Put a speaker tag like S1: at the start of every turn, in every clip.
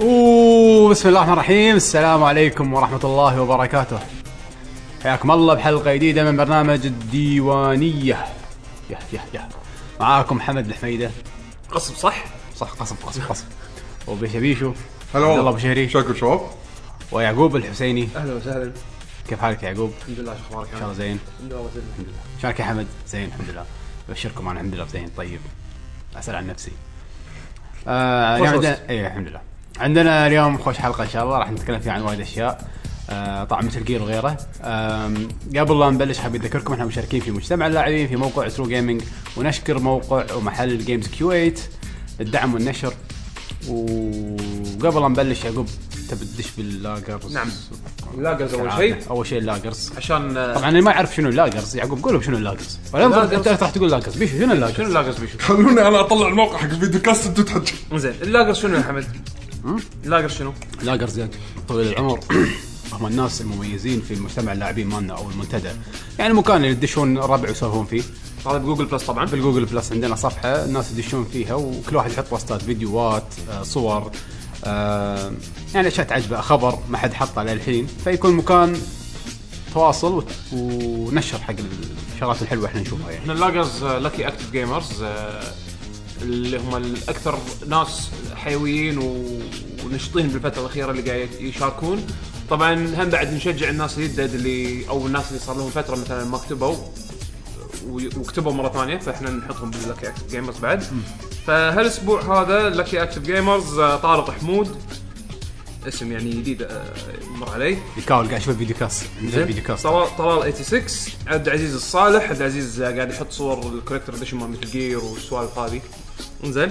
S1: اوه بسم الله الرحمن الرحيم السلام عليكم ورحمة الله وبركاته حياكم الله بحلقة جديدة من برنامج الديوانية يه يه يه معاكم حمد الحميدة
S2: قصب صح؟
S1: صح قصب قصب قصب وبشبيشو
S3: هلا
S1: عبد الله أبو شهري.
S3: شكرا شباب
S1: ويعقوب الحسيني
S2: اهلا وسهلا
S1: كيف حالك يا يعقوب؟
S2: الحمد لله شو اخبارك؟
S1: ان شاء الله زين
S2: الحمد لله وسلم.
S1: شارك يا حمد زين الحمد لله ابشركم انا الحمد لله زين طيب اسال عن نفسي آه اليوم
S2: خوش
S1: عندنا
S2: وصف.
S1: اي الحمد لله عندنا اليوم خوش حلقه ان شاء الله راح نتكلم فيها عن وايد اشياء آه طبعا مثل جير وغيره آم، قبل لا نبلش حاب اذكركم احنا مشاركين في مجتمع اللاعبين في موقع ترو جيمنج ونشكر موقع ومحل جيمز كيو 8 الدعم والنشر وقبل لا نبلش يعقوب تبي تدش باللاجرز
S2: نعم. اللاجرز أول شيء.
S1: اول شيء اللاجرز
S2: عشان آه،
S1: طبعا اللي ما يعرف شنو اللاجرز يعقوب قول لهم شنو اللاجرز ولا انظر
S2: اللاجرز.
S1: انت راح تقول لاجرز بيشو شنو
S2: شنو
S1: اللاجرز؟
S2: اللاجرز بيشو؟
S3: خلوني انا اطلع الموقع حق الفيديو كاست انتوا تحجوا
S2: زين اللاجرز شنو يا حمد؟ اللاجرز شنو؟
S1: لاجرز يا طويل العمر هم الناس المميزين في المجتمع اللاعبين مالنا او المنتدى يعني مكان اللي يدشون ربع ويسولفون فيه
S2: طالع بجوجل بلس طبعا
S1: بالجوجل بلس عندنا صفحه الناس يدشون فيها وكل واحد يحط بوستات فيديوهات آه، صور آه، يعني اشياء تعجبه خبر ما حد حطه للحين فيكون مكان تواصل وت- ونشر حق الشغلات الحلوه احنا نشوفها يعني
S2: احنا آه، اللاجرز لاكي اكتف جيمرز آه، اللي هم الاكثر ناس حيويين و- ونشطين بالفتره الاخيره اللي قاعد يشاركون طبعا هم بعد نشجع الناس الجدد اللي او الناس اللي صار لهم فتره مثلا ما كتبوا وي- وكتبوا مره ثانيه فاحنا نحطهم باللاكي اكتف جيمرز بعد فهالاسبوع هذا لاكي اكتف جيمرز آه، طارق حمود اسم يعني جديد آه، مر علي
S1: يكاول قاعد اشوف فيديو كاس عندنا فيديو كاس
S2: طلال طلال 86 عبد العزيز الصالح عبد العزيز قاعد يحط صور الكوليكتر اديشن مال مثل جير والسوالف هذه انزين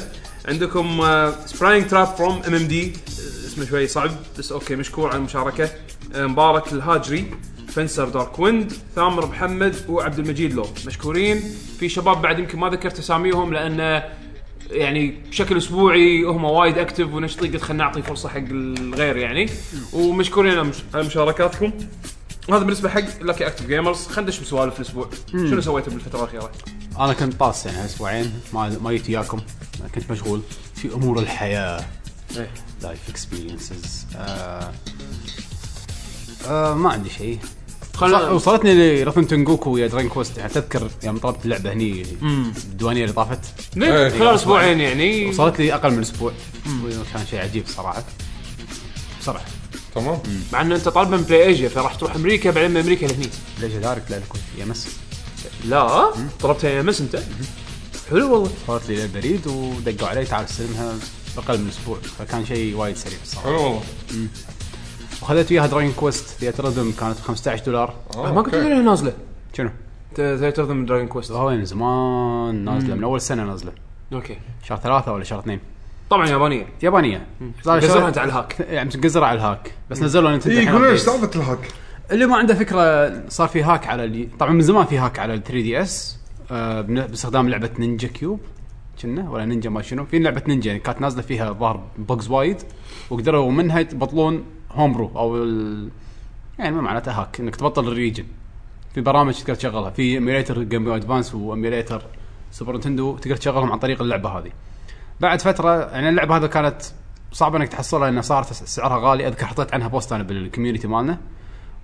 S2: عندكم آه، سبراينج تراب فروم ام ام دي آه، اسمه شوي صعب بس اوكي مشكور على المشاركه آه، مبارك الهاجري فنسر دارك ويند ثامر محمد وعبد المجيد لو مشكورين في شباب بعد يمكن ما ذكرت اساميهم لان يعني بشكل اسبوعي هم وايد اكتف ونشطين قلت خلينا نعطي فرصه حق الغير يعني ومشكورين على مش- على مشاركاتكم هذا بالنسبه حق لك اكتف جيمرز خلينا ندش بسوالف الاسبوع شنو سويتوا بالفتره الاخيره؟
S1: انا كنت طاس يعني اسبوعين ما ما جيت وياكم كنت مشغول في امور الحياه إيه.
S2: ايه
S1: لايف اكسبيرينسز آه آه ما عندي شيء
S2: خلنا-
S1: وصلتني لرفن تنجوكو يا درين كوست يعني تذكر يوم طلبت اللعبه هني الديوانيه اللي طافت
S2: نعم، خلال اسبوعين يعني
S1: وصلت لي اقل من اسبوع وكان شيء عجيب صراحه بسرعه
S3: تمام
S2: مع انه انت طالبه من بلاي ايجيا فراح تروح امريكا بعدين من امريكا لهني
S1: ليش دارك لا الكويت يا مس
S2: لا طلبتها يا مس انت حلو والله
S1: صارت لي لعبه ريد ودقوا علي تعال استلمها اقل من اسبوع فكان شيء وايد سريع الصراحه
S3: حلو والله
S1: وخذيت وياها دراين كويست ثياتر ريزم كانت ب 15 دولار
S3: آه،
S2: ما كنت
S3: أوكي.
S2: ادري انها نازله
S1: شنو؟
S2: ثيتر من دراجون كويست
S1: هو من زمان نازله من اول سنه نازله
S2: اوكي
S1: شهر ثلاثة ولا شهر اثنين
S2: طبعا يابانيه
S1: يابانية صار شهر-
S2: قزرها انت على إيه، الهاك
S1: يعني قزرة على الهاك بس نزلوا نتندو
S3: اي
S1: الحين
S3: إيه، يقولون ايش
S1: updates.
S3: سالفه الهاك؟
S1: اللي ما عنده فكره صار في هاك على اللي طبعا من زمان في هاك على ال 3 دي اس آه، باستخدام لعبه نينجا كيوب كنا ولا نينجا ما شنو في لعبه نينجا يعني كانت نازله فيها ظهر بوكس وايد وقدروا منها يبطلون هوم برو او ال... يعني ما معناته هاك انك تبطل الريجن في برامج تقدر تشغلها في ايميليتر جيم بوي ادفانس وايميليتر سوبر نتندو تقدر تشغلهم عن طريق اللعبه هذه بعد فتره يعني اللعبه هذا كانت صعبه انك تحصلها لان صارت سعرها غالي اذكر حطيت عنها بوست انا بالكوميونتي مالنا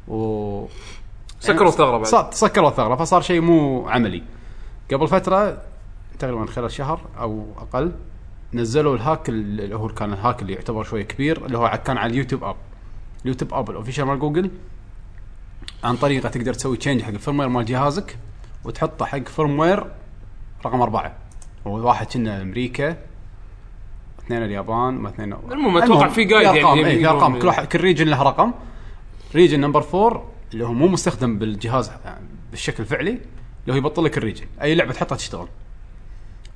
S1: و
S2: سكروا الثغره بعد
S1: صار سكروا الثغره فصار شيء مو عملي قبل فتره تقريبا خلال شهر او اقل نزلوا الهاك اللي هو كان الهاك اللي يعتبر شوي كبير اللي هو ع- كان على اليوتيوب اب اليوتيوب اب الاوفيشال مال جوجل عن طريقه تقدر تسوي تشينج حق الفيرموير مال جهازك وتحطه حق فيرموير رقم اربعه هو واحد كنا امريكا اثنين اليابان ما اثنين
S2: المهم أتوقع في guide يعني
S1: ارقام
S2: يبي-
S1: يعني ارقام
S2: يبي-
S1: كل واحد كل ريجن له رقم ريجن نمبر 4 اللي هو مو مستخدم بالجهاز يعني بالشكل الفعلي اللي هو يبطل لك الريجن اي لعبه تحطها تشتغل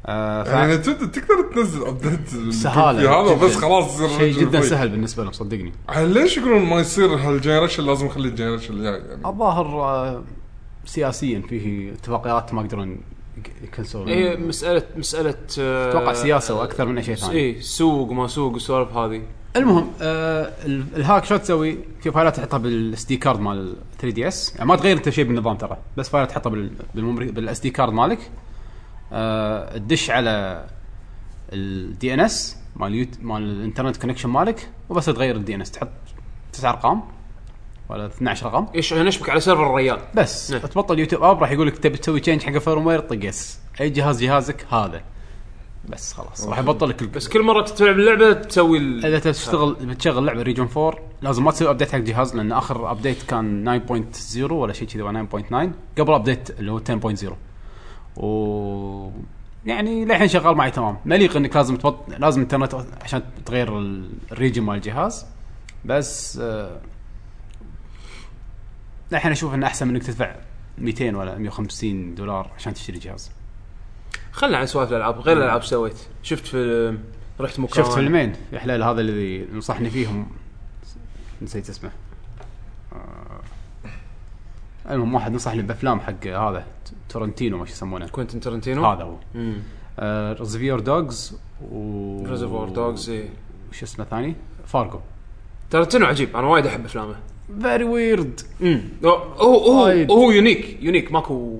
S1: آه، ف-
S3: يعني جد تقدر تنزل ابديت
S1: سهالة
S3: هذا
S1: جداً.
S3: بس خلاص يصير
S1: شيء
S3: رجل
S1: جدا
S3: البيت.
S1: سهل بالنسبه لهم صدقني
S3: هل ليش يقولون ما يصير هالجنريشن لازم نخلي الجنريشن الجاي يعني
S1: الظاهر آه، سياسيا فيه اتفاقيات ما يقدرون يك- يكنسلون
S2: هي مساله مساله إيه، آه،
S1: اتوقع سياسه واكثر من اي شيء ثاني
S2: اي سوق ما سوق والسوالف هذه
S1: المهم آه ال- الهاك شو تسوي؟ في فايلات تحطها بالاس دي كارد مال 3 دي اس يعني ما تغير انت شيء بالنظام ترى بس فايلات تحطها بالاس دي كارد مالك آه تدش على الدي ان اس مال يوت- مال الانترنت كونكشن مالك وبس تغير الدي ان اس تحط تسع ارقام ولا 12 رقم
S2: ايش نشبك على سيرفر الريال
S1: بس
S2: نعم.
S1: تبطل يوتيوب اب راح يقول لك تبي تسوي تشينج حق الفيرم وير طق يس اي جهاز جهازك هذا بس خلاص راح يبطل لك
S2: بس كل مره تلعب اللعبه تسوي ال...
S1: اذا تبي تشتغل بتشغل لعبه ريجون 4 لازم ما تسوي ابديت حق الجهاز لان اخر ابديت كان 9.0 ولا شيء كذي ولا 9.9 قبل ابديت اللي هو 10.0 و يعني للحين شغال معي تمام مليق انك لازم تبط... لازم انترنت عشان تغير ال- الريجن مال الجهاز بس آه، للحين اشوف انه احسن من انك تدفع 200 ولا 150 دولار عشان تشتري جهاز
S2: خلنا عن سوالف الالعاب غير الالعاب سويت شفت فيلم رحت مكان
S1: شفت فيلمين يا حلال هذا الذي نصحني فيهم نسيت اسمه آه، المهم واحد نصحني بافلام حق هذا تورنتينو ما شو يسمونه
S2: كوينتن ترنتينو
S1: هذا هو ريزفير دوجز و
S2: ريزرفور دوجز اي
S1: وش اسمه ثاني فارجو
S2: ترنتينو إيه. عجيب انا وايد احب افلامه
S1: فيري ويرد
S2: امم هو هو
S1: وايد.
S2: هو يونيك يونيك ماكو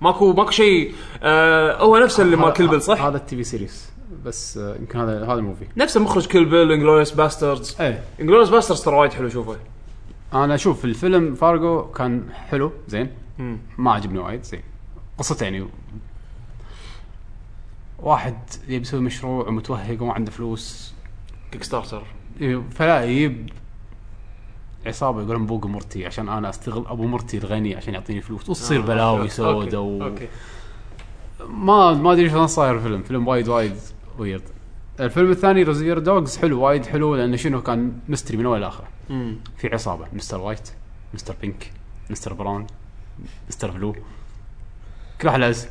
S2: ماكو ماكو شيء آه هو نفسه اللي مال كلبل صح؟
S1: هذا التي في سيريس بس آه، يمكن هذا هذا الموفي
S2: نفس المخرج كلبل انجلوريس باستردز
S1: ايه
S2: انجلوريس باستردز ترى وايد حلو شوفه
S1: انا اشوف الفيلم فارجو كان حلو زين
S2: مم.
S1: ما عجبني وايد زين قصته يعني واحد يبي يسوي مشروع ومتوهق وما عنده فلوس
S2: كيك ستارتر
S1: فلا يجيب عصابه يقولون بوق مرتي عشان انا استغل ابو مرتي الغني عشان يعطيني فلوس وتصير
S2: آه،
S1: بلاوي
S2: أوكي،
S1: سوداء و...
S2: اوكي
S1: ما ما ادري شلون صاير الفيلم فيلم وايد وايد ويرد الفيلم الثاني ريزير دوجز حلو وايد حلو لانه شنو كان مستري من اول لاخره
S2: مم.
S1: في عصابه مستر وايت مستر بينك مستر براون مستر بلو كل واحد له اسم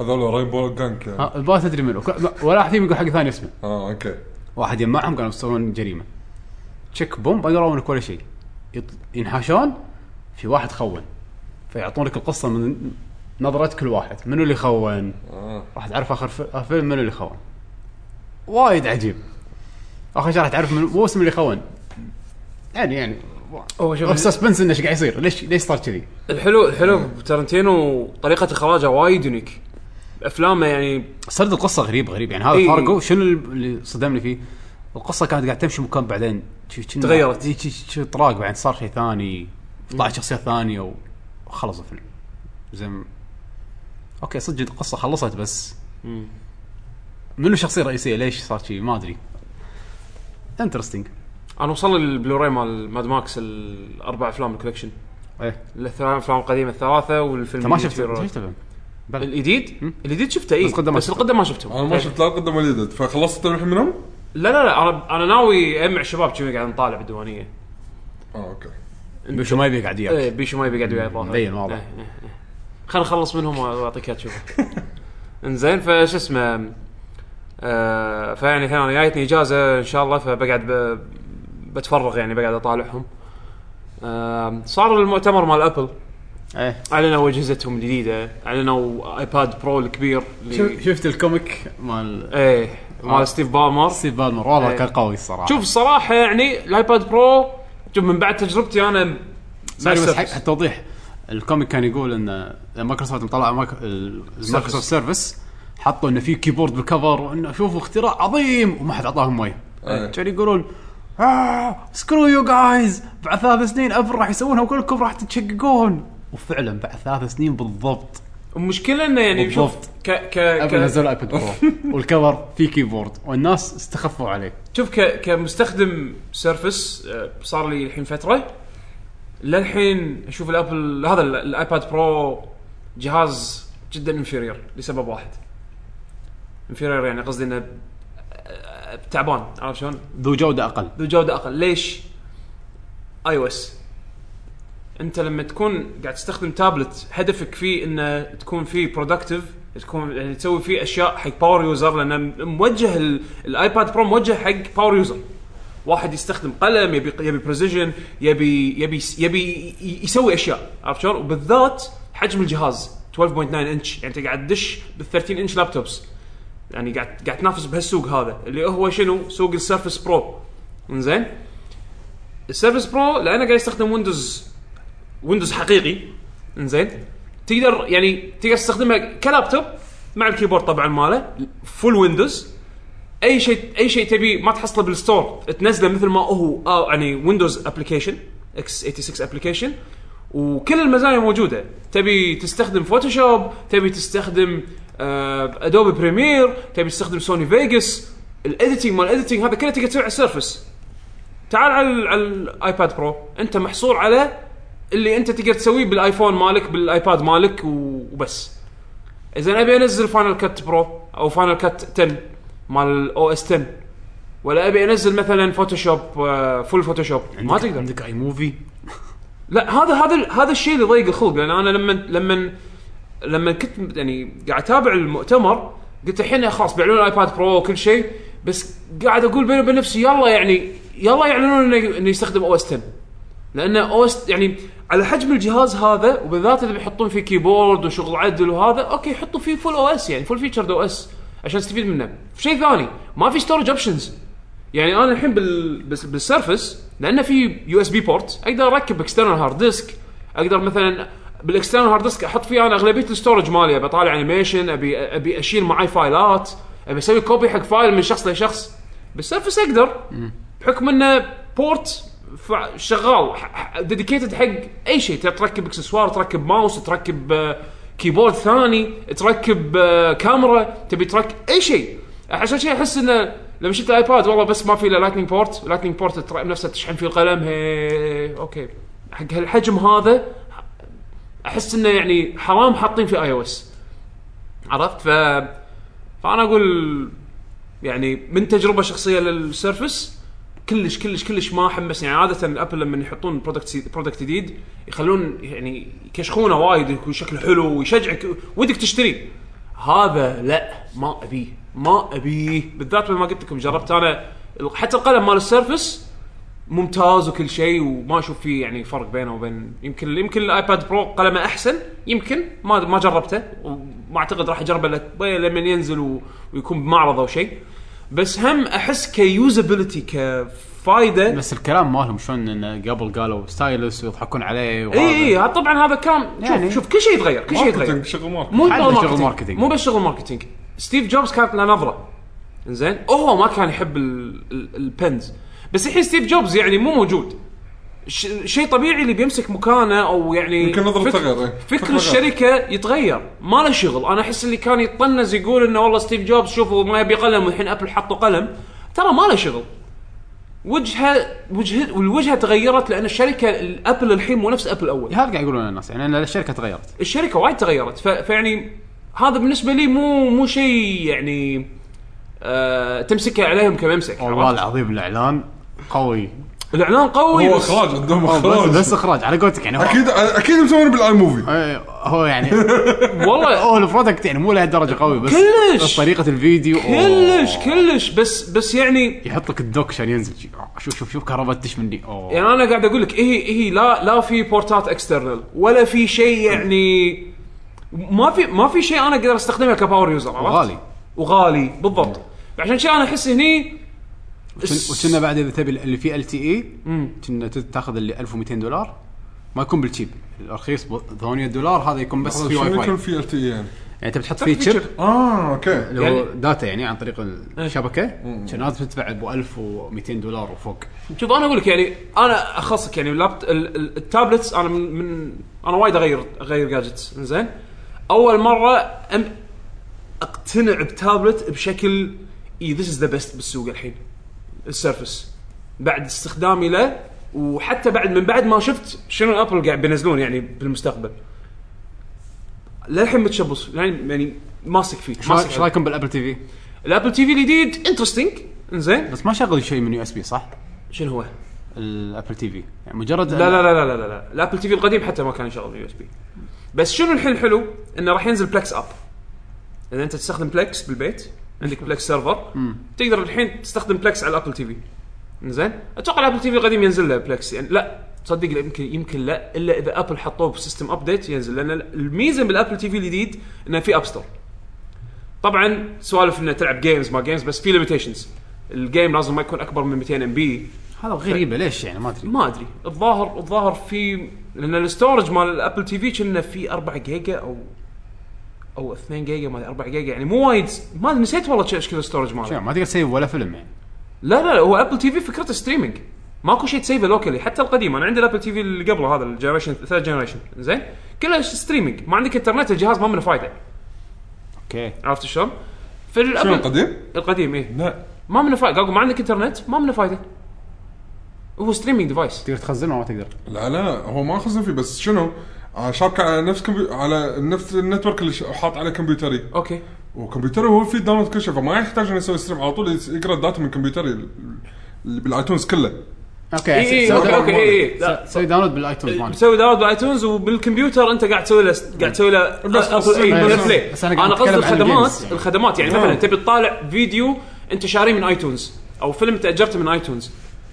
S3: هذول رينبو جانك يعني
S1: ها، الباقي تدري منو كل- ولا احد فيهم يقول حق ثاني اسمه
S3: اه اوكي
S1: واحد يجمعهم كانوا يسوون جريمه تشيك بوم ما يراونك ولا شيء يط- ينحاشون في واحد خون فيعطونك القصه من نظره كل واحد منو اللي خون
S3: اه
S1: راح تعرف اخر ف- آخر فيلم منو اللي خون وايد عجيب اخر شيء راح تعرف منو مو اسم اللي خون يعني يعني
S2: هو شوف
S1: سسبنس انه ايش قاعد يصير ليش ليش صار كذي
S2: الحلو الحلو بترنتينو طريقه اخراجه وايد يونيك افلامه يعني
S1: سرد القصه غريب غريب يعني هذا
S2: إي.
S1: فارجو شنو اللي صدمني فيه؟ القصه كانت قاعد تمشي مكان بعدين شي- شي-
S2: تغيرت.
S1: شي- شي- شي إيه، طراق بعدين صار شيء ثاني طلعت شخصيه ثانيه وخلص الفيلم زين اوكي صدق القصه خلصت بس
S2: مم.
S1: منو الشخصيه الرئيسيه ليش صار شيء ما ادري انترستنج
S2: انا وصل لي البلوراي مال ماد ماكس الاربع افلام الكوليكشن
S1: ايه
S2: الثلاث افلام القديمه الثلاثه والفيلم
S1: انت ما
S2: الجديد
S1: شفت
S2: في الرو-
S1: أنت شفت الفيلم بلى.
S2: الجديد
S1: مم.
S2: الجديد شفته اي
S1: بس قدام ما
S2: بس
S1: شفته.
S2: القدم ما شفتهم
S1: طيب.
S3: انا ما شفت لا قدم ولا يدد فخلصت الحين منهم؟
S2: لا لا لا انا انا ناوي اجمع الشباب كذي قاعد نطالع بالديوانيه
S3: اه اوكي
S1: بيشو ما يبي قاعد
S2: ايه
S1: وياك
S2: بيشو ما يبي قاعد وياي الظاهر
S1: مبين واضح.
S2: إيه، إيه، إيه. خلنا نخلص منهم واعطيك اياها تشوفه انزين فش اسمه آه فيعني الحين انا جايتني اجازه ان شاء الله فبقعد ب... بتفرغ يعني بقعد اطالعهم آه صار المؤتمر مال ابل
S1: ايه
S2: اعلنوا اجهزتهم الجديده اعلنوا ايباد برو الكبير
S1: شو-
S2: اللي
S1: شفت الكوميك مال
S2: ايه
S1: آه.
S2: مال ستيف بالمر
S1: ستيف بالمر والله
S2: إيه.
S1: كان قوي الصراحه
S2: شوف الصراحه يعني الايباد برو شوف من بعد تجربتي انا
S1: سوري بس
S2: مع
S1: حق
S2: Surface.
S1: التوضيح الكوميك كان يقول ان مايكروسوفت مطلع مايك- ال- المايكروسوفت سيرفيس حطوا انه في كيبورد بالكفر وانه شوفوا اختراع عظيم وما حد اعطاهم مي
S3: إيه.
S1: كانوا يقولون "آه، سكرو يو جايز بعد ثلاث سنين ابل راح يسوونها وكلكم راح تتشققون وفعلا بعد ثلاث سنين بالضبط
S2: المشكله انه يعني
S1: بالضبط.
S2: شوف ك ك
S1: ابل
S2: ك
S1: نزلوا ايباد برو والكفر فيه كيبورد والناس استخفوا عليه
S2: شوف ك كمستخدم سيرفس صار لي الحين فتره للحين اشوف الابل هذا ال- الايباد برو جهاز جدا انفيرير لسبب واحد انفيرير يعني قصدي انه آه، تعبان عارف شلون؟
S1: ذو جوده اقل
S2: ذو جوده اقل ليش؟ اي او اس انت لما تكون قاعد تستخدم تابلت هدفك فيه انه تكون فيه برودكتيف تكون يعني تسوي فيه اشياء حق باور يوزر لان موجه ال- الايباد برو موجه حق باور يوزر واحد يستخدم قلم يبي يبي بريسيجن يبي يبي يبي ي- يسوي اشياء عرفت شلون؟ وبالذات حجم الجهاز 12.9 انش يعني انت قاعد تدش بال 13 انش لابتوبس يعني قاعد قاعد تنافس بهالسوق هذا اللي هو شنو؟ سوق السيرفس برو انزين السيرفس برو لانه قاعد يستخدم ويندوز ويندوز حقيقي انزين تقدر يعني تقدر تستخدمها كلابتوب مع الكيبورد طبعا ماله فول ويندوز اي شيء اي شيء تبي ما تحصله بالستور تنزله مثل ما هو آه يعني ويندوز ابلكيشن اكس 86 ابلكيشن وكل المزايا موجوده تبي تستخدم فوتوشوب تبي تستخدم آه ادوبي بريمير تبي تستخدم سوني فيجاس الايديتنج مال الايديتنج هذا كله تقدر تسويه على السيرفس تعال على ال- على الايباد برو انت محصور على اللي انت تقدر تسويه بالايفون مالك بالايباد مالك و- وبس اذا ابي انزل فاينل كات برو او فاينل كات 10 مال الاو اس 10 ولا ابي انزل مثلا فوتوشوب آه، فول فوتوشوب ما
S1: عندك-
S2: تقدر
S1: عندك اي موفي
S2: لا هذا هذا ال- هذا الشيء اللي ضيق الخلق لان انا لما لما لما كنت يعني قاعد اتابع المؤتمر قلت الحين خلاص بيعلنون الايباد برو وكل شيء بس قاعد اقول بيني وبين نفسي يلا يعني يلا يعلنون انه انه يستخدم او اس 10 لان او اس يعني على حجم الجهاز هذا وبالذات اذا بيحطون فيه كيبورد وشغل عدل وهذا اوكي حطوا فيه فول او اس يعني فول فيتشرد او اس عشان تستفيد منه شيء ثاني ما في ستورج اوبشنز يعني انا الحين بال بس- بالسيرفس لانه في يو اس بي بورت اقدر اركب اكسترنال هارد ديسك اقدر مثلا بالاكسترنال هارد ديسك احط فيه انا اغلبيه الستورج مالي ابي اطالع انيميشن ابي ابي اشيل معاي فايلات ابي اسوي كوبي حق فايل من شخص لشخص بالسيرفس اقدر بحكم انه بورت فع- شغال ديديكيتد حق اي شيء تقدر تركب اكسسوار تركب ماوس تركب آه، كيبورد ثاني تركب آه، كاميرا تبي تركب اي شيء عشان شيء احس انه لما شفت الايباد والله بس ما في الا لايتنج بورت لايتنج بورت تر- نفسه تشحن فيه القلم هي اوكي حق هالحجم هذا احس انه يعني حرام حاطين في اي او اس عرفت ف فانا اقول يعني من تجربه شخصيه للسيرفس كلش كلش كلش ما حمسني يعني عاده ابل لما يحطون برودكت برودكت جديد يخلون يعني يكشخونه وايد يكون شكله حلو ويشجعك ودك تشتري هذا لا ما ابيه ما ابيه بالذات مثل ما قلت لكم جربت انا ال- حتى القلم مال السيرفس ممتاز وكل شيء وما اشوف فيه يعني فرق بينه وبين يمكن يمكن الايباد برو قلمه احسن يمكن ما ما جربته وما اعتقد راح اجربه لك- لما ينزل و- ويكون بمعرض او شيء بس هم احس كيوزابيلتي كفائده
S1: بس الكلام مالهم شلون إنه قبل قالوا ستايلس ويضحكون عليه وهذا.
S2: اي اي طبعا إيه، هذا كلام شوف
S1: يعني-
S2: شوف كل شيء يتغير كل شيء يتغير
S3: ماركتنج شغل ماركتنج
S2: مو
S1: حتى
S2: بس
S1: شغل
S2: شغل
S1: ماركتينج.
S2: ماركتينج مو بس شغل ماركتينج ستيف جوبز كانت له نظره زين هو ما كان يحب ال- ال- البنز بس الحين ستيف جوبز يعني مو موجود ش- شيء طبيعي اللي بيمسك مكانه او يعني
S3: يمكن نظرته
S2: فك-
S3: غير، إيه. فكرة
S2: فكر
S3: غير.
S2: الشركه يتغير ما له شغل انا احس اللي كان يطنز يقول انه والله ستيف جوبز شوفوا ما يبي قلم والحين ابل حطوا قلم ترى ما له شغل وجهه وجهه والوجهه تغيرت لان الشركه ابل الحين مو نفس ابل اول
S1: هذا قاعد يقولون الناس يعني ان الشركه تغيرت
S2: الشركه وايد تغيرت ف... فيعني هذا بالنسبه لي مو مو شيء يعني آه تمسكها عليهم كممسك
S1: والله
S2: عرفت؟
S1: العظيم الاعلان قوي
S2: الاعلان قوي
S3: هو
S2: بس-
S3: اخراج عندهم
S1: آه، بس,
S3: اخراج
S1: بس اخراج على قولتك يعني هو-
S3: اكيد اكيد مسوين بالاي موفي
S1: إيه، هو يعني
S2: والله
S1: هو البرودكت يعني مو لهالدرجه قوي بس
S2: كلش.
S1: بس طريقه الفيديو أوه.
S2: كلش كلش بس بس يعني
S1: يحط لك الدوك عشان ينزل شي. شوف شوف شوف كهرباء تدش مني اوه
S2: يعني انا قاعد اقول لك ايه ايه لا لا في بورتات اكسترنال ولا في شيء يعني ما في ما في شيء انا اقدر استخدمه كباور يوزر عرفت؟
S1: وغالي.
S2: وغالي بالضبط عشان كذا انا احس هني
S1: وكنا بعد اذا تبي اللي فيه ال تي اي كنا ت- تاخذ اللي 1200 دولار ما يكون بالشيب الرخيص ب 8 دولار هذا يكون بس في
S3: شنو
S1: واي فاي
S3: يكون في ال تي يعني
S1: يعني تبي تحط فيه شيب
S3: اه اوكي
S1: اللي هو
S2: يعني- إيه.
S1: داتا يعني عن طريق الشبكه كان لازم تدفع ابو 1200 دولار وفوق
S2: شوف انا اقول لك يعني انا اخصك يعني اللابت ال- ال- التابلتس انا من, من انا وايد اغير اغير جادجتس زين اول مره أم اقتنع بتابلت بشكل إيه، اي ذيس از ذا بيست بالسوق الحين السيرفس بعد استخدامي له وحتى بعد من بعد ما شفت شنو ابل قاعد بينزلون يعني بالمستقبل للحين متشبص يعني يعني ماسك فيه ماسك
S1: ايش
S2: فيه.
S1: رايكم بالابل تي في؟
S2: الابل تي في الجديد انترستنج انزين
S1: بس ما شغل شيء من يو اس بي صح؟
S2: شنو هو؟
S1: الابل تي في يعني مجرد
S2: لا لا لا لا لا لا الابل تي في القديم حتى ما كان يشغل يو اس بي بس شنو الحين حلو انه راح ينزل بلكس اب لان انت تستخدم بلكس بالبيت عندك بلكس سيرفر تقدر الحين تستخدم بلكس على ابل تي في زين اتوقع ابل تي في قديم ينزل له بلكس يعني لا تصدق لا، يمكن يمكن لا الا اذا ابل حطوه بسيستم ابديت ينزل لان الميزه بالابل تي في الجديد انه في اب ستور طبعا سوالف انه تلعب جيمز ما جيمز بس في ليميتيشنز الجيم لازم ما يكون اكبر من 200 ام بي
S1: هذا غريبه ليش يعني ما ادري
S2: ما ادري الظاهر الظاهر في لان الاستورج مال الابل تي في كنا في 4 جيجا او او 2 جيجا ما أدري 4 جيجا يعني مو وايد ما نسيت والله ايش كذا الاستورج ماله
S1: شو، ما تقدر تسيب ولا فيلم يعني
S2: لا لا لا، هو ابل تي في فكرته ستريمينج ماكو شيء تسيفه لوكالي حتى القديم انا عندي الابل تي في اللي قبله هذا الجنريشن ثيرد جنريشن زين كله ستريمينج ما عندك انترنت الجهاز ما منه فايده
S1: اوكي
S2: عرفت شلون؟
S3: شنو
S2: فالابل
S3: القديم؟
S2: القديم ايه
S3: لا
S2: ما منه فايده قالوا ما عندك انترنت ما منه فايده هو ستريمينج ديفايس
S1: تقدر تخزنه ولا ما تقدر
S3: لا لا هو ما اخذ فيه بس شنو؟ آه، شابك على نفس كمبي... على نفس النتورك اللي ش- حاط عليه كمبيوتري
S2: اوكي
S3: وكمبيوتري هو فيه داونلود كل شيء فما يحتاج انه يسوي ستريم على طول يقرا الداتا من كمبيوتري اللي بالايتونز كله
S1: اوكي
S2: اي اي
S1: سوي
S2: اوكي
S1: داونلود.
S2: اوكي اي إيه، لا
S1: س- سوي داونلود بالايتونز مالك
S2: مسوي داونلود بالايتونز وبالكمبيوتر انت قاعد تسوي له قاعد تسوي له إيه،
S3: بس-
S2: أبل-
S3: بس- بس-
S2: أبل- أبل بلاي.
S1: بس أنا قاعد
S2: انا قصدي
S1: أتكلم عن
S2: الخدمات
S1: الجيمز يعني.
S2: الخدمات يعني مثلا تبي تطالع فيديو انت شاريه من ايتونز او فيلم تاجرته من ايتونز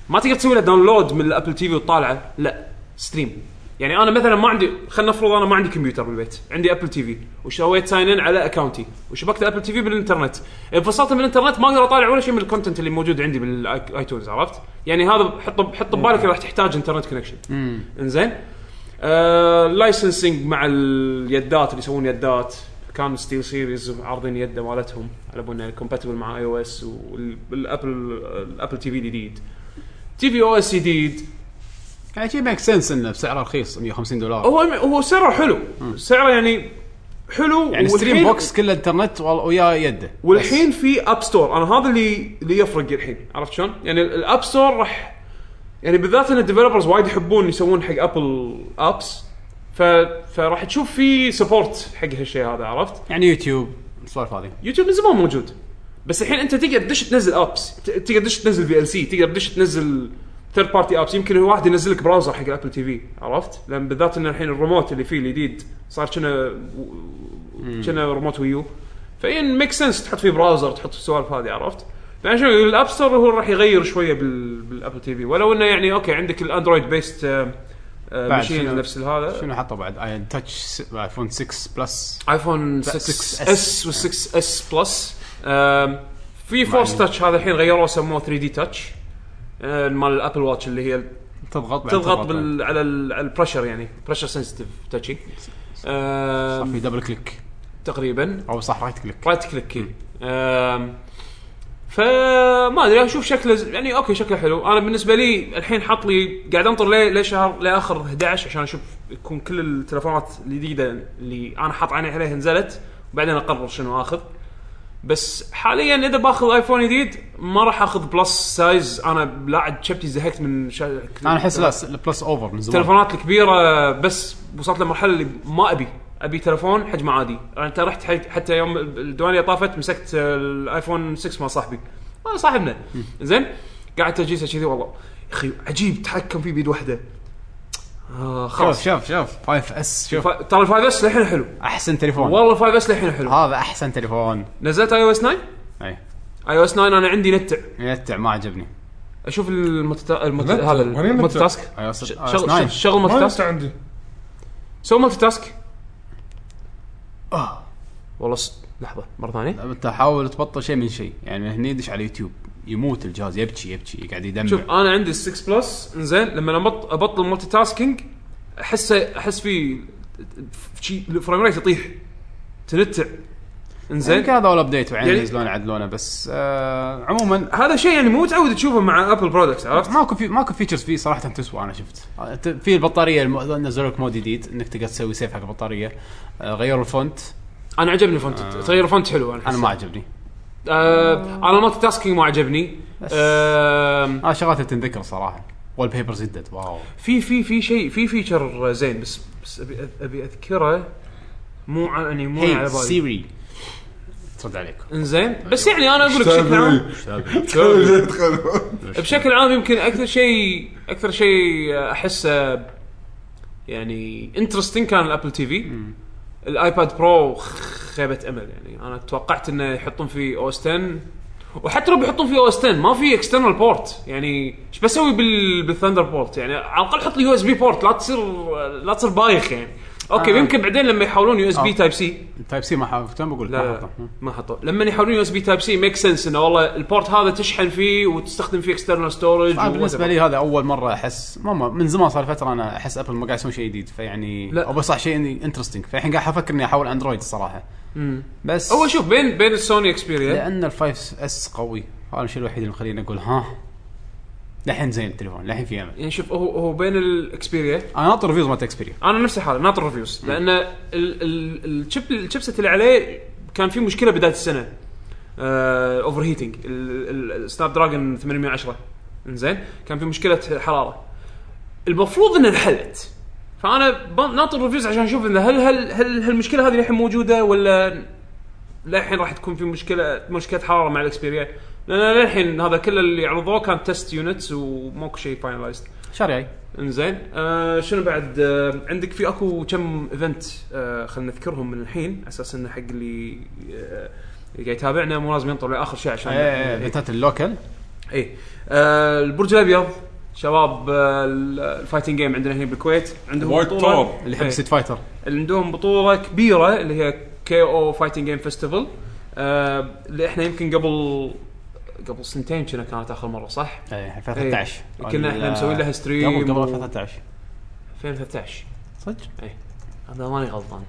S2: ما تقدر تسوي له داونلود من الابل تي في وتطالعه لا ستريم يعني انا مثلا ما عندي خلينا نفرض انا ما عندي كمبيوتر بالبيت عندي ابل تي في وسويت ساين ان على اكونتي وشبكت ابل تي في بالانترنت انفصلت من الانترنت ما اقدر اطالع ولا شيء من الكونتنت اللي موجود عندي بالايتونز عرفت يعني هذا حط حط ببالك راح تحتاج انترنت كونكشن انزين لايسنسنج آه، مع اليدات اللي يسوون يدات كان ستيل سيريز عارضين يده مالتهم على بالنا كومباتبل مع اي او اس والابل الابل تي في الجديد تي في او اس جديد
S1: يعني شي ميك سنس انه بسعره رخيص 150 دولار
S2: هو هو سعره حلو سعره يعني حلو
S1: يعني ستريم
S2: والحين-
S1: بوكس كله انترنت وال- ويا يده
S2: والحين في اب ستور انا هذا اللي اللي يفرق الحين عرفت شلون؟ يعني ال- الاب ستور راح يعني بالذات ان الديفلوبرز وايد يحبون يسوون حق ابل ابس ف... فراح تشوف في سبورت حق هالشيء هذا عرفت؟
S1: بس. يعني يوتيوب السوالف هذه
S2: يوتيوب من زمان موجود بس الحين انت تقدر تدش تنزل ابس ت- تقدر تدش تنزل في ال سي تقدر تدش تنزل ثيرد بارتي ابس يمكن واحد ينزل لك براوزر حق ابل تي في عرفت؟ لان بالذات ان الحين الريموت اللي فيه الجديد صار كنا كنا ريموت ويو فين ميك سنس تحط فيه براوزر تحط السوالف هذه عرفت؟ فانا شوف الاب ستور هو راح يغير شويه بال... بالابل تي في ولو انه يعني اوكي عندك الاندرويد بيست
S1: بعد
S2: ماشين
S1: شنو-
S2: نفس هذا
S1: شنو حطوا بعد آه، اي تاتش ايفون 6 بلس
S2: ايفون
S1: 6S.
S2: 6 اس و 6 اس بلس آم، في فورس تاتش هذا الحين غيروه سموه 3 دي تاتش آه، مال الابل واتش اللي هي
S1: تضغط بعد
S2: تضغط بال على ال- على البريشر يعني بريشر سنسيتيف تاتشي
S1: صار في دبل كليك
S2: تقريبا
S1: او صح رايت كليك
S2: رايت كليك إي. آم، Um, فما ادري اشوف شكله ز- يعني اوكي شكله حلو انا بالنسبه لي الحين حاط لي قاعد انطر ليه لشهر لاخر 11 عشان اشوف يكون كل التلفونات الجديده اللي انا حاط عيني عليها نزلت وبعدين اقرر شنو اخذ بس حاليا اذا باخذ ايفون جديد ما راح اخذ بلس سايز انا لا عاد شبتي زهقت من شا...
S1: انا احس لا س- البلس اوفر من زمان
S2: التلفونات الكبيره بس وصلت لمرحله اللي ما ابي ابي تلفون حجمه عادي انا انت رحت حي- حتى يوم الديوانيه طافت مسكت الايفون 6 مال صاحبي ما صاحبنا زين قاعد تجهيزه كذي والله يا اخي عجيب تحكم فيه بيد واحده آه
S1: شوف
S2: خلاص
S1: شوف شوف 5 اس شوف
S2: ف- ترى الفايف اس للحين حلو
S1: احسن تليفون
S2: والله الفايف اس للحين حلو
S1: هذا احسن تليفون
S2: نزلت اي او اس 9
S1: اي
S2: اي او اس 9 انا عندي نتع
S1: يتع ما عجبني
S2: اشوف المتت... المت...
S3: نتع.
S2: هذا
S3: وين نتع؟
S2: المالتي تاسك
S1: iOS- iOS
S2: شغل
S1: 9.
S3: ما
S2: شغل مالتي
S3: انت
S2: تاسك
S3: عندي
S2: سوي مالتي تاسك
S1: آه.
S2: والله س... لحظه مره ثانيه
S1: انت حاول تبطل شيء من شيء يعني من هني يدش على يوتيوب يموت الجهاز يبكي يبكي قاعد
S2: شوف
S1: يدمع
S2: انا عندي ال 6 بلس انزين لما أبط- ابطل مالتي تاسكينج احس احس في شيء الفريم ريت يطيح تنتع انزين
S1: يمكن هذا اول ابديت وبعدين
S2: يعني-
S1: ينزلونه يعدلونه بس آه عموما
S2: هذا شيء يعني مو متعود تشوفه مع ابل برودكتس عرفت؟
S1: ماكو في ماكو فيتشرز فيه صراحه تسوى انا شفت آه، ت- في البطاريه الم... نزلوا لك مود جديد انك تقدر تسوي سيف حق البطاريه آه غيروا الفونت
S2: انا عجبني فونت تغير فونت حلو انا
S1: انا ما
S2: حسيت.
S1: عجبني
S2: آه انا المالتي تاسكينج ما عجبني آه
S1: اه شغلات تنذكر صراحه وول بيبرز جدد واو
S2: في في في شيء في فيتشر زين بس بس ابي ابي اذكره مو ع- يعني مو على
S1: هي
S2: بالي
S1: سيري ترد عليك
S2: انزين بس يعني انا اقول لك بشكل عام
S3: تابعي. تابعي، تخيل.
S2: بشكل عام يمكن اكثر شيء اكثر شيء احسه يعني انترستنج كان الابل تي في الايباد برو خيبه امل يعني انا توقعت انه يحطون فيه او اس 10 وحتى لو بيحطون فيه او اس 10 ما في اكسترنال بورت يعني ايش بسوي بال... بالثندر بورت يعني على الاقل حط لي يو اس بي بورت لا تصير لا تصير بايخ يعني اوكي
S1: آه.
S2: يمكن بعدين لما يحولون يو اس بي
S1: آه.
S2: تايب سي
S1: التايب سي ما حاط كنت بقول
S2: لا
S1: ما
S2: لا،
S1: حطه. مم.
S2: ما حطوا لما يحولون يو اس بي تايب سي ميك سنس انه والله البورت هذا تشحن فيه وتستخدم فيه اكسترنال ستورج
S1: أنا بالنسبه آه، لي هذا اول مره احس ما ما- من زمان صار فتره انا احس ابل ما قاعد يسوون شيء جديد فيعني
S2: لا.
S1: او بس صح شيء انترستنج فالحين قاعد افكر اني احول اندرويد الصراحه بس
S2: هو شوف بين بين السوني اكسبيريا
S1: لان الفايف اس قوي هذا الشيء الوحيد اللي مخليني اقول ها لحين زين التليفون لحين في امل
S2: يعني شوف هو هو بين الاكسبيريا
S1: انا ناطر ريفيوز مالت اكسبيريا
S2: انا نفس الحاله ناطر ريفيوز لان ال- ال- الشيب الشيبسيت اللي عليه كان في مشكله بدايه السنه اوفر هيتنج السناب دراجون 810 انزين كان في مشكله حراره المفروض انها انحلت فانا ب- ناطر ريفيوز عشان اشوف انه هل هل هل هالمشكله هذه للحين موجوده ولا للحين راح تكون في مشكله مشكله حراره مع الاكسبيريا لان للحين هذا كله اللي عرضوه كان تيست يونتس وماكو شيء فاينلايزد
S1: شهر جاي
S2: انزين آه شنو بعد آه عندك في اكو كم ايفنت آه خلينا نذكرهم من الحين على اساس انه حق اللي آه اللي قاعد يتابعنا مو لازم ينطر لاخر شيء
S1: إيه،
S2: عشان اي
S1: بنتات اللوكل
S2: ايه. آه البرج الابيض شباب آه ال- الفايتنج جيم عندنا هنا بالكويت عندهم
S3: وايد
S2: بطوله
S3: تور.
S1: اللي
S2: ايه.
S1: يحب ستيت فايتر
S2: اللي عندهم بطوله كبيره اللي هي كي او فايتنج جيم فيستيفال آه، اللي احنا يمكن قبل قبل سنتين كنا كانت اخر مره صح؟
S1: ايه 2013
S2: إيه. كنا إحنا
S1: ولا-
S2: مسوين لها ستريم
S1: قبل
S2: و-
S1: قبل 2013
S2: 2013
S1: صدق؟
S2: انا ماني غلطان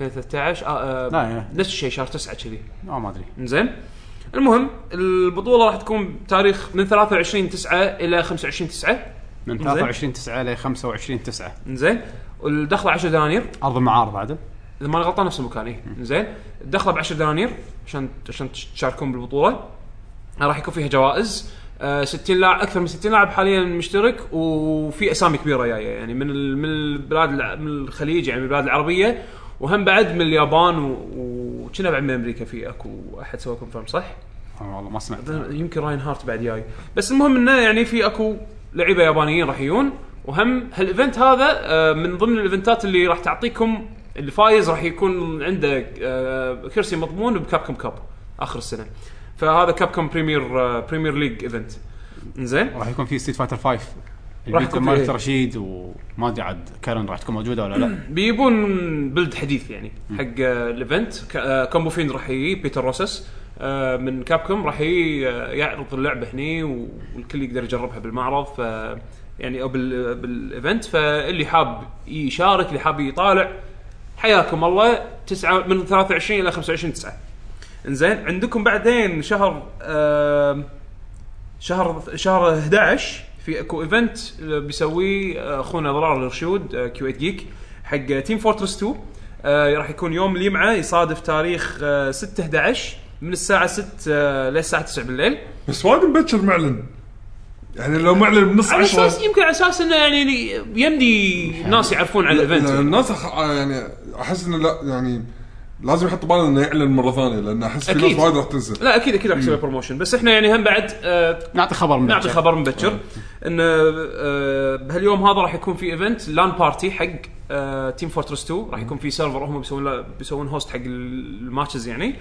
S2: 2013 آه آه
S1: لا إيه.
S2: نفس الشيء شهر 9 كذي
S1: آه، ما ادري
S2: زين المهم البطوله راح تكون بتاريخ من 23 9 الى 25 9
S1: من 23 9 ل 25 9
S2: زين والدخله 10 دنانير
S1: ارض المعارض عدل
S2: اذا ماني غلطان نفس المكان اي زين الدخله ب 10 دنانير عشان عشان تشاركون بالبطوله راح يكون فيها جوائز آه 60 لاعب اكثر من 60 لاعب حاليا مشترك وفي اسامي كبيره جايه يعني من ال- من البلاد الع- من الخليج يعني من البلاد العربيه وهم بعد من اليابان و- وكنا بعد من امريكا في اكو احد سوى كونفيرم صح؟
S1: آه، والله ما سمعت
S2: يمكن راين هارت بعد جاي بس المهم انه يعني في اكو لعيبه يابانيين راح يجون وهم هالايفنت هذا آه، من ضمن الايفنتات اللي راح تعطيكم الفايز راح يكون عنده آه، كرسي مضمون بكابكم كاب اخر السنه فهذا كابكم بريمير آه، بريمير ليج ايفنت زين
S1: راح يكون في ستيت فايتر 5
S2: راح
S1: البيتا
S2: يكون
S1: مالت
S2: في-
S1: رشيد وما ادري عاد كارن راح تكون موجوده ولا لا
S2: بيجيبون بلد حديث يعني حق آه، الايفنت ك- آه، كومبو فيند راح يجي بيتر روسس آه، من كابكوم راح يجي آه، يعرض اللعبه هني والكل يقدر يجربها بالمعرض ف يعني او بال- بالايفنت فاللي حاب يشارك اللي حاب يطالع حياكم الله تسعة من 23 الى 25 9 انزين عندكم بعدين شهر آه، آم، شهر شهر 11 في اكو ايفنت بيسويه اخونا ضرار الرشود كيو 8 جيك حق تيم فورترس 2 آه، راح يكون يوم الجمعه يصادف تاريخ 6 11 من الساعه 6 للساعه 9 بالليل
S3: بس وايد مبكر معلن يعني لو معلن بنص
S2: على اساس
S3: 10
S2: يمكن على اساس انه يعني يمدي الناس يعرفون عن الايفنت يعني.
S3: الناس أخ- يعني احس انه لا يعني لازم يحط باله انه يعلن مره ثانيه لان احس في
S2: أكيد.
S3: ناس وايد راح تنزل
S2: لا اكيد اكيد راح يسوي بروموشن بس احنا يعني هم بعد آه،
S1: نعطي خبر من
S2: نعطي خبر مبكر ان آه، بهاليوم هذا راح يكون في ايفنت لان بارتي حق آه، تيم فورترس 2 راح يكون في سيرفر هم بيسوون له- بيسوون هوست حق الماتشز يعني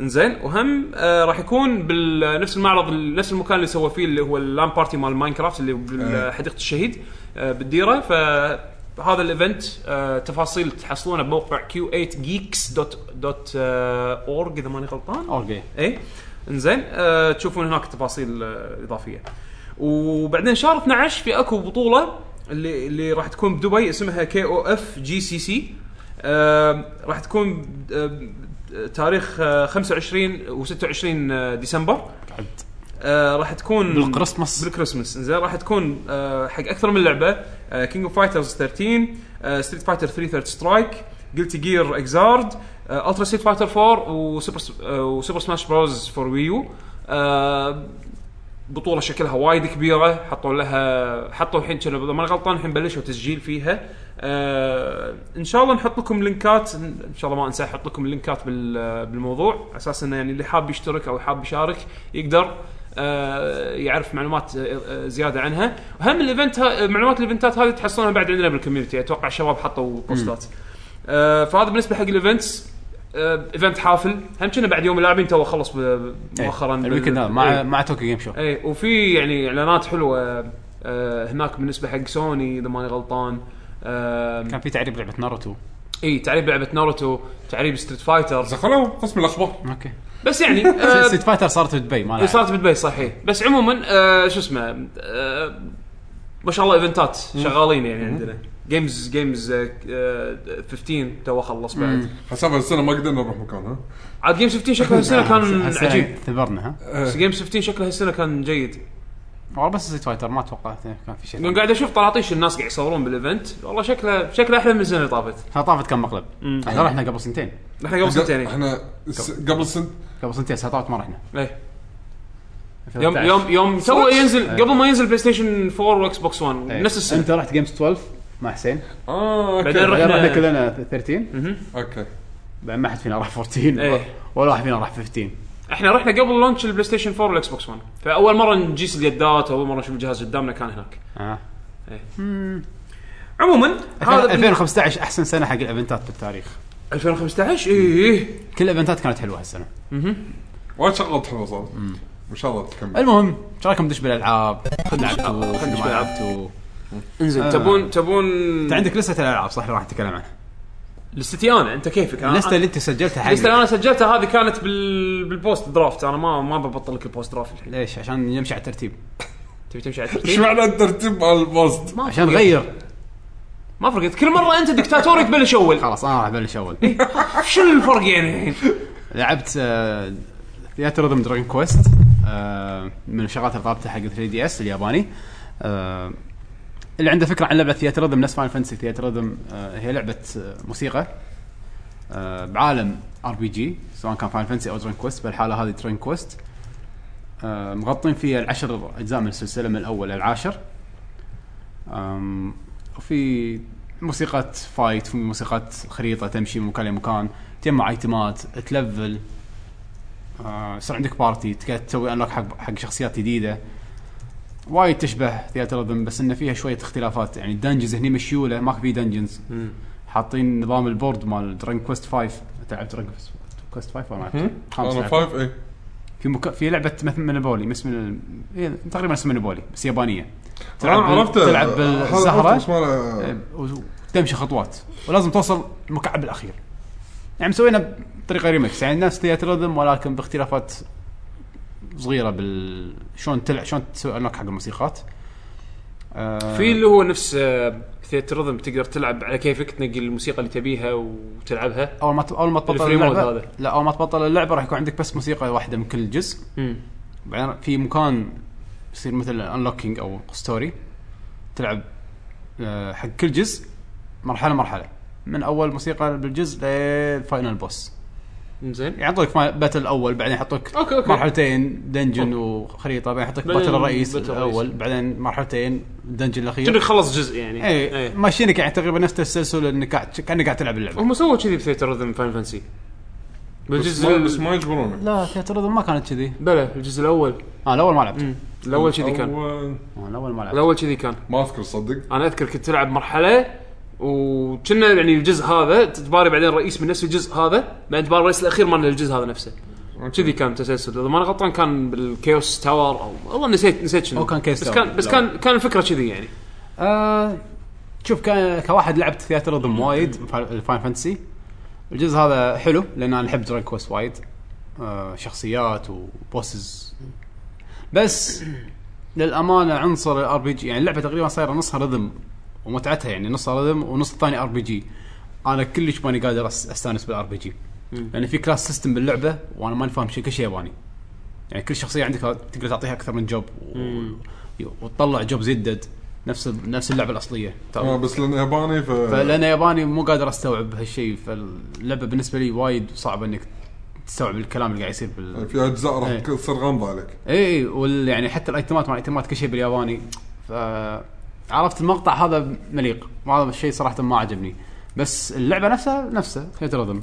S2: انزين وهم آه، راح يكون بنفس المعرض نفس المكان اللي سوى فيه اللي هو اللان بارتي مال ماينكرافت اللي بحديقه الشهيد آه، بالديره فهذا الايفنت آه، تفاصيل تحصلونها بموقع q8geeks.org اذا آه، ماني غلطان
S1: اوكي
S2: اي انزين إيه؟ آه تشوفون هناك تفاصيل آه اضافيه وبعدين شهر 12 في اكو بطوله اللي اللي راح تكون بدبي اسمها كي او اف جي سي سي راح تكون آه، تاريخ آه، 25 و26 آه، ديسمبر
S1: قعد
S2: آه، راح تكون
S1: بالكريسماس.
S2: بالكريسماس زين راح تكون آه، حق اكثر من آه، لعبه كينج اوف فايترز 13 ستريت فايتر 3 ثيرد سترايك جلتي جير اكزارد الترا ستريت فايتر 4 وسوبر س- آه، وسوبر سماش بروز فور ويو آه، بطوله شكلها وايد كبيره حطوا لها حطوا الحين كنا اذا ما أنا غلطان الحين بلشوا تسجيل فيها آه ان شاء الله نحط لكم لينكات ان شاء الله ما انسى احط لكم اللينكات بال- بالموضوع على اساس انه يعني اللي حاب يشترك او حاب يشارك يقدر آه يعرف معلومات آه، آه، زياده عنها هم الايفنت ها- معلومات الايفنتات هذه تحصلونها بعد عندنا بالكوميونتي اتوقع الشباب حطوا بوستات آه، فهذا بالنسبه حق الايفنتس آه، ايفنت حافل هم كنا بعد يوم اللاعبين تو خلص ب- مؤخرا بال-
S1: الويكند هذا
S2: إيه.
S1: مع مع طوكيو جيم شو
S2: اي وفي يعني اعلانات حلوه آه، هناك بالنسبه حق سوني اذا ماني غلطان آم،
S1: كان في تعريب لعبه ناروتو
S2: اي تعريب لعبه ناروتو تعريب ستريت فايتر
S3: دخلوا قسم الاخبار
S1: اوكي
S2: بس يعني آه،
S1: ستريت فايتر صارت بدبي ما
S2: إيه،
S1: لها
S2: صارت بدبي صحيح بس عموما آه، شو اسمه آه، ما شاء الله ايفنتات شغالين يعني عندنا جيمز جيمز 15 آه، تو خلص بعد
S3: حسب السنه ما قدرنا نروح مكان ها
S2: عاد جيمز 15 شكله هالسنه كان
S1: هسه
S2: عجيب
S1: ثبرنا ها
S3: آه،
S2: بس جيمز 15 شكله هالسنه كان جيد
S1: والله بس ستريت فايتر ما توقعت إنه كان في شيء
S2: لأن
S1: ثاني.
S2: قاعد اشوف طراطيش الناس قاعد يصورون بالايفنت والله شكله شكله احلى من السنه اللي طافت
S1: طافت كان مقلب احنا رحنا قبل سنتين
S2: احنا قبل سنتين
S3: احنا س- قبل سنه
S1: قبل سنتين طافت ما رحنا
S2: إيه. يوم يوم يوم تو ينزل
S1: إيه.
S2: قبل ما ينزل بلاي ستيشن 4 واكس بوكس 1 نفس السنه
S1: انت رحت جيمز 12 مع حسين
S3: اه
S2: بعدين
S3: اوكي
S2: رحنا-
S1: بعدين رحنا كلنا 13
S3: اوكي
S1: بعدين ما حد فينا راح 14
S2: إيه.
S1: ولا واحد فينا راح 15
S2: احنا رحنا قبل لونش البلاي ستيشن 4 والاكس بوكس 1 فاول مره نجيس اليدات اول مره نشوف الجهاز قدامنا كان هناك
S1: آه.
S2: عموما إيه. هذا
S1: 2015 احسن سنه حق الايفنتات بالتاريخ
S2: 2015 اي اي
S1: كل الايفنتات كانت حلوه هالسنه
S3: وايد شغلات حلوه صارت ان شاء الله تكمل
S1: المهم ايش رايكم ندش بالالعاب؟
S2: ندش بالألعاب،
S1: لعبتوا
S2: خلنا ندش
S1: شنو ما
S2: بالألعاب.
S1: لعبتوا
S2: انزين تبون تبون
S1: انت عندك لسته الالعاب صح اللي راح نتكلم عنها
S2: لستي انا انت كيفك انا
S1: اللسته اللي انت سجلتها
S2: اللستة اللي
S1: حق
S2: انا سجلتها هذه كانت بال... بالبوست درافت انا ما ما ببطل لك البوست درافت الحين
S1: ليش عشان نمشي على الترتيب
S2: تبي تمشي على
S3: ايش
S2: الترتيب
S3: معنى الترتيب مال البوست؟
S2: ما
S1: عشان
S2: فرقت.
S1: نغير
S2: ما فرقت كل مره انت دكتاتوري تبلش اول
S1: خلاص آه، انا راح ابلش اول
S2: شنو الفرق يعني الحين
S1: لعبت آه، ثياتر ريزم دراجون كويست آه، من الشغلات اللي طلبتها حق 3 دي اس الياباني آه، اللي عنده فكره عن لعبه ثياتر ريزم نفس فاين فانتسي ثياتر ريزم هي لعبه آه، موسيقى آه، بعالم ار بي جي سواء كان فاين فانتسي او دراجون كويست بالحاله هذه دراجون كويست آه، مغطين فيها العشر اجزاء من السلسله من الاول للعاشر أم، وفي موسيقات فايت في موسيقات خريطه تمشي من مكان لمكان تجمع ايتمات تلفل آه، يصير عندك بارتي تقعد تسوي انلوك حق حق شخصيات جديده وايد تشبه ثياتر ريزم بس انه فيها شويه اختلافات يعني الدنجنز هني مشيوله ما في دنجنز حاطين نظام البورد مال درنك كويست 5 انت لعبت درنك كويست 5 ولا ما لعبت؟ خامس
S3: انا
S1: لعبت.
S3: فايف اي
S1: في مك... في لعبه مثل منوبولي اسم ال- إيه، هي تقريبا اسم منوبولي بس يابانيه
S3: آه،
S1: بال-
S3: عرفته.
S1: تلعب إيه.
S3: هذا عرفته بس
S1: بالزهره
S3: ما له-
S1: و- وتمشي خطوات ولازم توصل المكعب الاخير يعني مسوينا بطريقه ريمكس يعني نفس ثياتر ريذم ولكن باختلافات صغيره بال شلون تلع شلون تسوي انلوك حق الموسيقات آه،
S2: في اللي هو نفس ثياتر ريزم تقدر تلعب على كيفك تنقي الموسيقى اللي تبيها وتلعبها
S1: اول ما ت- اول ما تبطل
S2: الفري مود
S1: اللعبه
S2: هذا.
S1: لا اول ما تبطل اللعبه راح يكون عندك بس موسيقى واحده من كل جزء بعدين في مكان يصير مثل انلوكينج او ستوري تلعب آه، حق كل جزء مرحله مرحله من اول موسيقى بالجزء للفاينل بوس
S2: زين
S1: يعطوك ما- باتل الاول بعدين يحطوك
S2: أوكي، أوكي.
S1: مرحلتين دنجن وخريطه بعدين يحطوك
S2: بعدين
S1: باتل الرئيس
S2: باتل الرئيس.
S1: الاول بعدين مرحلتين دنجن
S2: كأنك
S1: الاخير
S2: خلص جزء يعني
S1: اي ماشيينك يعني تقريبا نفس السلسله انك قاعد- كانك قاعد تلعب اللعبه
S2: هم سووا كذي بثياتر ريزم فاين فانسي
S3: بس ما-
S2: بالجزء
S3: بس ما يجبرونه
S1: لا ثياتر ما كانت كذي
S2: بلى الجزء الاول
S1: اه الاول ما لعبت
S2: الاول كذي كان
S3: أول-
S1: آه، الاول ما لعبت
S2: الاول كذي كان
S3: ما اذكر صدق
S2: انا اذكر كنت تلعب مرحله وكنا يعني الجزء هذا تباري بعدين رئيس من نفس الجزء هذا بعدين تباري الرئيس الاخير مال الجزء هذا نفسه كذي كان تسلسل اذا ما انا غلطان كان بالكيوس تاور او والله نسيت نسيت شنو
S1: أو كان كيوس
S2: بس
S1: تاور.
S2: كان بس
S1: لا.
S2: كان كان الفكره كذي يعني
S1: آه شوف ك- كواحد لعبت ثياتر ريزم وايد الفاين فانتسي الجزء هذا حلو لان انا احب دراج كويست وايد آه شخصيات وبوسز بس للامانه عنصر الار بي جي يعني اللعبه تقريبا صايره نصها رذم ومتعتها يعني نصها رذم ونص الثاني ار بي جي انا كلش ماني قادر أس- استانس بالار بي جي لان في كلاس سيستم باللعبه وانا ماني فاهم شيء كل شيء ياباني يعني كل شخصيه عندك تقدر تعطيها اكثر من جوب و- وتطلع جوب زدد نفس نفس اللعبه الاصليه
S3: آه، بس لانه ياباني ف
S1: فلان ياباني مو قادر استوعب هالشيء فاللعبه بالنسبه لي وايد صعبه انك تستوعب الكلام اللي قاعد يصير بال
S3: في اجزاء راح
S1: إيه.
S3: تصير غامضه عليك
S1: اي اي وال يعني حتى الايتمات ما الايتمات كل شيء بالياباني ف عرفت المقطع هذا مليق هذا الشيء صراحه ما عجبني بس اللعبه نفسها نفسها ثياتر ريزم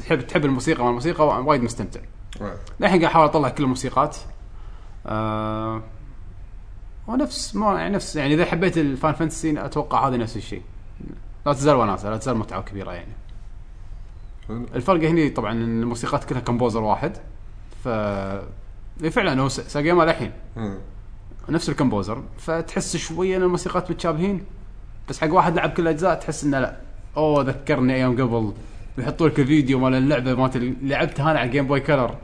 S1: تحب تحب الموسيقى مال الموسيقى وايد مستمتع
S3: آه.
S1: الحين قاعد احاول اطلع كل الموسيقات آه ونفس ما يعني نفس يعني اذا حبيت الفان فانتسي اتوقع هذا نفس الشيء لا تزال وناسه لا تزال متعه كبيره يعني
S3: حلو.
S1: الفرق هني طبعا إن الموسيقات كلها كمبوزر واحد ف إيه فعلا هو س- ساجاما للحين
S3: مم.
S1: نفس الكمبوزر فتحس شويه ان الموسيقات متشابهين بس حق واحد لعب كل الاجزاء تحس انه لا اوه ذكرني ايام قبل ويحطوا لك الفيديو مال اللعبه مالت اللي لعبتها انا على جيم بوي كلر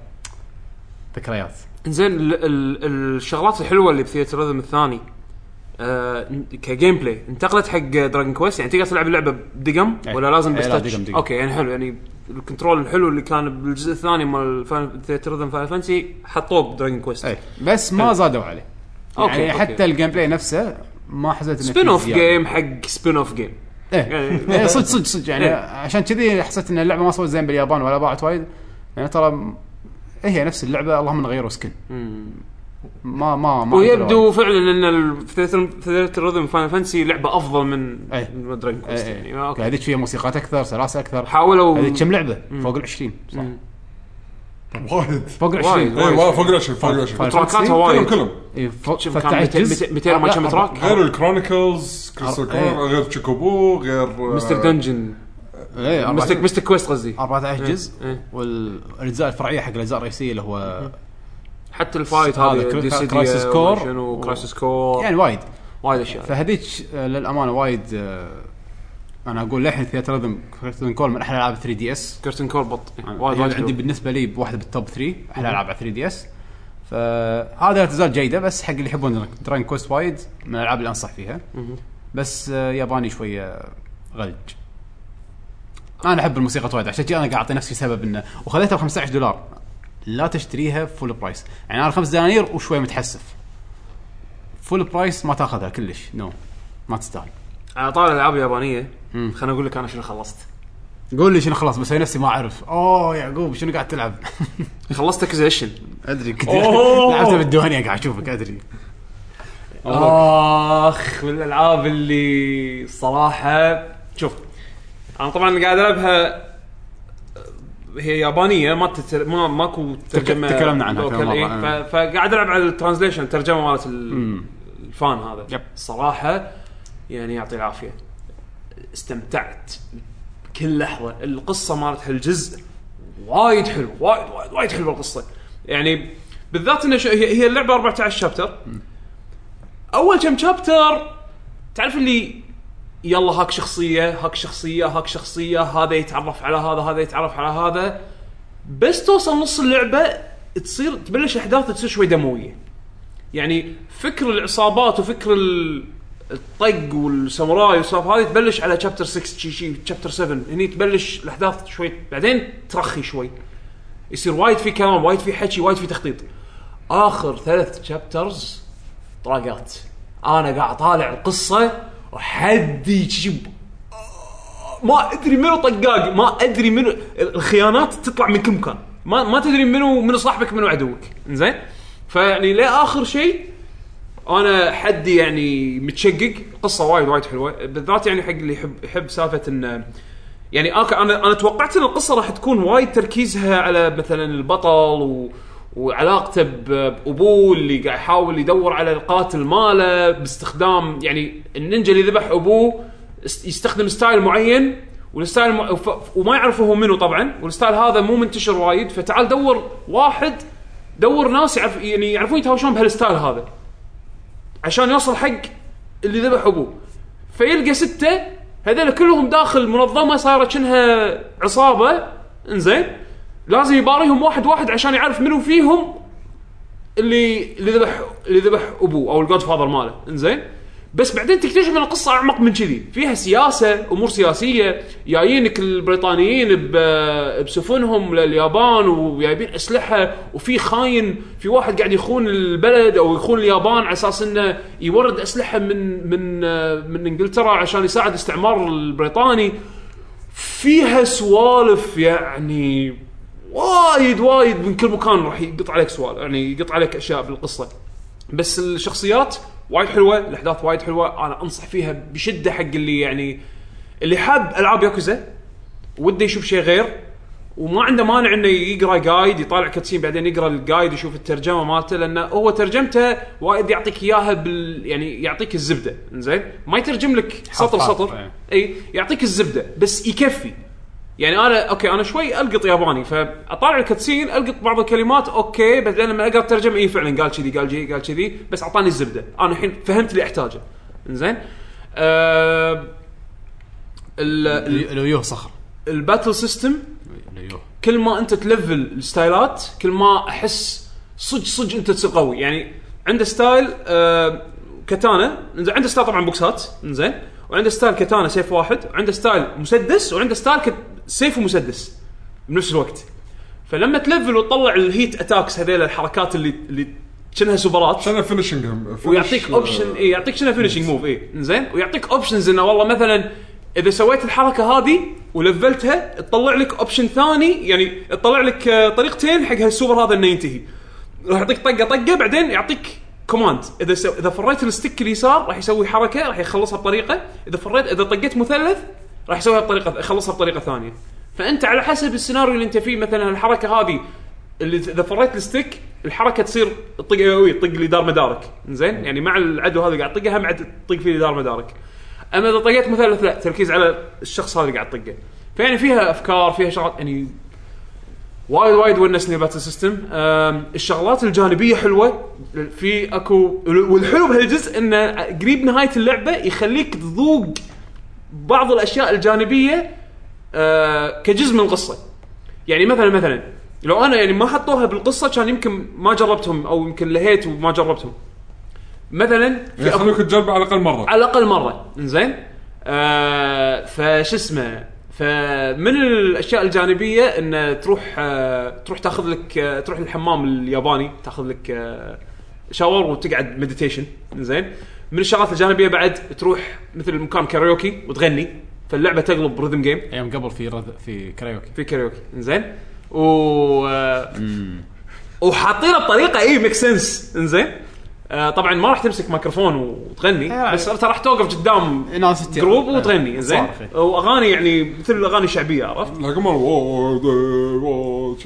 S1: ذكريات
S2: زين ال- ال- الشغلات الحلوه اللي بثياتر ريزم الثاني آه كجيم بلاي انتقلت حق دراجون كويست يعني تقدر تلعب اللعبه بدقم
S1: إيه.
S2: ولا لازم
S1: إيه،
S2: بس
S1: لا،
S2: تاتش؟
S1: دقم- دقم.
S2: اوكي يعني حلو يعني الكنترول الحلو اللي كان بالجزء الثاني مال ثياتر ريزم فاينل فانسي حطوه بدراجون كويست
S1: اي بس ما زادوا عليه
S2: إيه. أوكي،
S1: يعني
S2: أوكي.
S1: حتى الجيم بلاي نفسه ما حسيت انه
S2: سبين
S1: في
S2: اوف
S1: زيادة.
S2: جيم حق سبين اوف جيم
S1: ايه إيه، صدق صدق صدق يعني
S2: إيه.
S1: عشان كذي حسيت ان اللعبه ما صارت زين باليابان ولا باعت وايد يعني ترى م- هي نفس اللعبه اللهم إن غيروا سكن ما ما ما عدلوا
S2: ويبدو فعلا ان ثياتر ريزم فاينل فانسي لعبه افضل من
S1: إيه.
S2: من دراجون
S1: وايد.
S2: كويست
S1: إيه،
S2: يعني
S1: إيه.
S2: اوكي
S1: هذيك فيها موسيقات اكثر سلاسه اكثر
S2: حاولوا
S1: هذه كم لعبه؟
S2: مم.
S1: فوق ال 20 صح؟
S2: مم.
S3: وايد
S1: فوق ال 20
S2: وايد.
S3: اي والله فوق العشرين فوق العشرين
S1: فاينل فانتسي؟
S2: تراكات وايد
S3: كلهم كلهم
S1: إيه، فوق
S2: شوف كان
S1: 13 جزء.
S2: 200 200 ما كم
S1: لا،
S2: تراك؟
S3: غير الكرونيكلز كريستال
S1: آه، إيه.
S3: كرونيكلز، غير تشيكوبو غير آه،
S2: مستر دنجن
S1: آه. إيه، أربعة-
S2: مستر مستر كويست قصدي
S1: 14 جزء
S2: إيه.
S1: والاجزاء الفرعيه حق الاجزاء الرئيسيه اللي هو
S2: حتى الفايت
S1: هذا
S2: هذه
S1: كرا-
S2: ديسيديا
S1: كرايسيس كور.
S2: شنو كرايسيس كور
S1: يعني وايد
S2: وايد اشياء
S1: فهذيك آه، للامانه وايد آه، انا اقول للحين ثياتر ريزم كريستن كول من احلى العاب 3 دي اس
S2: كرتن كور بط يعني وايد
S1: وايد
S2: وايد
S1: آه. عندي
S2: عندي
S1: بالنسبه لي واحده بالتوب 3 احلى العاب على 3 دي اس فهذا لا تزال جيده بس حق اللي يحبون دراين كويست وايد من الالعاب اللي انصح فيها بس آه، ياباني شويه غلج انا احب الموسيقى وايد عشان كذي انا قاعد اعطي نفسي سبب انه وخذيتها ب 15 دولار لا تشتريها فول برايس يعني انا خمس دنانير وشوي متحسف فول برايس ما تاخذها كلش نو no. ما تستاهل
S2: على طار الالعاب اليابانيه
S1: مم.
S2: خليني اقول لك انا شنو خلصت
S1: قول لي شنو خلاص بس انا نفسي ما اعرف اوه يعقوب شنو قاعد تلعب
S2: خلصت اكزيشن
S1: ادري كنت
S2: أوه.
S1: لعبتها بالدهنيه قاعد اشوفك ادري
S2: اخ من الالعاب اللي صراحه شوف انا طبعا قاعد العبها هي يابانيه ما تتر... ما ماكو ترجمه
S1: تكلمنا عنها
S2: لوكال،
S1: كم مرة،
S2: إيه.
S1: آه.
S2: ف... فقاعد العب على الترانزليشن الترجمه مالت ال...
S1: أمم.
S2: الفان هذا
S1: يب.
S2: صراحه يعني يعطي العافيه استمتعت بكل لحظه القصه مالت هالجزء وايد حلو وايد وايد وايد حلوه القصه يعني بالذات ان ش... هي هي اللعبه 14 شابتر اول كم شابتر تعرف اللي يلا هاك شخصيه هاك شخصيه هاك شخصيه هذا يتعرف على هذا هذا يتعرف على هذا بس توصل نص اللعبه تصير تبلش احداث تصير شوي دمويه يعني فكر العصابات وفكر ال- الطق والساموراي والسوالف هذه تبلش على شابتر 6 شي شي شابتر 7 هني تبلش الاحداث شوي بعدين ترخي شوي يصير وايد في كلام وايد في حكي وايد في تخطيط اخر ثلاث شابترز طلقات انا قاعد طالع القصه وحدي شي ما ادري منو طقاق ما ادري منو الخيانات تطلع من كم كان ما ما تدري منو منو صاحبك منو عدوك زين فيعني لا اخر شيء انا حدي يعني متشقق قصه وايد وايد حلوه بالذات يعني حق اللي يحب يحب سالفه ان يعني أك- انا انا توقعت ان القصه راح تكون وايد تركيزها على مثلا البطل و وعلاقته ب- بابوه اللي قاعد يحاول يدور على القاتل ماله باستخدام يعني النينجا اللي ذبح ابوه است- يستخدم ستايل معين والستايل الم... وف- وما يعرف هو منو طبعا والستايل هذا مو منتشر وايد فتعال دور واحد دور ناس يعرف يعني يعرفون يتهاوشون بهالستايل هذا عشان يوصل حق اللي ذبح ابوه فيلقى سته هذول كلهم داخل منظمه صارت شنها عصابه انزين لازم يباريهم واحد واحد عشان يعرف منو فيهم اللي اللي ذبح اللي ذبح ابوه او الجود فاذر ماله انزين بس بعدين تكتشف ان القصه اعمق من كذي فيها سياسه امور سياسيه جايينك البريطانيين ب- بسفنهم لليابان وجايبين اسلحه وفي خاين في واحد قاعد يخون البلد او يخون اليابان على اساس انه يورد اسلحه من من من انجلترا عشان يساعد الاستعمار البريطاني فيها سوالف يعني وايد وايد من كل مكان راح يقطع عليك سوالف يعني يقطع عليك اشياء بالقصه بس الشخصيات وايد حلوه الاحداث وايد حلوه انا انصح فيها بشده حق اللي يعني اللي حاب العاب ياكوزا وده يشوف شيء غير وما عنده مانع انه يقرا جايد يطالع كاتسين بعدين يقرا الجايد يشوف الترجمه مالته لانه هو ترجمته وايد يعطيك اياها بال يعني يعطيك الزبده زين ما يترجم لك سطر
S1: حرف حرف،
S2: سطر
S1: إيه.
S2: اي يعطيك الزبده بس يكفي يعني انا اوكي انا شوي القط ياباني فاطالع الكاتسين القط بعض الكلمات اوكي بعدين لما اقرا الترجمه اي فعلا قال كذي قال جي قال كذي بس اعطاني الزبده انا الحين فهمت اللي احتاجه زين آه ال- ال-
S1: اليوه صخر
S2: الباتل سيستم
S1: اليوه
S2: كل ما انت تلفل الستايلات كل ما احس صدق صدق انت تصير قوي يعني عنده ستايل آه كتانا إنزين، عنده ستايل طبعا بوكسات زين وعنده ستايل كتانا سيف واحد وعنده ستايل مسدس وعنده ستايل كت... سيف ومسدس بنفس الوقت فلما تلفل وتطلع الهيت اتاكس هذيل الحركات اللي اللي شنها سوبرات
S3: عشان الفينشنج هم
S2: ويعطيك
S3: آه،
S2: اوبشن اي يعطيك شنو فينشنج موف اي زين ويعطيك اوبشنز انه والله مثلا اذا سويت الحركه هذه ولفلتها تطلع لك اوبشن ثاني يعني تطلع لك آه، طريقتين حق هالسوبر هذا انه ينتهي راح يعطيك طقه طقه بعدين يعطيك كوماند اذا سو... اذا فريت الستيك اليسار راح يسوي حركه راح يخلصها بطريقه اذا فريت اذا طقيت مثلث راح يسويها بطريقه يخلصها بطريقه ثانيه فانت على حسب السيناريو اللي انت فيه مثلا الحركه هذه اللي اذا فريت الستيك الحركه تصير طق يوي طق اللي دار مدارك زين يعني مع العدو هذا قاعد تطقه هم عاد تطق فيه اللي دار مدارك اما اذا طقيت مثلث لا تركيز على الشخص هذا اللي قاعد تطقه فيعني فيها افكار فيها شغلات يعني وايد وايد ونسني باتل سيستم أم، الشغلات الجانبيه حلوه في اكو والحلو بهالجزء انه قريب نهايه اللعبه يخليك تذوق بعض الاشياء الجانبيه أه، كجزء من القصه يعني مثلا مثلا لو انا يعني ما حطوها بالقصه كان يمكن ما جربتهم او يمكن لهيت وما جربتهم مثلا في أكو-
S3: يخلوك يعني تجرب على الاقل مره
S2: على الاقل مره زين آه فش اسمه فمن الاشياء الجانبيه ان تروح آه تروح تاخذ لك آه تروح الحمام الياباني تاخذ لك آه شاور وتقعد مديتيشن زين من الشغلات الجانبيه بعد تروح مثل مكان كاريوكي وتغني فاللعبه تقلب ريذم جيم
S1: ايام قبل في رذ... في كرايوكي
S2: في كاريوكي زين و آه، وحاطينه بطريقه اي ميك سنس انزين آه طبعا ما راح تمسك ميكروفون وتغني
S1: يعني-
S2: بس انت راح توقف قدام
S1: ناس كتير.
S2: جروب
S1: آه.
S2: وتغني زين
S1: صارخ.
S2: واغاني يعني مثل الاغاني الشعبيه عرفت
S3: لا قمر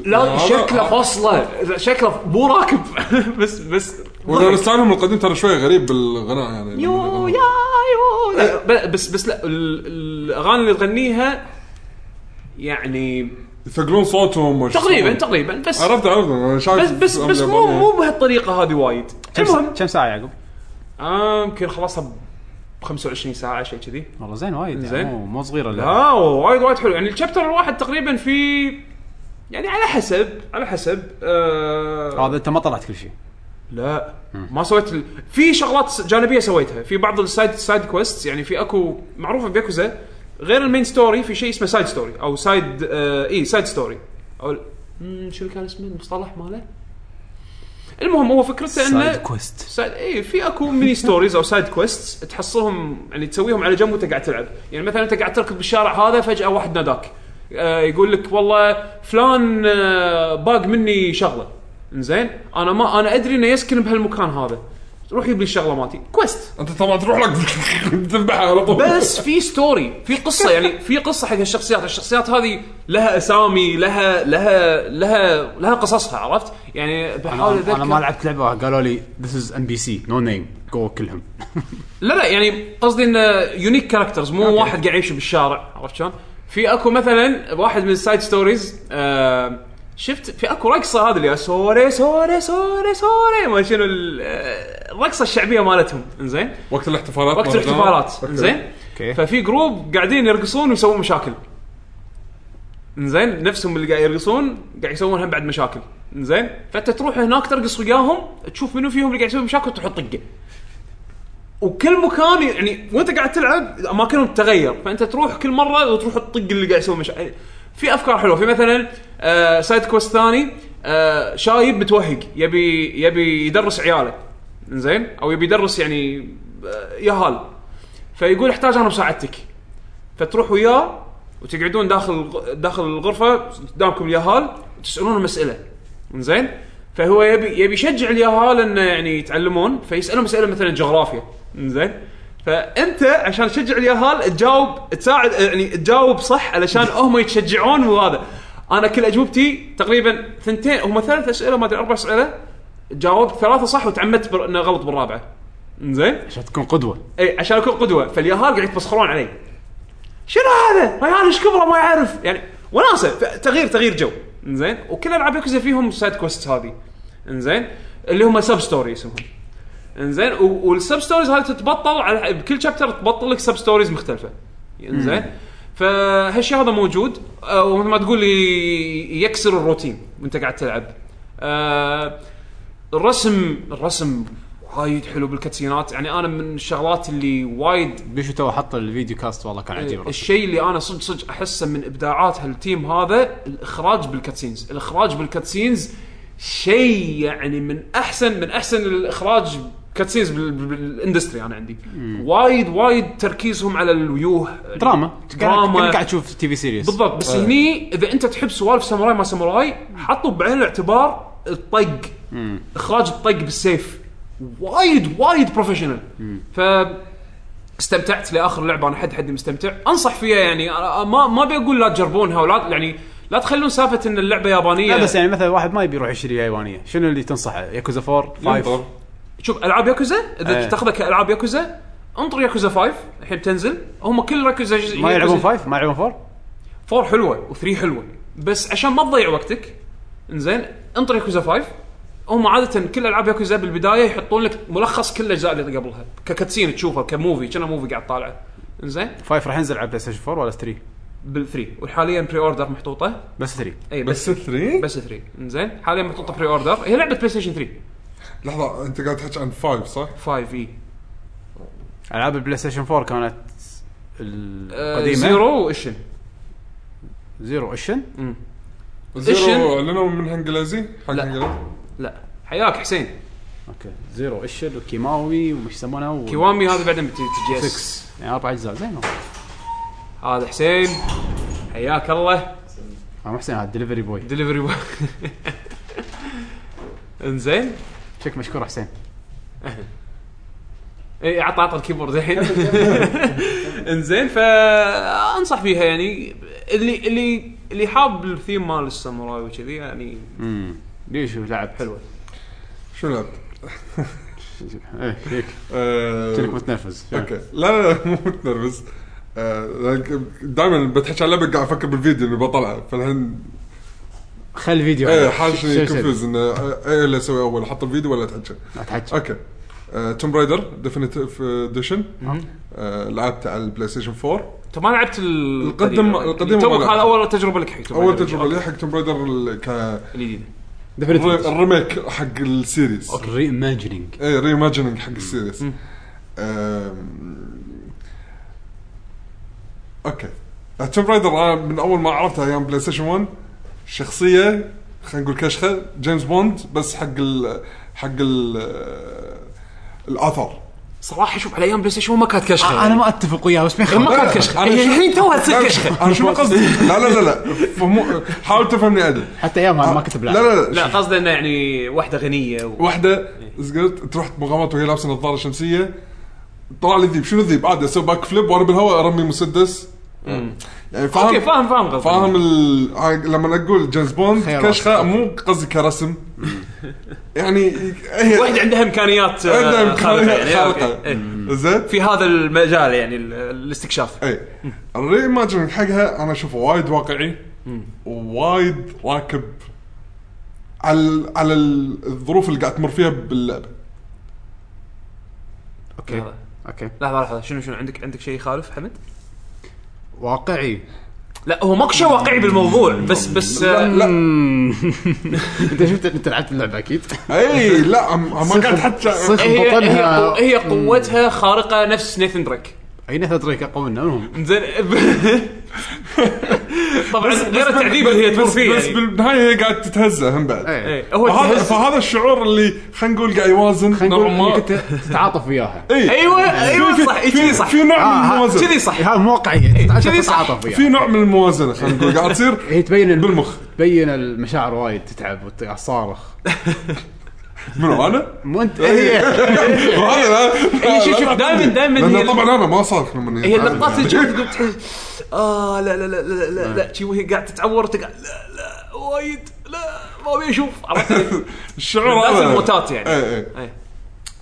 S2: لا
S3: يعني
S2: شكله فصله شكله مو راكب بس بس
S3: واذا ستايلهم القديم ترى شوي غريب بالغناء يعني
S2: يو يا يو لا، ب- أه، بس بس لا ال- الاغاني اللي تغنيها يعني
S3: يثقلون صوتهم وش
S2: تقريبا
S3: يسوون.
S2: تقريبا بس
S3: عرفت عرفت انا شايف
S2: بس بس بس مو مو بهالطريقه هذه وايد المهم
S1: كم ساعه يعقوب؟
S2: آه، يمكن خلصها ب 25 ساعه شيء كذي
S1: والله زين وايد يعني
S2: زين.
S1: مو مو صغيره لا
S2: اه وايد وايد حلو يعني الشابتر الواحد تقريبا في يعني على حسب على حسب آه
S1: هذا انت ما طلعت كل شيء
S2: لا ما سويت ال... في شغلات جانبيه سويتها في بعض السايد سايد كويست يعني في اكو معروفه بياكوزا غير المين ستوري في شيء اسمه سايد ستوري او سايد آه اي سايد ستوري او ال- مم، شو كان اسمه المصطلح ماله المهم هو فكرته انه
S1: سايد كويست
S2: سايد اي إيه، في اكو ميني ستوريز او سايد كويست تحصلهم يعني تسويهم على جنب وانت قاعد تلعب، يعني مثلا انت قاعد تركض بالشارع هذا فجاه واحد ناداك آه يقول لك والله فلان آه باق مني شغله زين انا ما انا ادري انه يسكن بهالمكان هذا روح يجيب لي الشغله مالتي كويست
S3: انت طبعا تروح لك تذبحها على طول
S2: بس في ستوري في قصه يعني في قصه حق الشخصيات الشخصيات هذه لها اسامي لها لها لها لها قصصها عرفت يعني بحاول
S1: انا ما
S2: اذكر
S1: لعبت لعبه قالوا لي ذيس از ام بي سي نو نيم جو كلهم
S2: لا لا يعني قصدي انه يونيك كاركترز مو أوكي. واحد قاعد يمشي بالشارع عرفت شلون؟ في اكو مثلا واحد من السايد ستوريز آه شفت في اكو رقصه هذه اللي سوري سوري سوري سوري ما شنو ال- آه، الرقصه الشعبيه مالتهم انزين
S3: وقت الاحتفالات
S2: وقت
S3: مرة ثانية.
S2: الاحتفالات
S3: أوكي.
S2: انزين
S1: أوكي.
S2: ففي جروب قاعدين يرقصون ويسوون مشاكل انزين نفسهم اللي قاعد يرقصون قاعد يسوون هم بعد مشاكل انزين فانت تروح هناك ترقص وياهم تشوف منو فيهم اللي قاعد يسوي مشاكل وتروح طقه وكل مكان يعني وانت قاعد تلعب اماكنهم تتغير فانت تروح كل مره وتروح تطق اللي قاعد يسوي مشاكل في افكار حلوه في مثلا آه سايد كويست ثاني آه شايب متوهق يبي يبي يدرس عياله زين او يبي يدرس يعني آه يهال فيقول احتاج انا مساعدتك فتروح وياه وتقعدون داخل داخل الغرفه قدامكم اليهال وتسالونه مساله زين فهو يبي يبي يشجع اليهال انه يعني يتعلمون فيسالهم مساله مثلا جغرافيا زين فانت عشان تشجع اليهال تجاوب تساعد يعني تجاوب صح علشان هم يتشجعون وهذا انا كل اجوبتي تقريبا ثنتين هم ثلاث اسئله ما ادري اربع اسئله جاوبت ثلاثه صح وتعمدت بر... انه غلط بالرابعه زين
S1: عشان تكون قدوه
S2: اي إيه، عشان اكون قدوه فاليهال قاعد يتمسخرون علي شنو هذا؟ ريال ايش كبره ما يعرف يعني وناسه ف- تغيير تغيير جو انزين وكل العاب ياكوزا فيهم سايد كويست هذه انزين اللي هم سب ستوري اسمهم انزين و- والسب ستوريز هذه تتبطل على بكل شابتر تبطل لك سب ستوريز مختلفه انزين فهالشيء هذا موجود آه، ومثل ما تقول ي- يكسر الروتين وانت قاعد تلعب آه، الرسم الرسم وايد حلو بالكاتسينات يعني انا من الشغلات اللي وايد
S1: بيشو تو حط الفيديو كاست والله كان
S2: إيه،
S1: عجيب الرسم.
S2: الشيء اللي انا صدق صدق احسه من ابداعات هالتيم هذا الاخراج بالكاتسينز الاخراج بالكاتسينز شيء يعني من احسن من احسن الاخراج كاتسينز بال- بال- بالاندستري انا عندي وايد وايد تركيزهم على الوجوه يعني
S1: دراما دراما
S2: دراما.
S1: قاعد تشوف تي في سيريز
S2: بالضبط بس هني اذا انت تحب سوالف ساموراي ما ساموراي حطوا بعين الاعتبار الطق اخراج الطق بالسيف وايد وايد بروفيشنال ف استمتعت لاخر لعبه انا حد حد مستمتع انصح فيها يعني أنا ما ما بقول لا تجربونها ولا يعني لا تخلون سالفه ان اللعبه يابانيه
S1: لا بس يعني مثلا واحد ما يبي يروح يشتري يابانيه شنو اللي تنصحه ياكوزا 4 5
S3: ينطر.
S2: شوف العاب ياكوزا اذا
S1: إيه.
S2: تاخذها كالعاب ياكوزا انطر ياكوزا 5 الحين بتنزل هم كل ياكوزا
S1: ما يلعبون 5 ما يلعبون 4
S2: فور حلوه وثري حلوه بس عشان ما تضيع وقتك انزين انطر ياكوزا 5 هم عاده كل العاب ياكوزا بالبدايه يحطون لك ملخص كل الاجزاء اللي قبلها ككاتسين تشوفه كموفي كنا موفي قاعد طالعه انزين
S1: 5 راح ينزل على بلاي ستيشن 4 ولا 3
S2: بالثري وحاليا بري اوردر محطوطه
S1: بس 3
S2: اي
S3: بس
S2: بس
S3: ثري
S2: بس 3 انزين حاليا محطوطه بري اوردر هي لعبه بلاي ستيشن 3
S3: لحظه انت قاعد تحكي عن فايف صح؟
S2: 5 اي
S1: العاب البلاي ستيشن 4 كانت
S2: آه،
S1: القديمه
S3: آه،
S2: زيرو واشن
S1: زيرو اشن
S3: زيرو اعلنوا منها انجليزي حق
S2: لا.
S3: انجليزي
S2: لا حياك حسين
S1: اوكي زيرو اشن وكيماوي ومش يسمونها و-
S2: كيوامي هذا بعدين بتجي تجي
S1: 6 يعني اربع اجزاء زين والله.
S2: هذا حسين حياك الله
S1: آه، مو حسين هذا دليفري بوي
S2: دليفري بوي انزين
S1: شك مشكور حسين
S2: اي عطى عطى الكيبورد الحين انزين فانصح فيها يعني اللي اللي اللي حاب الثيم مال الساموراي وكذي يعني
S1: امم ليش لعب حلوه
S3: شو لعبت؟
S1: ايه فيك
S3: آه،
S1: كأنك متنرفز
S3: اوكي لا لا لا مو متنرفز دائما بتحكي عن لعبه قاعد افكر بالفيديو اللي بطلعه فالحين
S1: خل فيديو
S3: ايه
S1: عندك.
S3: حاشني
S1: شيل- شيل.
S3: كونفيوز انه ايه اللي اسوي اول احط الفيديو ولا آه، تحكي
S1: لا تحكي
S3: اوكي توم برايدر ديفينيتيف اديشن لعبته آه، على البلاي ستيشن 4
S2: انت ما لعبت ال- يعني
S3: القدم- القديم
S2: توك
S3: ما لعبت.
S2: هذا اول تجربه لك حق
S3: اول تجربه لي حق توم برايدر ك
S2: الجديده
S1: Definitive.
S3: الريميك حق السيريز
S1: ري ايماجينينج
S3: ايه ريماجيننج حق السيريس
S2: مم.
S3: أم، آه، اوكي توم برايدر انا من اول ما عرفتها ايام بلاي ستيشن 1 شخصيه خلينا نقول كشخه جيمس بوند بس حق ال حق ال آه، الاثر
S2: صراحه شوف على ايام بلاي ستيشن ما كانت كشخه
S1: انا ما اتفق وياه بس
S2: ما
S1: بيخ-
S2: كانت كشخه
S3: أنا-
S2: هي الحين توها تصير كشخه
S3: انا شنو قصدي؟ لا لا لا لا فمو حاول تفهمني عدل
S1: حتى ايامها ما كنت
S3: آه. لا
S1: بلعب
S3: لا
S2: لا
S3: لا
S2: قصدي انه يعني واحده غنيه و...
S3: واحده صغرت تروح مغامرات وهي لابسه نظاره شمسيه طلع لي ذيب شنو ذيب عادي اسوي باك فليب وانا بالهواء ارمي مسدس يعني فاهم
S2: اوكي فاهم فاهم قصدي
S3: فاهم ال... ع- لما اقول جيمس بوند
S1: خيارات.
S3: كشخه مو قصدي كرسم يعني إيه، هي
S2: واحده عندها امكانيات آه،
S3: عندها
S2: خارقه
S3: امكانيات
S2: يعني
S3: خارقه
S2: أوكي. إيه.
S3: زين
S2: في هذا المجال يعني ال- الاستكشاف
S3: اي الريماجن حقها انا اشوفه وايد واقعي ووايد راكب على ال- على ال- الظروف اللي قاعد تمر فيها باللعبه
S1: اوكي
S3: آه.
S2: هذا.
S1: اوكي
S2: لحظه لحظه شنو شنو عندك عندك شيء يخالف حمد؟
S1: واقعي
S2: لا هو ماكو شيء واقعي بالموضوع بس بس آه،
S3: لا.
S1: مم. انت شفت انت لعبت اللعبه اكيد
S3: اي إيه، لا أم- ما قاعد حتى
S1: صخب
S2: هي هي,
S1: بطنها
S2: قو- هي قوتها خارقه نفس نيثن دريك
S1: اي نثر دريك اقوى منه منهم
S2: زين طبعا غير التعذيب اللي هي تمر
S3: بس,
S2: فيه
S3: بس
S2: يعني.
S3: بالنهايه هي قاعد تتهزه هم بعد
S1: ايه
S2: إيه، هو
S3: فهذا,
S2: تهز-
S3: فهذا الشعور اللي خلينا نقول قاعد يوازن إيه.
S1: خلينا
S3: نوعا
S1: نقول انك
S3: ما
S1: انت تتعاطف وياها
S3: اي
S2: ايوه ايوه صح
S3: في-
S2: كذي صح
S3: في نوع من
S1: آه،
S3: الموازنه
S2: كذي صح
S1: هذا مو واقعيه انت
S2: كذي صح.
S1: إيه، تتعاطف وياها
S3: في نوع من الموازنه خلينا نقول قاعد تصير
S1: هي تبين الم-
S3: بالمخ
S1: تبين المشاعر وايد تتعب وتصارخ
S3: منو انا؟
S1: مو انت هي
S3: إيه. وهذا لا-
S2: هي إيه، شوف شوف دائما دائما
S3: لان
S2: هي
S3: طبعا انا ما صار من
S2: هي اللقطات اللي تشوف تقوم تحس اه لا لا لا لا لا لا شي وهي قاعد تتعور تقعد لا لا وايد لا ما ابي اشوف عرفت؟
S3: الشعور
S2: لازم
S3: هذا.
S2: الموتات يعني.
S3: اي اي
S2: إيه.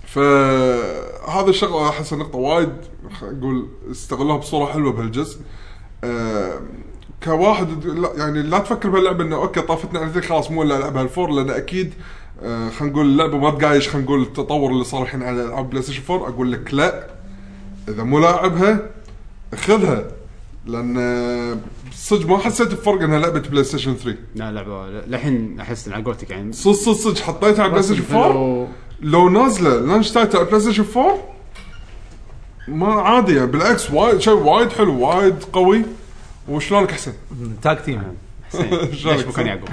S3: فهذا الشغل احس نقطه وايد خلينا نقول استغلوها بصوره حلوه بهالجزء آه، كواحد لا يعني لا تفكر بهاللعبه انه اوكي طافتنا على ذيك خلاص مو ولا العبها الفور لان اكيد آه خلينا نقول اللعبه ما تقايش خلينا نقول التطور اللي صار الحين على العاب بلاي ستيشن 4 اقول لك لا اذا مو لاعبها خذها لان آه، صدق ما حسيت بفرق انها لعبه بلاي ستيشن 3
S1: لا لعبه للحين احس إن على قولتك يعني
S3: صدق صدق صدق حطيتها على بلاي ستيشن 4
S1: فلو-
S3: لو نازله لانش تايت على بلاي ستيشن 4 ما عادي يعني بالعكس وايد شيء وايد حلو وايد قوي وشلونك احسن
S2: تاج تيم
S1: حسين ليش مو كان يعقوب؟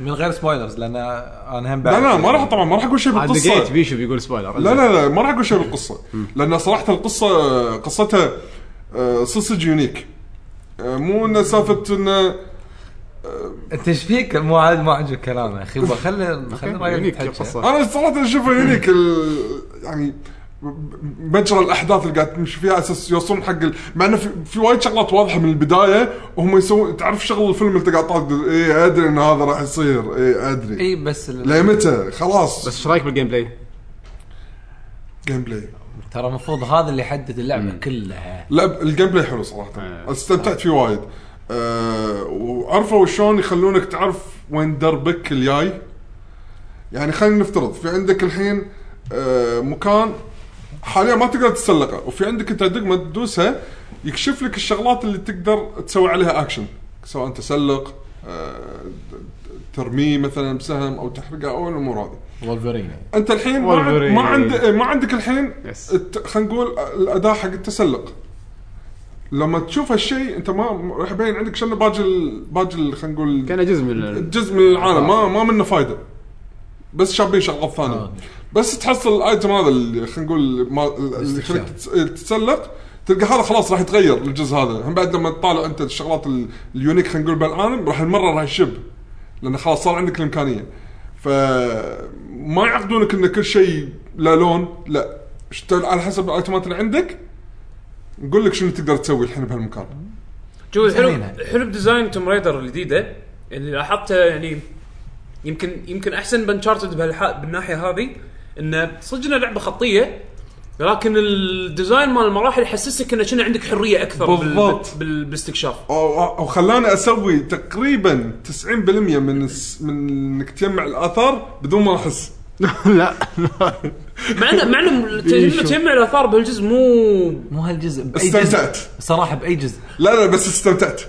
S2: من غير سبويلرز لان انا هم بعد
S3: لا لا ما راح طبعا ما راح اقول شيء
S1: عاد لقيت
S3: بالقصه
S1: بيشو بيقول سبويلر
S3: لا لا لا ما راح اقول شيء بالقصه لان صراحه القصه قصتها آه، صدق يونيك آه، مو انه سالفه انه
S2: انت ايش فيك مو عاد ما عجبك كلامه يا اخي خلي خلي
S1: يونيك
S2: رايك
S1: قصة.
S2: تحكي.
S3: انا صراحه اشوفها يونيك ال- يعني مجرى الاحداث اللي قاعد تمشي فيها على اساس يوصلون حق ال... مع انه في, في وايد شغلات واضحه من البدايه وهم يسوون تعرف شغل الفيلم اللي تقعد اي ادري ان إيه، هذا راح يصير إيه، اي ادري
S2: اي بس ال-
S3: لمتى خلاص
S1: بس ايش رايك بالجيم بلاي؟
S3: جيم بلاي
S2: ترى المفروض هذا اللي يحدد اللعبه كلها
S3: لا الجيم بلاي حلو صراحه
S1: آه.
S3: استمتعت فيه وايد أه وعرفوا شلون يخلونك تعرف وين دربك الجاي يعني خلينا نفترض في عندك الحين أه مكان حاليا ما تقدر تتسلقه وفي عندك انت دقمه تدوسها يكشف لك الشغلات اللي تقدر تسوي عليها اكشن سواء تسلق أه ترميه مثلا بسهم او تحرقه او الامور هذه
S2: وولفرين
S3: انت الحين ما, عند-
S1: Wolverine.
S3: ما عندك ما عندك الحين
S1: Yes.
S3: الت- خلينا نقول الاداء حق التسلق لما تشوف هالشيء انت ما راح يبين عندك شنو باجل باجل خلينا نقول
S1: كان جزء من ال-
S3: جزء من العالم ما ما منه فايده بس شابين شغلات ثانيه
S2: آه.
S3: بس تحصل الايتم هذا اللي خلينا نقول ما اللي
S2: الاستكشاف.
S3: يخليك تتس- تتسلق تلقى هذا خلاص راح يتغير الجزء هذا هم بعد لما تطالع انت الشغلات ال- اليونيك خلينا نقول بالعالم راح المره راح يشب لان خلاص صار عندك الامكانيه فما يعقدونك ان كل شيء لا لون لا اشتغل على حسب الايتمات اللي عندك نقول لك شنو تقدر تسوي الحين بهالمكان
S4: شوف الحلو
S2: زينة.
S4: حلو بديزاين توم رايدر الجديده اللي لاحظته يعني يمكن يمكن احسن بانشارتد بالناحيه هذه انه صدقنا لعبه خطيه لكن الديزاين مال المراحل يحسسك انه كنا عندك حريه اكثر بال-
S3: بالضبط.
S4: بال- بالاستكشاف
S3: أو- أو خلاني اسوي تقريبا 90% من الس- من انك تجمع الاثار بدون ما احس
S1: لا
S4: مع انه مع انه تجمع- تجمع الاثار بهالجزء مو
S2: مو هالجزء باي
S3: استمتعت.
S2: جزء صراحه باي جزء
S3: لا لا بس استمتعت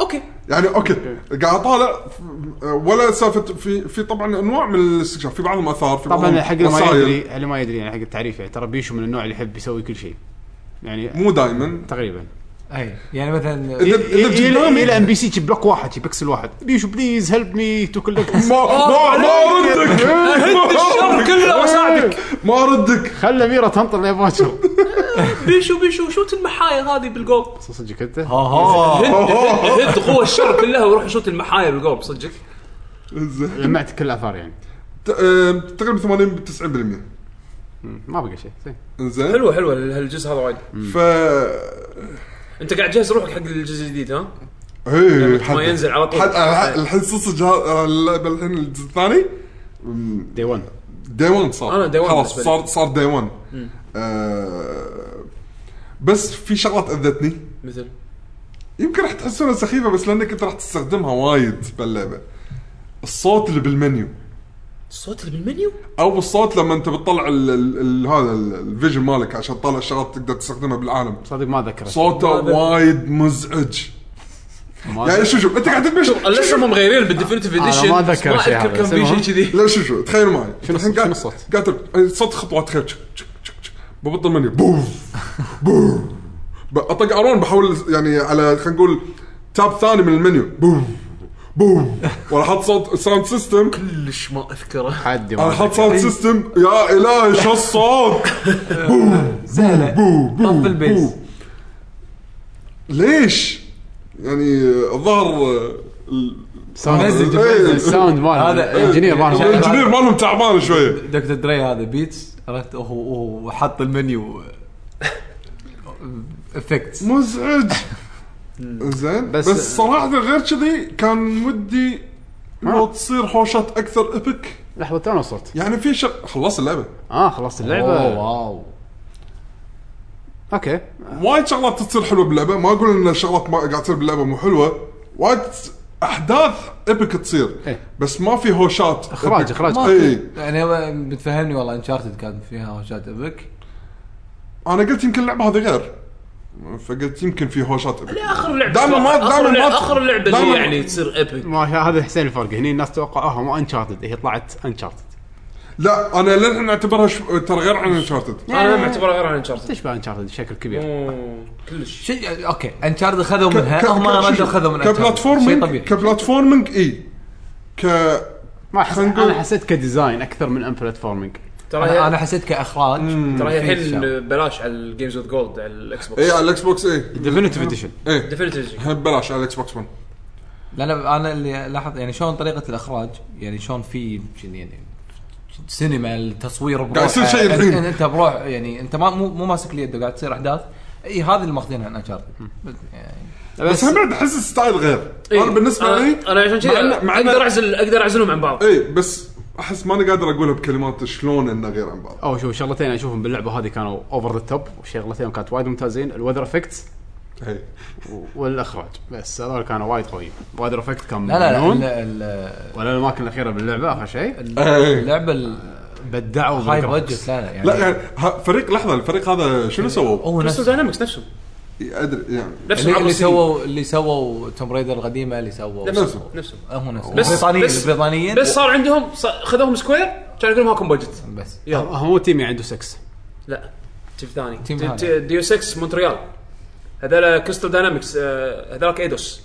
S4: اوكي
S3: يعني اوكي قاعد اطالع ولا سالفه في في طبعا انواع من الاستكشاف في بعضهم اثار في
S1: طبعا
S3: بعضهم
S1: حق اللي ما
S3: وسائل.
S1: يدري اللي ما يدري يعني حق التعريف يعني ترى بيشو من النوع اللي يحب يسوي كل شيء يعني
S3: مو دائما
S1: تقريبا
S2: اي يعني مثلا
S3: إذا- إذا بجنامي-
S1: الى ام بي سي بلوك واحد شي بكسل واحد بيشو بليز هيلب مي تو كولكت
S3: ما ما ما اردك
S4: هد الشر كله واساعدك
S3: ما اردك
S1: خلى ميرا تنطر لين باكر
S4: بيشو بيشو شوت المحايا هذه بالجولد
S1: صدقك انت
S2: ها ها
S4: هد قوه الشر كلها وروح شوت المحايا بالجولد صدق
S3: زين.
S1: جمعت كل الاثار يعني
S3: ت- آه، تقريبا 80 90%
S1: مم، ما بقى شيء زين.
S3: انزين
S4: حلوه حلوه هالجزء هذا وايد
S3: ف
S4: انت قاعد تجهز روحك حق الجزء الجديد ها؟
S3: ايه
S4: ما ينزل على طول.
S3: حد- أنا- الحين صدق ها- اللعبه الحين الجزء الثاني مم،
S1: دي 1
S3: دي 1 صار
S4: أنا آه، day one
S3: خلاص
S4: بالنسبة لي.
S3: صار صار دي 1 آه بس في شغلات اذتني
S4: مثل
S3: يمكن راح تحسونها سخيفه بس لانك انت راح تستخدمها وايد باللعبه الصوت اللي بالمنيو
S4: الصوت اللي بالمنيو
S3: او الصوت لما انت بتطلع ال ال ال هذا ال- الفيجن مالك عشان تطلع الشغلات تقدر تستخدمها بالعالم
S1: صدق ما ذكرت
S3: صوته
S4: هذا-
S3: وايد مزعج يعني شوف شوف انت قاعد تمشي
S4: لسه هم مغيرين بالديفينيتيف اديشن
S1: ما أتذكر شيء هذا.
S4: كان في شيء كذي
S3: لا شوف شوف تخيل معي
S1: شنو
S3: الحين
S1: الصوت-
S3: قاعد-
S1: شنو الصوت؟
S3: قاعد تب- صوت خطوات تخيل تشك- تشك- تشك- تشك. ببطل منيو بوف بوف ب- اطق ارون بحاول يعني على خلينا نقول تاب ثاني من المنيو بوف بوف ولا حاط صوت ساوند سيستم
S4: كلش ما اذكره
S1: حد
S3: انا حاط ساوند سيستم يا الهي شو الصوت
S2: زهله طف البيس
S3: ليش؟ يعني الظاهر ال-
S1: ساوند
S2: مزج-
S3: إيه.
S1: الساوند مال
S2: هذا-
S1: الانجينير
S2: إيه.
S1: مال
S3: الانجنير مالهم تعبان شويه
S2: دكتور دري هذا بيتس عرفت وهو وهو حط المنيو افكتس
S3: مزعج زين
S1: بس-
S3: بس, بس صراحه غير كذي كان ودي لو تصير هوشات اكثر ابك
S1: لحظه انا وصلت آه،
S3: يعني في شغ خلص اللعبه
S1: اه خلصت اللعبه
S2: واو
S1: اوكي
S3: وايد شغلات تصير حلوه باللعبه ما اقول ان الشغلات ما قاعد تصير باللعبه مو حلوه وايد احداث ايبك تصير
S1: إيه.
S3: بس ما في هوشات
S1: إخراج-
S3: epic. إيه.
S1: إخراج.
S4: إيه.
S3: اي
S2: يعني هو بتفهمني والله انشارتد كان فيها هوشات ابك
S3: انا قلت يمكن اللعبه هذه غير فقلت يمكن في هوشات epic.
S4: اخر لعبه
S3: دائما ما-
S4: آخر
S3: دائما
S4: لعبة-
S3: ما-
S4: اخر لعبه
S3: دائما-
S4: اللي يعني تصير ايبك
S1: ما شاء- هذا حسين الفرق هني الناس توقع اه مو انشارتد هي طلعت انشارتد
S3: لا انا للحين اعتبرها ش... ترى غير عن انشارتد
S4: انا معتبرها غير عن انشارتد
S1: تشبه انشارتد بشكل كبير
S4: كلش
S2: شيء اوكي انشارتد خذوا منها هم ما ادري خذوا من Uncharted. شيء
S3: كبلاتفورمينج
S2: طبيعي
S3: كبلاتفورمينج اي ك
S1: ما أحس...
S3: خلينا نقول-
S1: انا حسيت كديزاين اكثر من ان بلاتفورمينج
S4: ترى
S2: انا
S4: هي
S2: أنا حسيت كاخراج
S4: ترى هي
S2: في
S4: الحين
S2: شغل.
S4: ببلاش على الجيمز وذ جولد على الاكس
S3: اي
S4: بوكس
S3: إيه، على الاكس بوكس اي
S1: ديفينيتيف اديشن
S3: اي
S4: ديفينتلي
S3: الحين ببلاش على الاكس بوكس 1
S2: لان انا اللي لاحظت يعني شلون طريقه الاخراج يعني شلون في شي يعني سينما التصوير بروحه
S3: يصير شيء
S2: أنت-
S3: الحين.
S2: انت بروح يعني انت ما مو مو ماسك لي يده قاعد تصير احداث اي هذه اللي ماخذينها انا شارتد يعني
S3: بس هم بعد احس الستايل غير
S2: إيه.
S3: انا بالنسبه لي
S4: انا إيه. عشان كذا
S3: مع إن- إيه. مع إن-
S4: اقدر اعزل اقدر اعزلهم عن بعض
S3: اي بس احس ماني قادر اقولها بكلمات شلون انه غير عن بعض
S1: او شوف شغلتين اشوفهم باللعبه هذه كانوا اوفر ذا توب وشغلتين كانت وايد ممتازين الوذر افكت
S3: اي
S1: والاخراج بس هذول كانوا وايد قويين وذر افكت كان
S2: لا لا لا
S1: مجنون.
S2: ال- ال-
S1: ولا الاماكن الاخيره باللعبه اخر شيء
S2: ال-
S3: إيه.
S2: اللعبه
S1: بدعوا
S2: الهاي
S1: بالجرافيكس.
S2: بادجت لا لا يعني
S3: لا يعني ها- فريق لحظه الفريق هذا شنو سووا؟
S2: هو
S4: كريستال
S2: نفس
S4: داينامكس نفسهم
S3: ادري يعني
S4: نفسهم
S2: اللي,
S4: عبر
S2: اللي
S4: السنين.
S2: سووا اللي سووا توم ريدر القديمه اللي سووا
S4: نفسهم نفسهم
S2: هو نفسه
S4: بس-
S2: البريطانيين
S4: بس-
S2: البريطانيين
S4: بس صار عندهم ص- خذوهم سكوير كان يقول لهم هاكم بادجت
S2: بس
S4: يلا
S1: هو مو تيم عنده 6
S4: لا تيم ثاني
S2: تيم
S4: تيم
S2: هذا.
S4: تي- ديو 6 مونتريال هذول كريستال داينامكس آه، هذولك ايدوس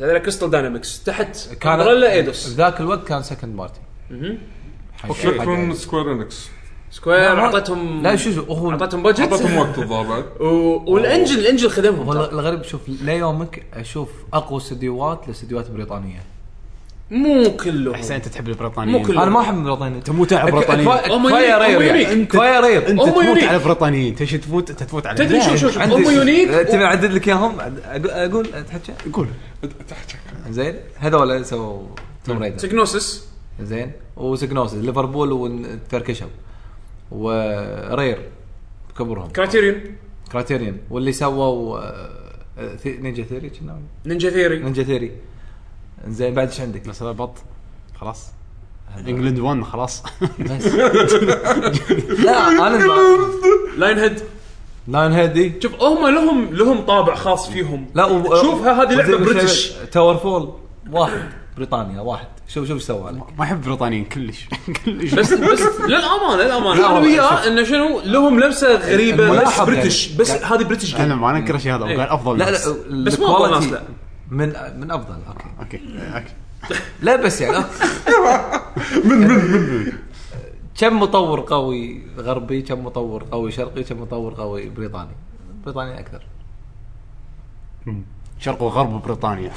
S4: هذول كريستال داينامكس تحت كان ولا ايدوس
S2: بذاك الوقت كان سكند بارتي
S3: شكرا سكوير انكس
S4: سكوير
S2: لا،
S4: اعطتهم
S2: لا شو شو، هو
S4: اعطتهم بادجت
S3: اعطتهم وقت الظاهر بعد
S4: و- والانجل الانجل
S2: هو
S4: خدمهم
S2: الغريب شوف ليومك اشوف اقوى استديوهات لاستديوهات بريطانيه
S4: مو كلهم
S1: حسين انت تحب البريطانيين
S4: مو كله.
S2: انا ما احب البريطانيين انت
S1: مو تعب بريطانيين.
S4: هم
S2: كفايه
S4: يونيك،
S2: رير
S4: هم
S2: يعني.
S4: يونيك.
S2: كفايه رير
S1: انت
S4: هم
S1: تموت
S4: يونيك.
S1: على البريطانيين انت شو تموت انت تموت على
S4: تدري شو شو شو هم يونيك
S2: تبي اعدد لك اياهم أد- أق- اقول اتحكى
S1: قول
S2: زين هذول اللي سووا توم ريدر
S4: سجنوسس
S2: زين وسجنوسز ليفربول وتركشب ورير كبرهم
S4: كرايتيريون
S2: كرايتيريان واللي سووا آه، آه، ثي- نينجا ثيري كنا
S4: نينجا ثيري
S2: نينجا ثيري زين بعد ايش عندك؟
S1: بس هذا بط خلاص انجلند 1 خلاص
S2: بس. لا انا
S4: لاين هيد
S2: لاين هيدي
S4: شوف هم لهم لهم طابع خاص فيهم
S2: لا و... آه،
S4: شوف ها- هذه لعبة
S2: وزي ما
S4: بريتش.
S2: شايف تاور فول واحد بريطانيا واحد شوف شوف ايش سوى لك
S1: ما احب البريطانيين كلش كلش
S4: بس بس للامانه للامانه
S1: لا
S4: انا
S1: والله،
S4: وياه انه شنو لهم لمسه غريبه بس
S2: الملاحظة
S4: بريتش
S2: يعني.
S4: بس
S2: يعني-
S4: هذه بريتش
S1: انا
S4: جيم
S1: ما انكر شيء هذا وقال افضل
S2: لا
S1: ناس.
S2: لا
S4: بس مو أفضل
S2: الكواليتي
S4: ناس، لا.
S2: من من افضل اوكي
S1: اوكي اوكي
S2: لا بس يعني أوكي.
S3: من من من
S2: كم مطور قوي غربي كم مطور قوي شرقي كم مطور قوي بريطاني بريطاني اكثر
S1: شرق وغرب بريطانيا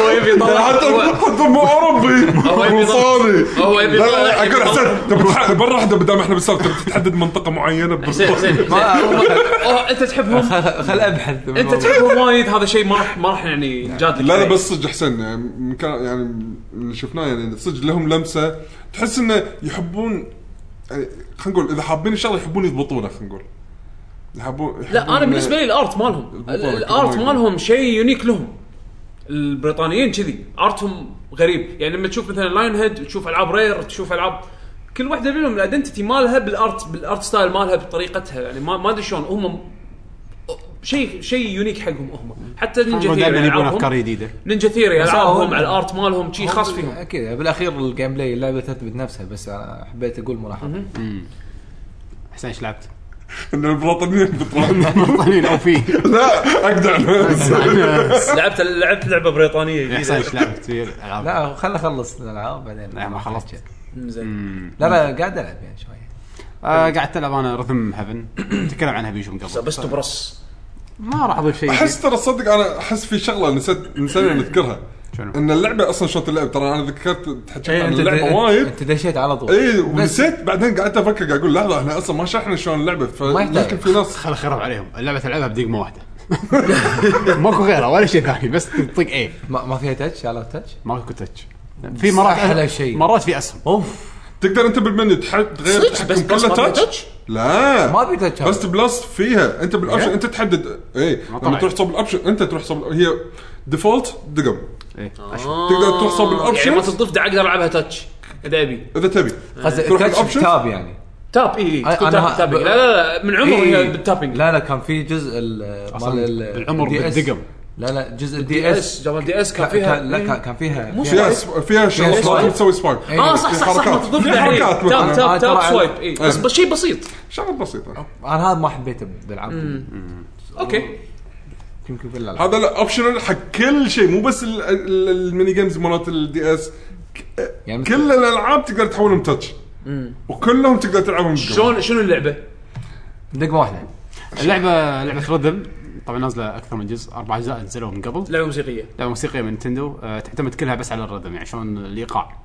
S4: هو يبي يطلع
S3: حتى
S4: هو-
S3: حتى مو اوروبي
S4: هو يبي يضل-
S3: وصالي
S4: هو يبي
S3: لا
S4: يضل-
S3: لا اقول
S4: يبي
S3: حسين تبي برا واحده بدام احنا بالسالفه تبي تحدد منطقه معينه
S4: حسين حسين
S3: بالضبط.
S4: حسين. أوه، انت تحبهم
S2: خل خل ابحث من
S4: انت
S2: الموضوع.
S4: تحبهم وايد هذا شيء ما راح ما راح يعني نجادلك
S3: لا لا
S4: عليه.
S3: بس صدق حسين يعني من كان- يعني من اللي شفناه يعني صدق لهم لمسه تحس انه يحبون يعني خلينا نقول اذا حابين الشغله يحبون يضبطونه خلينا نقول يحبون
S4: لا انا بالنسبه لي الارت مالهم ال-
S3: البطولة
S4: الارت
S3: كمان.
S4: مالهم شيء يونيك لهم البريطانيين كذي ارتهم غريب يعني لما تشوف مثلا لاين هيد تشوف العاب رير تشوف العاب كل واحده منهم الايدنتيتي مالها بالارت بالارت ستايل مالها بطريقتها يعني ما ما ادري شلون هم شيء شيء يونيك حقهم هم حتى نينجا
S1: هم
S4: ثيري
S1: دائما يبون افكار
S4: ألعابهم-
S1: جديده
S4: نينجا ثيري
S2: بس
S4: العابهم
S2: هم-
S4: على الارت مالهم شيء خاص فيهم
S2: اكيد بالاخير يعني الجيم بلاي اللعبه تثبت نفسها بس انا حبيت اقول ملاحظه
S1: حسين ايش لعبت؟
S3: ان البريطانيين بتروح
S1: بريطانيين او في
S3: لا اقدع ناس.
S4: لعبت لعبت لعبه بريطانيه
S1: حسين
S4: جديده
S1: ايش لعبت؟ في العاب
S2: لا خل اخلص الالعاب بعدين
S1: لا، ما خلصت.
S4: زين
S2: لا لا قاعد العب يعني شويه
S1: آه، قاعد تلعب انا رثم هيفن تكلم عنها بيشو من قبل
S4: بس تبرص
S1: ما راح اضيف شيء
S3: احس ترى صدق انا احس في شغله نسيت نسينا نذكرها
S1: شنو؟
S3: ان اللعبه اصلا شلون تلعب ترى انا ذكرت تحكيت
S2: إيه،
S3: عن
S2: انت
S3: اللعبه
S2: انت-
S3: وايد
S2: انت دشيت على طول
S3: اي
S2: بس
S3: إيه، ونسيت بعدين قعدت افكر قاعد اقول لحظه احنا اصلا ما شرحنا شلون اللعبه
S2: يحتاج.
S3: فيمكن في ناس
S1: خل خرب عليهم اللعبه تلعبها بدقيقه واحده ماكو غيرها ولا شيء ثاني بس تطق ايه
S2: ما, ما فيها تاتش على تاتش
S1: ماكو تتش في مرات
S2: صح على شيء.
S1: مرات في اسهم
S2: اوف
S3: تقدر انت بالمنيو تح- تغير
S4: صدق بس
S3: تحكم
S4: بس
S3: كله
S4: ما فيها
S3: تاتش
S4: touch؟
S3: لا
S2: ما ابي تاتش
S3: بس بلس فيها انت بالاوبشن
S1: إيه؟
S3: انت تحدد ايه
S1: ما
S3: لما
S1: طلعت.
S3: تروح تصب الاوبشن انت تروح تصب هي ديفولت دقم
S1: إيه.
S3: تقدر تروح صوب الأوبشنز.
S4: يعني ما تطف دا اقدر العبها تاتش اذا ابي
S3: اذا تبي إيه، تروح
S2: تاتش
S3: الأوبشنز.
S2: تاب يعني
S4: تاب اي
S2: أنا-
S4: تاب
S2: أنا ها-
S4: تابنج. لا لا لا من عمري
S2: إيه.
S4: هي بالتابنج
S2: لا لا كان في جزء ال-
S1: أصلاً
S2: مال ال-
S1: بالعمر
S2: DS.
S1: بالدقم.
S2: لا لا جزء الدي
S4: دي
S2: اس
S4: اس جرب دي اس كان فيها
S2: لا كان- كان فيها
S4: مو
S3: فيها
S2: فيها-
S3: س- فيها شغلات
S2: سوايب؟
S3: لازم تسوي سبايك
S2: إيه.
S4: اه صح صح صح ما
S3: حركات.
S4: تضف
S3: في
S4: لها إيه.
S3: حركات
S4: تاب
S3: مثلاً.
S2: أنا
S4: تاب تاب
S2: أتابع-
S4: سوايب اي بس بس شيء بسيط
S3: شغلات بسيطه
S2: انا هذا ما حبيته بالعاب
S4: اوكي
S2: يمكن في الالعاب
S3: هذا لا اوبشنال حق كل شيء مو بس ال- ال- الميني جيمز مالت الدي اس
S2: يعني مثل-
S3: كل الالعاب تقدر تحولهم تاتش وكلهم تقدر تلعبهم
S4: شلون شنو اللعبه؟
S2: دقمه واحده
S1: اللعبه لعبه رذل طبعا نازله اكثر من جزء اربع اجزاء نزلوا من قبل
S4: لعبه موسيقيه
S1: لعبه موسيقيه من نتندو آه، تعتمد كلها بس على الرذم يعني شلون الايقاع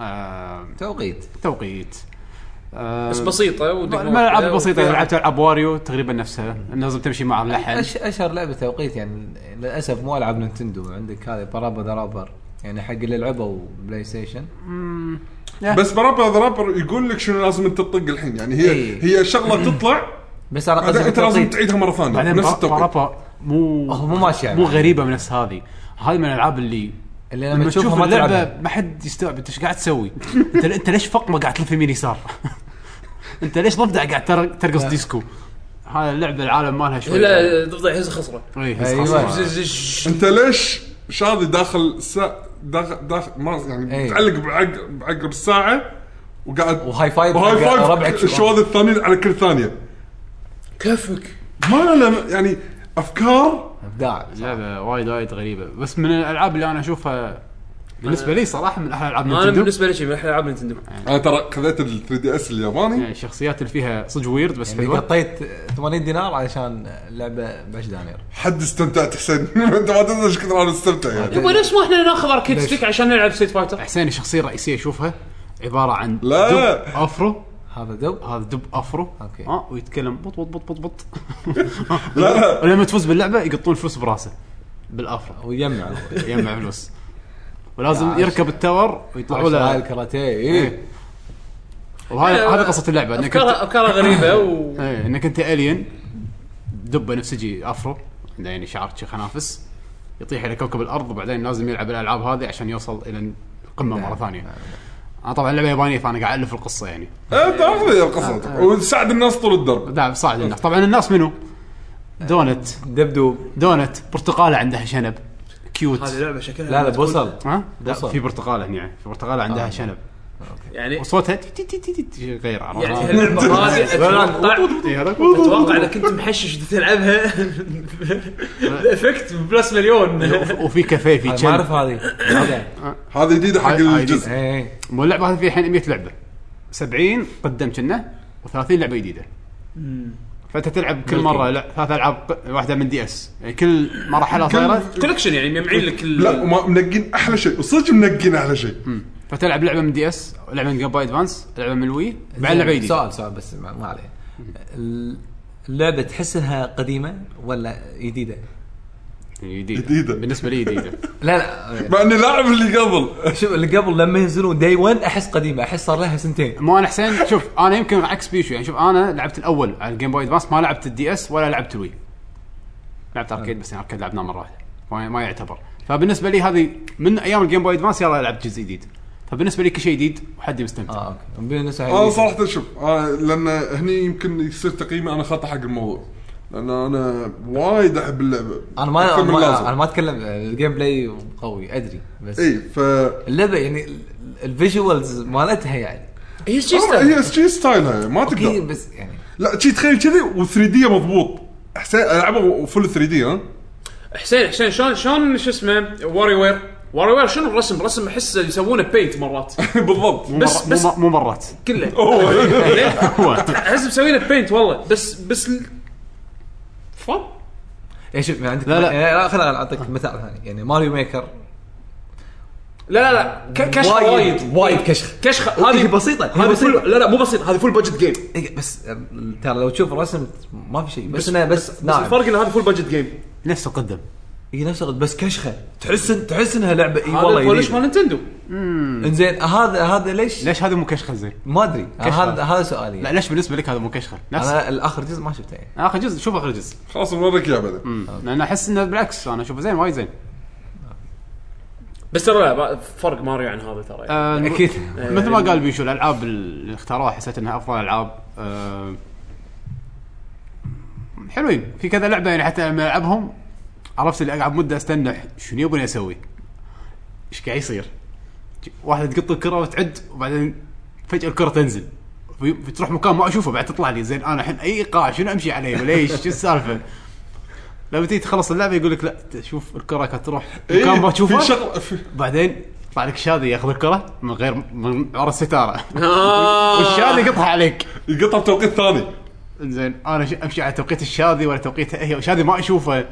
S1: آه،
S2: توقيت
S1: توقيت آه،
S4: بس بسيطه ودقمة
S1: الالعاب
S4: واحدة.
S1: البسيطه اذا لعبت العاب واريو تقريبا نفسها لازم تمشي مع اللحن
S2: أش... اشهر لعبه توقيت يعني للاسف مو العاب نينتندو عندك هذه برابا درابر يعني حق اللي لعبوا بلاي ستيشن
S3: بس برابر ذا رابر يقول لك شنو لازم انت تطق الحين يعني هي
S2: إيه.
S3: هي شغله تطلع
S2: بس انا
S3: بعدين
S2: قصدي
S3: انت لازم
S2: التوقيت
S3: تعيدها مره ثانيه
S1: بعدين
S3: نفس
S1: بر-
S3: التوقيت
S1: برابا مو
S2: هو مو ماشي يعني.
S1: مو غريبه من نفس هذه هذه من الالعاب اللي
S2: اللي لما تشوفها ما
S1: اللعبه
S2: تلعبها.
S1: ما حد يستوعب انت ايش قاعد تسوي انت انت ليش فقمه قاعد تلف يمين يسار انت ليش ضفدع قاعد تر- ترقص ديسكو هذا اللعبه العالم مالها شوي
S4: لا ضفدع هز خصره
S1: إيه،
S2: أيوة.
S1: خلاص.
S3: انت ليش شاضي داخل سا... داخل داخل ما يعني
S2: إيه.
S3: متعلق بعق- بعقرب الساعه وقاعد
S2: وهاي فايف
S3: وهاي
S2: حق
S3: فايف
S2: ربعك
S3: الشواذ الثانيين على كل ثانيه
S4: كفك
S3: ما لا يعني افكار
S2: ابداع
S1: لعبه وايد وايد غريبه بس من الالعاب اللي انا اشوفها بالنسبه لي صراحه من احلى العاب
S4: انا
S1: نينتندو
S4: بالنسبه لي شيء من احلى العاب نينتندو
S3: انا ترى خذيت ال 3 دي اس الياباني
S2: إيه.
S1: يعني الشخصيات اللي فيها صدق ويرد بس
S2: يعني
S1: حلوه
S2: قطيت 80 دينار علشان لعبه ب 10 دنانير
S3: حد استمتعت حسين انت ما تدري ايش كثر انا استمتع يعني
S4: يبا ليش ما احنا ناخذ اركيد ستيك عشان نلعب ستيت فايتر؟
S1: حسين الشخصيه الرئيسيه اشوفها عباره عن
S3: لا.
S1: دب افرو
S2: هذا دب
S1: هذا دب افرو
S2: أوكي.
S1: اه ويتكلم بط بط بط بط بط
S3: لا لا
S1: ولما تفوز باللعبه يقطون فلوس براسه بالافرو
S2: ويجمع
S1: يجمع فلوس ولازم
S2: عاش.
S1: يركب التاور ويطلعوا
S2: هاي
S1: له إيه.
S2: الكاراتيه اي
S1: وهذه هذه قصه اللعبه انك انت
S4: افكارها افكارها غريبه و
S1: ايه انك انت الين دب بنفسجي افرو عنده يعني شعر شيخ خنافس يطيح الى كوكب الارض وبعدين لازم يلعب الالعاب هذه عشان يوصل الى القمه مره ثانيه انا طبعا لعبه يابانيه فانا قاعد الف القصه يعني
S3: انت اخذ يا القصه وتساعد إيه الناس طول الدرب
S1: دعم صاعد الناس طبعا الناس منو؟ دونت
S2: دبدوب
S1: دونت برتقاله عندها شنب
S4: هذه
S1: كيوت
S4: لعبه شكلها
S2: لا لا
S4: تكون-
S2: بوصل
S1: ها؟ لا
S2: بصل.
S1: في برتقاله هنا في برتقاله عندها
S2: آه.
S1: شنب
S4: يعني
S1: إيه. وصوتها تي- تي- تي- تي- تي- غير عرفت؟ آه.
S4: يعني اللعبه هذه اتوقع
S1: إيه، هذاك.
S4: اتوقع اذا كنت محشش بدي تلعبها الافكت بلس مليون
S1: وف- وفي كافيه في
S2: ما اعرف
S1: كلب
S2: هذه
S3: هذه جديده حق
S1: هاي- هاي
S3: الجزء
S2: إيه، إيه.
S1: مو اللعبه هذه فيها الحين 100 لعبه 70 قدم كنا و30 لعبه جديده فانت تلعب كل مره لا ثلاث العاب ق- واحده من دي اس يعني كل مرحله صايره
S4: كولكشن يعني مجمعين لك ال-
S3: لا وما منقين احلى شيء وصدق منقين احلى شيء
S1: فتلعب لعبه من دي اس لعبه من جيم باي ادفانس لعبه من الوي بعدين لعبه جديده
S2: سؤال سؤال بس ما ما عليه ال- اللعبه تحس انها قديمه ولا جديده؟
S1: جديده
S3: جديدة.
S1: بالنسبه لي جديده
S2: لا لا
S3: مع اني لاعب اللي قبل
S2: شوف اللي قبل لما ينزلون دي 1 احس قديمه احس صار لها سنتين
S1: مو انا حسين شوف انا يمكن عكس بيشو يعني شوف انا لعبت الاول على الجيم باي ادفانس ما لعبت الدي اس ولا لعبت الوي لعبت اركيد بس يعني اركيد لعبناه مره واحده ما ما يعتبر فبالنسبه لي هذه من ايام الجيم باي ادفانس يلا لعبت جزء جديد فبالنسبه لي كل شيء جديد وحدي
S4: آه.
S1: مستمتع
S2: اه اوكي بالنسبه
S3: انا
S2: حق-
S3: صراحه شوف آه، لان هني يمكن يصير تقييمي انا خطا حق الموضوع لان انا وايد احب اللعبه
S2: انا ما
S3: أكثر من
S2: ما-
S3: اللازم.
S2: انا ما اتكلم الجيم بلاي قوي ادري بس
S1: إيه.
S3: اي ف
S2: اللعبه يعني ال- الفيجوالز مالتها يعني
S4: هي شيء
S3: هي شي ستايلها ما
S2: اوكي
S3: تقدر
S2: بس يعني
S3: لا شي تخيل كذي و3 دي مضبوط حسين العبها فل 3 دي ها
S4: حسين حسين شلون شلون شو اسمه واري وير واري وير شنو الرسم؟ رسم احس يسوونه بينت مرات
S3: بالضبط
S1: مو
S4: بس-
S1: مرة-
S4: بس-
S1: مو مو مرات
S4: كله ليه؟
S1: هو
S4: احس مسوينه بينت والله بس بس ال- فن
S2: يعني شوف يعني عندك
S1: لا، لا.
S2: يعني لا خل اعطيك مثال ثاني يعني ماريو ميكر
S4: لا لا لا ك- كشخ وايد
S2: وايد كشخ
S4: كشخ
S2: هي
S4: هذه
S2: بسيطة، هي
S4: هذه
S2: بسيطة.
S4: فل لا لا مو بسيط هذه فول بادجت جيم
S2: إيه، بس أم، ترى لو تشوف رسم ما في شيء بس, انه بس,
S4: بس
S2: ناعم
S4: الفرق ان هذه فول بادجت جيم
S1: نفسه قدم
S2: يجي نفس الرد، بس كشخه تحس إن- تحس انها لعبه اي
S4: هذا
S2: والله
S4: البولش مال
S2: جديدة.
S4: نينتندو
S2: انزين هذا هذا ليش؟
S1: ليش هذا مو كشخه زين؟
S2: ما ادري هذا هذا سؤالي
S1: لا ليش بالنسبه لك هذا مو كشخه؟ نفس
S2: انا الاخر جزء ما شفته يعني
S1: اخر جزء شوف اخر جزء
S3: خلاص نوريك اياه بعدين
S1: مم.
S4: آه.
S1: لان احس انه بالعكس انا اشوفه زين وايد زين
S4: بس ترى لا با- فرق ماريو عن هذا ترى يعني.
S1: آه،
S2: أكيد.
S1: مثل ما قال بيشو الالعاب اللي اختاروها حسيت انها افضل العاب آه، حلوين في كذا لعبه يعني حتى لما العبهم عرفت اللي اقعد مده استنح شنو يبغوني اسوي؟ ايش قاعد يصير؟ واحده تقط الكره وتعد وبعدين فجاه الكره تنزل في- في- تروح مكان ما اشوفه بعد تطلع لي زين انا الحين اي قاع شنو امشي عليه ولا ايش شو السالفه؟ لما تيجي تخلص اللعبه يقول لك لا شوف الكره كانت تروح مكان ما تشوفه
S3: في شغله في-
S1: بعدين يطلع لك شاذي ياخذ الكره من غير من ورا الستاره
S4: آه.
S1: والشاذي يقطها عليك
S3: يقطع بتوقيت ثاني
S1: زين انا ش- امشي على توقيت الشاذي ولا توقيت هي شاذي ما اشوفه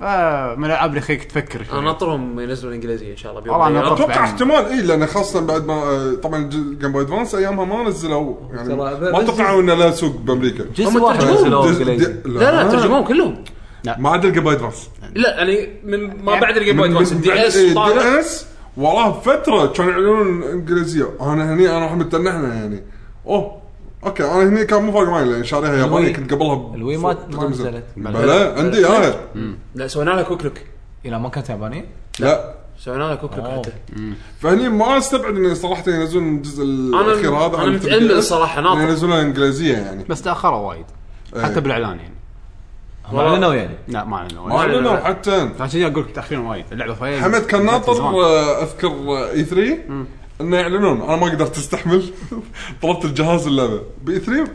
S1: فمن الالعاب اللي خليك تفكر شوي.
S4: انا ناطرهم ينزلون انجليزي ان شاء الله بيوم
S1: والله
S4: من
S1: أنا
S4: الأيام.
S1: ناطر.
S3: اتوقع
S1: بعد.
S3: احتمال اي لان خاصه بعد ما آه، طبعا جيم بوي ادفانس ايامها ما نزلوا يعني
S2: ترى
S3: ما
S2: بس-
S3: توقعوا انه له سوق بامريكا
S2: جزء
S4: هم
S2: واحد
S4: ترجموه.
S2: نزلوه
S3: دز-
S2: انجليزي
S3: دي-
S4: لا لا ترجموهم كلهم
S3: ما عدا الجيم بوي ادفانس
S4: لا يعني من ما بعد الجيم بوي
S3: من-
S4: ادفانس
S3: من
S4: الدي
S3: بعد-
S4: اس
S3: إيه،
S4: طالع
S3: دي اس وراه فتره كانوا يعلنون انجليزيه انا هني انا راح متنحنا يعني اوه اوكي انا هني كان مو فارق معي لان شاريها ياباني
S2: الوي.
S3: كنت قبلها ب-
S2: الوي ما-
S3: فوق
S2: ما
S3: خمسة.
S2: نزلت.
S3: بلا عندي آية. اياها
S4: لا سوينا لها كوك لوك
S2: الى ما كانت يابانيه
S3: لا
S4: سوينا لها كوك لوك
S2: أوه.
S4: حتى
S3: فهني ما استبعد انه صراحه ينزلون الجزء الاخير هذا
S4: أنا
S3: على
S4: متأمل
S3: 3DS
S4: الصراحة، ناطر.
S3: إنه ينزلونها انجليزيه يعني
S1: بس تاخروا وايد حتى
S3: إيه.
S1: بالاعلان يعني
S2: هم
S4: والله.
S2: اعلنوا يعني
S1: آه، لا ما اعلنوا
S3: ما
S1: وايد.
S4: أعلنوا.
S3: اعلنوا حتى
S1: عشان كذا اقول لك متاخرين وايد اللعبه وايد
S3: حمد كان ناطر
S1: زمان.
S3: آه، اذكر اي 3 انه يعلنون انا ما قدرت استحمل طلبت الجهاز اللعبه باي 3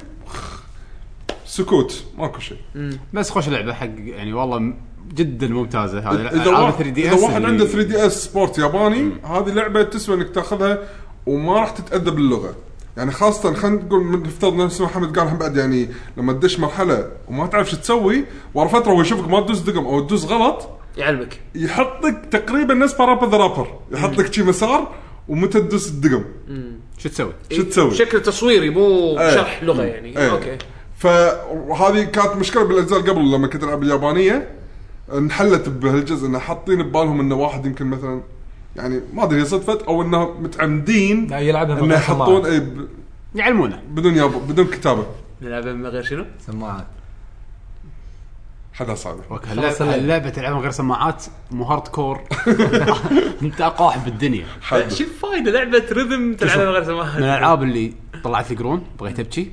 S3: سكوت ماكو شيء
S1: بس خوش لعبه حق يعني والله م- جدا ممتازه هذه
S3: اذا
S1: العاب
S3: واحد
S1: 3 دي
S3: اذا
S1: اس
S3: واحد عنده 3 دي اس سبورت ياباني هذه لعبه تسوى انك تاخذها وما راح تتاذى باللغه يعني خاصة خلينا نقول من- نفترض نفس ما حمد قال حمد يعني لما تدش مرحلة وما تعرف شو تسوي ورا فترة هو يشوفك ما تدوس دقم او تدوس غلط
S4: يعلمك
S3: يحط لك تقريبا نفس بارابا ذا رابر يحط لك شي مسار ومتى تدوس الدقم
S1: شو تسوي؟
S3: شو تسوي؟
S4: شكل تصويري مو
S3: إيه.
S4: شرح لغه يعني
S3: إيه.
S4: اوكي
S3: فهذه كانت مشكله بالاجزاء اللي قبل لما كنت العب اليابانيه انحلت بهالجزء انه حاطين ببالهم انه واحد يمكن مثلا يعني ما ادري هي صدفت او انه متعمدين
S2: لا، يلعبها
S3: انه
S2: بغير
S3: يحطون
S2: سماعة.
S3: اي ب-
S1: يعلمونه
S3: بدون ياب بدون كتابه
S4: نلعبها من غير شنو؟
S2: سماعات
S3: حدا صعبه
S2: خلاص اللعبة.
S1: اللعبه تلعبها غير سماعات مو هارد كور انت اقاح بالدنيا
S3: حد
S4: شو الفائده لعبه رذم تلعبها من غير سماعه
S1: من الالعاب اللي طلعت لي قرون بغيت ابكي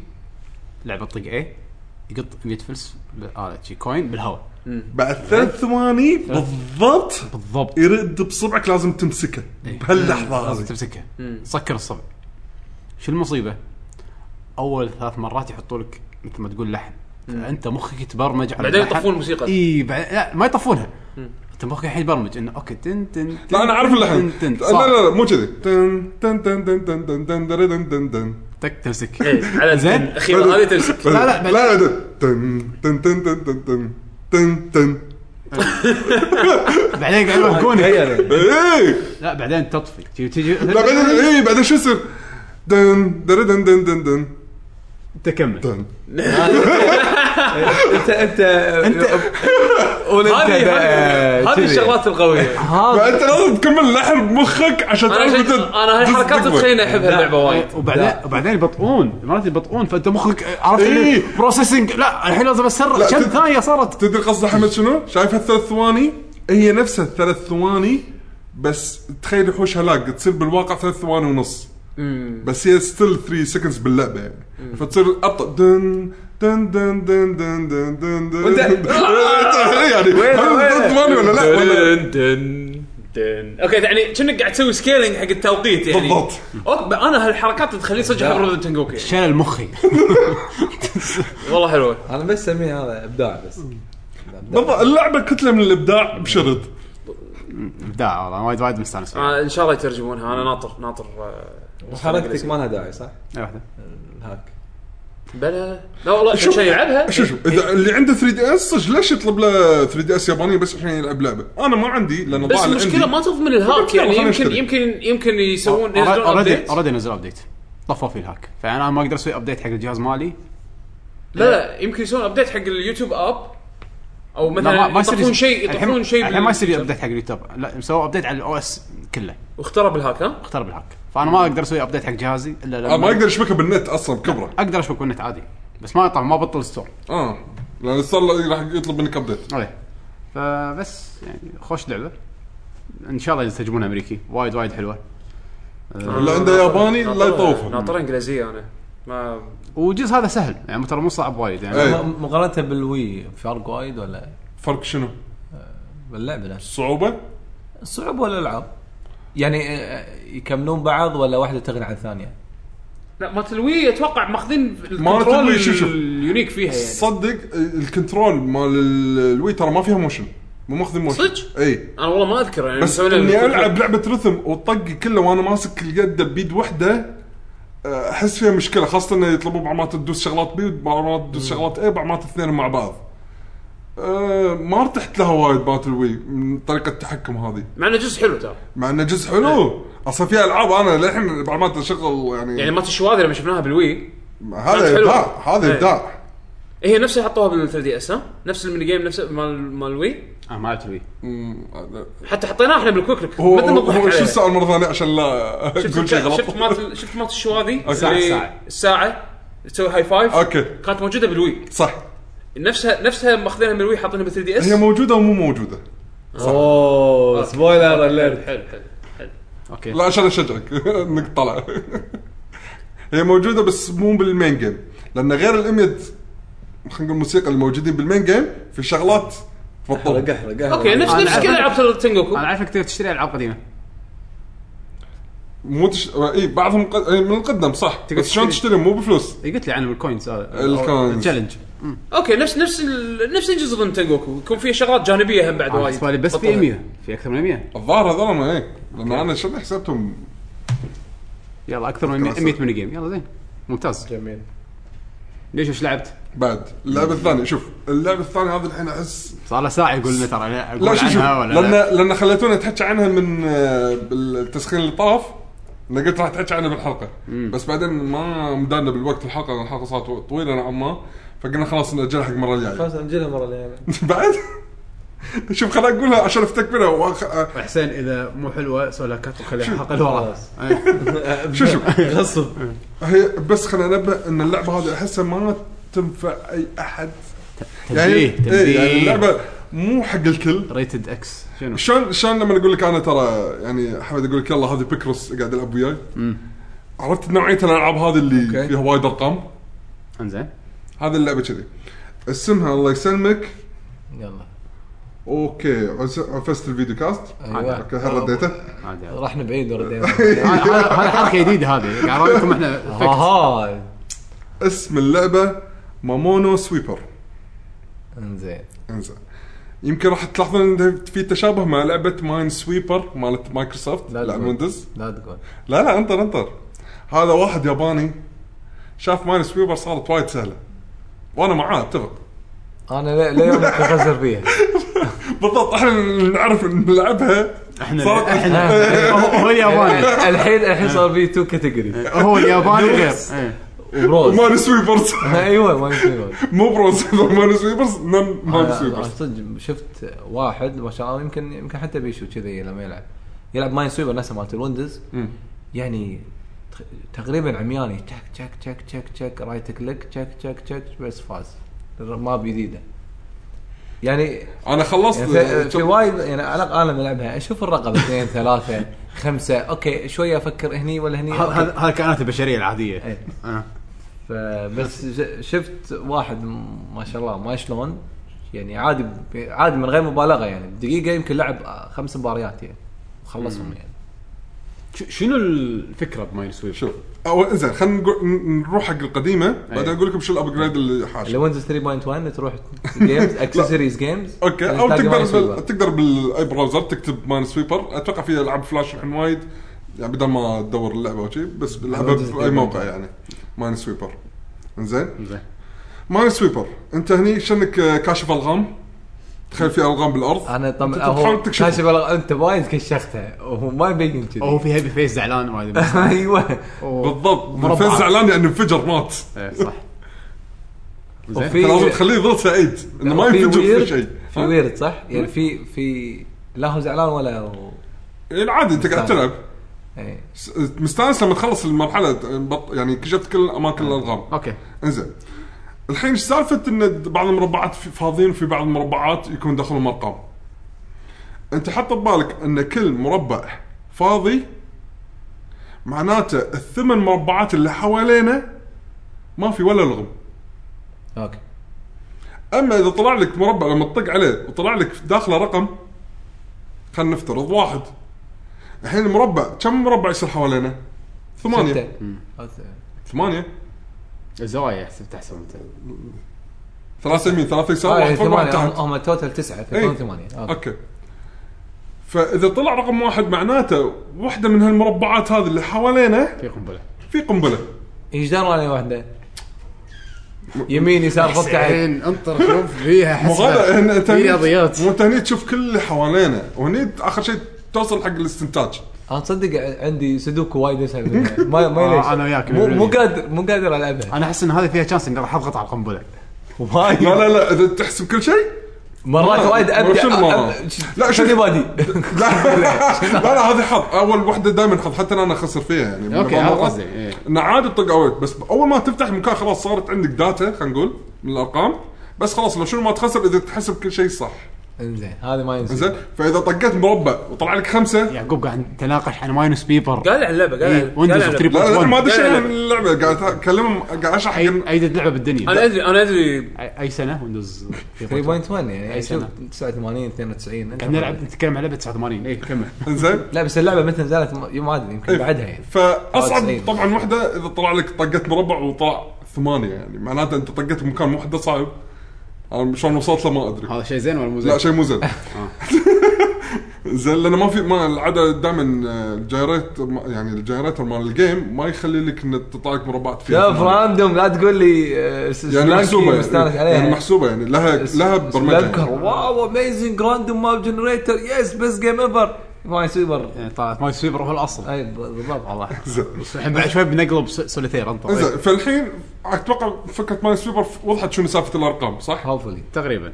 S1: لعبه طق اي يقط 100 فلس آه شي كوين بالهواء
S3: بعد ثلاث ثواني بالضبط
S1: بالضبط
S3: يرد بصبعك لازم تمسكه بهاللحظه
S1: لازم
S3: هذه
S1: تمسكها
S4: مم.
S1: سكر الصبع شو المصيبه؟ اول ثلاث مرات يحطوا لك مثل ما تقول لحن انت مخك يتبرمج على
S4: بعدين
S1: اللحن.
S4: يطفون موسيقى.
S1: اي بعد... لا ما يطفونها انت مخك الحين يتبرمج انه اوكي تن تن
S3: لا انا اعرف اللحن
S1: تن-
S3: لا
S1: تن
S3: لا
S1: صح.
S3: لا مو كذي تن تن تن تن تن تن تن تن تن تن
S1: تك تمسك
S4: إيه، على
S1: زين.
S4: الاخيره هذه تمسك
S1: لا، لا،
S3: لا لا تن تن تن تن تن تن تن تن
S1: بعدين قاعد يوهقونك
S3: ايه
S1: لا بعدين تطفي تجي تجي
S3: لا بعدين ايه بعدين شو يصير؟ دن دري دن دن دن دن
S1: تكمل
S3: دن
S2: انت انت انت قول انت
S4: هذه
S2: ده-
S4: هذه
S2: كذي.
S4: الشغلات القويه
S2: هذا
S3: فانت لازم تكمل لحم بمخك عشان
S4: انا
S3: تعرف
S4: عشان-
S3: متى
S4: انا
S3: تدز
S4: هالحركات
S3: دقمة.
S4: الخينه احبها اللعبه وايد
S1: وبعدين وبعدين يبطئون مرات يبطئون فانت مخك عرفت
S3: إيه.
S1: اللي بروسيسنج لا الحين لازم اسرع
S3: لا،
S1: كم
S3: تد-
S1: ثانيه صارت
S3: تدري قصد احمد شنو؟ شايف هالثلاث ثواني؟ هي نفسها الثلاث ثواني بس تخيل يحوش هلاك تصير بالواقع ثلاث ثواني ونص بس هي ستيل 3 سكندز باللعبه يعني فتصير ابطا دن دن دن دن دن دن دن دن يعني هل ضد ماني ولا لا ولا
S4: دن دن دن. اوكي يعني كأنك قاعد تسوي سكيلينج حق التوقيت يعني
S3: بالضبط.
S4: أوك، انا هالحركات تخليني صدق احب رذم تنجوكي يعني.
S1: شلل مخي
S4: والله حلوه
S2: انا بس اسميه هذا ابداع بس
S3: بالضبط اللعبه كتله من الابداع بشرط
S1: ابداع والله وايد وايد مستانس فيها.
S4: آه، ان شاء الله يترجمونها انا ناطر ناطر آه،
S2: حركتك ما لها داعي صح؟
S1: أي إيه، واحدة.
S2: الهاك
S4: بلا لا والله
S3: شوف-
S4: شيء يلعبها
S3: شو شو اذا اللي عنده 3 دي اس صج ليش يطلب له 3 دي اس ياباني بس عشان يلعب لعبه انا ما عندي لان
S4: بس
S3: ضاع اللي
S4: المشكله
S3: عندي.
S4: ما تضمن الهاك
S3: طب يلا
S4: يعني
S3: خلينا
S4: يمكن
S3: نشتري.
S4: يمكن يمكن يسوون ينزلون
S1: اوريدي
S4: update.
S1: اوريدي نزلوا ابديت طفوا فيه الهاك فانا ما اقدر اسوي ابديت حق الجهاز مالي
S4: لا لا يمكن يسوون ابديت حق اليوتيوب اب او
S1: لا،
S4: مثلا
S1: ما- ما يصير
S4: يطلقون شيء
S1: الحين-
S4: يطلقون شيء
S1: الحين ما يصير
S4: بال-
S1: ابديت حق اليوتيوب لا سووا ابديت على الاو اس كله
S4: واخترب الهاك ها
S1: اخترب الهاك فانا ما اقدر اسوي ابديت حق جهازي الا لما
S3: آه، ما اقدر اشبكها بالنت اصلا بكبره
S1: اقدر اشبك بالنت عادي بس ما طبعا ما بطل ستور
S3: اه لان صار راح يطلب منك ابديت
S1: ايه فبس يعني خوش لعبه ان شاء الله يستجمونها امريكي وايد وايد حلوه
S3: آه، اللي عنده ياباني لا
S4: ناطرها-
S3: يطوفه
S4: ناطرها انجليزيه انا ما
S1: والجزء هذا سهل يعني ترى مو صعب وايد يعني
S3: إيه.
S2: م- مقارنه بالوي فرق وايد ولا
S3: فرق شنو؟
S2: باللعبه نفسها
S3: صعوبه؟
S2: الصعوبه ولا الالعاب؟ يعني آه، يكملون بعض ولا واحده تغني عن الثانيه؟
S4: لا مالت الوي اتوقع ماخذين
S3: مالت
S4: الكنترول
S3: الوي، شوف، شوف.
S4: اليونيك فيها يعني
S3: صدق الكنترول مال ال- الوي ترى ما فيها موشن مو ماخذين موشن
S4: صدق؟
S3: اي
S4: انا والله ما اذكر يعني
S3: بس
S4: مسوي لها
S3: اني
S4: الكنترول.
S3: العب لعبه رثم والطق كله وانا ماسك اليد بيد واحده آه، احس فيها مشكله خاصه انه يطلبوا بعمات تدوس شغلات بي وبعمات تدوس شغلات اي بعمات اثنين مع بعض آه، ما ارتحت لها وايد باتل وي من طريقه التحكم هذه
S4: مع انه جزء حلو ترى
S3: مع انه جزء حلو اصلا في العاب انا للحين بعمات اشغل يعني,
S4: يعني مالت الشواذ لما شفناها بالوي
S3: هذا
S4: كانت حلوة.
S3: ابداع هذا
S4: إيه.
S3: ابداع
S4: هي نفسها حطوها بال 3 دي اس ها نفس الميني جيم نفس مال مال الوي
S1: اه ما ادري
S3: مم، هذا-
S4: حتى حطيناها احنا بالكويك لك
S3: هو
S4: مثل ما ضحك
S3: هو شو
S4: عليها.
S3: السؤال مره ثانيه عشان لا اقول شيء
S4: شفت شفت
S3: غلط
S4: مالت شفت مالت الشواذي
S3: الساعة-
S4: اللي-
S1: الساعة.
S4: الساعه تسوي هاي فايف
S3: اوكي
S4: كانت موجوده بالوي
S3: صح
S4: نفسها نفسها ماخذينها من الوي حاطينها بال 3 دي اس
S3: هي موجوده ومو موجوده
S5: اوه سبويلر
S4: حلو
S5: اليرت
S4: حلو حلو حلو
S1: اوكي
S3: لا عشان اشجعك انك طلع هي موجوده بس مو بالمين جيم لان غير الايمج خلينا نقول الموسيقى اللي موجودين بالمين جيم في شغلات تبطل
S5: احرق احرق احرق.
S4: اوكي نفس
S1: أنا
S4: نفس
S1: أعرف.
S4: كل العاب تنجوكو
S1: انا عارفك تقدر تشتري العاب قديمه
S3: مو تش... اي بعضهم قد... إي، من القدم صح
S1: تقدر
S3: بس شلون
S1: تشتري.
S3: تشتري مو بفلوس
S1: إيه، قلت لي عن الكوينز هذا
S3: الكوينز.
S1: التشالنج
S4: اوكي نفس نفس ال... نفس الجزء من تنجوكو يكون فيه شغلات جانبيه هم بعد
S1: أنا
S4: وايد
S1: بالنسبه لي بس في
S4: بطلها.
S1: 100 في اكثر من 100
S3: الظاهر هذول ما اي لان انا شنو حسبتهم
S1: يلا اكثر من 100
S3: أصلاً.
S1: 100 ميني جيم يلا زين ممتاز
S5: جميل
S1: ليش ايش لعبت؟
S3: بعد اللعبه الثانيه شوف اللعبه الثانيه هذا الحين احس
S1: صار له ساعه يقول لنا ترى لا
S3: لا
S1: اقول
S3: شوف شوف
S1: عنها ولا لا.
S3: لان لان خليتونا نتحكى عنها من آه، بالتسخين اللي طاف انا قلت راح اتحكى عنها بالحلقه بس بعدين ما مدانا بالوقت الحلقه لأن الحلقه صارت طويله نوعا ما فقلنا خلاص ناجلها حق المره الجايه
S5: خلاص نجلها المره الجايه
S3: بعد شوف خليني اقولها عشان افتك منها وأخ... آه،
S1: حسين اذا مو حلوه سوي لها كات وخليها
S3: شوف.
S1: الحلقه اللي وراها
S5: خلاص.
S1: إيه.
S3: شوف شوف
S5: غصب
S3: هي بس خليني انبه ان اللعبه هذه احسها ما تنفع اي احد
S1: تنبيه
S3: إيه، يعني
S1: تنبيه
S3: اللعبه مو حق الكل
S1: ريتد اكس شنو؟
S3: شلون شلون لما اقول لك انا ترى يعني حمد اقول لك يلا هذه بيكروس قاعد العب وياي عرفت نوعيه الالعاب هذه اللي
S5: أوكي.
S3: فيها وايد ارقام
S1: انزين
S3: هذه اللعبه كذي اسمها الله يسلمك
S2: يلا
S3: اوكي عز- عفست الفيديو كاست
S2: أيوة.
S3: اوكي هل رديته
S1: عادي عادي.
S2: رحنا بعيد وردينا
S1: هذا- هذا هذا حركه جديده هذه قاعد اقول لكم
S2: آه،
S1: احنا فكت.
S2: اها
S3: اسم اللعبه مامونو سويبر
S2: انزين
S3: انزين يمكن راح تلاحظون انه في تشابه مع لعبه ماين سويبر مالت مايكروسوفت
S2: لا
S3: لا
S2: تقول.
S3: ويندوز
S2: لا تقول
S3: لا لا انطر انطر هذا واحد ياباني شاف ماين سويبر صارت وايد سهله وانا معاه اتفق
S2: انا لي- ليوم اخزر فيها
S3: بالضبط احنا اللي نعرف نلعبها
S1: احنا
S3: صارت
S1: احنا آه. هو- هو الياباني
S2: آه. الحين الحين صار في تو كاتيجوري
S1: هو الياباني غير إيه.
S2: وبروز
S3: ماين سويبرز
S2: ايوه ما يمكن يقول.
S3: مو بروز ماين سويبرز نم ماين
S2: أنا- أنا
S3: سويبرز
S2: صدق شفت واحد ما شاء الله يمكن يمكن حتى بيشو كذي لما يلعب يلعب ماين سويبر نفسه مالت الويندوز يعني تخ- تقريبا عمياني تشك تشك تشك تشك تشك رايت كليك تشك تشك تشك بس فاز ماب جديده يعني
S3: انا خلصت آه،
S2: يعني في- في وايد يعني على الاقل انا بلعبها اشوف الرقم اثنين ثلاثه خمسه اوكي شويه افكر هني ولا هني
S1: هذا-
S2: أوكي.
S1: هذا هذا الكائنات البشريه العاديه
S2: إيه.
S1: آه.
S2: فبس ج- شفت واحد م- ما شاء الله ما شلون يعني عادي ب- عادي من غير مبالغه يعني بدقيقه يمكن لعب آه، خمس مباريات يعني وخلصهم يعني
S1: ش- شنو الفكره بماين سويب؟
S3: شوف اول زين خلينا نقول- ن- نروح حق القديمه بعدين اقول لكم شو الابجريد اللي
S2: اللي
S3: حاشه
S2: ويندوز 3.1 تروح جيمز اكسسوارز جيمز
S3: اوكي او تقدر بال... تقدر بالاي براوزر تكتب ماين سويبر اتوقع في العاب فلاش الحين وايد يعني بدل ما تدور اللعبه وشي بس العبها
S2: Windows
S3: باي موقع يعني ماين سويبر انزين
S1: زين
S3: ماين سويبر انت هني شنك آه، كاشف الغام تخيل في الغام بالارض
S2: انا
S3: أنت
S2: طبعا
S3: تحاول
S2: هو
S3: تكشف.
S2: كاشف الألغ- انت وايد كشختها وهو ما يبين
S1: وهو
S2: كذي
S1: في هيبي فيس زعلان ما ادري
S2: ايوه
S3: بالضبط
S1: مربعة.
S3: فين زعلان لانه انفجر مات
S1: إيه، صح
S2: وفي
S3: لازم تخليه يظل سعيد انه ما
S2: وفي
S3: ينفجر في
S2: weird.
S3: شيء
S2: في ويرد صح؟ يعني في في لا هو زعلان ولا هو إيه.
S3: العادي انت يعني
S2: آه.
S3: قاعد تلعب
S2: اي
S3: س- مستانس لما تخلص المرحله بط- يعني كشفت كل
S2: آه.
S3: اماكن الالغام
S1: اوكي
S3: انزين الحين ايش سالفه ان بعض المربعات في- فاضيين في بعض المربعات يكون داخلهم ارقام انت حط ببالك ان كل مربع فاضي معناته الثمان مربعات اللي حوالينا ما في ولا لغم
S2: اوكي
S3: اما اذا طلع لك مربع لما تطق عليه وطلع لك داخله رقم خلينا نفترض واحد الحين المربع كم مربع يصير حوالينا؟ ثمانية
S2: ستة. أو ث-
S3: ثمانية
S1: الزوايا يحسب تحسب انت
S3: 3 يمين ثلاثة يسار
S2: آه،
S3: واحد
S2: يعني
S3: فوق واحد
S2: ثمانية هم
S3: تحت
S2: هم توتال تسعة فيكون ثمانية اوكي
S3: اوكي فاذا طلع رقم واحد معناته واحدة من هالمربعات هذه اللي حوالينا
S1: في قنبله
S3: في قنبلة
S2: ايش دار علي واحدة؟ يمين يسار فوق تحت
S1: الحين انطر شوف فيها
S3: مو هذا إن-
S1: حسبه
S3: انت
S1: في رياضيات
S3: مو انت هني تشوف كل اللي حوالينا وهني اخر شيء توصل حق الاستنتاج
S2: انا تصدق عندي سودوكو وايد اسهل منها. ما ما
S1: آه،
S2: ليش
S1: أنا وياك
S2: مو مو
S1: بالبريد.
S2: قادر مو قادر العبها
S1: انا احس ان هذه فيها شانس اني راح اضغط على القنبله
S3: لا
S2: وايد
S3: لا لا اذا تحسب كل شيء
S2: مرات
S3: ما-
S2: وايد
S3: ما شو
S2: ابدع
S3: المرة؟
S2: أب-
S3: لا، شوف.
S2: شنو بادي
S3: لا لا لا هذه حظ اول وحده دائما حظ حتى انا اخسر فيها يعني
S1: اوكي
S3: بعض
S1: هذا
S3: المرات
S1: قصدي إيه.
S3: انه عادي تطق اوت بس اول ما تفتح المكان خلاص صارت عندك داتا خلينا نقول من الارقام بس خلاص لو شنو ما تخسر اذا تحسب كل شيء صح
S2: انزين هذا ما ينسى
S3: زين فاذا طقيت مربع وطلع لك خمسه
S1: يعقوب قاعد نتناقش عن ماينس بيبر
S4: قال عن اللعبه قال عن-
S1: إيه، Windows
S4: قال عن اللعبة.
S3: لا لا ما ادري شيء
S4: لا، لا.
S3: عن اللعبه قاعد اكلمهم قاعد اشرح حق
S1: اي اي لعبه بالدنيا
S4: انا ادري انا ادري
S1: أي- اي سنه ويندوز
S2: 3.1 يعني
S1: أي
S2: شوف
S1: سنة.
S2: 89 92
S1: قاعد نلعب نتكلم عن لعبه 89 اي إيه، كمل
S3: زين
S2: لا بس اللعبه متى نزلت ما- يوم عادل يمكن بعدها يعني
S3: فاصعب
S2: تسعين.
S3: طبعا وحده اذا طلع لك طقت مربع وطلع ثمانيه يعني معناته انت طقيت بمكان وحده صعب انا شلون وصلت له ما ادري
S1: هذا شيء زين ولا مو زين؟
S3: لا شيء مو زين
S2: آه.
S3: زين لانه ما في ما العاده دائما آه، الجايريت ما- يعني الجايريتر مال الجيم ما يخلي لك ان تطلع لك مربعات فيها
S2: لا براندوم لا تقول لي آه، س-
S3: يعني
S2: سلانكي
S3: محسوبه
S2: مستانس
S3: يعني,
S2: عليها
S3: يعني محسوبه يعني لها
S2: س-
S3: لها برمجه
S2: سلانكر.
S3: يعني.
S2: واو اميزنج راندوم ماب جنريتر يس بيست جيم ايفر ماي سوبر
S1: يعني طلعت ماينس بيبر هو الاصل
S2: اي ب- بالضبط والله
S3: زين
S1: الحين بعد شوي بنقلب س- سوليتير
S4: إيه.
S1: انطر
S3: زين فالحين اتوقع فكره ماين سويبر وضحت شنو سالفه الارقام صح؟
S2: هوفلي
S1: تقريبا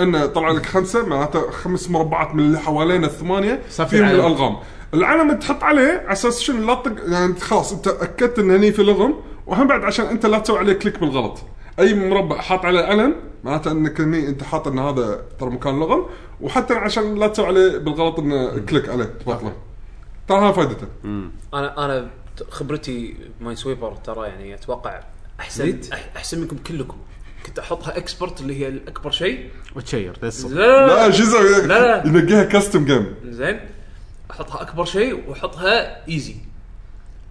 S3: انه طلع لك خمسه معناته خمس مربعات من اللي حوالينا الثمانيه
S1: صار في
S3: فيهم
S1: علم.
S3: الالغام العلم تحط عليه على اساس شنو لا تطق يعني أنت خلاص انت اكدت ان هني في لغم وهم بعد عشان انت لا تسوي عليه كليك بالغلط اي مربع حاط عليه علم معناته انك هني انت حاط ان هذا ترى مكان لغم وحتى عشان لا تسوي عليه بالغلط ان كليك عليه تبطله ترى هاي فائدته
S4: انا انا ت- خبرتي ماين سويبر ترى يعني اتوقع احسن أح- احسن منكم كلكم كنت احطها اكسبرت اللي هي الاكبر شيء
S1: وتشير
S4: لا
S1: تيصل
S4: لا لا
S3: لا شو يسوي
S4: لا.
S3: ينقيها كاستم جيم
S4: زين احطها اكبر شيء واحطها ايزي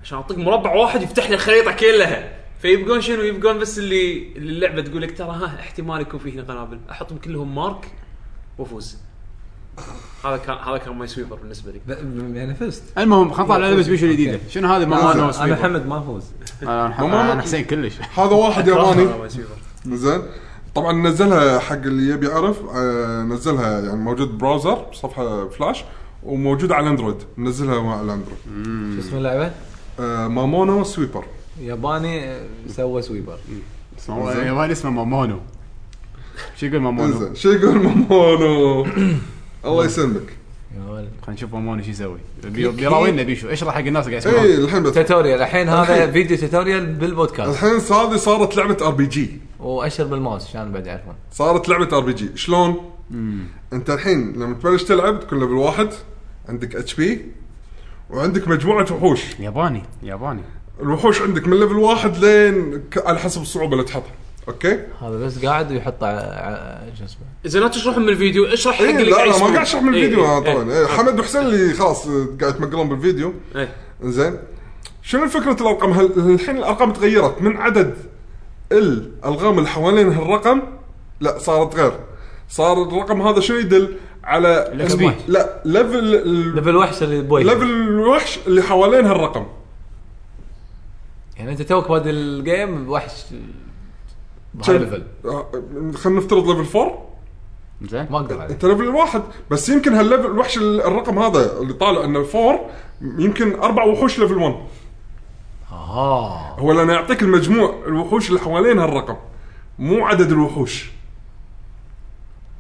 S4: عشان اعطيك مربع واحد يفتح لي الخريطه كلها فيبقون شنو يبقون بس اللي اللي اللعبه تقول لك ترى ها احتمال يكون في هنا قنابل احطهم كلهم مارك وافوز هذا كان هذا كان ماي سويبر بالنسبه لي
S2: يعني فزت
S1: المهم خلينا نطلع لعبه سبيشل جديده شنو هذه ماما نو
S2: انا
S1: سويبر
S2: محمد ما افوز
S1: انا أنا حسين كلش
S3: هذا واحد ياباني
S4: هذا ماي سويبر
S3: زين طبعا نزلها حق اللي يبي يعرف آه، نزلها يعني موجود براوزر صفحه فلاش وموجوده على الاندرويد نزلها مع الاندرويد
S2: شو اسم اللعبه؟
S3: آه، مامونو سويبر
S2: ياباني آه، سوى سويبر
S1: هو ياباني اسمه مامونو شو يقول مامونو؟
S3: زين شو يقول مامونو الله يسلمك
S2: يا ولد
S1: خلينا نشوف مامونو شو يسوي بي- بيراوينا بيشو اشرح حق الناس قاعد
S3: اي
S1: يسمعون
S3: إيه، الحين بس
S2: توتوريال الحين هذا فيديو توتوريال بالبودكاست
S3: الحين هذه صارت لعبه ار بي جي
S2: واشر بالماوس عشان بعد يعرفون
S3: صارت لعبه ار بي جي شلون؟ انت الحين لما تبلش تلعب تكون ليفل واحد عندك اتش بي وعندك مجموعه وحوش
S1: ياباني ياباني
S3: الوحوش عندك من ليفل واحد لين ك- على حسب الصعوبه اللي تحطها اوكي؟
S2: هذا بس قاعد ويحط ع- ع- شو اسمه
S4: اذا لا تشرح من الفيديو اشرح حق
S3: إيه
S4: اللي
S3: لا لا ما
S4: يسمع.
S3: قاعد اشرح من
S4: إيه،
S3: الفيديو
S4: إيه،
S3: أنا طبعا إيه حمد وحسين اللي خلاص آه، قاعد يتمقلون بالفيديو
S4: إيه.
S3: زين شنو فكره الارقام؟ هل الحين الارقام تغيرت من عدد الالغام اللي حوالين هالرقم لا صارت غير صار الرقم هذا شنو يدل على
S1: ال XP.
S3: لا ليفل ال-
S2: ليفل وحش اللي بوي
S3: ليفل الوحش اللي حوالين هالرقم
S2: يعني انت توك بادي الجيم وحش بهاي ليفل
S3: آه، خلينا نفترض ليفل 4
S1: زين
S2: ما اقدر عليه
S3: انت ليفل واحد بس يمكن هالليفل الوحش ال- الرقم هذا اللي طالع انه 4 يمكن اربع وحوش ليفل 1
S2: اه
S3: هو لانه يعطيك المجموع الوحوش اللي حوالين هالرقم مو عدد الوحوش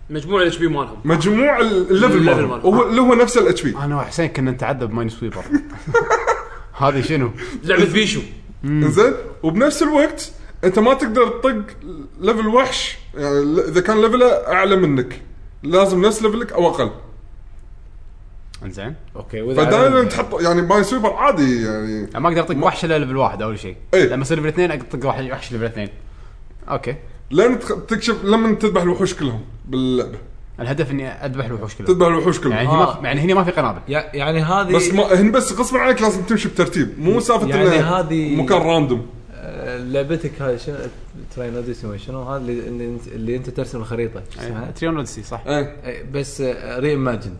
S4: مجموع الاتش بي مالهم
S3: مجموع ال- الليفل
S4: الليفل
S3: مالهم
S4: مالهم.
S3: هو اللي هو نفس الاتش بي
S1: انا وحسين كنا نتعذب ماين سويبر هذه شنو؟
S4: لعبه بيشو
S3: انزين وبنفس الوقت انت ما تقدر تطق ليفل وحش يعني ل- اذا كان ليفله اعلى منك لازم نفس ليفلك او اقل
S1: انزين
S2: اوكي واذا
S3: فدائما
S2: على-
S3: تحط يعني ماين سويبر عادي يعني
S1: يعني ما اقدر اطق وحش الا ليفل واحد اول شيء
S3: إيه.
S1: لما يصير ليفل اثنين اقدر اطق وحش وحش ليفل اثنين اوكي
S3: لين تخ- تكشف لما تذبح الوحوش كلهم باللعبه
S1: الهدف اني اذبح الوحوش كلهم
S3: تذبح الوحوش
S1: يعني هني
S3: كلهم
S1: ما
S2: آه.
S1: في- يعني هني ما في قنابل
S2: يع- يعني هذه
S3: بس ما هن بس غصبا عنك لازم تمشي بترتيب مو مسافه
S2: يعني
S3: إنه
S2: هذه-
S3: مكان راندوم
S2: آه، لعبتك هاي شنو ترين اوديسي شنو هذا اللي, اللي انت- اللي انت ترسم الخريطه
S3: إيه.
S2: شو اسمها؟
S1: تريون اوديسي صح
S3: ايه
S2: أي، بس ري ايماجند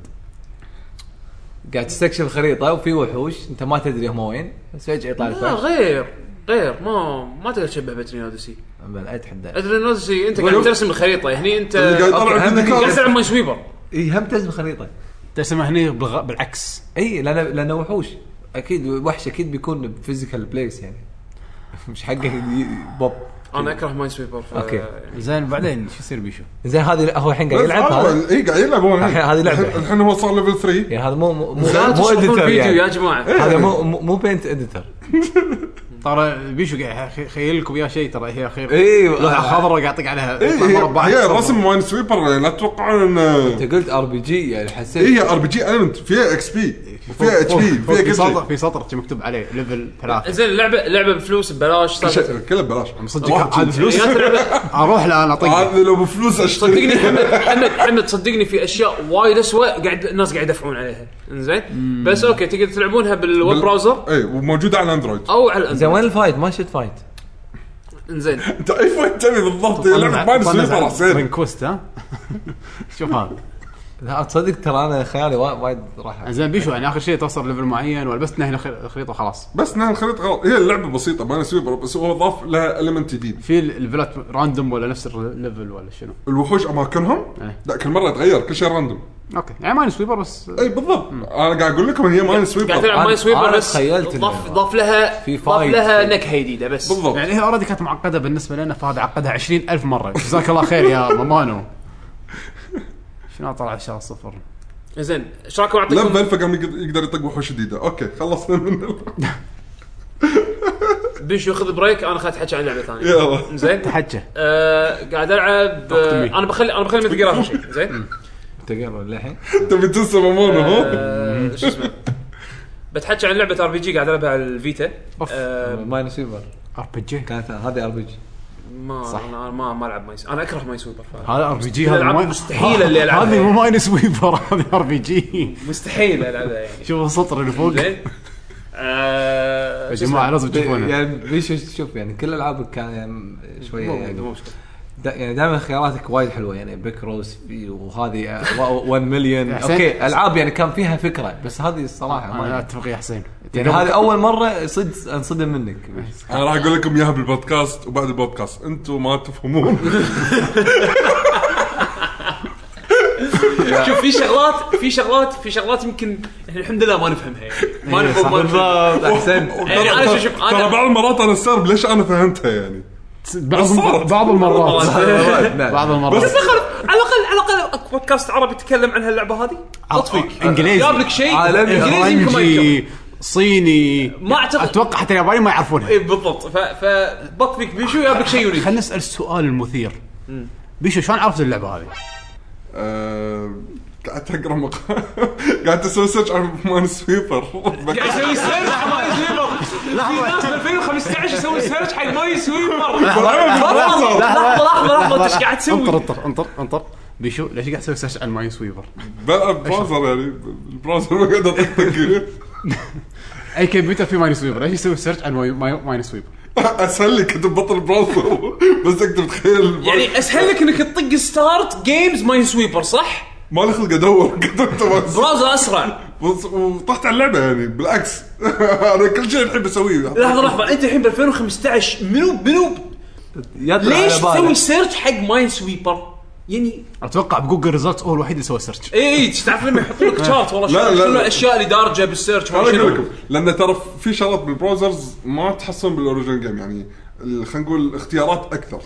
S2: قاعد تستكشف الخريطه وفي وحوش انت ما تدري هم وين بس فجاه يطلع لك
S4: لا
S2: وحش
S4: غير غير ما ما تقدر تشبه باترين اوديسي
S2: بل اتحدى
S4: ادري نوزي انت قاعد
S3: ولو-
S4: ترسم الخريطه هني انت
S3: اللي قاعد
S4: أوكي،
S3: يطلع
S2: أوكي،
S3: عندك
S2: هم-
S4: قاعد
S3: كارت.
S4: تلعب ماي سويبر
S2: اي هم ترسم خريطه
S1: ترسم هني بالغ... بالعكس
S2: اي لان لان وحوش اكيد وحش اكيد بيكون بفيزيكال بليس يعني مش حقه ي- بوب
S4: انا اكره ماي سويبر ف...
S2: أوكي.
S1: زين بعدين شو يصير بيشو؟
S2: زين هذه هو الحين قاعد
S3: بس
S2: يلعب هذا
S3: أول- اي آه، إيه، قاعد يلعب هو الحين.
S2: الحين هذه لعبة.
S3: الحين- الحين هو صار ليفل 3
S2: يعني هذا مو مو مو
S4: لا
S2: مو
S4: تشوفون
S2: editor
S4: فيديو يا
S2: يعني.
S4: جماعه
S2: هذا مو مو- مو بينت اديتر
S1: ترى بيشو قاعد خ- خيل لكم اياه شيء ترى هي خير
S2: إيوه.
S1: لوحه خضراء قاعد يطق عليها يطلع
S3: إيه، هي-
S1: مربعات
S3: هي
S1: صفر.
S3: رسم ماين سويبر يعني لا تتوقعون انه
S2: انت قلت ار بي جي يعني حسيت
S3: هي ار بي جي المنت فيها اكس بي
S1: فوق-
S3: وفيها اتش
S1: فوق- فوق في
S3: بي
S1: سطر
S3: فيها
S1: في سطر شي مكتوب عليه ليفل ثلاثه
S4: زين اللعبه لعبه بفلوس ببلاش
S3: كل
S4: سالفة.
S3: شيء كله ببلاش
S1: صدق
S3: واحد
S1: هذا فلوس
S4: يا تلعب-
S1: اروح لا انا اطق
S3: هذا لو بفلوس اشتري
S4: صدقني محمد محمد محمد صدقني في اشياء وايد اسوء قاعد الناس قاعد يدفعون عليها انزين بس اوكي تقدر تلعبونها بالويب
S3: بال-
S4: براوزر
S3: اي وموجوده إيه، على اندرويد
S4: او على
S2: زين
S4: الاندرويد
S2: وين الفايت ما شفت فايت
S4: انزين
S3: انت اي فايت أيوة، تبي بالضبط هي لعبه ماين سويبر حسين
S1: رينكوست ها شوف هذا
S2: لا تصدق ترى انا خيالي وا- وايد راح
S1: زين بيشو يعني اخر شيء توصل ليفل معين ولبستنا هنا خ- خريطه خلاص
S3: بس نهاية الخريطه غلط هي اللعبه بسيطه ماين سويبر بس هو ضاف لها المنت جديد
S1: في ليفلات راندوم ولا نفس الليفل ولا شنو؟
S3: الوحوش اماكنهم
S1: إيه.
S3: لا كل مره يتغير كل شيء راندوم
S1: اوكي يعني ماين سويبر بس
S3: اي بالضبط انا قاعد اقول لكم هي ماين
S4: قاعد
S3: سويبر
S4: تلعب ماي
S2: أنا-
S4: سويبر
S2: أنا
S4: بس
S2: تخيلت
S4: ضاف
S2: إنه-
S4: ضاف لها
S2: في
S4: ضاف
S2: فايت.
S4: لها نكهه جديده بس
S3: بالضبط
S1: يعني هي اوريدي كانت معقده بالنسبه لنا فهذا عقدها 20000 مره جزاك الله خير يا مامانو شنو طلع الشهر صفر
S4: زين ايش رايكم اعطيكم
S3: لما فقام يقدر يطق وحوش جديده اوكي خلصنا من ال-
S4: بيشو خذ بريك انا اخذت حكي عن لعبه ثانيه
S3: يلا
S4: زين
S1: تحجه
S4: آه، قاعد العب آه،
S1: مي.
S4: انا بخلي انا بخلي مثل اخر شيء زين
S2: تقرا للحين
S3: تبي تنسى مامونو هو
S4: آه، شو اسمه بتحكي عن لعبه ار بي جي قاعد العبها على الفيتا
S1: أوف.
S4: آه،
S2: ماين سويبر
S1: ار بي جي
S2: كانت هذه ار بي جي
S4: ما
S1: صح.
S4: أنا- انا ما ما العب ماي سويبر. انا اكره ماي سويبر ف-
S1: هذا ار بي جي
S4: الألعاب
S1: هذا
S4: مستحيل اللي ألعبها.
S1: هذه مو ماين سويبر هذه ار بي جي
S4: مستحيل العبها يعني
S1: شوف السطر اللي فوق يا
S4: زين آه، شو
S1: جماعه لازم تشوفونه
S2: يعني بيشو شوف يعني كل العابك كان يعني شويه
S4: اسمه؟ مو-
S2: يعني
S4: مو مشكله
S2: دا يعني دائما خياراتك وايد حلوه يعني بكروس في- وهذه آه، 1 مليون
S1: حسين-
S2: اوكي العاب يعني كان فيها فكره بس هذه الصراحه
S1: انا
S2: ما
S1: اتفق يا حسين
S2: يعني هذه اول مره صدق انصدم
S4: Oh
S2: منك
S3: انا راح اقول لكم اياها بالبودكاست وبعد البودكاست انتم ما تفهمون
S4: شوف في شغلات في شغلات في شغلات يمكن احنا الحمد لله ما نفهمها يعني ما
S1: إيه،
S4: نفهم
S1: صح.
S4: ما نفهم
S2: احسن
S4: يعني أنا شو- شوف، أنا-
S3: ترى بعض المرات انا استغرب ليش انا فهمتها يعني
S1: بعض
S3: بالصوت.
S1: بعض المرات
S2: نعم.
S1: بعض المرات
S4: على الاقل على الاقل أكو بودكاست عربي يتكلم عن هاللعبه هذه اطفيك
S1: إنجليزي.
S4: جاب لك شيء
S2: عالمي.
S4: انجليزي يمكن ما يتكلم
S1: فرنجي صيني
S4: ما أعتقد- إيه.
S1: اتوقع حتى اليابانيين ما يعرفونها
S4: اي بالضبط ف فبطفيك بيشو جاب لك شيء يريد
S1: خلينا نسال السؤال المثير بيشو شلون عرفت اللعبه هذه؟
S3: آه، قاعد تقرا مقال قاعد تسوي سيرش عن مان سويبر
S4: قاعد يعني يسوي سيرش حق ماي سويبر في ناس ب 2015 يسوي سيرش حق ماي سويبر لحظه لحظه لحظه ايش قاعد
S1: انطر
S4: تسوي؟
S1: انطر انطر انطر بيشو ليش قاعد تسوي سيرش عن ماين سويبر؟
S3: بلعب براوزر يعني البراوزر ما قاعد اطقطق
S1: اي كمبيوتر في ماين سويبر ليش يسوي سيرش عن ماي- ماي- ماين سويبر؟
S3: اسهل لي كنت بطل براوزر بس اكتب تخيل
S4: يعني اسهل لك انك تطق ستارت جيمز ماي سويبر صح؟
S3: ما لي خلق ادور كتبت بس.
S4: براوزر اسرع
S3: بس- وطحت على اللعبه يعني بالعكس انا كل شيء الحين بسويه
S4: لحظه لحظه انت الحين ب 2015 منو منو ليش تسوي سيرش حق ماين سويبر؟ يعني
S1: اتوقع بجوجل ريزلتس هو الوحيد اللي سوى سيرش
S4: اي اي تعرف لما يحط لك شات والله
S3: لا،
S4: شنو-
S3: لا،
S4: شنو
S3: لا.
S4: الاشياء اللي دارجه بالسيرش
S3: انا
S4: ما شنو.
S3: اقول لكم لان ترى في شغلات بالبراوزرز ما تحصل بالاوريجنال جيم يعني ال- خلينا نقول اختيارات اكثر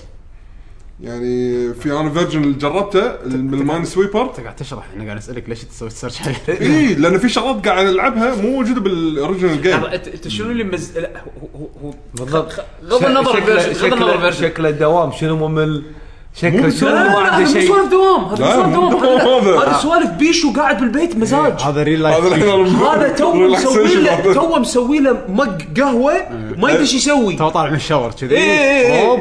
S3: يعني في انا فيرجن اللي جربته الماين سويبر
S1: انت قاعد تشرح احنا قاعد اسالك ليش تسوي سيرش عليه
S3: اي لان في شغلات قاعد العبها مو موجوده بالاوريجنال جيم
S4: لحظة، انت انت شنو اللي مز لا هو هو- هو
S2: بالضبط.
S4: خ- خ- غض النظر
S2: شكله-
S4: version- غض
S2: شكله-
S4: النظر version.
S2: شكله الدوام شنو ممل
S3: مو
S2: شكله شنو
S4: لا، لا،
S2: ما
S4: لا،
S2: عنده
S4: هذا مو
S2: شيء
S4: سوالف دوام هذا
S3: لا،
S4: مو سوالف
S3: مو
S4: دوام
S3: دوام
S4: هذا-
S3: هذا.
S4: هذا سوالف بيش وقاعد بالبيت مزاج
S1: هذا ريل
S3: هذا
S1: لايف
S3: الحين
S4: هذا تو مسوي
S3: relaxation
S4: له
S3: هذا.
S4: تو مسوي له مج قهوه ما يدري ايش يسوي إيه،
S1: تو طالع من الشاور كذي
S4: إي إي إي.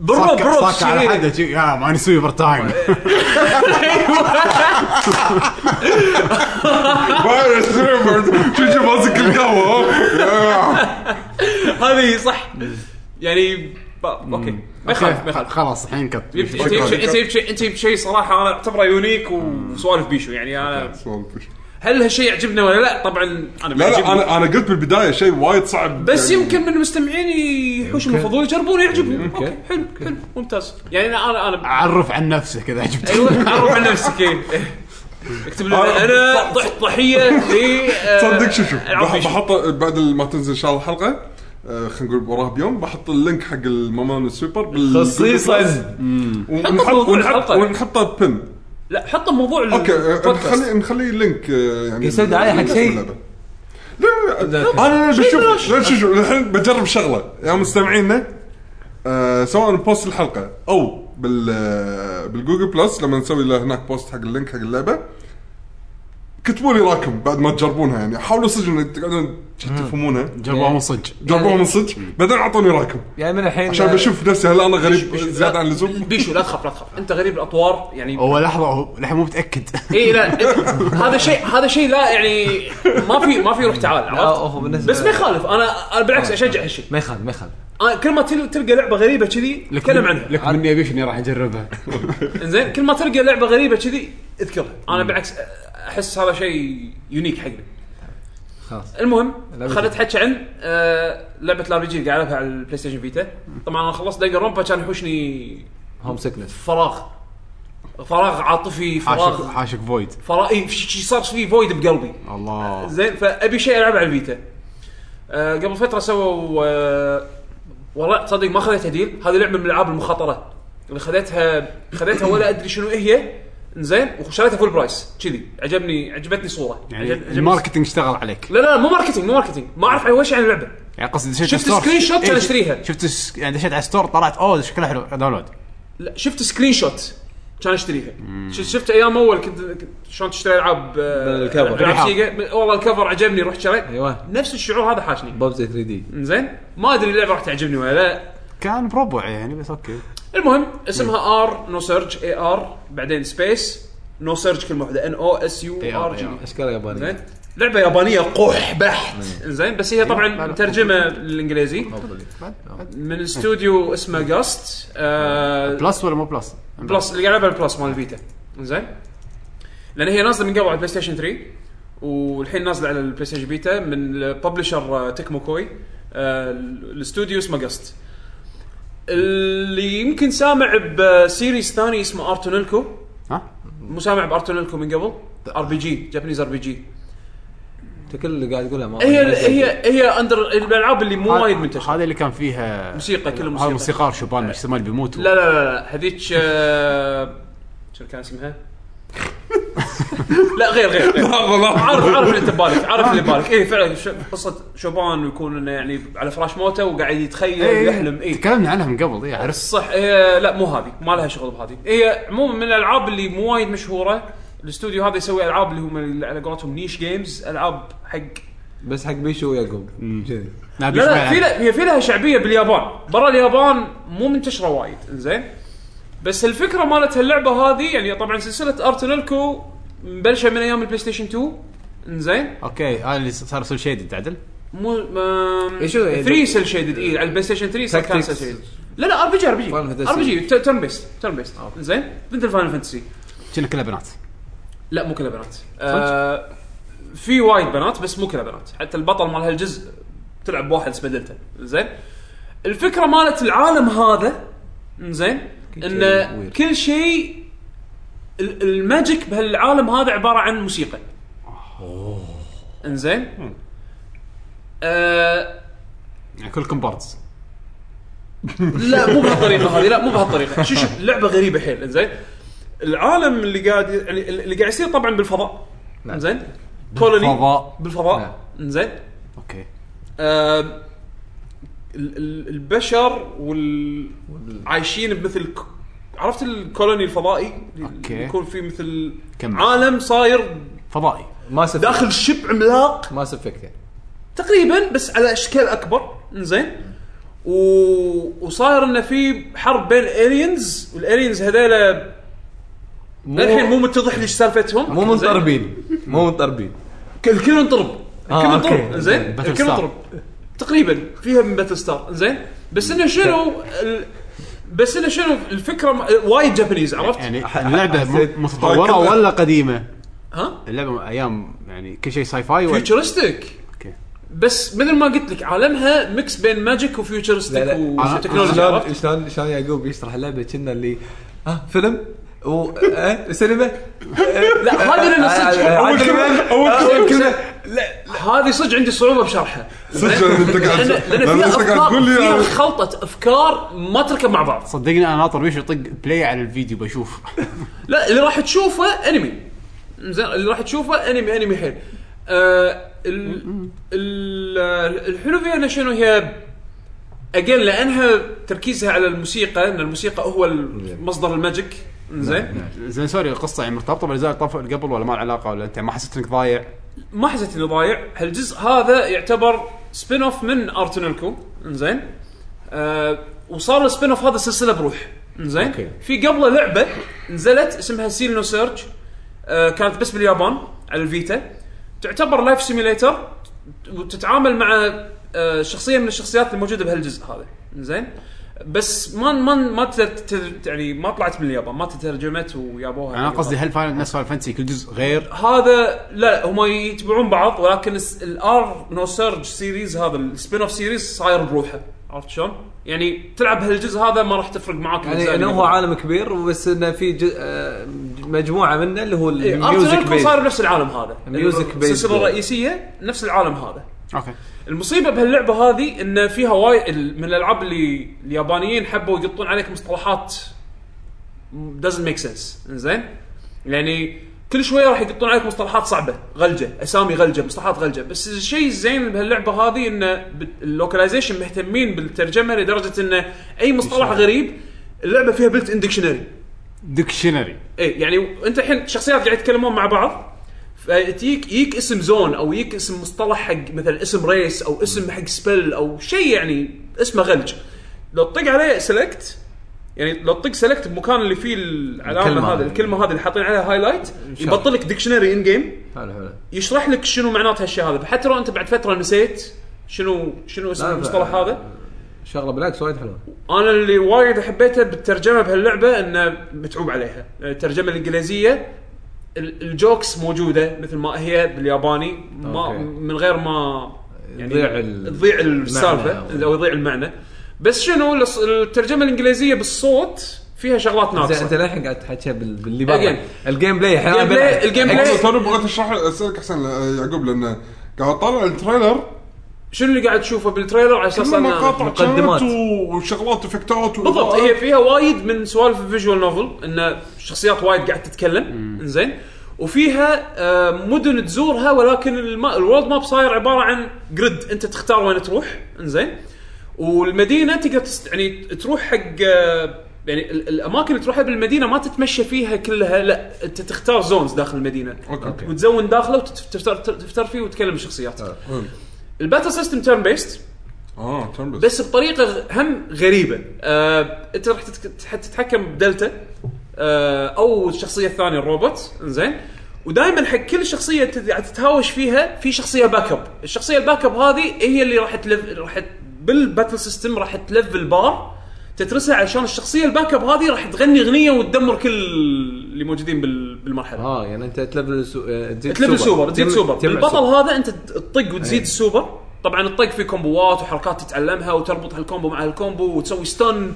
S4: بالروب
S1: بروب
S4: بروب
S1: صاك على حده جي- يا ماين سويبر تايم
S3: بايع السيرفر. شو شو ماسك القهوه آه.
S4: هذه صح يعني ب- اوكي ما يخالف ما يخالف
S1: خلاص الحين كت
S4: جبت- انت جبت شيء- انت جبت شيء- انت جبت شيء صراحه انا اعتبره يونيك وسوالف بيشو يعني انا هل هالشيء يعجبنا ولا لا طبعا
S3: لا
S4: انا بيعجبني.
S3: لا انا انا قلت بالبدايه شيء وايد صعب
S4: بس
S3: يعني
S4: يمكن من المستمعين يحوشهم الفضول يجربون يعجبهم اوكي حلو حلو ممتاز يعني انا انا انا
S1: عرف عن نفسه كذا عجبت
S4: ايوه عرف عن نفسك إيه. اكتب لنا
S3: آه،
S4: انا ضحت ضحيه ل آه،
S3: تصدق شوف شوف
S4: ألعاب
S3: بح-
S4: بيشو.
S3: بحط بعد ما تنزل ان شاء الله الحلقه آه، خلينا نقول وراها بيوم بحط اللينك حق المامان السوبر بال-
S5: خصيصا
S3: ونحط
S4: موضوع
S3: ونحط
S4: الحلقة.
S3: ونحطه بن
S4: لا حط موضوع
S3: اوكي آه،
S4: البودكاست
S3: نخلي نخلي اللينك آه، يعني
S2: يصير دعاية حق شيء.
S3: لا، لا، لا انا بشوف لا شوف شوف، الحين بجرب شغله يا مستمعينا آه، سواء بوست الحلقه او بال آه، بالجوجل بلس لما نسوي له هناك بوست حق اللينك حق اللعبه كتبوا لي رايكم بعد ما تجربونها يعني حاولوا صدق إن تقعدون تفهمونها
S4: إيه.
S1: جربوها من صدق
S3: جربوها من صدق بعدين اعطوني رايكم
S2: يعني من الحين
S3: عشان بشوف نفسي هل انا غريب
S4: بيشو، لا-
S3: زياده عن اللزوم
S4: بيشو لا تخاف لا تخاف انت غريب الاطوار يعني
S1: هو لحظه هو الحين مو متاكد
S4: اي لا إنت- هذا شيء هذا شيء لا يعني ما في ما في روح تعال
S2: هو
S4: عرفت
S2: بالنسبة-
S4: بس ما يخالف انا أنا بالعكس اشجع هالشيء
S2: ما يخالف ما يخالف
S4: أنا كل ما تل- تلقى لعبه غريبه كذي تكلم عنها
S1: لك مني ابيش اني راح اجربها
S4: انزين كل ما تلقى لعبه غريبه كذي اذكرها انا بالعكس احس هذا شيء يونيك حقنا
S2: خلاص
S4: المهم
S2: لعبة-
S4: خلينا نتحكى عن آه لعبه الار بي جي اللي قاعد العبها على البلاي ستيشن فيتا طبعا انا خلصت دنجر رومبا كان يحوشني
S2: هوم سكنس
S4: فراغ فراغ عاطفي
S1: حاشك
S4: فراغ
S1: حاشك فويد
S4: فراغ إي، ش- ش- صار في فويد بقلبي
S1: الله
S4: زين فابي شيء العبه على الفيتا آه قبل فتره سووا آه والله تصدق ما خذيتها ديل هذه لعبه من العاب المخاطره اللي خذيتها خذيتها ولا ادري شنو إيه هي زين وشريتها فول برايس كذي عجبني عجبتني صوره
S1: يعني
S4: عجب- عجبني-
S1: الماركتنج اشتغل عليك
S4: لا لا مو ماركتينج مو ماركتينج ما اعرف اي شيء عن اللعبه
S1: يعني قصدي دشيت
S4: شفت
S1: الستور.
S4: سكرين شوت
S1: إيه،
S4: كان أشتريها.
S1: شفت الس- يعني دشيت على ستور طلعت اوه شكلها حلو داونلود
S4: لا شفت سكرين شوت كان اشتريها ش- شفت ايام اول كنت كنت شلون تشتري العاب آه،
S2: بالكفر.
S4: ألعاب سيجا. والله الكفر عجبني رحت شريت
S2: أيوة.
S4: نفس الشعور هذا حاشني
S2: بوبزي 3 دي
S4: زين ما ادري اللعبه راح تعجبني ولا لا
S1: كان بربع يعني بس اوكي
S4: المهم اسمها ار نو سيرج اي ار بعدين سبيس نو سيرج كلمه واحده ان او اس يو ار جي
S2: اشكال
S4: زين
S2: يابانيه
S4: لعبه يابانيه قح بحت زين بس هي طبعا
S1: لا، لا.
S4: مترجمه للانجليزي
S1: بعد- بعد.
S4: من استوديو اسمه جاست آه
S1: بلس ولا مو بلس؟
S4: بلس اللي قاعد العبها البلس مال الفيتا زين لان هي نازله من قبل على البلاي ستيشن 3 والحين نازله على البلاي ستيشن فيتا من الببلشر تكمو كوي آه، الاستوديو اسمه جاست اللي يمكن سامع بسيريز ثاني اسمه ارتونيلكو
S1: ها؟
S4: مو سامع بارتونيلكو من قبل ار بي جي جابانيز ار بي جي
S2: انت كل اللي قاعد تقوله ما
S4: هي هي هي اندر الالعاب اللي مو وايد منتشره
S1: هذا اللي كان فيها
S4: موسيقى، كله موسيقى.
S1: هذا موسيقار شوبان مش سمال بيموت
S4: لا لا لا لا هذيك آه، شنو كان اسمها؟ لا غير غير غير عارف عارف اللي انت ببالك عارف اللي إيه، ببالك اي فعلا ش- قصه شوبان يكون انه يعني على فراش موته وقاعد يتخيل ويحلم اي
S1: إيه، تكلمنا عنها من قبل اي عرفت
S4: صح إيه لا مو هذه ما لها شغل بهذه هي عموما من الالعاب اللي مو وايد مشهوره الاستوديو هذا يسوي العاب اللي هم اللي على قولتهم نيش جيمز العاب حق
S2: بس حق بيشو ويعقوب كذي
S4: لا لا في لا- هي في لها شعبيه باليابان برا اليابان مو منتشره وايد زين بس الفكره مالت هاللعبه هذه يعني طبعا سلسله ارتنلكو مبلشه من ايام البلاي ستيشن 2 زين
S1: اوكي هذا اللي صار سول شيدد عدل
S4: مو ما
S2: إيه شو يعني؟
S4: 3 سيل شيدد اي إيه، على البلاي ستيشن 3 سيل كان
S2: Tactics.
S4: سيل شيدد لا لا ار بي جي ار بي
S2: Final
S4: جي
S2: Fantasy.
S4: ار بي جي تيرن بيست تيرن بيست زين مثل فاينل فانتسي
S1: كنا كلها بنات
S4: لا مو كلها بنات آه في وايد بنات بس مو كلها بنات حتى البطل مال هالجزء تلعب واحد اسمه دلتا زين الفكره مالت العالم هذا زين
S2: كل شيء
S4: ان
S2: weird.
S4: كل شيء ال- الماجيك بهالعالم هذا عباره عن موسيقى انزين آه
S1: يعني كلكم باردز
S4: لا مو بهالطريقه هذه لا مو بهالطريقه شوف شوف لعبه غريبه حيل انزين العالم اللي قاعد يعني اللي قاعد يصير طبعا بالفضاء
S2: نعم.
S4: انزين كولوني
S1: فضاء
S2: نعم.
S4: بالفضاء انزين
S1: اوكي
S4: آم، ال- ال- البشر وال عايشين بمثل ك- عرفت الكولوني الفضائي
S1: أوكي.
S4: اللي يكون فيه مثل
S1: كمل.
S4: عالم صاير
S1: فضائي
S2: ماس افكت
S4: داخل شب عملاق
S2: ماس افكت يعني
S4: تقريبا بس على اشكال اكبر زين و... وصاير انه في حرب بين الالينز والالينز هذيلا للحين مو متضح لي ايش سالفتهم
S2: مو
S4: زين.
S2: منطربين مو منطربين
S4: ك- الكل انطرب
S2: آه،
S4: الكل انطرب
S2: أوكي.
S4: زين
S1: باتل
S4: الكل
S1: ستار.
S4: انطرب تقريبا فيها من باتل ستار زين بس انه شنو ال... بس انه شنو الفكره م... وايد جابانيز عرفت؟
S1: يعني اللعبه
S2: حسيت-
S1: م- متطوره ولا قديمه؟
S4: ها؟
S1: اللعبه من ايام يعني كل شيء ساي فاي ولا
S4: فيوتشرستيك
S1: اوكي
S4: بس مثل ما قلت لك عالمها ميكس بين ماجيك
S2: لا،
S4: وفيوتشرستيك
S2: لا.
S4: وتكنولوجيا عرفت؟
S2: شلون شلون شلون يعقوب يشرح لعبه كنا اللي ها فيلم و آه، سينما آه،
S4: لا هذه لان صدق
S3: أول كلمة- أول
S4: أول
S3: كلمة-
S4: كلمة- لا هذه صدق عندي صعوبه بشرحها
S3: صدق انت قاعد
S4: لان لان فيها
S3: أنت قاعد
S4: افكار
S3: تقول لي
S4: فيها
S3: أنا-
S4: خلطه افكار ما تركب مع بعض
S1: صدقني انا ناطر بيش يطق بلاي على الفيديو بشوف
S4: لا اللي راح تشوفه انمي زين اللي راح تشوفه انمي انمي حيل آه ال ال الحلو فيها انه شنو هي اجين لانها تركيزها على الموسيقى ان الموسيقى هو ال- مصدر الماجيك زين
S1: زين سوري القصه يعني مرتبطه بالاجزاء اللي طافت قبل ولا ما له علاقه ولا انت ما حسيت انك ضايع؟
S4: ما حسيت اني ضايع هالجزء هذا يعتبر سبين اوف من ارتنلكو انزين آه وصار السبين اوف هذا سلسله بروح انزين
S2: أوكي.
S4: في قبله لعبه نزلت اسمها سيل نو سيرج آه كانت بس باليابان على الفيتا تعتبر لايف سيميليتر وتتعامل مع آه شخصيه من الشخصيات الموجوده بهالجزء هذا انزين بس ما ما ما تر- تر- يعني ما طلعت من اليابان ما تترجمت ويابوها
S1: انا
S4: باليابان.
S1: قصدي هل فاينل نفس فاينل فانتسي كل جزء غير
S4: هذا لا هم يتبعون بعض ولكن الار نو سيرج سيريز هذا السبين اوف سيريز صاير بروحه عرفت شلون؟ يعني تلعب هالجزء هذا ما راح تفرق معاك
S2: يعني انه هو عالم كبير بس انه في ج- آه، مجموعه منه اللي هو
S4: إيه،
S2: الميوزك
S4: ارتنلكو
S2: بيز
S4: صاير نفس العالم هذا
S2: Music based.
S4: السلسله الرئيسيه نفس العالم هذا
S1: اوكي
S4: المصيبه بهاللعبه هذه ان فيها وايد من الالعاب اللي اليابانيين حبوا يقطون عليك مصطلحات doesn't make sense زين يعني كل شويه راح يقطون عليك مصطلحات صعبه غلجه اسامي غلجه مصطلحات غلجه بس الشيء الزين بهاللعبه هذه ان اللوكلايزيشن مهتمين بالترجمه لدرجه ان اي مصطلح غريب اللعبه فيها بلت ان ديكشنري
S1: ديكشنري
S4: اي يعني انت الحين شخصيات قاعد يتكلمون مع بعض فتجيك يجيك اسم زون او يجيك اسم مصطلح حق مثلا اسم ريس او اسم حق سبل او شيء يعني اسمه غلج لو تطق عليه سيلكت يعني لو تطق سيلكت بمكان اللي فيه العلامه
S2: الكلمة
S4: هذه
S2: هذه.
S4: الكلمه هذه اللي حاطين عليها هايلايت
S2: شاء الله.
S4: يبطل لك ديكشنري ان جيم
S2: حلو حلو
S4: يشرح لك شنو معنات هالشيء هذا فحتى لو انت بعد فتره نسيت شنو شنو اسم
S2: لا،
S4: المصطلح
S2: لا.
S4: هذا
S2: شغله بالعكس وايد حلوه
S4: انا اللي وايد حبيته بالترجمه بهاللعبه انه متعوب عليها الترجمه الانجليزيه ال- الجوكس موجوده مثل ما هي بالياباني ما
S2: أوكي.
S4: من غير ما يعني
S2: تضيع ال-
S4: تضيع السالفه
S2: المعنى
S4: او يضيع المعنى بس شنو الس- الترجمه الانجليزيه بالصوت فيها شغلات
S2: زين انت
S4: ناقصه
S2: للحين قاعد تحكي بال- باللي
S4: Again.
S2: برا الجيم بلاي إحنا
S4: الجيم بلاي-
S2: بنلعب.
S4: الجيم بلاي-
S3: والله توني بغيت اشرح اسالك احسن ل- آه، يعقوب لان قاعد اطالع التريلر
S4: شنو اللي قاعد تشوفه بالتريلر على اساس
S3: كل
S4: انه
S3: مقاطع
S2: مقدمات.
S3: كانت وشغلات افكتات
S4: بالضبط هي فيها وايد من سوالف الفيجوال نوفل ان شخصيات وايد قاعد تتكلم زين وفيها آه، مدن تزورها ولكن الما- الورلد ماب صاير عباره عن جريد انت تختار وين تروح انزين والمدينه تقدر تست... يعني تروح حق آه، يعني ال- الاماكن اللي تروحها بالمدينه ما تتمشى فيها كلها لا انت تختار زونز داخل المدينه
S3: أوكي.
S4: وتزون داخله وتفتر تفتر فيه وتكلم الشخصيات
S2: آه.
S4: الباتل سيستم تيرن بيست
S3: اه ترن بس
S4: بس بطريقه غ- هم غريبه آه، انت راح تتك- تح- تتحكم بدلتا آه، او الشخصيه الثانيه الروبوت زين ودائما حق كل شخصيه انت قاعد تتهاوش فيها في شخصيه باك اب الشخصيه الباك اب هذه هي اللي راح تلف راح ت- بالباتل سيستم راح تلف البار تترسها عشان الشخصيه الباك اب هذه راح تغني اغنيه وتدمر كل اللي موجودين بال- بالمرحله
S2: اه يعني انت تلفل سو... آه، تزيد
S4: تلفل سوبر تزيد
S2: تجمع-
S4: سوبر
S2: تجمع
S4: بالبطل
S2: سوبر.
S4: هذا انت تطق وتزيد السوبر طبعا الطق فيه كومبوات وحركات تتعلمها وتربط هالكومبو مع هالكومبو وتسوي ستن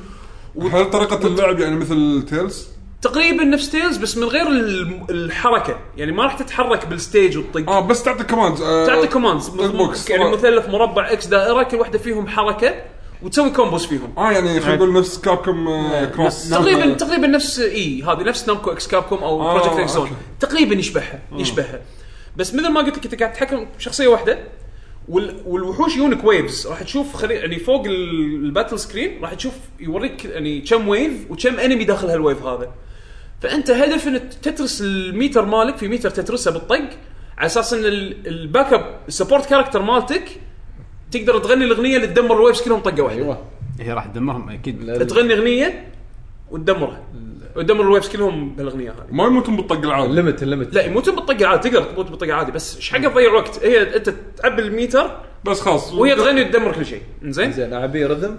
S3: هل طريقه اللعب يعني مثل تيلز
S4: تقريبا نفس تيلز بس من غير الم- الحركه يعني ما راح تتحرك بالستيج وتطق
S3: اه بس تعطي كوماندز
S4: تعطي كوماندز
S3: بوكس
S4: يعني مثلث مربع اكس دائره كل واحده فيهم حركه وتسوي كومبوس فيهم
S3: اه يعني خلينا نقول نفس كابكم آه، كروس
S4: تقريبا تقريبا نفس اي هذه نفس نامكو اكس كاب كوم او
S3: آه،
S4: بروجكت اكس زون
S3: أوكي. آه.
S4: تقريبا يشبهها يشبهها بس مثل ما قلت لك انت قاعد تتحكم بشخصيه واحده وال- والوحوش يونك ويفز راح تشوف خري... يعني فوق ال- الباتل سكرين راح تشوف يوريك يعني كم ويف وكم انمي داخل هالويف هذا فانت هدف انك تترس الميتر مالك في ميتر تترسه بالطق على اساس ان ال- الباك اب السبورت كاركتر مالتك تقدر تغني الاغنيه اللي تدمر الويفز كلهم طقه واحده
S3: أيوة.
S5: ايوه
S1: هي راح تدمرهم اكيد
S4: تغني اغنيه وتدمرها وتدمر الويفز كلهم بالاغنيه هذه
S3: ما يموتون بالطق العالي
S5: الليمت الليمت
S4: لا يموتون بالطق عادي تقدر تموت بالطق عادي بس ايش حق تضيع وقت هي انت تعبي الميتر
S3: بس خلاص
S4: وهي تغني وتدمر كل شيء زين
S5: زين اعبيه رذم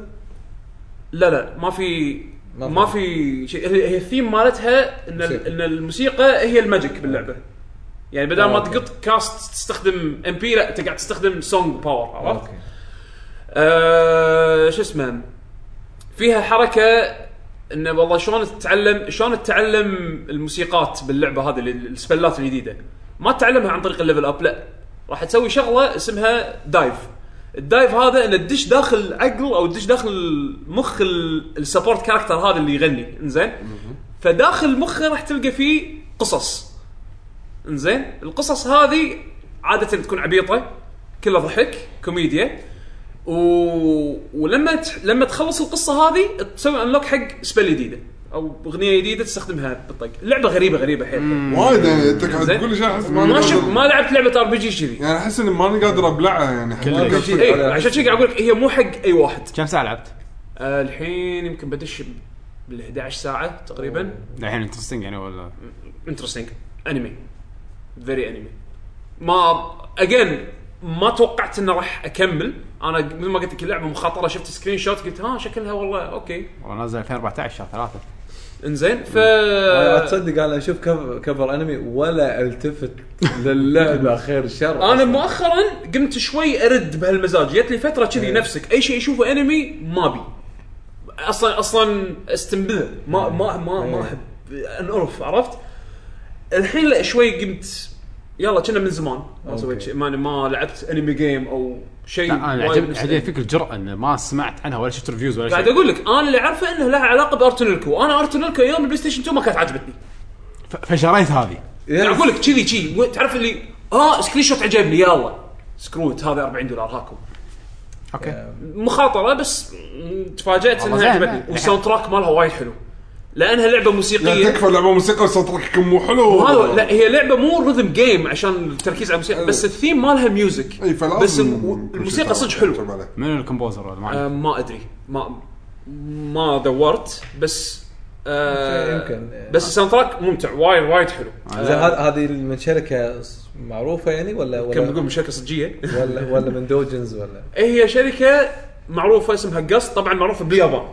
S4: لا لا ما في
S5: ما في.
S4: ما في شيء هي هي الثيم مالتها ان ال-
S5: موسيقى.
S4: ان الموسيقى هي الماجيك باللعبه يعني بدل ما تقط كاست تستخدم ام بي لا تقعد تستخدم سونج باور عرفت؟
S5: اوكي
S4: آه، شو اسمه فيها حركه انه والله شلون تتعلم شلون تتعلم الموسيقات باللعبه هذه ال- السبلات الجديده ما تتعلمها عن طريق الليفل اب لا راح تسوي شغله اسمها دايف الدايف هذا انه تدش داخل عقل او تدش داخل مخ ال- السبورت كاركتر هذا اللي يغني انزين فداخل مخه راح تلقى فيه قصص انزين القصص هذه عاده تكون عبيطه كلها ضحك كوميديا و... ولما ت... لما تخلص القصه هذه تسوي انلوك حق سبيل جديده او اغنيه جديده تستخدمها بالطق لعبه غريبه غريبه حيل
S3: وايد يعني انت قاعد
S4: زين.
S3: تقول لي شيء احس ماني
S4: ما شف...
S3: قادر-
S4: ما لعبت لعبه ار بي جي كذي
S3: يعني احس اني ماني قادر ابلعها يعني
S5: كله.
S3: حتى
S5: إيه.
S4: اي عشان كذي قاعد اقول لك هي مو حق اي واحد
S1: كم ساعه لعبت؟
S4: آه الحين يمكن بدش بال 11 ساعه تقريبا
S1: الحين انترستنج يعني ولا
S4: انترستنج انمي فيري انمي ما اجين ما توقعت انه راح اكمل انا مثل ما قلت لك اللعبه مخاطره شفت سكرين شوت قلت ها شكلها والله اوكي
S1: والله نازل 2014 شهر ثلاثه
S4: إيه، انزين ف
S5: أنا تصدق انا اشوف كفر, كفر انمي ولا التفت للعبه خير شر
S4: انا مؤخرا قمت شوي ارد بهالمزاج جت لي فتره
S1: إيه.
S4: كذي نفسك اي شيء اشوفه انمي ما بي اصلا اصلا استنبذه ما ما ما
S1: إيه.
S4: ما احب انقرف عرفت الحين لا شوي قمت يلا كنا من زمان ما
S5: أوكي.
S4: سويت شيء ما ما لعبت انمي جيم او شيء
S1: لا انا
S4: وايد
S1: عجبني
S4: مستقل.
S1: عجبني فيك الجرأه انه ما سمعت عنها ولا شفت ريفيوز ولا
S4: قاعد
S1: شيء
S4: اقول لك انا اللي عارفه انه لها علاقه بارتونيلكو انا ارتونيلكو يوم البلاي ستيشن 2 ما كانت عجبتني
S1: ف- فشريت هذه
S4: يعني اقول لك كذي كذي تعرف اللي اه سكرين شوت عجبني يلا سكروت هذا 40 دولار هاكم
S1: اوكي
S4: مخاطره بس م- تفاجات
S1: والله
S4: انها
S1: زين،
S4: عجبتني
S1: نعم.
S4: والساوند تراك مالها وايد حلو لانها لعبه
S3: يعني
S4: موسيقيه
S3: تكفى لعبه موسيقى وصوتك مو حلو
S4: وهذا إيه. لا هي لعبه مو رذم جيم عشان التركيز على الموسيقى بس الثيم مالها ميوزك
S3: اي أيوه. فلازم
S4: بس الم- الموسيقى صدق حلوه
S3: تجرب عليه.
S1: من الكومبوزر ولا ما
S4: آه،
S1: عندك؟
S4: ما ادري ما ما دورت بس آه
S5: يمكن. آه،
S4: بس الساوند تراك ممتع وايد وايد حلو آه،
S5: زين هذا- هذه من شركه ص- معروفه يعني ولا
S4: كم نقول
S5: ولا
S4: من شركه صجيه
S5: ولا, ولا من دوجنز ولا
S4: إيه هي شركه معروفه اسمها جاست طبعا معروفه باليابان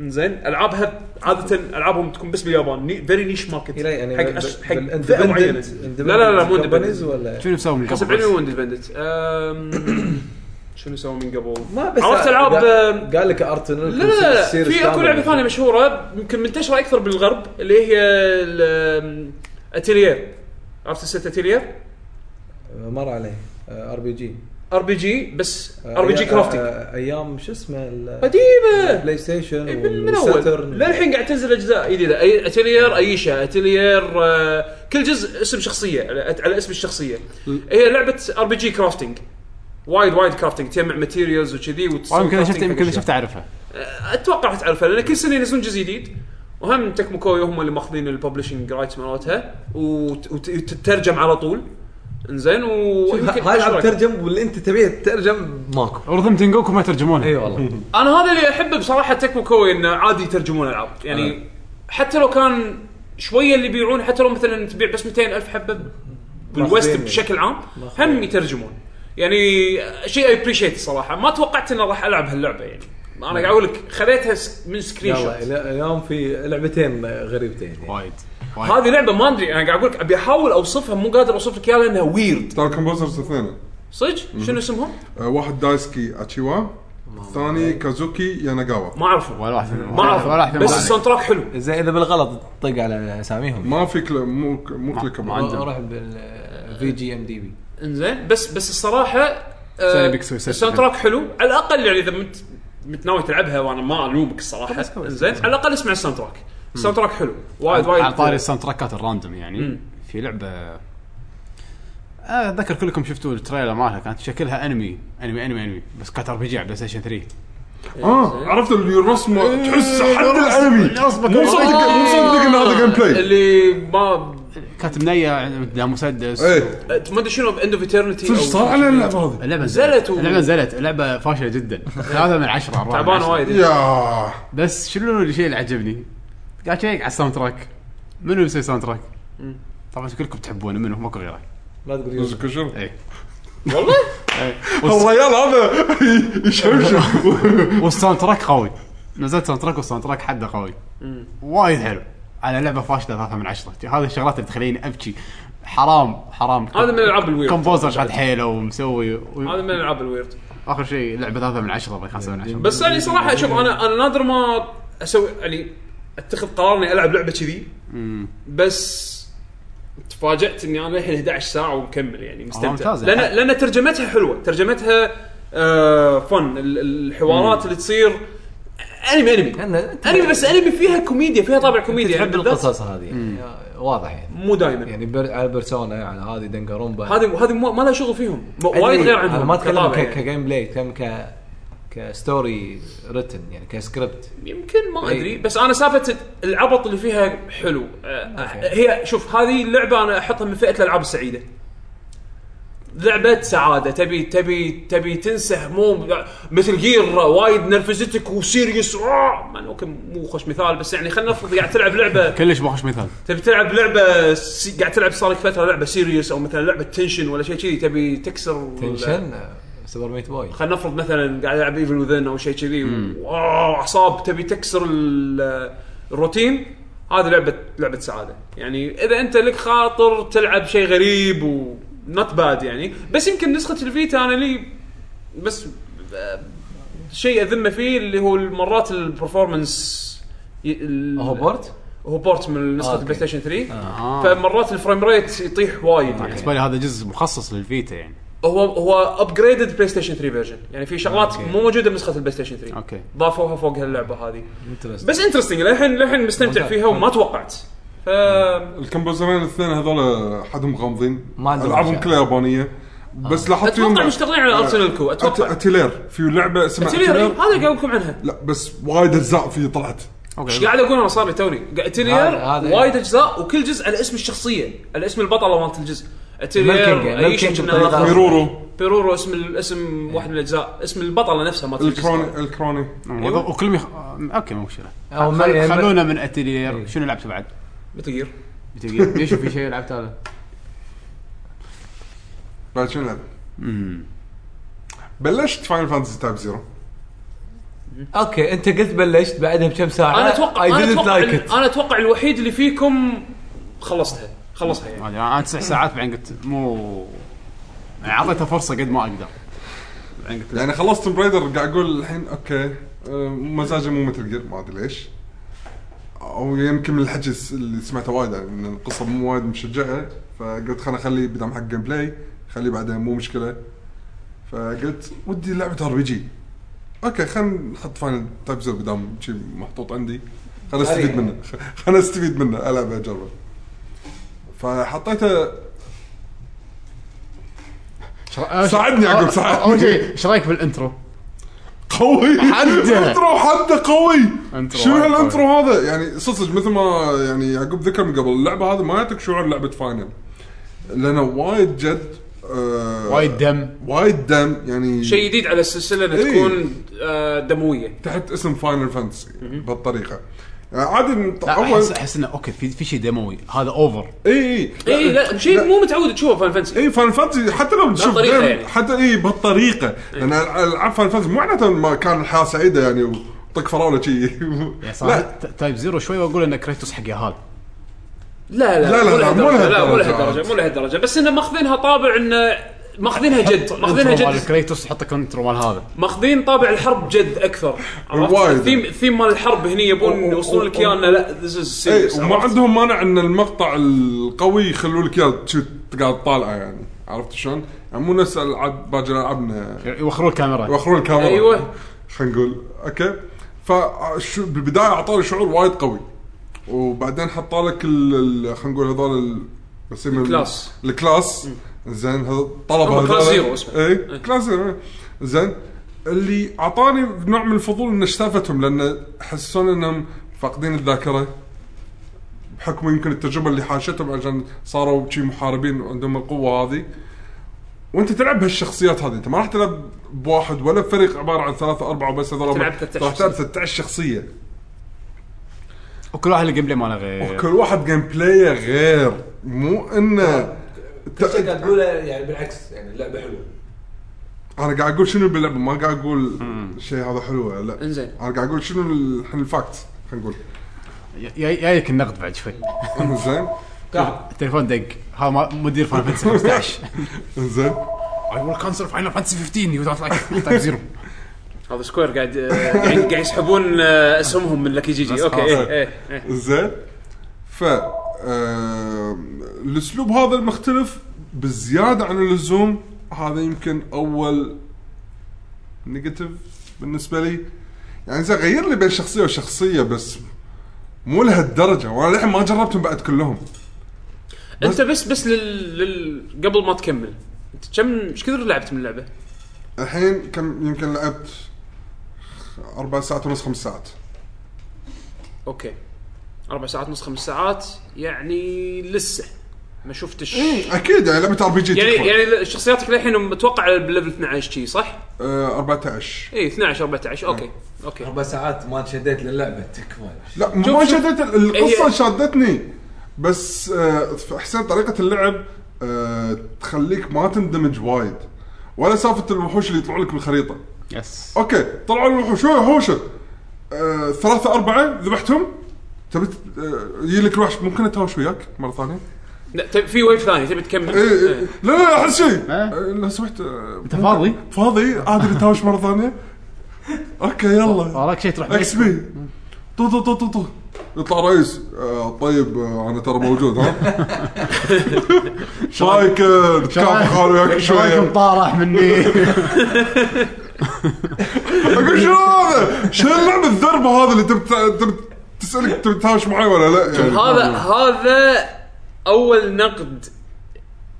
S4: زين العابها عاده العابهم تكون بس باليابان فيري نيش ماركت
S5: إلى يعني
S4: حق
S5: بال-
S4: أش... حق
S5: بالindependent-
S4: فئه معينه لا لا لا مو
S5: companies
S4: اندبندنت
S5: ولا
S1: شنو مسوي من
S4: حسب علمي
S1: قبل
S4: مو اندبندنت شنو سووا من قبل؟
S5: ما بس
S4: عرفت العاب آم،
S5: قال لك ارتنل
S4: لا لا لا في اكو
S5: يعني.
S4: لعبه ثانيه مشهوره يمكن منتشره اكثر بالغرب اللي هي ال- اتيلير عرفت الست اتيلير؟
S5: آه، مر آه، علي ار بي جي
S4: ار بي جي بس
S5: آه،
S4: ار بي جي كرافتنج
S5: ايام شو اسمه ال-
S4: قديمه
S5: البلاي ستيشن
S4: إيه، من من اول للحين قاعد تنزل اجزاء جديده أي- اتيلير ايشا اتيلير آه، كل جزء اسم شخصيه على على اسم الشخصيه هي لعبه ار بي جي كرافتنج وايد وايد كرافتنج تجمع ماتيريالز وكذي وتصير
S1: والله يمكن انا
S4: crafting آه،
S1: شفت
S4: حق
S1: يمكن انا
S4: أشياء.
S1: شفت اعرفها
S4: اتوقع راح تعرفها لان كل سنه ينزلون جزء جديد وهم تكمو كوي هم اللي ماخذين الببلشنج رايتس مالتها وت- وت- وتترجم على طول انزين ويمكن
S5: هاي العاب
S4: أشرك.
S5: ترجم واللي انت تبيه تترجم ماكو
S1: ارضم تنقوكم ما ترجمونها
S4: إيوه.
S5: اي والله
S4: انا هذا اللي احبه بصراحه تكمو كوي انه عادي يترجمون العاب يعني
S5: آه.
S4: حتى لو كان شويه اللي يبيعون حتى لو مثلا تبيع بس 200 الف حبه بالويست
S5: ماخذين
S4: بشكل عام
S5: ماخذين.
S4: هم يترجمون يعني شيء اي ابريشيت الصراحه ما توقعت اني راح العب هاللعبه يعني انا قاعد اقول لك خذيتها س- من سكرين شوت
S5: يلا الى- اليوم في لعبتين غريبتين يعني.
S1: وايد وايد
S4: هذه لعبه ما ادري انا قاعد اقول لك ابي احاول اوصفها مو قادر اوصف لك اياها لانها ويرد
S3: ترى كومبوزرز اثنين
S4: صدق شنو اسمهم؟
S3: آه، واحد دايسكي اتشيوا الثاني كازوكي ياناغاوا
S4: ما اعرفهم
S1: ولا واحد فيهم-
S4: ما
S1: ولا واحد
S4: اعرفهم
S1: فيهم
S4: بس
S1: عارف.
S4: الساوند تراك حلو
S2: زين اذا بالغلط طق على اساميهم
S3: ما في كل مو مو كليك
S1: ما عندي.
S2: روح بالفي جي ام دي بي
S4: انزين بس بس الصراحه آه،
S1: سوني بيكسل سيستم.
S4: الساوند تراك حلو على الاقل يعني اذا مت متناوي تلعبها وانا ما الومك الصراحه
S1: بس- بس-
S4: زين على الاقل اسمع الساوند تراك الساوند تراك حلو وايد وايد
S1: على طاري الساوند تراكات الراندوم يعني
S4: مم.
S1: في لعبه آه، اتذكر كلكم شفتوا التريلر مالها كانت شكلها انمي انمي انمي انمي بس كانت ار بي جي على بلاي ستيشن 3
S3: اه عرفت اللي الرسمه تحس حد الانمي
S1: اللي رسمة
S3: مو صدق
S4: آه.
S3: مو صدق ان هذا جيم بلاي
S4: اللي ما
S1: كانت منيه ده مسدس
S3: ايه
S4: ما ادري شنو باند اوف ايترنتي
S3: صدق صار على اللعبه هذه
S1: اللعبه
S4: نزلت
S1: نزلت
S4: و-
S1: اللعبه نزلت اللعبه فاشله جدا ثلاثه من عشره أربعة من
S4: تعبانه
S1: عشرة.
S4: وايد
S3: يا
S1: بس شنو الشيء اللي عجبني؟ قاعد شيك على الساوند تراك منو اللي مسوي ساوند تراك؟ طبعا كلكم تحبونه منو ماكو غيره
S2: لا تقول يوزو.
S3: يوزك شنو؟
S1: اي
S4: والله
S3: الريال هذا يشمشم
S1: والساوند تراك قوي نزلت ساوند تراك والساوند تراك حده قوي وايد حلو على لعبه فاشله ثلاثه من عشره هذه الشغلات اللي تخليني ابكي حرام حرام
S4: هذا من الألعاب الويرد.
S1: كومبوزر قاعد حيله ومسوي و...
S4: هذا من الالعاب الويرد
S1: اخر شيء لعبه ثلاثه من عشره ضايق خمسه من عشره
S4: بس يعني صراحه شوف انا انا نادر ما اسوي يعني اتخذ قرار اني العب لعبه كذي بس تفاجات اني انا الحين 11 ساعه ومكمل
S2: آه،
S4: يعني مستمتع
S1: ممتاز.
S4: لان لان ترجمتها حلوه ترجمتها آه فن ال- الحوارات اللي تصير انمي انمي
S2: لأن أنت
S4: انمي بس انمي فيها كوميديا فيها طابع كوميديا يعني
S2: تحب
S4: بالذات
S2: القصص هذه يعني واضح يعني
S4: مو دائما
S2: يعني بر... على بيرسونا على هذه دنجارومبا
S4: هذه هذه ما ما لها شغل فيهم ما- وايد غير عنهم
S2: انا ما اتكلم
S4: كطابع
S2: ك-
S4: يعني.
S2: كجيم بلاي اتكلم ك كستوري ريتن يعني كسكريبت
S4: يمكن ما
S2: أي.
S4: ادري بس انا سالفه العبط اللي فيها حلو آه، هي شوف هذه اللعبه انا احطها من فئه الالعاب السعيده لعبة سعادة تبي تبي تبي تنسى هموم مثل جير وايد نرفزتك وسيريس آه، مان، اوكي مو خوش مثال بس يعني خلينا نفرض قاعد تلعب لعبة
S1: كلش ما خوش مثال
S4: تبي تلعب لعبة سي- قاعد تلعب صار لك فترة لعبة سيريس او مثلا لعبة تنشن ولا شيء كذي تبي تكسر
S2: تنشن آه، سوبر ميت بوي
S4: خلينا نفرض مثلا قاعد العب ايفل وذن او شيء كذي واو اعصاب تبي تكسر ال- الروتين هذه لعبه لعبه سعاده يعني اذا انت لك خاطر تلعب شيء غريب و نوت باد يعني بس يمكن نسخه الفيتا انا لي بس آه، شيء اذمه فيه اللي هو مرات البرفورمانس ي- ال-
S2: هو بورت
S4: هو بورت من نسخه
S2: آه، أوكي.
S4: البلاي ستيشن 3
S1: آه.
S4: فمرات الفريم ريت يطيح وايد
S2: آه،
S4: يعني.
S1: بالنسبه لي هذا جزء مخصص للفيتا يعني
S4: هو هو ابجريدد بلاي ستيشن 3 فيرجن يعني في شغلات
S2: أوكي.
S4: مو موجوده بنسخه البلاي ستيشن 3
S1: اوكي
S4: ضافوها فوق هاللعبه هذه
S2: Interesting.
S4: بس انترستنج للحين للحين مستمتع
S2: ممتاز.
S4: فيها وما توقعت ف
S3: الكمبوزرين الاثنين هذول حدهم غامضين
S2: ما عندهم
S3: العابهم
S2: مشاعر.
S3: كلها يابانيه بس لاحظت
S4: اتوقع مشتغلين على ارسنال كو إيه. اتوقع
S3: اتيلير في لعبه اسمها
S4: تيلير هذا
S3: اتيلير
S4: قاعد اقول لكم عنها
S3: لا بس وايد اجزاء فيه طلعت
S4: ايش
S1: اوكي
S4: قاعد اقول انا صار لي توني تيلير
S2: هذا- هذا- إيه؟
S4: وايد اجزاء وكل جزء على اسم الشخصيه على اسم البطله مالت الجزء
S2: ملكنج-
S4: تيلير ايش
S2: ملكنج
S4: كنا
S2: بطريقة-
S4: ناخذ.
S3: ميرورو
S4: بيرورو اسم ال- اسم واحد من الاجزاء اسم البطله نفسها مالت
S3: الكروني
S4: الجزء
S3: الكروني
S4: أيوة.
S1: وكل يخ... اوكي مو مشكله
S2: أو
S1: خل-
S2: ما- يعني ما- إيه.
S1: خلونا من اتيلير شنو لعبت بعد؟
S4: مثل جير
S1: بتلقى- ليش في شيء لعبت هذا؟
S3: بعد شنو لعب؟
S1: امم
S3: بلشت فاينل فانتسي تايب زيرو
S2: اوكي انت قلت بلشت بعدها بكم ساعه
S4: انا اتوقع
S2: اي
S4: انا
S2: ديدنت
S4: اتوقع
S2: لايك ات
S4: انا اتوقع الوحيد اللي فيكم خلصتها خلصها يعني
S1: انا تسع ساعات بعدين قلت مو يعني اعطيتها فرصه قد ما اقدر بعدين قلت
S3: يعني خلصت برايدر قاعد اقول الحين اوكي أه، مزاجي مو مثل جير ما ادري ليش او يمكن من الحجز اللي سمعته وايد يعني ان القصه مو وايد مشجعه فقلت خلنا اخليه بدعم حق جيم بلاي خليه بعدين مو مشكله فقلت ودي لعبه ار بي جي اوكي خلينا نحط فاينل تايب زيرو بدام شي محطوط عندي خلنا استفيد منه خلنا استفيد منه العبه اجربه فحطيته ساعدني يا عقب، ساعدني.
S1: اول شيء ايش رايك بالانترو؟
S3: قوي
S1: حده.
S3: انترو حده قوي
S1: انترو
S3: شنو
S1: وايد
S3: هالانترو هذا يعني صدق مثل ما يعني يعقوب ذكر من قبل اللعبه هذه ما يعطيك شعور لعبه فاينل لانه وايد جد آه
S1: وايد دم
S3: وايد دم يعني
S4: شيء جديد على السلسله انها
S3: إيه.
S4: تكون آه، دمويه
S3: تحت اسم فاينل فانتسي بهالطريقه يعني عادي إن-
S1: لا
S3: اول
S1: احس احس انه اوكي في في شيء دموي هذا اوفر
S3: اي اي
S4: اي إيه، لا شيء مو متعود تشوفه فان فانسي
S3: اي فاينل فانتسي حتى لو تشوف
S4: بهالطريقة
S3: جيم-
S4: يعني.
S3: حتى اي بهالطريقه لان العاب فاينل فانتسي مو معناته ما كان الحياه سعيده يعني وطق فراوله شي
S1: يعني
S3: لا
S1: صراحه تايب زيرو شوي واقول انه كريتوس حق ياهال
S4: لا لا
S3: لا، لا، لا،
S4: مو
S3: مو
S4: لهالدرجة،
S3: لهالدرجة.
S4: لا مو لهالدرجه مو لهالدرجه بس انه ماخذينها طابع انه ماخذينها
S1: إيه،
S4: جد ماخذينها
S1: انترو مال
S4: جد
S1: كريتوس حط كنترو مال هذا
S4: ماخذين طابع الحرب جد اكثر عرفت؟
S3: وايد.
S4: الثيم الثيم مال الحرب هني يبون يوصلون لك اياه انه لا ذيس از
S3: اي إيه، وما عندهم مانع ان المقطع القوي يخلوا لك اياه تشوت قاعد طالعه يعني عرفت شلون؟ يعني مو نفس العاب باقي العابنا
S1: يوخروا الكاميرا
S3: يوخرون الكاميرا
S4: أيوة.
S3: خلينا نقول اوكي فشو بالبدايه اعطاني شعور وايد قوي وبعدين حط لك ال- ال- خلينا نقول هذول ال- بسميهم-
S4: الكلاس.
S3: الكلاس زين هذا- طلب
S4: هم
S3: هذول-
S4: كلاس زيرو اسمه. إيه.
S3: اي كلاس زيرو إي. زين اللي اعطاني نوع من الفضول انه شتافتهم لان حسون انهم فاقدين الذاكره بحكم يمكن التجربه اللي حاشتهم عشان صاروا شي محاربين عندهم القوه هذه وانت تلعب بهالشخصيات هذه انت ما راح تلعب بواحد ولا بفريق عباره عن ثلاثه اربعه بس هذول
S4: تلعب
S3: راح
S4: 13
S3: راح تلعب 13 شخصيه
S1: وكل واحد الجيم بلاي ماله غير
S3: وكل واحد جيم بلاي غير مو انه
S6: كل شيء قاعد تقوله يعني بالعكس يعني اللعبه حلوه
S3: انا قاعد اقول شنو باللعبه ما قاعد اقول شيء هذا حلو ولا لا
S4: إنزين.
S3: انا قاعد اقول شنو الحين الفاكت خلينا نقول
S1: جاي- جايك النقد بعد شوي
S3: زين
S1: التليفون دق هذا ما- مدير فاينل فانتسي 15
S3: زين
S1: اي ويل كانسل فاينل فانتسي 15 يو دونت لايك تايب زيرو
S4: هذا سكوير قاعد آه، قاعد قاعد يسحبون آه، اسهمهم من لكي جي جي اوكي إيه، إيه، إيه.
S3: زين ف آم، الاسلوب هذا المختلف بزياده عن اللزوم هذا يمكن اول نيجاتيف بالنسبه لي يعني زين غير لي بين شخصيه وشخصيه بس مو لهالدرجه وانا للحين ما جربتهم بعد كلهم
S4: انت بس بس لل... لل... قبل ما تكمل انت كم ايش كثر لعبت من اللعبه؟
S3: الحين كم يمكن لعبت اربع ساعات ونص خمس ساعات
S4: اوكي اربع ساعات نص خمس ساعات يعني لسه ما شفتش
S3: اكيد يعني لعبه ار بي جي
S4: يعني يعني شخصياتك للحين متوقع بليفل 12 شي صح؟
S3: آه،
S4: إيه،
S3: 14
S4: اي 12 14 اوكي اوكي
S6: اربع ساعات ما شديت للعبه تكفى
S3: لا
S4: شوف-
S3: ما
S4: شوف.
S3: شدت القصه
S4: هي-
S3: شدتني بس آه، حسين طريقه اللعب آه، تخليك ما تندمج وايد ولا سالفه الوحوش اللي يطلعوا لك بالخريطه
S1: يس
S3: اوكي طلعوا لي الوحوش وين وحوشك آه، ثلاثه اربعه ذبحتهم تبي ت- آه، يجي لك الوحش ممكن اتهاوش وياك مره ثانيه؟
S4: لا تب- في ويف ثاني تبي تكمل
S3: إيه، إيه.
S4: إيه.
S3: لا لا لا احس شيء
S1: آه.
S3: آه، لو سمحت آه،
S1: انت فاضي
S3: فاضي عادي نتهاوش مره ثانيه اوكي يلا
S1: وراك شيء تروح
S3: اكس بي طو طو طو طو طو يطلع رئيس آه طيب آه انا ترى موجود ها ايش رايك آه، نتكافح انا وياك شويه
S1: طارح مني
S3: اقول شنو هذا؟ شنو اللعبه الذربه هذا اللي تبت- تبت- تسالك تبي تهاوش معي ولا لا يعني
S4: إيه. هذا هذا اول نقد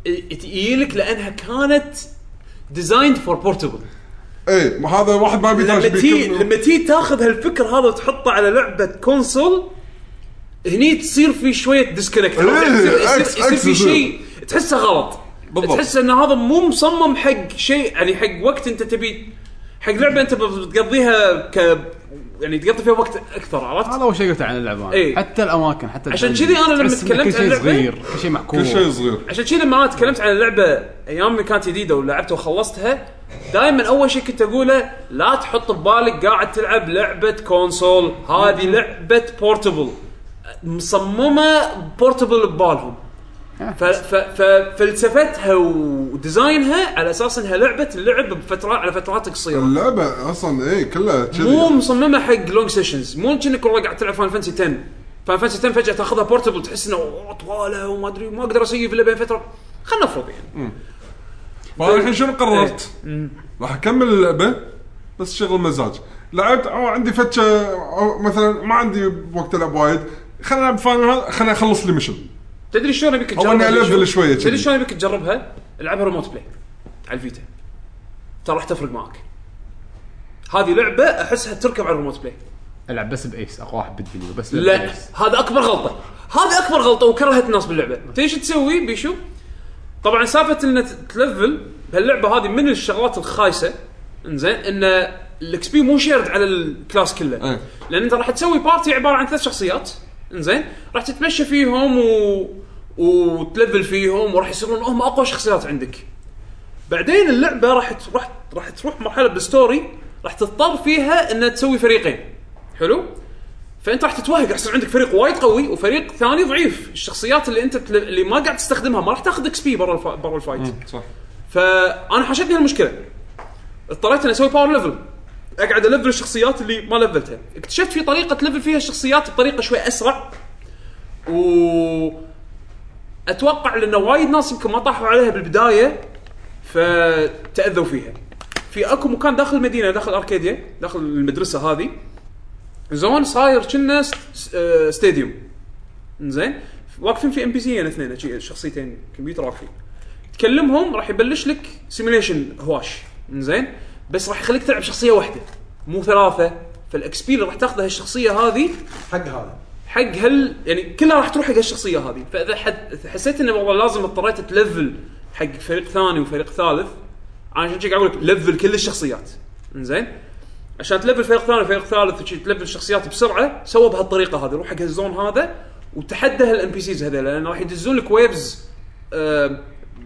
S4: ي- يجيلك لانها كانت ديزايند فور بورتبل
S3: اي ما إيه، هذا واحد ما بيتهاوش
S4: لما تي
S3: بيك
S4: لما تي تاخذ هالفكر هذا وتحطه على لعبه كونسول هني تصير في شويه ديسكونكت
S3: إيه،
S4: يصير
S3: عكس-
S4: يصير
S3: عكس
S4: في
S3: يصير.
S4: شيء تحسه غلط
S3: بالضبط.
S4: تحس ان هذا مو مصمم حق شيء يعني حق وقت انت تبي حق لعبه انت بتقضيها ك يعني تقضي فيها وقت اكثر عرفت؟
S1: هذا اول شيء قلت عن اللعبه أنا.
S4: إيه.
S1: حتى الاماكن حتى
S4: عشان
S1: الدنجن.
S4: كذي أنا لما
S1: تحس إن
S4: تكلمت
S1: كل
S4: عن
S1: شيء
S4: اللعبة-
S1: صغير كل شيء محكور
S3: كل شيء صغير
S4: عشان كذي لما انا تكلمت عن اللعبه ايام ما كانت جديده ولعبتها وخلصتها دائما اول شيء كنت اقوله لا تحط ببالك قاعد تلعب لعبه كونسول هذه لعبه بورتبل مصممه بورتبل ببالهم ف- ف- ففلسفتها وديزاينها على اساس انها لعبه اللعب بفترات على فترات قصيره
S3: اللعبه اصلا اي إيه، كلها
S4: مو
S3: كذي
S4: مصممه حق لونج سيشنز مو كأنك والله قاعد تلعب فان فانسي 10 فان فانسي 10 فجاه تاخذها بورتبل تحس انه أوه، طواله وما ادري ما اقدر اسيف الا بين فتره خلينا نفرض يعني
S3: فانا طيب، الحين شنو قررت؟ راح اكمل اللعبه بس شغل مزاج لعبت او عندي فتشه او مثلا ما عندي وقت العب وايد خلينا العب فاينل هذا خليني اخلص لي ميشن
S4: تدري شلون ابيك
S3: هو إنه
S4: ليش؟
S3: level شوية
S4: تدري
S3: كذي.
S4: شلون ابيك تجربها؟ العبها ريموت بلاي على الفيتا ترى راح تفرق معك هذه لعبه احسها تركب على الريموت بلاي
S1: العب بس بايس اقوى واحد بالدنيا بس
S4: لا
S1: بإيس.
S4: هذا اكبر غلطه هذا اكبر غلطه وكرهت الناس باللعبه تدري شو تسوي بيشو طبعا سالفه ان تلفل بهاللعبه هذه من الشغلات الخايسه انزين ان الاكس بي مو شيرد على الكلاس كله
S3: إيه.
S4: لان انت راح تسوي بارتي عباره عن ثلاث شخصيات انزين راح تتمشى فيهم و... وتلفل فيهم وراح يصيرون هم اقوى شخصيات عندك بعدين اللعبه راح تروح راح تروح مرحله بالستوري راح تضطر فيها ان تسوي فريقين حلو فانت راح تتوهق راح يصير عندك فريق وايد قوي وفريق ثاني ضعيف الشخصيات اللي انت تل... اللي ما قاعد تستخدمها ما راح تاخذ اكس بي برا الف... برا الفايت
S3: صح
S4: فانا حاشتني هالمشكله اضطريت اني اسوي باور ليفل اقعد الفل الشخصيات اللي ما لفلتها اكتشفت في طريقه تلفل فيها الشخصيات بطريقه شوي اسرع و اتوقع لان وايد ناس يمكن ما طاحوا عليها بالبدايه فتاذوا فيها في اكو مكان داخل المدينه داخل اركاديا داخل المدرسه هذه زون صاير كنا س- س- آه، ستاديوم زين واقفين في ام بي سيين اثنين شي- شخصيتين كمبيوتر واقفين تكلمهم راح يبلش لك سيميليشن هواش زين بس راح يخليك تلعب شخصيه واحده مو ثلاثه فالاكس بي اللي راح تاخذه الشخصيه هذه
S6: حق هذا
S4: حق هل يعني كلها راح تروح حق الشخصيه هذه فاذا حد إذا حسيت انه والله لازم اضطريت تلفل حق فريق ثاني وفريق ثالث انا عشان كذا قاعد اقول لك لفل كل الشخصيات زين عشان تلفل فريق ثاني وفريق ثالث وشي تلفل الشخصيات بسرعه سوى بهالطريقه هذه روح حق الزون هذا وتحدى هالام بي سيز هذول لان راح يدزون لك ويفز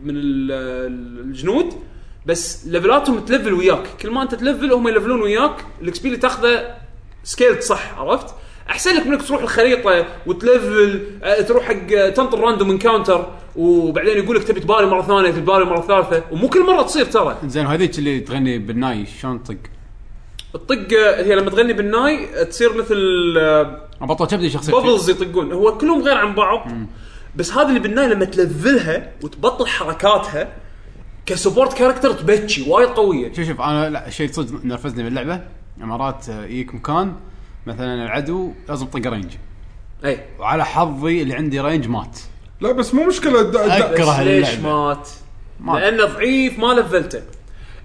S4: من ال- ال- الجنود بس ليفلاتهم تلفل وياك كل ما انت تلفل هم يلفلون وياك الاكس بي اللي تاخذه سكيلد صح عرفت؟ احسن لك منك تروح الخريطه وتلفل آه، تروح حق آه، تنطر راندوم انكاونتر وبعدين يقول لك تبي تباري مره ثانيه تبي تباري مره ثالثه ومو كل مره تصير ترى
S1: زين وهذيك اللي تغني بالناي شلون تطق؟
S4: الطقه هي لما تغني بالناي آه، تصير مثل آه،
S1: أنا بطل كبدي شخصيه
S4: بابلز يطقون هو كلهم غير عن بعض بس هذا اللي بالناي لما تلفلها وتبطل حركاتها كسبورت كاركتر تبكي وايد قويه
S1: شوف شوف انا لا شيء صدق نرفزني باللعبه مرات آه، يجيك مكان مثلا العدو لازم طق رينج
S4: اي
S1: وعلى حظي اللي عندي رينج مات
S3: لا بس مو مشكله دا دا
S1: أكره.
S4: بس ليش
S1: اللعبة.
S4: مات؟
S1: مات.
S4: لانه ضعيف ما لفلته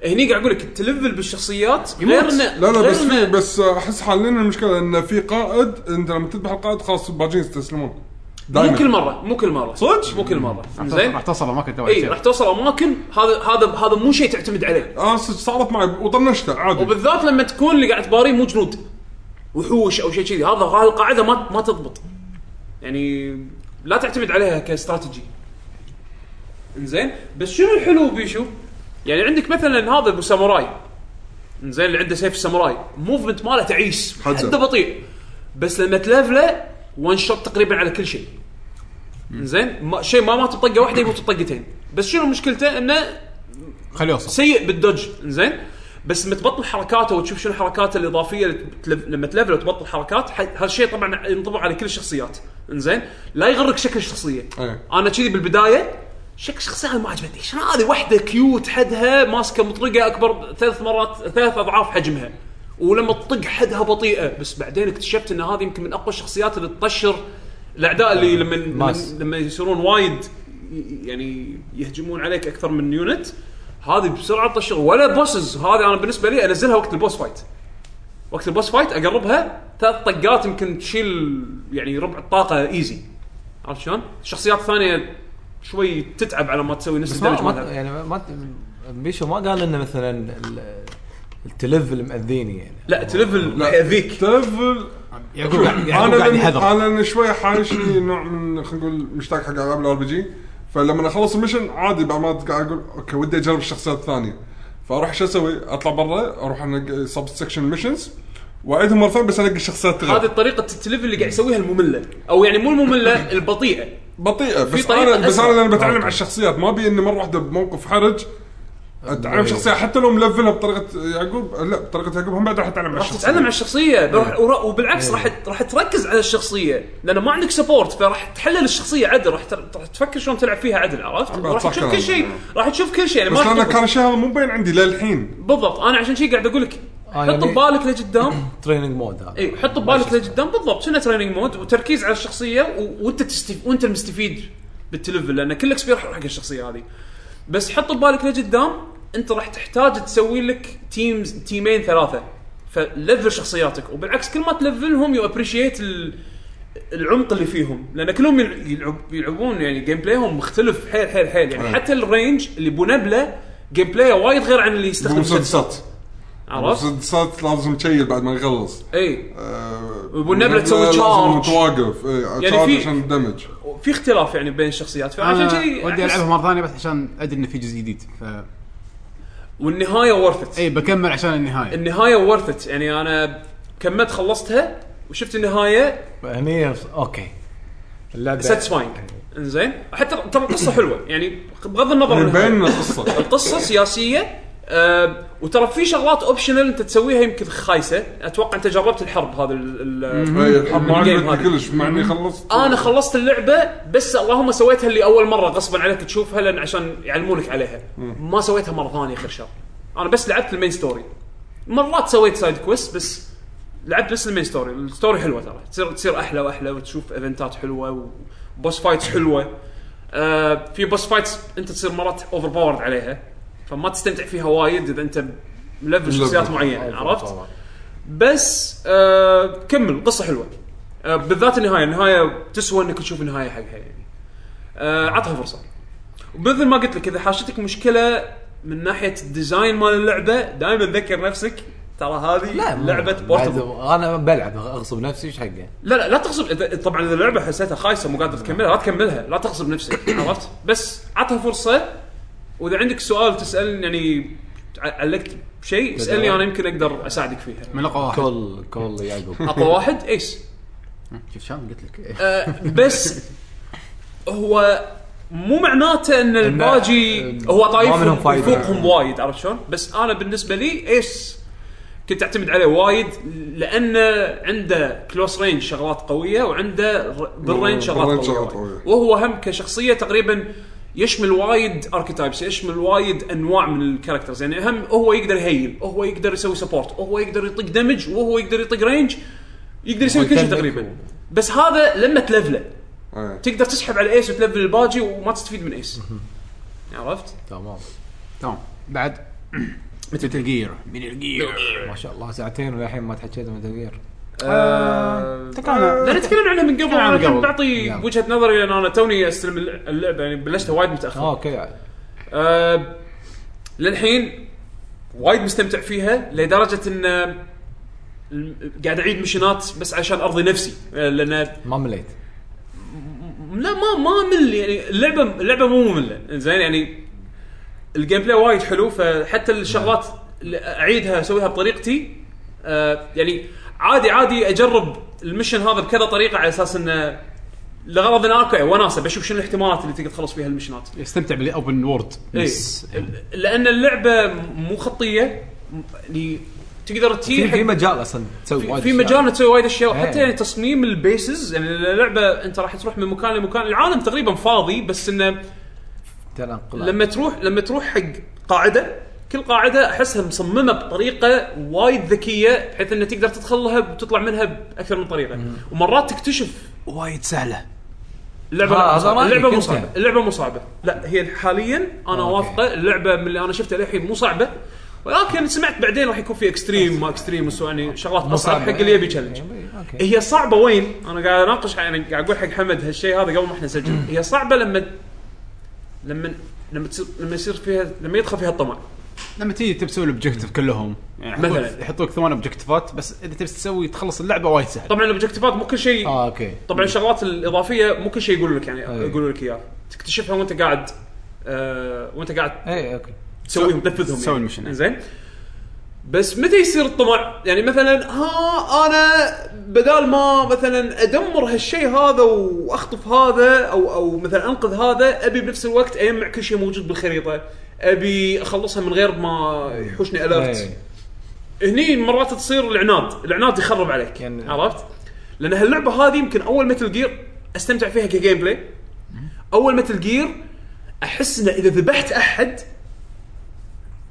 S4: هني قاعد اقول لك تلفل بالشخصيات غير
S1: يموت.
S4: انه
S3: لا لا
S4: غير
S3: بس في
S4: إنه-
S3: بس احس حاليا المشكله ان في قائد انت لما تذبح القائد خلاص الباجين يستسلمون
S4: مو
S3: دايماً.
S4: كل مره مو كل مره
S3: صدق؟
S4: مو كل مره
S1: زين
S4: زين
S1: راح توصل اماكن تو
S4: اي راح توصل اماكن هذا هذا هذا مو شيء تعتمد عليه
S3: اه صدق صارت معي وطنشته عادي
S4: وبالذات لما تكون اللي قاعد تباريه مو جنود وحوش او شيء كذي هذا هذه القاعده ما ما تضبط يعني لا تعتمد عليها كاستراتيجي انزين بس شنو الحلو بيشو؟ يعني عندك مثلا هذا ابو ساموراي انزين اللي عنده سيف الساموراي موفمنت ماله تعيس
S3: حزر.
S4: حده بطيء بس لما تلفله وان شوت تقريبا على كل شيء انزين ما- شيء ما مات بطقه واحده يموت بطقتين بس شنو مشكلته انه
S1: خليه يوصل
S4: سيء بالدوج زين بس لما تبطل حركاته وتشوف شنو الحركات الاضافيه اللي تلف... لما تلفل وتبطل حركات ح... هالشيء طبعا ينطبق على كل الشخصيات زين لا يغرك شكل الشخصيه
S3: إيه.
S4: انا كذي بالبدايه شكل الشخصيه أنا ما عجبتني شنو هذه واحده كيوت حدها ماسكه مطرقه اكبر ثلاث مرات ثلاث اضعاف حجمها ولما تطق حدها بطيئه بس بعدين اكتشفت ان هذه يمكن من اقوى الشخصيات اللي تطشر الاعداء اللي لما لما,
S2: ماس.
S4: لما يصيرون وايد ي- يعني يهجمون عليك اكثر من يونت هذه بسرعه تطشر ولا بوسز هذه انا بالنسبه لي انزلها وقت البوس فايت وقت البوس فايت اقربها ثلاث طقات يمكن تشيل يعني ربع الطاقه ايزي عرفت شلون؟ الشخصيات الثانيه شوي تتعب على ما تسوي نفس
S2: بس
S4: الدمج
S2: ما ما-
S4: مالها
S2: يعني ما بيشو ما قال انه مثلا ال- التلفل مأذيني يعني
S4: لا تلفل لا ياذيك
S3: تلفل
S1: يعقوب قاعد- يعقوب
S3: انا
S1: قاعد
S3: لأن-
S1: يحذر
S3: انا لأن شوي حايشني نوع من خلينا نقول مشتاق حق العاب الار بي جي فلما اخلص المشن عادي بعد ما قاعد اقول اوكي ودي اجرب الشخصيات الثانيه فاروح شو اسوي؟ اطلع برا اروح انقي سب سكشن ميشنز واعيدهم مره ثانيه بس انقي الشخصيات
S4: هذه
S3: غير
S4: طريقه التلفل اللي قاعد يسويها الممله او يعني مو الممله البطيئه
S3: بطيئه
S4: في
S3: بس
S4: طريقة
S3: انا بس
S4: أسرع.
S3: انا لان بتعلم على الشخصيات ما ابي اني مره واحده بموقف حرج اتعلم شخصيه حتى لو ملفلها بطريقه يعقوب لا بطريقه يعقوب هم بعد راح اتعلم على
S4: راح
S3: الشخصيه
S4: تتعلم على الشخصيه راح- ورا- وبالعكس راح راح تركز على الشخصيه لان ما عندك سبورت فراح تحلل الشخصيه عدل راح تر- راح تفكر شلون تلعب فيها عدل عرفت؟
S3: عم
S4: راح
S3: بتفكر
S4: تشوف كل شيء راح تشوف كل شيء يعني
S3: بس
S4: ما راح
S3: لان
S4: تضبط.
S3: كان الشيء هذا مو مبين عندي للحين
S4: بالضبط انا عشان شي قاعد اقول لك
S2: آه،
S4: حط
S2: يعني-
S4: ببالك لقدام
S2: تريننج مود هذا
S4: اي حط ببالك لقدام بالضبط شنو تريننج مود وتركيز على الشخصيه و... وانت تستف... وانت المستفيد بالتلفل لان كل اكسبير راح يروح حق الشخصيه هذه بس حط ببالك لقدام انت راح تحتاج تسوي لك تيمز تيمين ثلاثه فلفل شخصياتك وبالعكس كل ما تلفلهم يو ابريشيت ال... العمق اللي فيهم لان كلهم يلع- يلعب يلعبون يعني جيم بلايهم مختلف حيل حيل حيل يعني حتى الرينج اللي بنبله جيم بلاي وايد غير عن اللي يستخدم مسدسات عرفت؟
S3: مسدسات لازم تشيل بعد ما يخلص
S4: اي
S3: آه،
S4: وأبو النبلة تسوي
S3: لازم
S4: charge.
S3: تواقف يعني
S4: يعني في-
S3: في عشان الدمج
S4: في اختلاف يعني بين الشخصيات فعشان كذي
S1: أنا ودي
S4: أحس-
S1: العبها مره ثانيه بس عشان ادري انه في جزء جديد ف
S4: والنهايه ورثت
S1: اي بكمل عشان النهايه
S4: النهايه ورثت يعني انا كملت خلصتها وشفت النهايه
S2: هني اوكي اللعبه
S4: ساتسفاينج انزين حتى ترى القصه حلوه يعني بغض النظر عن النهاية.
S3: إيه، بين القصه
S4: القصه سياسيه آه وترى في شغلات اوبشنال انت تسويها يمكن خايسه اتوقع انت جربت الحرب هذا ال- ال-
S3: هي الحرب ما
S4: الجيم
S3: عجبتني
S4: هذه.
S3: إيه، كلش مع اني خلصت
S4: انا خلصت اللعبه بس اللهم سويتها اللي اول مره غصبا عليك تشوفها لان عشان يعلمونك عليها ما سويتها مره ثانيه خير شر انا بس لعبت المين ستوري مرات سويت سايد كويست بس لعبت بس المين ستوري الستوري حلوه ترى تصير تصير احلى واحلى وتشوف ايفنتات حلوه وبوس فايتس حلوه آه في بوس فايتس انت تصير مرات اوفر باورد عليها فما تستمتع فيها وايد اذا انت ملفل شخصيات معينه عرفت بس آه كمل قصه حلوه آه بالذات النهايه النهايه تسوى انك تشوف النهايه حقها يعني آه عطها فرصه ومثل ما قلت لك اذا حاشتك مشكله من ناحيه الديزاين مال اللعبه دائما تذكر نفسك ترى هذه لعبه بورتبل
S2: انا بلعب اغصب نفسي ايش حقه؟
S4: لا لا لا تغصب إذا- طبعا اذا اللعبه حسيتها خايسه مو قادر تكملها لا تكملها لا تغصب نفسك عرفت بس عطها فرصه واذا عندك سؤال تسال يعني ع- علقت شيء اسالني انا يمكن اقدر اساعدك فيها
S1: من اقوى واحد
S2: كول كول يعقوب
S4: اقوى واحد ايس
S1: شوف شلون قلت لك إيه،
S4: آه بس هو مو معناته ان الباجي هو
S2: ما منهم
S4: طايفهم
S2: فايدة.
S4: فوقهم وايد عرفت شلون؟ بس انا بالنسبه لي ايس كنت اعتمد عليه وايد لانه عنده كلوس رينج شغلات قويه وعنده ر- بالرينج شغلات
S3: بالرينج
S4: قويه,
S3: شغلات
S4: وايد.
S3: قوية.
S4: وهو هم كشخصيه تقريبا يشمل وايد اركيتايبس يشمل وايد انواع من الكاركترز يعني هم هو يقدر يهيل هو يقدر يسوي سبورت هو يقدر يطق دمج وهو يقدر يطق رينج يقدر يسوي كل شيء
S2: يتنك
S4: تقريبا بس هذا لما تلفله
S3: إيه.
S4: تقدر تسحب على ايس وتلفل الباجي وما تستفيد من ايس عرفت؟
S2: تمام
S1: تمام بعد متل جير متل جير
S2: ما شاء الله ساعتين وللحين ما تحكيت من تغيير
S4: آه، لا نتكلم عنها من قبل
S1: عنها من
S4: انا كنت
S1: قبل.
S4: بعطي
S2: نعم.
S4: وجهه نظري لان انا توني استلم الل- اللعبه يعني بلشتها وايد متاخر
S2: اوكي
S4: آه، للحين وايد مستمتع فيها لدرجه ان آه، الم- قاعد اعيد مشينات بس عشان ارضي نفسي آه، لان
S2: ما مليت
S4: لا ما ما مل يعني اللعبه اللعبه مو ممله زين يعني الجيم بلاي وايد حلو فحتى الشغلات اللي اعيدها اسويها بطريقتي آه يعني عادي عادي اجرب المشن هذا بكذا طريقه على اساس انه لغرض ان اوكي وناسه بشوف شنو الاحتمالات اللي تقدر تخلص فيها المشنات
S1: استمتع بالاوبن وورد
S4: إيه.
S1: بس
S4: لان اللعبه مو خطيه يعني تقدر تجي
S2: في
S4: حق
S2: في مجال اصلا تسوي
S4: في-
S2: وايد
S4: في
S2: أشياء.
S4: مجال تسوي وايد اشياء وحتى
S2: إيه.
S4: يعني تصميم البيسز يعني اللعبه انت راح تروح من مكان لمكان العالم تقريبا فاضي بس انه
S2: تنقل
S4: لما تروح لما تروح حق قاعده كل قاعده احسها مصممه بطريقه وايد ذكيه بحيث انه تقدر تدخل لها وتطلع منها باكثر من طريقه ومرات تكتشف
S1: وايد سهله
S4: اللعبه
S2: آه،
S4: لا،
S2: هذا رأيك
S4: اللعبه مو
S2: أنت.
S4: صعبه اللعبه مو صعبه لا هي حاليا
S2: أوكي.
S4: انا واثقه اللعبه من اللي انا شفتها للحين مو صعبه ولكن سمعت بعدين راح يكون في اكستريم ما اكستريم وسو- يعني شغلات اصعب حق اللي يبي تشالنج
S2: اوكي
S4: هي صعبه وين؟ انا قاعد اناقش انا قاعد اقول حق حمد هالشيء هذا قبل ما احنا نسجل هي صعبه لما لما لما تصير لما يصير فيها لما يدخل فيها الطمع
S1: لما تيجي تبي تسوي الاوبجيكتيف كلهم يعني يحطوك-
S4: مثلاً.
S1: يحطوك ثمان اوبجيكتيفات بس اذا تبي تسوي تخلص اللعبه وايد سهل
S4: طبعا الاوبجكتيفات مو كل شيء
S2: اه اوكي
S4: طبعا الشغلات الاضافيه مو كل شيء يقولوا لك يعني
S2: أي.
S4: يقولوا لك اياه تكتشفها وانت قاعد آه وانت قاعد
S2: اي اوكي
S4: تسويهم تنفذهم
S1: تسوي
S4: يعني.
S1: المشن.
S4: زين بس متى يصير الطمع؟ يعني مثلا ها انا بدال ما مثلا ادمر هالشيء هذا واخطف هذا او او مثلا انقذ هذا ابي بنفس الوقت اجمع كل شيء موجود بالخريطه ابي اخلصها من غير ما يحوشني الرت
S2: إيه.
S4: هني مرات تصير العناد العناد يخرب عليك
S2: يعني-
S4: عرفت لان هاللعبه هذه يمكن اول متل جير استمتع فيها كجيم بلاي اول متل جير احس انه اذا ذبحت احد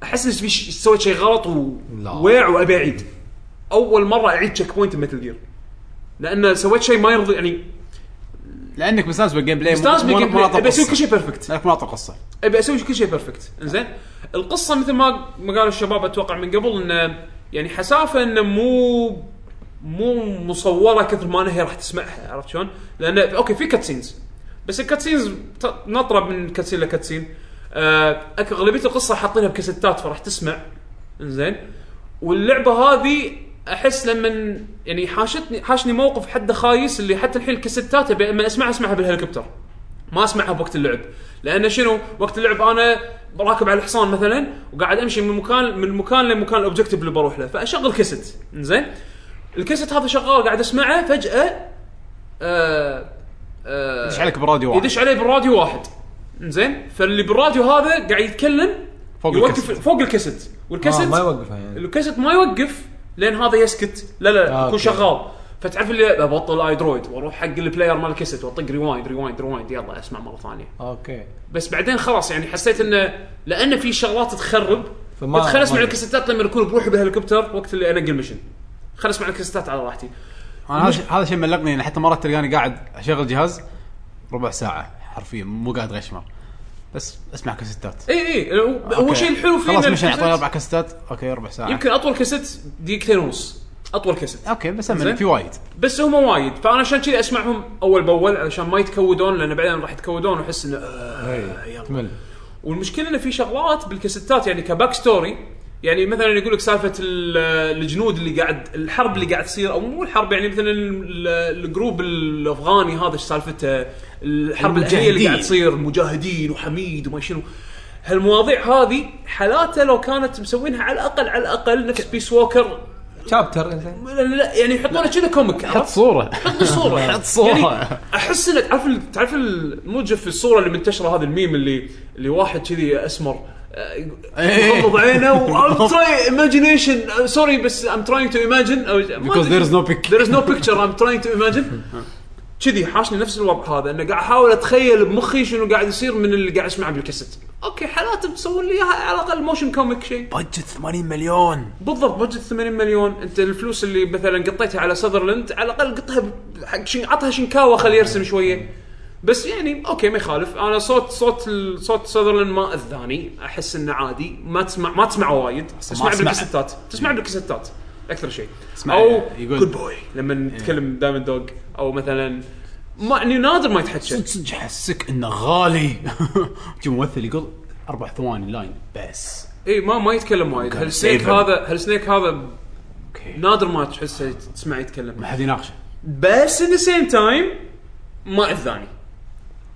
S4: احس اني في ش- سويت شيء غلط و...
S2: لا.
S4: ويع وابي اعيد اول مره اعيد تشيك بوينت بمتل جير لان سويت شيء ما يرضي يعني
S1: لانك مستانس بالجيم بلاي
S4: استانس
S1: مو- مو-
S4: بالجيم
S1: مو
S4: بلاي
S1: ناطر
S4: ابي اسوي كل
S1: قصة.
S4: شيء بيرفكت
S1: لانك مناطق قصه
S4: ابي اسوي كل شيء بيرفكت انزين القصه مثل ما ما قالوا الشباب اتوقع من قبل انه يعني حسافه انه مو مو مصوره كثر ما أنا هي راح تسمعها عرفت شلون؟ لان اوكي في كاتسينز بس الكاتسينز ت- نطره من كاتسين لكاتسين آه، أك- اغلبيه القصه حاطينها بكاسيتات فراح تسمع انزين واللعبه هذه احس لما يعني حاشتني حاشني موقف حد خايس اللي حتى الحين الكاسيتات أبي لما اسمعها اسمعها بالهليكوبتر ما اسمعها بوقت اللعب لان شنو وقت اللعب انا راكب على الحصان مثلا وقاعد امشي من مكان من مكان لمكان الاوبجكتيف اللي بروح له فاشغل كاسيت زين الكاسيت هذا شغال قاعد اسمعه فجاه آه آه
S1: يدش عليك براديو واحد
S4: يدش عليه بالراديو واحد زين فاللي بالراديو هذا قاعد يتكلم
S1: فوق
S4: يوقف
S1: الكاسيت.
S4: فوق الكاسيت
S2: آه،
S4: والكاسيت
S2: ما يوقفها يعني
S4: الكاسيت ما يوقف لين هذا يسكت لا لا
S2: آه،
S4: يكون
S2: أوكي.
S4: شغال فتعرف اللي ببطل ايدرويد واروح حق البلاير مال الكاسيت واطق ريوايند ريوايند ريوايند يلا اسمع مره ثانيه
S2: اوكي
S4: بس بعدين خلاص يعني حسيت انه لان في شغلات تخرب
S2: فما
S4: كنت خل اسمع
S2: ما-
S4: الكاسيتات لما اكون بروحي بالهليكوبتر وقت اللي انقل مشن خل اسمع الكاسيتات على راحتي
S1: انا هذا هذا الشيء ملقني يعني حتى مرات تلقاني قاعد اشغل جهاز ربع ساعه حرفيا مو قاعد غشمر بس اسمع كاسيتات
S4: اي اي هو- هو
S1: أوكي.
S4: شيء الحلو فيه
S1: خلاص
S4: إن
S1: مش يعني اعطوني
S4: الكاسيت-
S1: اربع كاسيتات اوكي ربع ساعه
S4: يمكن اطول كاسيت دقيقتين ونص اطول كاسيت
S1: اوكي بس أمل،
S4: زين.
S1: في وايد
S4: بس هم وايد فانا عشان كذي اسمعهم اول باول علشان ما يتكودون لان بعدين راح يتكودون واحس انه آه يلا
S2: تمل
S4: والمشكله انه في شغلات بالكاسيتات يعني كباك ستوري يعني مثلا يقول لك سالفه ال- آه، الجنود اللي قاعد الحرب اللي قاعد تصير او مو الحرب يعني مثلا ال- ال- الجروب الافغاني هذا ايش سالفته الحرب الاهليه اللي
S1: المجاهدين.
S4: قاعد تصير مجاهدين وحميد وما شنو هالمواضيع هذه حالاته لو كانت مسوينها على الاقل على الاقل نفس بيس ووكر
S2: شابتر انزين
S4: لا لا يعني يحطونه كذا كوميك
S1: حط
S4: عرفت؟
S1: صوره
S4: حط صوره
S1: حط صورة.
S4: يعني احس انك تعرف ال- تعرف الموجب في الصوره اللي منتشره هذا الميم اللي اللي واحد كذي اسمر آه،
S1: إيه.
S4: يغمض عينه و تراي ايماجينيشن سوري بس ام تراينج تو ايماجين
S1: Because there is no pic.
S4: ذير از نو بيكتشر ام تراينج تو ايماجين كذي حاشني نفس الوضع هذا انه قاعد احاول اتخيل بمخي شنو قاعد يصير من اللي قاعد اسمعه بالكاسيت اوكي حالات بتسوون لي إياها على الاقل موشن كوميك شيء
S1: بادجت 80 مليون
S4: بالضبط بادجت 80 مليون انت الفلوس اللي مثلا قطيتها على سذرلاند على الاقل قطها ب- حق شن عطها شنكاوا خليه يرسم شويه بس يعني اوكي ما يخالف انا صوت صوت ال- صوت سذرلاند ما اذاني احس انه عادي ما تسمع ما تسمعه وايد تسمع
S1: أسمع.
S4: بالكاسيتات تسمع بالكاسيتات اكثر شيء
S1: اسمع،
S4: او
S1: يعني يقول-
S4: جود بوي لما نتكلم دايموند دوغ او مثلا ما يعني نادر ما يتحكى
S1: صدق صدق حسك انه غالي شي ممثل يقول اربع ثواني لاين بس
S4: اي إيه، ما ما يتكلم وايد هالسنيك
S1: save him.
S4: هذا هالسنيك هذا
S1: اوكي
S4: نادر ما تحسه تسمعه يتكلم
S1: ما حد يناقشه
S4: بس ان سيم تايم ما اذاني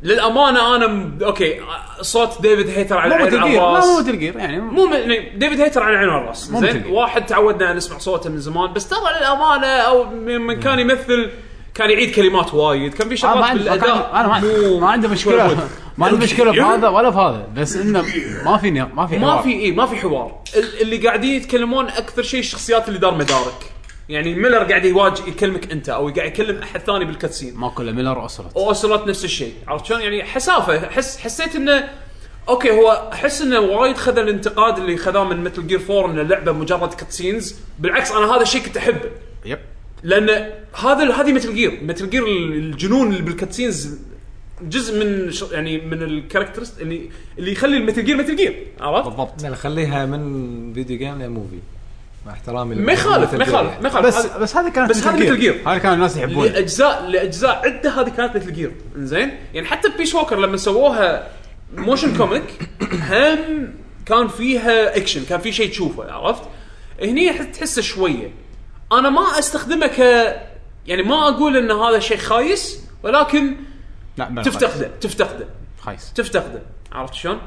S4: للامانه انا م... اوكي صوت ديفيد هيتر على
S1: مو
S4: عين
S1: مثل جير لا مو
S4: الراس
S1: مثل جير يعني
S4: مو م... يعني ديفيد هيتر على عين الراس
S1: مو
S4: زين
S1: مثل.
S4: واحد تعودنا نسمع صوته من زمان بس ترى للامانه او من كان يمثل كان يعيد كلمات وايد كان في
S1: انا آه، ما
S4: شغلات
S1: عندي
S4: بالاداء
S1: انا ما عندي
S4: مو-
S1: ما عندي مشكله ما عندي مشكله في هذا ولا في هذا بس انه ما في نيا- ما في
S4: ما
S1: حوار.
S4: في اي ما في حوار ال- اللي قاعدين يتكلمون اكثر شيء الشخصيات اللي دار مدارك يعني ميلر قاعد يواجه يكلمك انت او قاعد يكلم احد ثاني بالكاتسين
S1: ما كله ميلر اسرت
S4: واوسلوت نفس الشيء عرفت شلون يعني حسافه حس حسيت انه اوكي هو احس انه وايد خذ الانتقاد اللي خذاه من مثل جير 4 ان اللعبه مجرد كاتسينز بالعكس انا هذا الشيء كنت احبه
S1: يب
S4: لان هذا هذه مثل جير مثل جير الجنون اللي بالكاتسينز جزء من ش- يعني من الكاركترست اللي اللي يخلي المثل جير مثل جير عرفت؟
S1: بالضبط
S2: لا، خليها من فيديو جيم لموفي مع احترامي
S4: ما يخالف ما يخالف ما يخالف
S1: بس
S4: هذا-
S1: بس هذا كان
S4: بس هذا مثل جير.
S1: هذا كان الناس يحبونه
S4: لاجزاء لاجزاء عده هذه كانت مثل جير زين يعني حتى بيس ووكر لما سووها موشن كوميك هم كان فيها اكشن كان في شيء تشوفه عرفت هني ح- تحسه شويه انا ما استخدمه ك يعني ما اقول ان هذا شيء خايس ولكن
S1: لا ما-
S4: تفتقده تفتقده
S1: خايس
S4: تفتقده عرفت شلون؟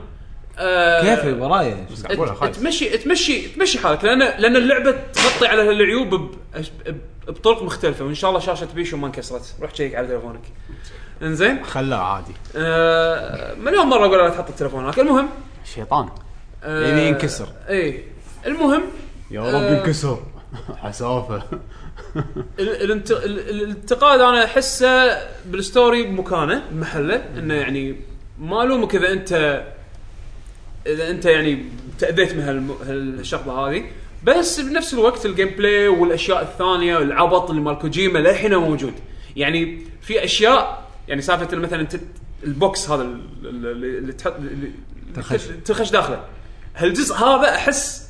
S4: آه،
S2: كيفي وراي
S1: قاعد أقولها، خايس.
S4: تمشي تمشي تمشي حالك لان لان اللعبه تغطي على هالعيوب ب- ب- بطرق مختلفه وان شاء الله شاشه بيشو ما انكسرت روح شيك على تليفونك انزين
S1: خلاه عادي
S4: آه مليون مره اقول لا تحط التليفون هناك المهم
S1: شيطان
S4: آه
S1: يبي ينكسر.
S4: اي المهم
S1: يا
S4: آه.
S1: رب انكسر حسافه
S4: ال- الانت- ال- ال- الانتقاد انا احسه بالستوري بمكانه بمحله انه يعني ما الومك اذا انت اذا انت يعني تاذيت من هالم- هالشغله هذه بس بنفس الوقت الجيم بلاي والاشياء الثانيه والعبط اللي مال كوجيما للحين موجود يعني في اشياء يعني سالفه مثلا تت- البوكس هذا ال- ال- اللي اللي تحط اللي-
S2: تخش.
S4: تخش داخله هالجزء هذا احس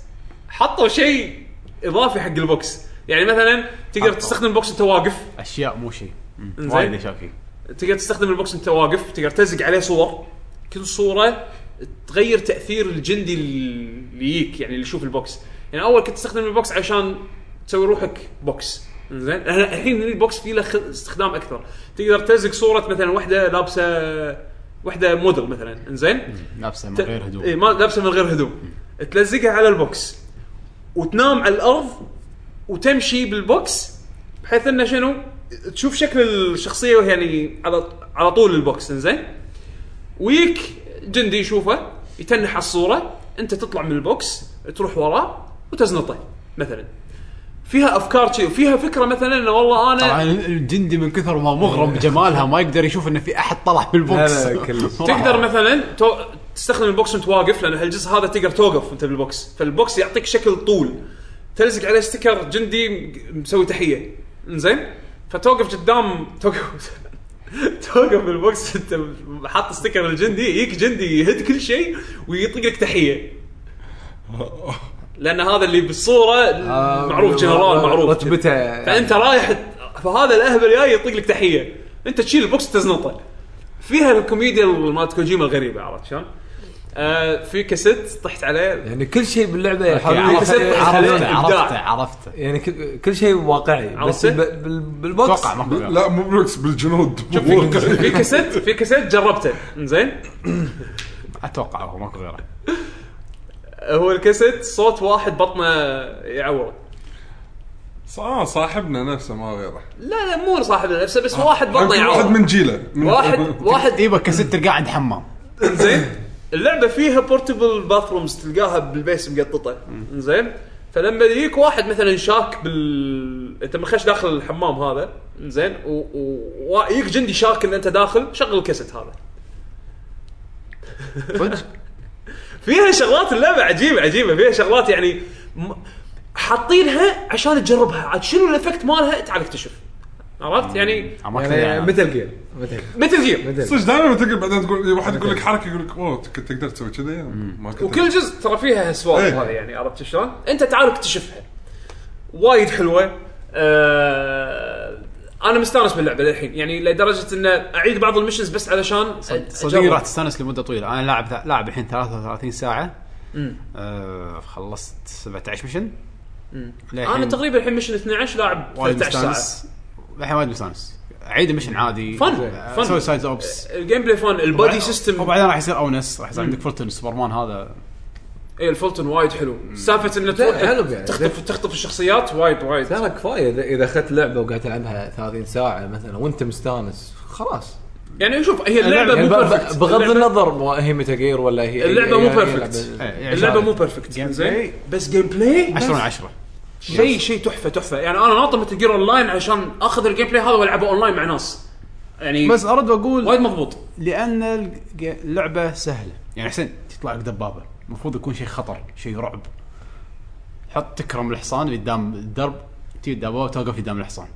S4: حطوا شيء اضافي حق البوكس يعني مثلا تقدر
S1: حطوا.
S4: تستخدم البوكس انت واقف
S1: اشياء مو شيء مم.
S4: إنزين.
S1: وايد اشياء فيه
S4: تقدر تستخدم البوكس انت واقف تقدر تلزق عليه صور كل صوره تغير تاثير الجندي اللي يجيك يعني اللي يشوف البوكس يعني اول كنت تستخدم البوكس عشان تسوي روحك بوكس زين الحين البوكس فيه له خ- استخدام اكثر تقدر تلزق صوره مثلا واحده لابسه واحده موديل مثلا زين
S1: لابسه من غير
S4: اي
S1: هدوء
S4: إيه، ما لابسه من غير هدوم تلزقها على البوكس وتنام على الارض وتمشي بالبوكس بحيث انه شنو تشوف شكل الشخصيه وهي يعني على على طول البوكس زين ويك جندي يشوفه يتنح على الصوره انت تطلع من البوكس تروح وراه وتزنطه مثلا فيها افكار شي وفيها فكره مثلا انه والله انا
S1: طبعا الجندي من كثر
S4: إيه.
S1: ما مغرم بجمالها ما يقدر يشوف ان في احد طلع بالبوكس
S2: لا، لا، كلش.
S4: تقدر مثلا تو... تستخدم البوكس وانت واقف لان هالجزء هذا تقدر توقف انت بالبوكس فالبوكس يعطيك شكل طول تلزق عليه ستيكر جندي م- مسوي تحيه زين فتوقف قدام توقف توقف بالبوكس انت حاط ستيكر الجندي يجيك جندي يهد كل شيء ويطلق لك تحيه لان هذا اللي بالصوره
S2: آه،
S4: معروف جنرال معروف
S2: رتبته
S4: فانت يعني رايح فهذا الاهبل جاي يطق لك تحيه انت تشيل البوكس تزنطه فيها الكوميديا مالت كوجيما الغريبه عرفت شلون؟ آه في كاسيت طحت عليه
S2: يعني كل شيء باللعبه يحاولون
S1: يعني
S4: عرفت-
S2: يخلون-
S4: عرفت-
S2: يخلون-
S1: عرفته عرفته
S2: يعني كل- كل شيء واقعي بس
S4: عرفت؟
S2: ب- بال- بالبوكس
S1: اتوقع ماكو غيره.
S3: لا مو بالعكس بالجنود
S4: شوف في كاسيت- في كاسيت في كاسيت جربته زين
S1: اتوقع هو ماكو غيره
S4: هو الكاسيت صوت واحد بطنه يعور
S3: ص- آه، صاحبنا نفسه ما غيره
S4: لا لا مو صاحب نفسه بس واحد بطنه
S3: يمكن واحد
S4: يعور
S3: من جيله من-
S4: واحد واحد
S1: ايبا كاسيت إيه، تلقاه عند حمام
S4: زين اللعبه فيها بورتبل باثرومز تلقاها بالبيس مقططه زين فلما يجيك واحد مثلا شاك بال انت منخش داخل الحمام هذا زين ويجيك و... ويجيك جندي شاك ان انت داخل شغل الكاسيت هذا
S1: صدق
S4: فيها شغلات اللعبه عجيبه عجيبه فيها شغلات يعني م... حاطينها عشان تجربها عاد شنو الافكت مالها تعال اكتشف عرفت يعني
S1: آه، ما كنت
S5: يعني
S1: يعني
S5: مثل جير مثل
S4: مثل جير
S3: صدق دائما تقدر بعدين تقول إيه، واحد يقول لك حركه يقول لك اوه ت- كنت تقدر تسوي كذا ما كنت
S4: وكل جزء ترى فيها سوالف
S3: إيه.
S4: هذه يعني عرفت شلون؟ انت تعال اكتشفها. وايد حلوه. آه انا مستانس باللعبه للحين يعني لدرجه ان اعيد بعض المشنز بس علشان أ-
S1: صدقني
S4: أجرب.
S1: راح تستانس لمده طويله انا لاعب لاعب الحين 33 ساعه آه خلصت 17 مشن للحين
S4: انا تقريبا الحين مشن 12 لاعب
S1: وايد
S4: 13 ساعه.
S1: مستانس الحين وايد مستانس اعيد مشن عادي آه،
S4: فن، فن.
S1: سوي سايد اوبس
S4: الجيم بلاي فون البادي سيستم
S1: وبعدين راح يصير اونس راح يصير عندك فورتن سوبرمان هذا
S4: اي إيه، الفولتون وايد حلو سالفه انه تروح
S2: حلو يعني.
S4: تخطف تخطف الشخصيات وايد وايد
S2: ترى كفايه اذا اذا اخذت لعبه وقاعد تلعبها 30 ساعه مثلا وانت مستانس خلاص
S4: يعني شوف هي اللعبه
S1: اللعبة-
S4: مو
S2: يعني ب- ب-
S4: بيرفكت
S2: بغض
S4: اللعبة-
S2: النظر مو- هي متى جير ولا هي
S4: اللعبه
S2: هي-
S4: مو
S2: هي
S4: بيرفكت
S2: لعبة-
S1: إيه، يعني
S4: اللعبه مو
S1: شارد.
S4: بيرفكت
S1: Gameplay.
S4: زين بس جيم بلاي
S1: 10 من 10
S4: شيء شيء تحفه تحفه يعني انا ناطر مثل جير اونلاين عشان اخذ الجيم بلاي هذا والعبه اونلاين مع ناس يعني
S1: بس ارد
S4: وايد
S1: اقول
S4: مضبوط
S1: لان الج- اللعبه سهله يعني حسين تطلع لك دبابه المفروض يكون شيء خطر شيء رعب حط تكرم الحصان قدام الدرب تجي الدبابه توقف قدام الحصان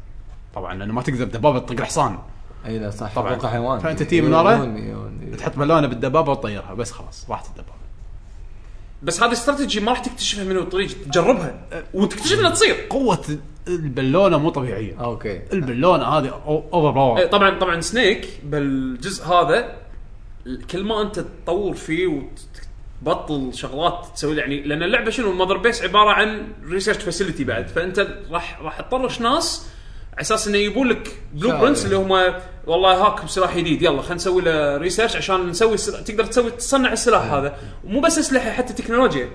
S1: طبعا لانه ما تقدر دبابه تطق الحصان
S2: اي إيه، لا صح
S1: طبعاً.
S2: اتوقع حيوان
S1: فأنت تجي من ورا؟
S2: يون- يون-
S1: تحط بالونه بالدبابه وتطيرها بس خلاص راحت الدبابه
S4: بس هذه استراتيجي ما راح تكتشفها من الطريق تجربها أه، وتكتشف انها تصير
S1: قوه البلونه مو طبيعيه
S2: اوكي
S1: البلونه هذه اوفر
S4: أه،
S1: باور
S4: طبعا طبعا سنيك بالجزء هذا كل ما انت تطور فيه وتبطل شغلات تسوي يعني لان اللعبه شنو ماذر بيس عباره عن ريسيرش فاسيلتي بعد فانت راح راح تطرش ناس على اساس انه يجيبون لك بلو برنتس اللي هم والله هاك سلاح جديد يلا خلينا نسوي له ريسيرش عشان نسوي سل... تقدر تسوي تصنع السلاح هذا ومو بس اسلحه حتى تكنولوجيا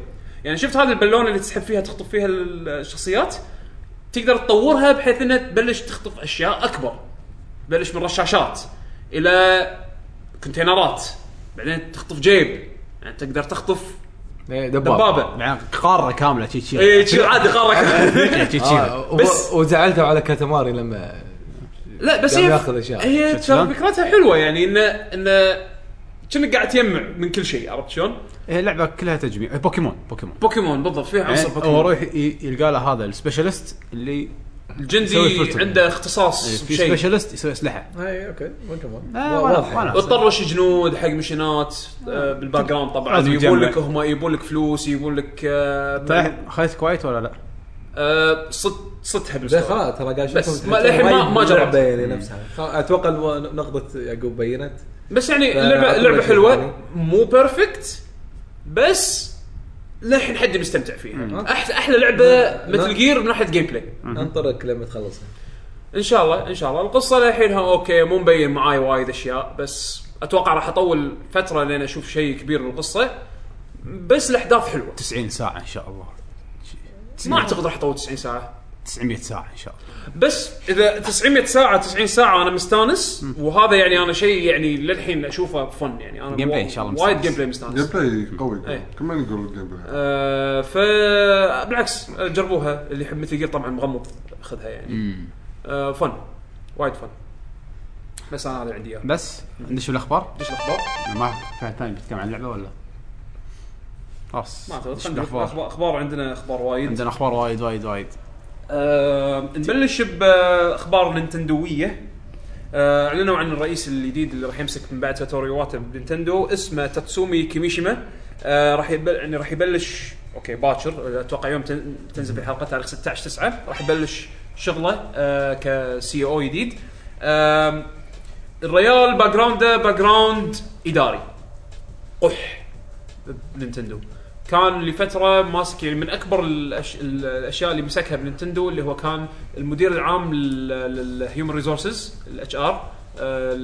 S4: يعني شفت هذه البالونه اللي تسحب فيها تخطف فيها الشخصيات تقدر تطورها بحيث انها تبلش تخطف اشياء اكبر بلش من رشاشات الى كونتينرات بعدين تخطف جيب يعني تقدر تخطف
S2: إيه، دبابه
S4: دبابه
S1: يعني قاره كامله شي شي
S4: اي إيه، شي عادي قارك
S1: شي شي
S2: آه،
S4: بس-
S2: بس وزعلتوا على كاتاماري لما
S4: لا بس
S2: قام
S4: هي
S2: ياخذ أشياء.
S4: هي
S1: شفت
S4: ترى
S1: شلون؟
S4: فكرتها حلوه يعني انه انه كأنك قاعد تجمع من كل شيء عرفت شلون؟
S1: هي لعبه كلها تجميع إيه، بوكيمون بوكيمون
S4: بوكيمون بالضبط فيها عنصر
S1: يعني هو
S4: بوكيمون
S1: يروح ي- يلقى له هذا السبيشالست اللي يسوي
S4: الجندي
S1: فلتر. إيه،
S4: عنده اختصاص
S1: في
S4: بشيء
S1: سبيشالست يسوي اسلحه
S5: اي اوكي ممكن
S1: آه،
S2: واضح.
S1: وأنا- وأنا أسوي.
S4: وتطرش جنود حق مشينات آه، بالباك جراوند طبعا
S1: لازم
S4: يبون
S1: تجمع.
S4: لك هم يبون لك فلوس يبون لك آه،
S1: طيب خذت كويت ولا لا؟
S4: آه، صد صدها
S5: زين
S4: بالستور
S5: خلاص ترى قاعد
S4: بس
S5: أشوفهم
S4: ما- للحين ما- ما جربت.
S5: اللعبة يعني نفسها خلاص، اتوقع الو- نقطه يعقوب بينت
S4: بس يعني
S5: لا،
S4: اللعبه
S5: أعطونا
S4: اللعبه
S5: شيء
S1: يعني.
S5: ثاني.
S4: حلوه مو بيرفكت بس للحين حد مستمتع فيها أح- احلى لعبه مثل جير من ناحيه جيم بلاي
S5: انطرك لما تخلصها
S4: ان شاء الله ان شاء الله القصه للحين ها اوكي مو مبين معاي وايد اشياء بس اتوقع راح اطول فتره لين اشوف شيء كبير بالقصه بس الاحداث حلوه
S1: 90 ساعه ان شاء الله
S4: ما اعتقد راح اطول 90 ساعه
S1: 900 ساعه ان شاء الله
S4: بس اذا 900 ساعه 90 ساعه انا مستانس وهذا يعني انا شيء يعني للحين اشوفه فن يعني انا
S1: Gameplay
S4: وا-
S1: إن شاء الله
S4: وايد
S1: مستانس.
S4: جيم بلاي مستانس
S3: جيم بلاي قوي
S4: إيه.
S3: كمان يقول الجيم بلاي
S4: آه، ف بالعكس آه، جربوها اللي يحب مثل جير طبعا مغمض خذها يعني آه، فن وايد فن بس انا هذا عندي اياه
S1: بس ندش بالاخبار
S4: ايش الاخبار؟
S1: ما في ثاني بيتكلم عن اللعبه ولا خلاص
S4: ما
S1: ندش
S4: اعتقد
S1: بالأخبار.
S4: اخبار اخبار عندنا اخبار وايد
S1: عندنا اخبار وايد وايد وايد
S4: آه، نبلش باخبار نينتندويه آه، اعلنوا عن الرئيس الجديد اللي راح يمسك من بعد ساتوري واتا بنتندو اسمه تاتسومي كيميشيما آه، راح يبل... يعني راح يبلش اوكي باكر اتوقع يوم تن... تنزل في الحلقه تاريخ 16 9 راح يبلش شغله آه، كسي او جديد آم، الريال باك جراوند باك جراوند اداري قح نينتندو كان لفتره ماسك يعني من اكبر الأش... الاشياء اللي مسكها بنينتندو اللي هو كان المدير العام للهيومن ريسورسز الاتش ار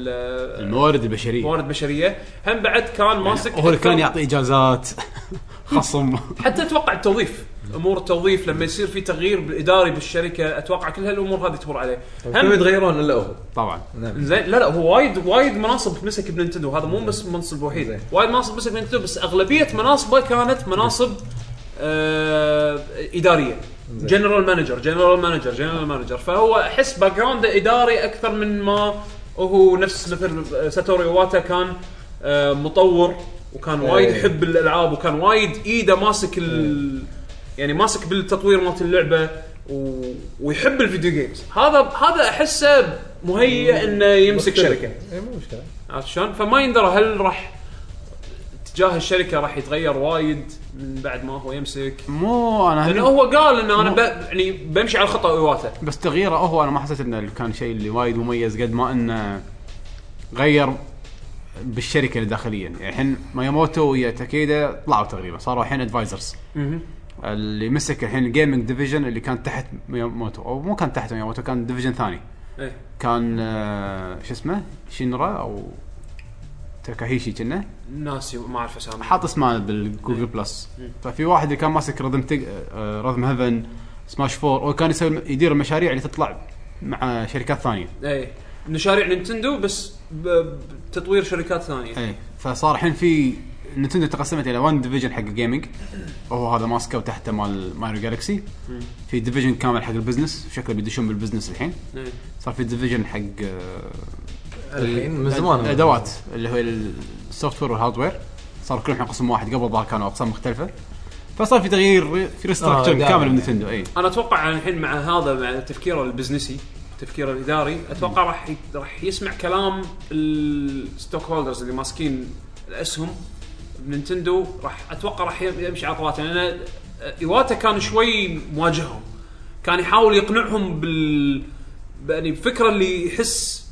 S1: الموارد البشريه
S4: آه، موارد بشريه هم بعد كان ماسك
S1: هو اللي كان
S4: أكثر-
S1: يعطي اجازات خصم
S4: حتى اتوقع التوظيف امور التوظيف لما يصير في تغيير اداري بالشركه اتوقع كل هالامور هذه تمر عليه
S2: طيب،
S5: هم يتغيرون الا هو نعم.
S1: طبعا
S4: زين لا لا هو وايد وايد مناصب مسك بننتندو هذا مو بس منصب وحيد وايد مناصب مسك بننتندو بس اغلبيه مناصبه كانت مناصب آه اداريه جنرال مانجر جنرال مانجر جنرال مانجر فهو احس باك جراوند اداري اكثر من ما هو نفس مثل ساتوري واتا كان آه مطور وكان وايد
S5: إيه.
S4: يحب الالعاب وكان وايد ايده ماسك ال يعني ماسك بالتطوير مالت اللعبه و... ويحب الفيديو جيمز هذا هذا احسه مهيئ انه يمسك شركه
S5: اي
S2: إيه،
S5: مو مشكله
S4: عرفت شلون؟ فما يندرى هل راح اتجاه الشركه راح يتغير وايد من بعد ما هو يمسك
S1: مو
S4: لانه
S1: انا
S4: هو قال ان انا ب... يعني بمشي على خطه ايواتا
S1: بس تغييره هو انا ما حسيت انه كان شيء اللي وايد مميز قد ما انه غير بالشركه اللي داخليا يعني الحين مايموتو ويا تاكيدا طلعوا تقريبا صاروا الحين ادفايزرز اللي مسك الحين الجيمنج ديفيجن اللي كان تحت مياموتو او مو كان تحت مياموتو كان ديفيجن ثاني
S4: ايه
S1: كان آه، شو اسمه شينرا او تاكاهيشي كنا
S4: ناسي ما اعرف اسامي
S1: حاط اسمه
S2: إيه.
S1: بالجوجل بلس ففي واحد اللي كان ماسك رذم تق... آه، رذم هيفن سماش فور وكان يسوي يدير المشاريع اللي تطلع مع شركات ثانيه
S4: ايه مشاريع نينتندو بس ب... بتطوير شركات ثانيه
S2: إيه.
S1: اي فصار الحين في نتندو تقسمت الى وان ديفيجن حق الجيمنج وهو هذا ماسكه وتحته مال ماريو جالكسي في ديفيجن كامل حق البزنس شكله بيدشون بالبزنس الحين
S4: إيه.
S1: صار في ديفيجن حق آه،
S2: الحين من زمان
S1: الادوات اللي هو السوفت وير والهاردوير صار كلهم الحين قسم واحد قبل ظهر كانوا اقسام مختلفه فصار في تغيير في
S2: آه،
S1: ريستراكشر
S2: دائما.
S1: كامل إيه. بنتندو اي
S4: انا اتوقع الحين مع هذا مع تفكيره البزنسي تفكيره الاداري اتوقع راح ي- راح يسمع كلام الستوك هولدرز اللي ماسكين الاسهم بننتندو راح اتوقع راح يم- يمشي على طراته لان ايواتا كان شوي مواجههم كان يحاول يقنعهم بال ب- يعني الفكره اللي يحس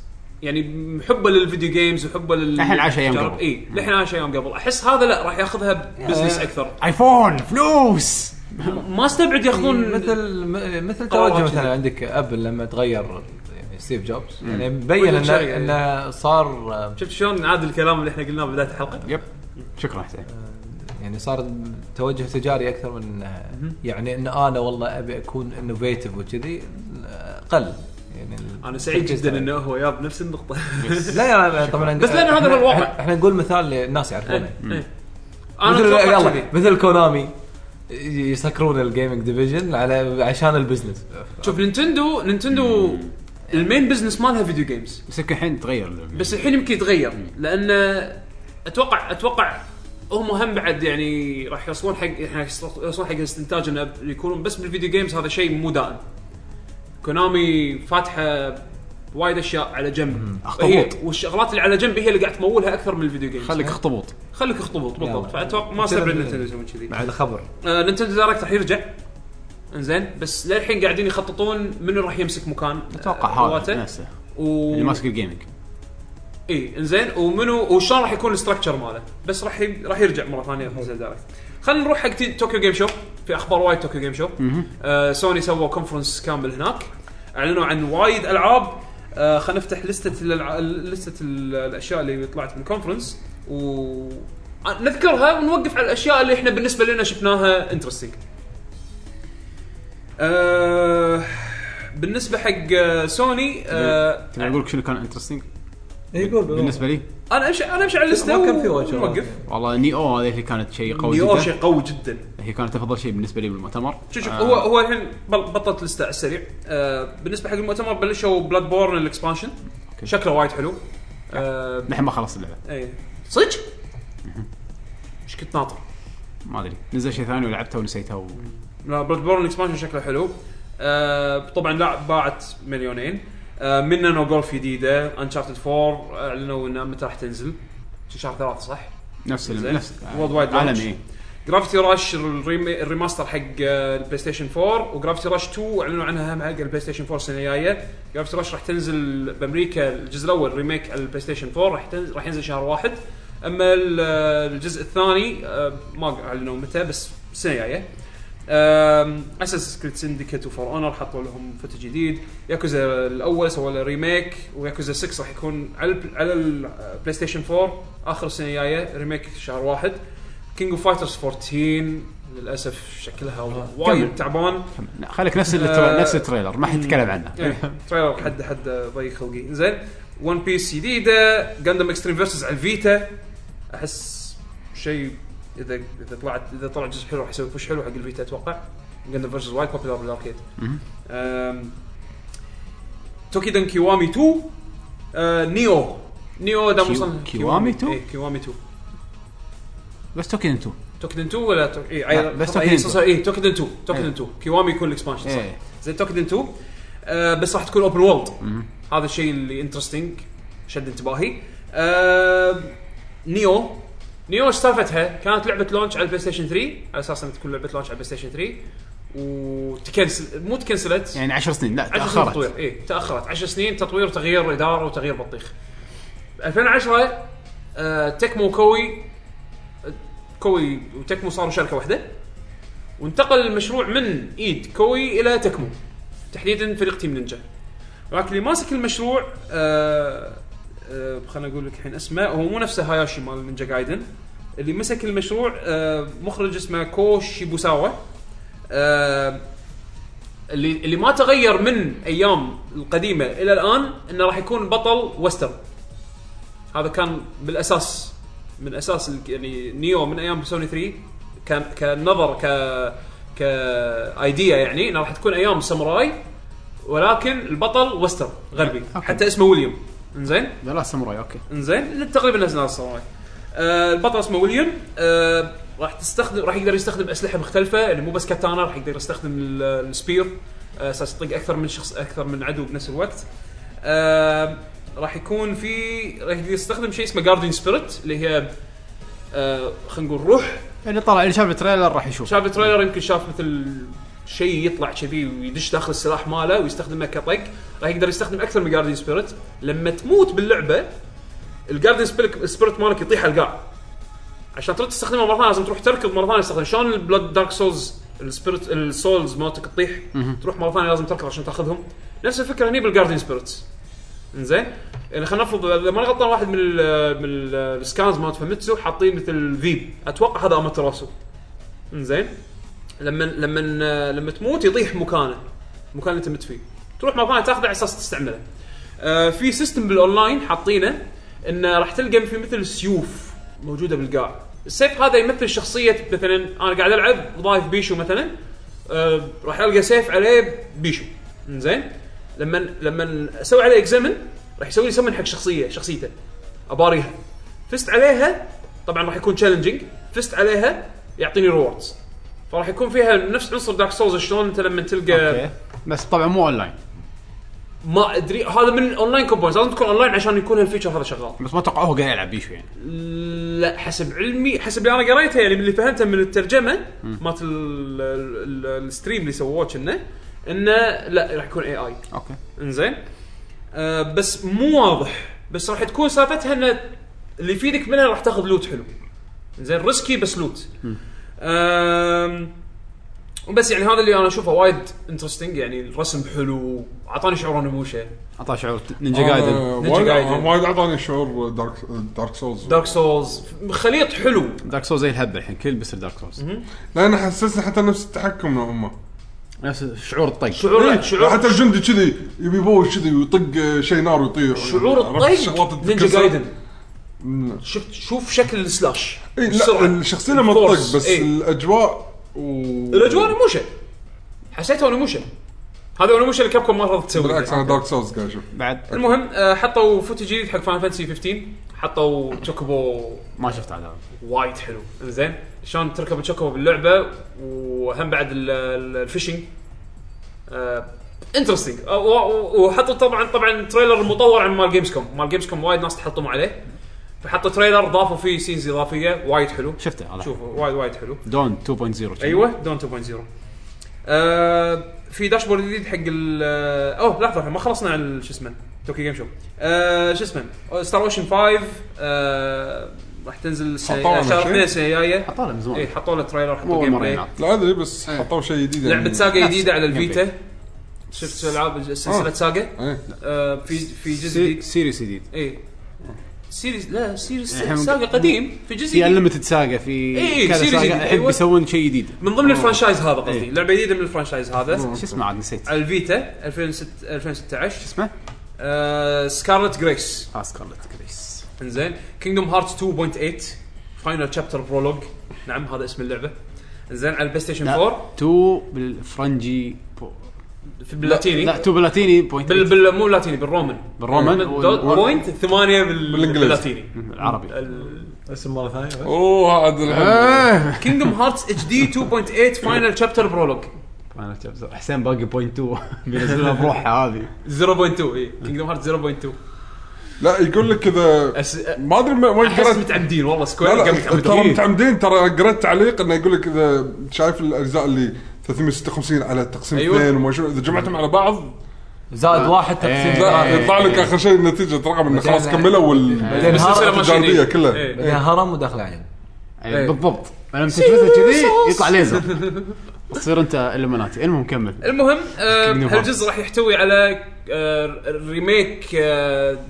S4: يعني حبه للفيديو جيمز وحبه لل إيه،
S1: الحين عاش أيام قبل.
S4: اي للحين عاش ايام قبل احس هذا لا راح ياخذها بزنس
S1: آه.
S4: اكثر
S1: ايفون فلوس
S4: ما استبعد
S1: إيه،
S4: ياخذون
S2: مثل م- مثل
S4: قرارات
S2: توجه
S4: جديدة.
S2: مثلا عندك ابل لما تغير يعني ستيف جوبز يعني مبين
S4: ويلم
S2: انه
S4: شرقة.
S2: انه صار آه،
S4: شفت شلون عاد الكلام اللي احنا قلناه بدايه الحلقه
S1: يب شكرا حسين
S2: يعني صار توجه تجاري اكثر من إنه- يعني ان انا والله ابي اكون انوفيتف وكذي آه، قل يعني ال-
S4: انا سعيد جدا انه هو جاب نفس النقطه
S2: لا يعني طبعا
S4: بس لأن هذا هو
S2: إحنا-
S4: الواقع.
S2: إحنا- احنا نقول مثال للناس يعرفونه
S4: إيه. انا
S2: مثل
S4: اتوقع
S2: يلا
S4: كذي.
S2: مثل كونامي يسكرون الجيمنج ديفيجن على عشان البزنس
S4: شوف نينتندو نينتندو المين بزنس مالها فيديو جيمز
S1: بس يمكن الحين تغير
S4: بس الحين يمكن يتغير لان اتوقع اتوقع هم هم بعد يعني راح يوصلون حق احنا يوصلون حق الاستنتاج انه يكونون بس بالفيديو جيمز هذا شيء مو دائم كونامي فاتحه وايد اشياء على جنب هي
S1: أخطبوط.
S4: والشغلات اللي على جنب هي اللي قاعد تمولها اكثر من الفيديو جيمز
S1: خليك اخطبوط
S4: خليك اخطبوط
S2: يلا.
S4: بالضبط فاتوقع ما استبعد نينتندو يسوون كذي
S2: مع الخبر
S4: آه، نينتندو دايركت راح يرجع انزين بس للحين قاعدين يخططون منو راح يمسك مكان
S1: اتوقع
S4: آه،
S1: هذا
S4: إيواتا.
S1: ناسه
S4: و...
S1: اللي ماسك الجيمنج
S4: اي انزين ومنو وشلون راح يكون الاستراكشر ماله بس راح ي... راح يرجع مره ثانيه نينتندو دايركت خلينا نروح حق تي- طوكيو جيم شو في اخبار وايد طوكيو جيم شو آه سوني سووا كونفرنس كامل هناك اعلنوا عن وايد العاب آه خلينا نفتح لستة الألع... لستة ال- الاشياء اللي طلعت من الكونفرنس و آه، نذكرها ونوقف على الاشياء اللي احنا بالنسبه لنا شفناها انترستنج آه بالنسبه حق آه، سوني آه
S1: تبي اقول لك شنو كان انترستنج
S5: يقول
S1: بالنسبه لي
S4: انا امشي انا امشي على اللسته
S2: ما كان في واجهة.
S4: ونوقف
S1: والله نيو هذه اللي كانت شيء قوي
S4: نيو
S1: جدا
S4: شيء قوي جدا
S1: هي كانت افضل شيء بالنسبه لي بالمؤتمر
S4: شوف شوف
S1: آه،
S4: هو هو الحين بل- بطلت لسته على السريع آه بالنسبه حق المؤتمر بلشوا بلاد بورن الاكسبانشن شكله وايد حلو آه،
S1: الحين ما خلصت اللعبه
S4: اي صدق ايش كنت ناطر
S1: ما ادري نزل شيء ثاني ولعبته ونسيته و...
S4: لا بلاد بورن اكسبانشن شكله حلو آه طبعا لا باعت مليونين آه منا نو جولف جديده انشارتد 4 اعلنوا انها متى راح تنزل شهر ثلاثة صح؟
S1: نفس ال...
S4: زين.
S1: نفس
S4: World Wide Launch.
S1: عالمي إيه.
S4: جرافيتي راش الريمي- الريماستر حق آه، البلاي ستيشن 4 وجرافيتي راش 2 اعلنوا عنها هم حق البلاي ستيشن 4 السنه الجايه جرافيتي راش راح تنزل بامريكا الجزء الاول ريميك على البلاي ستيشن 4 راح تنزل راح ينزل شهر واحد اما ال- آه، الجزء الثاني آه، ما اعلنوا متى بس السنه الجايه اساس كريد سندكيت وفور اونر حطوا لهم فوت جديد ياكوزا الاول سووا له ريميك وياكوزا 6 راح يكون على الب- على آه، البلاي ستيشن 4 اخر السنه الجايه ريميك شهر واحد كينج اوف فايترز 14 للاسف شكلها وايد
S1: كمل.
S4: تعبان
S1: لا، خليك نفس الترا...
S4: آه.
S1: نفس التريلر ما حد يتكلم عنه
S4: يعني تريلر حد حد ضيق خلقي زين ون بيس جديده جاندم اكستريم فيرسز على الفيتا احس شيء اذا اذا طلعت اذا طلع جزء حلو راح يسوي بوش حلو حق الفيتا اتوقع جاندم فيرسز وايد بوبيلر بالاركيد
S1: مهم.
S4: أم، توكي دن كيوامي 2 أه، نيو نيو دام
S1: كيو-
S4: وصلنا
S1: كيوامي 2?
S4: ايه كيوامي 2
S1: بس توكن انتو
S4: توكيدن 2 ولا تو... اي عيل-
S1: بس
S4: خطأ-
S1: توكيدن
S4: إيه،
S1: 2.
S4: صح- اي توكيدن 2 توكيدن
S1: إيه.
S4: 2 كيوامي يكون الاكسبانشن صح
S1: إيه.
S4: زين توكيدن 2 آه بس راح تكون اوبن وورلد هذا الشيء اللي انترستنج شد انتباهي آه نيو نيو ايش سالفتها؟ كانت لعبه لونش على البلاي ستيشن 3 على اساس انها تكون لعبه لونش على البلاي ستيشن 3 وتكنسل مو تكنسلت
S1: يعني 10 سنين لا
S4: 10 سنين تطوير
S1: تاخرت
S4: اي تاخرت 10 سنين تطوير وتغيير اداره وتغيير بطيخ 2010 آه تكمو كوي آه، كوي وتكمو صاروا شركه واحده وانتقل المشروع من ايد كوي الى تكمو تحديدا فريق تيم نينجا ولكن اللي ماسك المشروع آه آه خليني اقول لك الحين اسمه هو مو نفسه هاياشي مال نينجا جايدن اللي مسك المشروع آه مخرج اسمه كو شيبوساوا آه اللي اللي ما تغير من ايام القديمه الى الان انه راح يكون بطل وسترن هذا كان بالاساس من اساس ال- يعني نيو من ايام سوني 3 كان كنظر ك كايديا يعني انه راح تكون ايام ساموراي ولكن البطل وسترن غربي
S1: أوكي.
S4: حتى اسمه ويليام انزين
S1: لا لا ساموراي اوكي
S4: انزين تقريبا نفس ناس الصواري آه البطل اسمه ويليام آه راح تستخدم راح يقدر يستخدم اسلحه مختلفه يعني مو بس كاتانا راح يقدر يستخدم ال- السبير آه، اساس يطق اكثر من شخص اكثر من عدو بنفس الوقت آه راح يكون في راح يقدر يستخدم شيء اسمه جاردين سبيريت اللي هي آه خلينا نقول روح
S1: اللي يعني طلع اللي شاف التريلر راح يشوف
S4: شاف التريلر يمكن شاف مثل شيء يطلع كذي ويدش داخل السلاح ماله ويستخدمه كطق راح يقدر يستخدم اكثر من جاردين سبيريت لما تموت باللعبه الجاردن سبيريت مالك يطيح على القاع عشان ترد تستخدمه مره ثانيه لازم تروح تركض مره ثانيه تستخدم شلون البلاد دارك سولز السبيريت السولز مالتك تطيح تروح مره ثانيه لازم تركض عشان تاخذهم نفس الفكره هني بالجاردن سبيريتس انزين يعني خلينا نفرض اذا ماني غلطان واحد من ال من ال- السكانز مالت فميتسو حاطين مثل فيب اتوقع هذا اماتراسو انزين لما لما لما تموت يطيح مكانه المكان اللي انت مت فيه تروح مره ثانيه تاخذه على اساس تستعمله آه في سيستم بالاونلاين حاطينه انه راح تلقى في مثل سيوف موجوده بالقاع السيف هذا يمثل شخصيه مثلا انا قاعد العب ضايف بيشو مثلا آه راح القى سيف عليه بيشو زين لما لما اسوي عليه اكزامن راح يسوي لي سمن حق شخصيه شخصيته اباريها فزت عليها طبعا راح يكون تشالنجينج فزت عليها يعطيني ريوردز فراح يكون فيها نفس عنصر دارك سولز شلون انت لما تلقى
S1: اوكي بس طبعا مو اونلاين
S4: ما ادري هذا من الاونلاين كومبوننتس لازم تكون اونلاين عشان يكون هالفيتشر هذا شغال
S1: بس ما اتوقع هو قاعد يلعب بيشو يعني
S4: لا حسب علمي حسب اللي انا قريته يعني من اللي فهمته من الترجمه مالت ال- ال- ال- الستريم اللي سووه كنا انه لا راح يكون اي اي
S1: اوكي
S4: انزين آه بس مو واضح بس راح تكون سالفتها ان اللي يفيدك منها راح تاخذ لوت حلو زين ريسكي بس لوت آم، وبس يعني هذا اللي انا اشوفه وايد انترستنج يعني الرسم حلو اعطاني شعور انيموشا
S1: اعطاه شعور نينجا
S4: آه.
S1: جايدن
S4: نينجا
S3: آه، وايد آه،
S4: جايدن.
S3: وايد اعطاني شعور آه، دارك دارك سولز
S4: دارك سولز خليط حلو
S1: دارك سولز زي الهبه الحين كل بس دارك سولز
S3: لان حسسني حتى نفس التحكم نوعا ما
S1: نفس شعور طيب. الطق
S4: شعور لا
S3: شعور
S4: شعور
S3: حتى الجندي كذي يبي يبوش كذي ويطق آه، شيء نار ويطير
S4: شعور
S3: عرفت الشغلات
S4: الطق نينجا
S3: تتكسر؟
S4: جايدن
S3: مم.
S4: شفت شوف شكل السلاش
S3: اي
S4: السرعة،
S3: إيه،
S4: إيه.
S3: لا الشخصيه لما تطق
S4: الفورس،
S3: بس
S4: إي.
S3: الاجواء و...
S4: الاجواء نموشه حسيتها نموشه هذا ولا مش اللي كابكم ما رضت تسوي
S3: بالعكس انا دارك سولز قاعد اشوف
S1: بعد
S4: المهم آه، حطوا فوتو جديد حق فان فانسي 15 حطوا تشوكوبو
S1: ما شفت عاد هذا
S4: وايد حلو زين شلون تركب الشوكوبو باللعبه وهم بعد ال- ال- آه، الفishing انترستنج وحطوا طبعا طبعا تريلر مطور عن مال جيمز كوم مال جيمز كوم وايد ناس تحطم عليه فحطوا تريلر ضافوا فيه سينز اضافيه وايد حلو
S1: شفته هذا
S4: شوفوا وايد وايد حلو
S1: دون 2.0
S4: ايوه دون 2.0 آه في داشبورد جديد حق ال اوه لحظه إحنا ما خلصنا عن ال- شو اسمه توكي جيم شو آه شو اسمه ستار اوشن 5 آه راح تنزل آه، السنة-
S3: حطونا
S4: شهر
S3: شيء؟
S4: 2 السنه الجايه
S1: حطوا له من زمان
S4: اي إيه. حطوا له تريلر
S1: مو
S4: حطوا
S1: أول
S4: جيم
S1: مرة
S4: بلاي
S1: ينعاد.
S3: لا ادري بس
S4: إيه.
S3: حطوا شيء جديد يعني.
S4: لعبه ساجا جديده على
S1: جيم
S4: الفيتا شفت العاب سلسله
S3: آه.
S4: ساجا
S3: إيه.
S4: آه في في جزء
S1: سي-
S4: جديد
S1: سيريس جديد
S4: اي سيريز لا سيريز
S1: الحين-
S4: ساجا قديم في جزء
S1: إيه، في
S4: جديد
S1: انليمتد ساقه في
S4: إيه،
S1: كذا
S4: سيريس
S1: ساقة.
S4: جديد،
S1: الحين
S4: أيوة.
S1: بيسوون شيء جديد
S4: من ضمن الفرانشايز هذا قصدي
S1: آه. إيه.
S4: لعبه جديده من الفرانشايز هذا
S1: شو اسمه عاد نسيت شو
S4: على الفيتا 2006 2016
S1: اسمه؟
S4: آه، سكارلت جريس
S1: اه سكارلت كريس
S4: انزين كينجدوم هارت 2.8 فاينل شابتر برولوج نعم هذا اسم اللعبه انزين على البلاي ستيشن 4
S1: تو بالفرنجي بو-
S4: في باللاتيني
S1: لا تو باللاتيني بوينت
S4: بال بال مو لاتيني بالرومان
S1: بالرومان
S4: دوت
S1: وال-
S4: بوينت ثمانية بال-
S3: بالإنجليزي.
S4: باللاتيني
S1: العربي
S5: اسم مره ثانيه
S3: اوه عاد الحين.
S4: كينجدوم هارتس اتش دي 2.8 فاينل شابتر برولوج 0.2
S1: أنا شفت- حسين باقي بوينت 2 بينزلها بروحها هذه
S4: اي كينجدوم هارت 0.2
S3: لا يقول لك اذا
S4: أس- أ-
S3: ما ادري ما- وين
S4: احس
S3: قرأت
S4: متعمدين والله
S3: لا
S4: سكوير قام
S3: لا
S4: يتعمدون
S3: ترى متعمدين ترى قريت تعليق انه يقول لك اذا شايف الاجزاء اللي 356 على تقسيم
S4: أيوة.
S3: اثنين وما شو اذا جمعتهم على بعض
S2: زائد واحد تقسيم
S4: إيه.
S3: لا
S2: ثاني.
S3: يطلع لك اخر شيء النتيجه رقم انه خلاص
S2: بعدين-
S3: كملوا
S4: إيه.
S2: بعدين
S3: وال
S2: هارت
S4: السلسلة ما شي
S3: التجارية
S4: جديد.
S3: كلها.
S4: إيه.
S2: بعدين هرم وداخل عين
S1: يعني بالضبط لما تثبتها كذي يطلع ليزر تصير انت الومناتي المهم كمل
S4: المهم آه،
S1: Kingdom Hearts.
S4: هالجزء راح يحتوي على آه، ريميك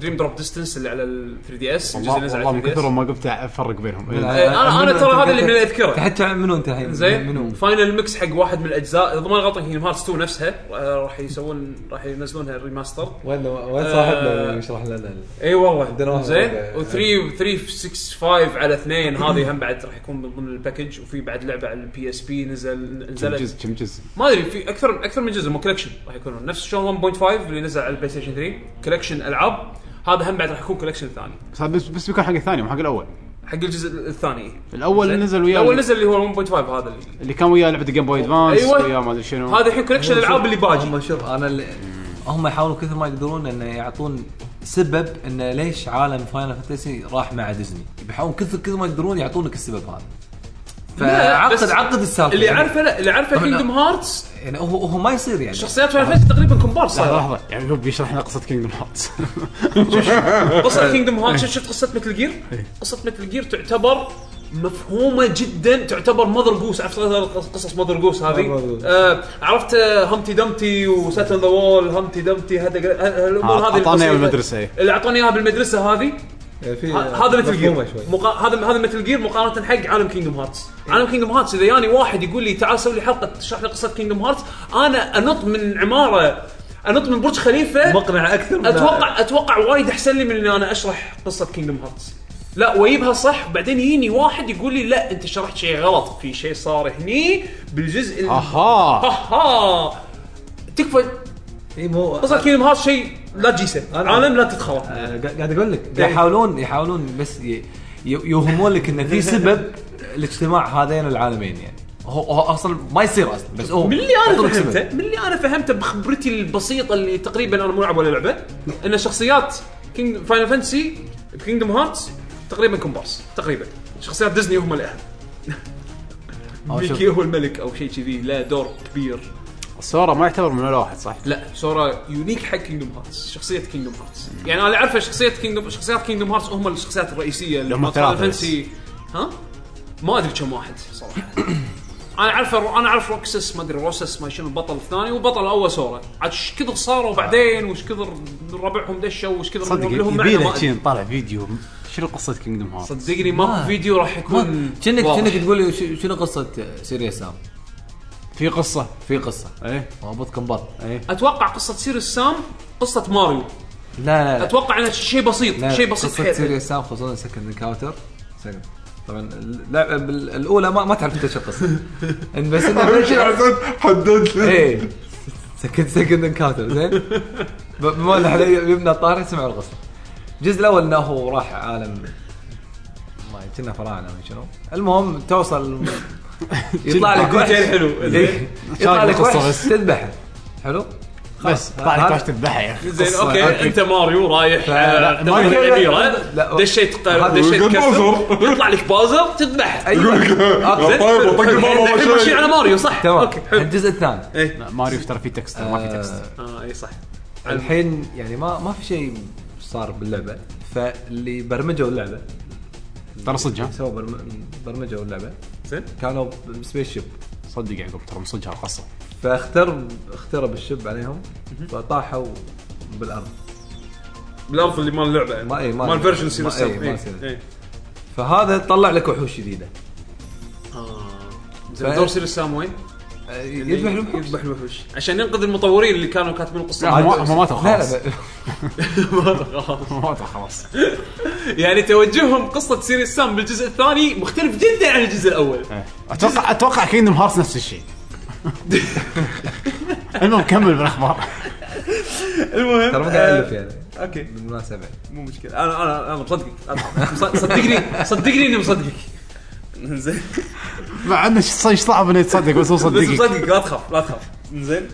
S4: دريم دروب ديستنس اللي على ال 3 دي اس
S1: والله والله من كثر ما قمت افرق بينهم
S4: إيه،
S1: إيه،
S4: أنا- أنا ترى هذا اللي من أذكره.
S2: تحت منو انت الحين؟
S4: زين
S2: منو؟
S4: فاينل ميكس حق واحد من الاجزاء اذا ما غلطان هي مارس 2 نفسها آه، راح يسوون راح ينزلونها ريماستر
S5: وين وين
S4: آه.
S5: صاحبنا اللي يشرح لنا ال-
S4: اي
S5: عندنا
S4: والله
S5: واحد
S4: زين
S5: هذا.
S4: و3 365 على اثنين هذه هم بعد راح يكون من ضمن الباكج وفي بعد لعبه على البي اس بي نزل
S1: كم
S4: نزلت
S1: جزء كم جزء
S4: ما ادري في اكثر اكثر من جزء مو كولكشن راح يكونون نفس شلون 1.5 اللي نزل على البلاي ستيشن 3 كولكشن العاب هذا هم بعد راح يكون كولكشن ثاني
S1: بس هذا بس بس بيكون حق الثاني مو حق الاول
S4: حق الجزء الثاني
S1: الاول
S4: زين.
S1: اللي نزل وياه
S4: الاول نزل اللي هو 1.5 هذا اللي
S1: اللي كان وياه لعبه جيم بوي ادفانس
S4: أيوة.
S1: وياه ما ادري شنو
S4: هذا الحين كولكشن الالعاب اللي باجي
S2: هم شوف انا اللي هم يحاولون كثر ما يقدرون انه يعطون سبب انه ليش عالم فاينل فانتسي راح مع ديزني بيحاولون كثر كثر ما يقدرون يعطونك السبب هذا
S4: لا، بس
S2: فعقد عقد السالفه
S4: اللي
S2: يعني-
S4: عارفه لا اللي عارفه
S2: طبعاً.
S4: كينجدم هارتس
S2: يعني هو هو ما يصير يعني
S4: شخصيات فاينل فانتسي تقريبا كومبارس
S1: لحظه
S4: صار
S1: لحظه يعقوب يعني بيشرح لنا قصه كينجدم هارتس
S4: قصه كينجدم هارتس شفت قصه متل جير
S5: إيه.
S4: قصه متل جير تعتبر مفهومه جدا تعتبر ماذر جوس عرفت قصص ماذر جوس هذه
S5: Mother Goose.
S4: آه عرفت آه، همتي دمتي وسات ذا وول همتي دمتي هذا الامور
S5: آه،
S4: هذه
S1: اعطانا اياه
S4: البسيطة.
S1: بالمدرسه إيه.
S4: اللي اعطوني اياها بالمدرسه هذه
S5: يعني في
S4: ه- هذا مثل
S5: مفهومة
S4: جير
S5: شوي إيه.
S4: مقا... هذا هذا مثل جير مقارنه حق عالم كينجدم هارتس عالم كينجدم هارتس اذا ياني واحد يقول لي تعال سوي لي حلقه تشرح لي قصه كينجدم هارتس انا انط من عماره انط من برج خليفه
S5: مقنع اكثر من
S4: اتوقع اتوقع وايد احسن لي من ان انا اشرح قصه كينجدم هارتس لا واجيبها صح بعدين يجيني واحد يقول لي لا انت شرحت شيء غلط في شيء صار هني بالجزء ال-
S1: اها
S4: اها تكفى
S5: اي مو
S4: قصه كينجدم هارتس شيء لا تجيسه
S5: أنا-
S4: عالم لا تتخوى
S2: آه، قا- قاعد اقول لك
S4: يعني-
S2: قاعد يحاولون يحاولون بس ي- ي- يوهمون لك انه في سبب لاجتماع هذين العالمين يعني هو, هو اصلا ما يصير اصلا بس هو
S4: من اللي انا
S2: يعطونك سبب.
S4: فهمته من اللي انا فهمته بخبرتي البسيطه اللي تقريبا انا مو لعب ولا لعبه ان شخصيات كينج فاينل فانتسي بكينجدم هارتس تقريبا كومبارس تقريبا شخصيات ديزني هم الاهم
S2: أو شوف.
S4: ميكي هو الملك او شيء كذي لا دور كبير
S1: سورا ما يعتبر من الواحد صح؟
S4: لا سورا يونيك حق كينجدم هارتس شخصيه كينجدم هارتس يعني انا اللي اعرفه شخصيه كينجدم شخصيات كينجدم هارتس هم الشخصيات الرئيسيه اللي
S1: هم
S4: هم
S1: ثلاثة بس.
S4: فانسي ها ما ادري كم واحد صراحه انا اعرف انا اعرف روكسس ما ادري روسس ما شنو البطل الثاني والبطل الاول سورا عاد ايش كثر صاروا بعدين وايش كثر ربعهم دشوا وايش كثر
S1: صدق
S4: منهم لهم
S1: يبي
S4: معنى
S1: له
S4: ما أدري.
S1: شي نطالع فيديو شنو قصه كينجدم هارت؟
S4: صدقني ما
S2: ما-
S4: في فيديو راح يكون
S2: كأنك
S4: واضح.
S2: كأنك تقول لي ش- شنو قصه سيريس سام
S1: في قصه
S2: في قصه
S1: ايه
S2: وابطكم بط
S1: ايه
S4: اتوقع قصه سيريس سام قصه ماريو
S2: لا لا
S4: اتوقع انه شيء بسيط
S2: لا
S4: شيء بسيط
S2: قصه
S4: حيل
S2: سيريس سام خصوصا سكند انكاوتر طبعا اللعبه بال-
S4: إيه.
S2: الاولى ما ما تعرف انت شو القصه إن بس انه
S1: إيه.
S3: أهم شيء عشان حددت لي
S2: ايه سكند سكند انكاونتر زين ب- بما ان احنا يبنى الطار سمع الغصن الجزء الاول انه هو راح عالم ما كنا فراعنه ما شنو المهم توصل يطلع لك وحش
S4: كوتين حلو
S2: إيه. يطلع لك
S1: القصة
S2: وحش
S1: بس.
S2: تذبحه حلو
S1: بس طلع لك واش تذبحه يا اخي
S4: زين اوكي انت ماريو رايح آه، تبغى
S2: ماريو-
S4: الاميره
S2: لا،
S4: دشيت
S2: هذا-
S4: دشيت
S3: يقول
S4: كاستم
S3: بوزر.
S4: يطلع لك بازر تذبحه
S2: ايوه
S4: زين.
S3: طيب وطق البابا
S4: الحين
S3: وشي.
S4: ماشيين على ماريو صح
S2: تمام إيه.
S4: اوكي حلو
S2: الجزء الثاني
S1: لا، ماريو ترى في تكست ما في تكست
S4: اه اي صح
S2: الحين يعني ما ما في شيء صار باللعبه فاللي برمجوا اللعبه
S1: ترى صدق ها؟
S2: سووا برم- برمجوا اللعبه
S4: زين
S2: كانوا بسبيس شيب
S1: صدق يعقوب ترى صدق هالقصه
S2: فاختر اخترب الشب عليهم فطاحوا بالارض
S4: بالارض اللي مال اللعبه
S2: ما- إيه، ما-
S4: مال فيرجن
S2: ما-
S4: سيريس
S2: إيه، ما سيريس. فهذا طلع لك وحوش جديده
S4: آه. زين
S2: ف-
S4: دور سيريس سام وين؟
S2: آه، يذبح الوحوش
S4: يذبح الوحوش عشان ينقذ المطورين اللي كانوا كاتبين القصه
S1: لا، هم- هم ماتوا
S2: لا
S1: خلاص
S2: لا ب-
S1: هم ماتوا خلاص
S4: يعني توجههم قصه سيريس سام بالجزء الثاني مختلف جدا عن الجزء الاول
S1: اتوقع اتوقع كيندم هارس نفس الشيء المهم كمل بالاخبار
S4: المهم
S2: ترى ما قاعد
S4: آه،
S2: الف يعني
S4: اوكي
S2: بالمناسبه
S4: مو مشكله انا انا انا مصدقك أنا- صدقني صدقني اني مصدقك زين
S1: مع انه ش- ايش صعب انه يتصدق بس هو
S4: بس
S1: صدقك
S4: مصدقك لا تخاف لا تخاف زين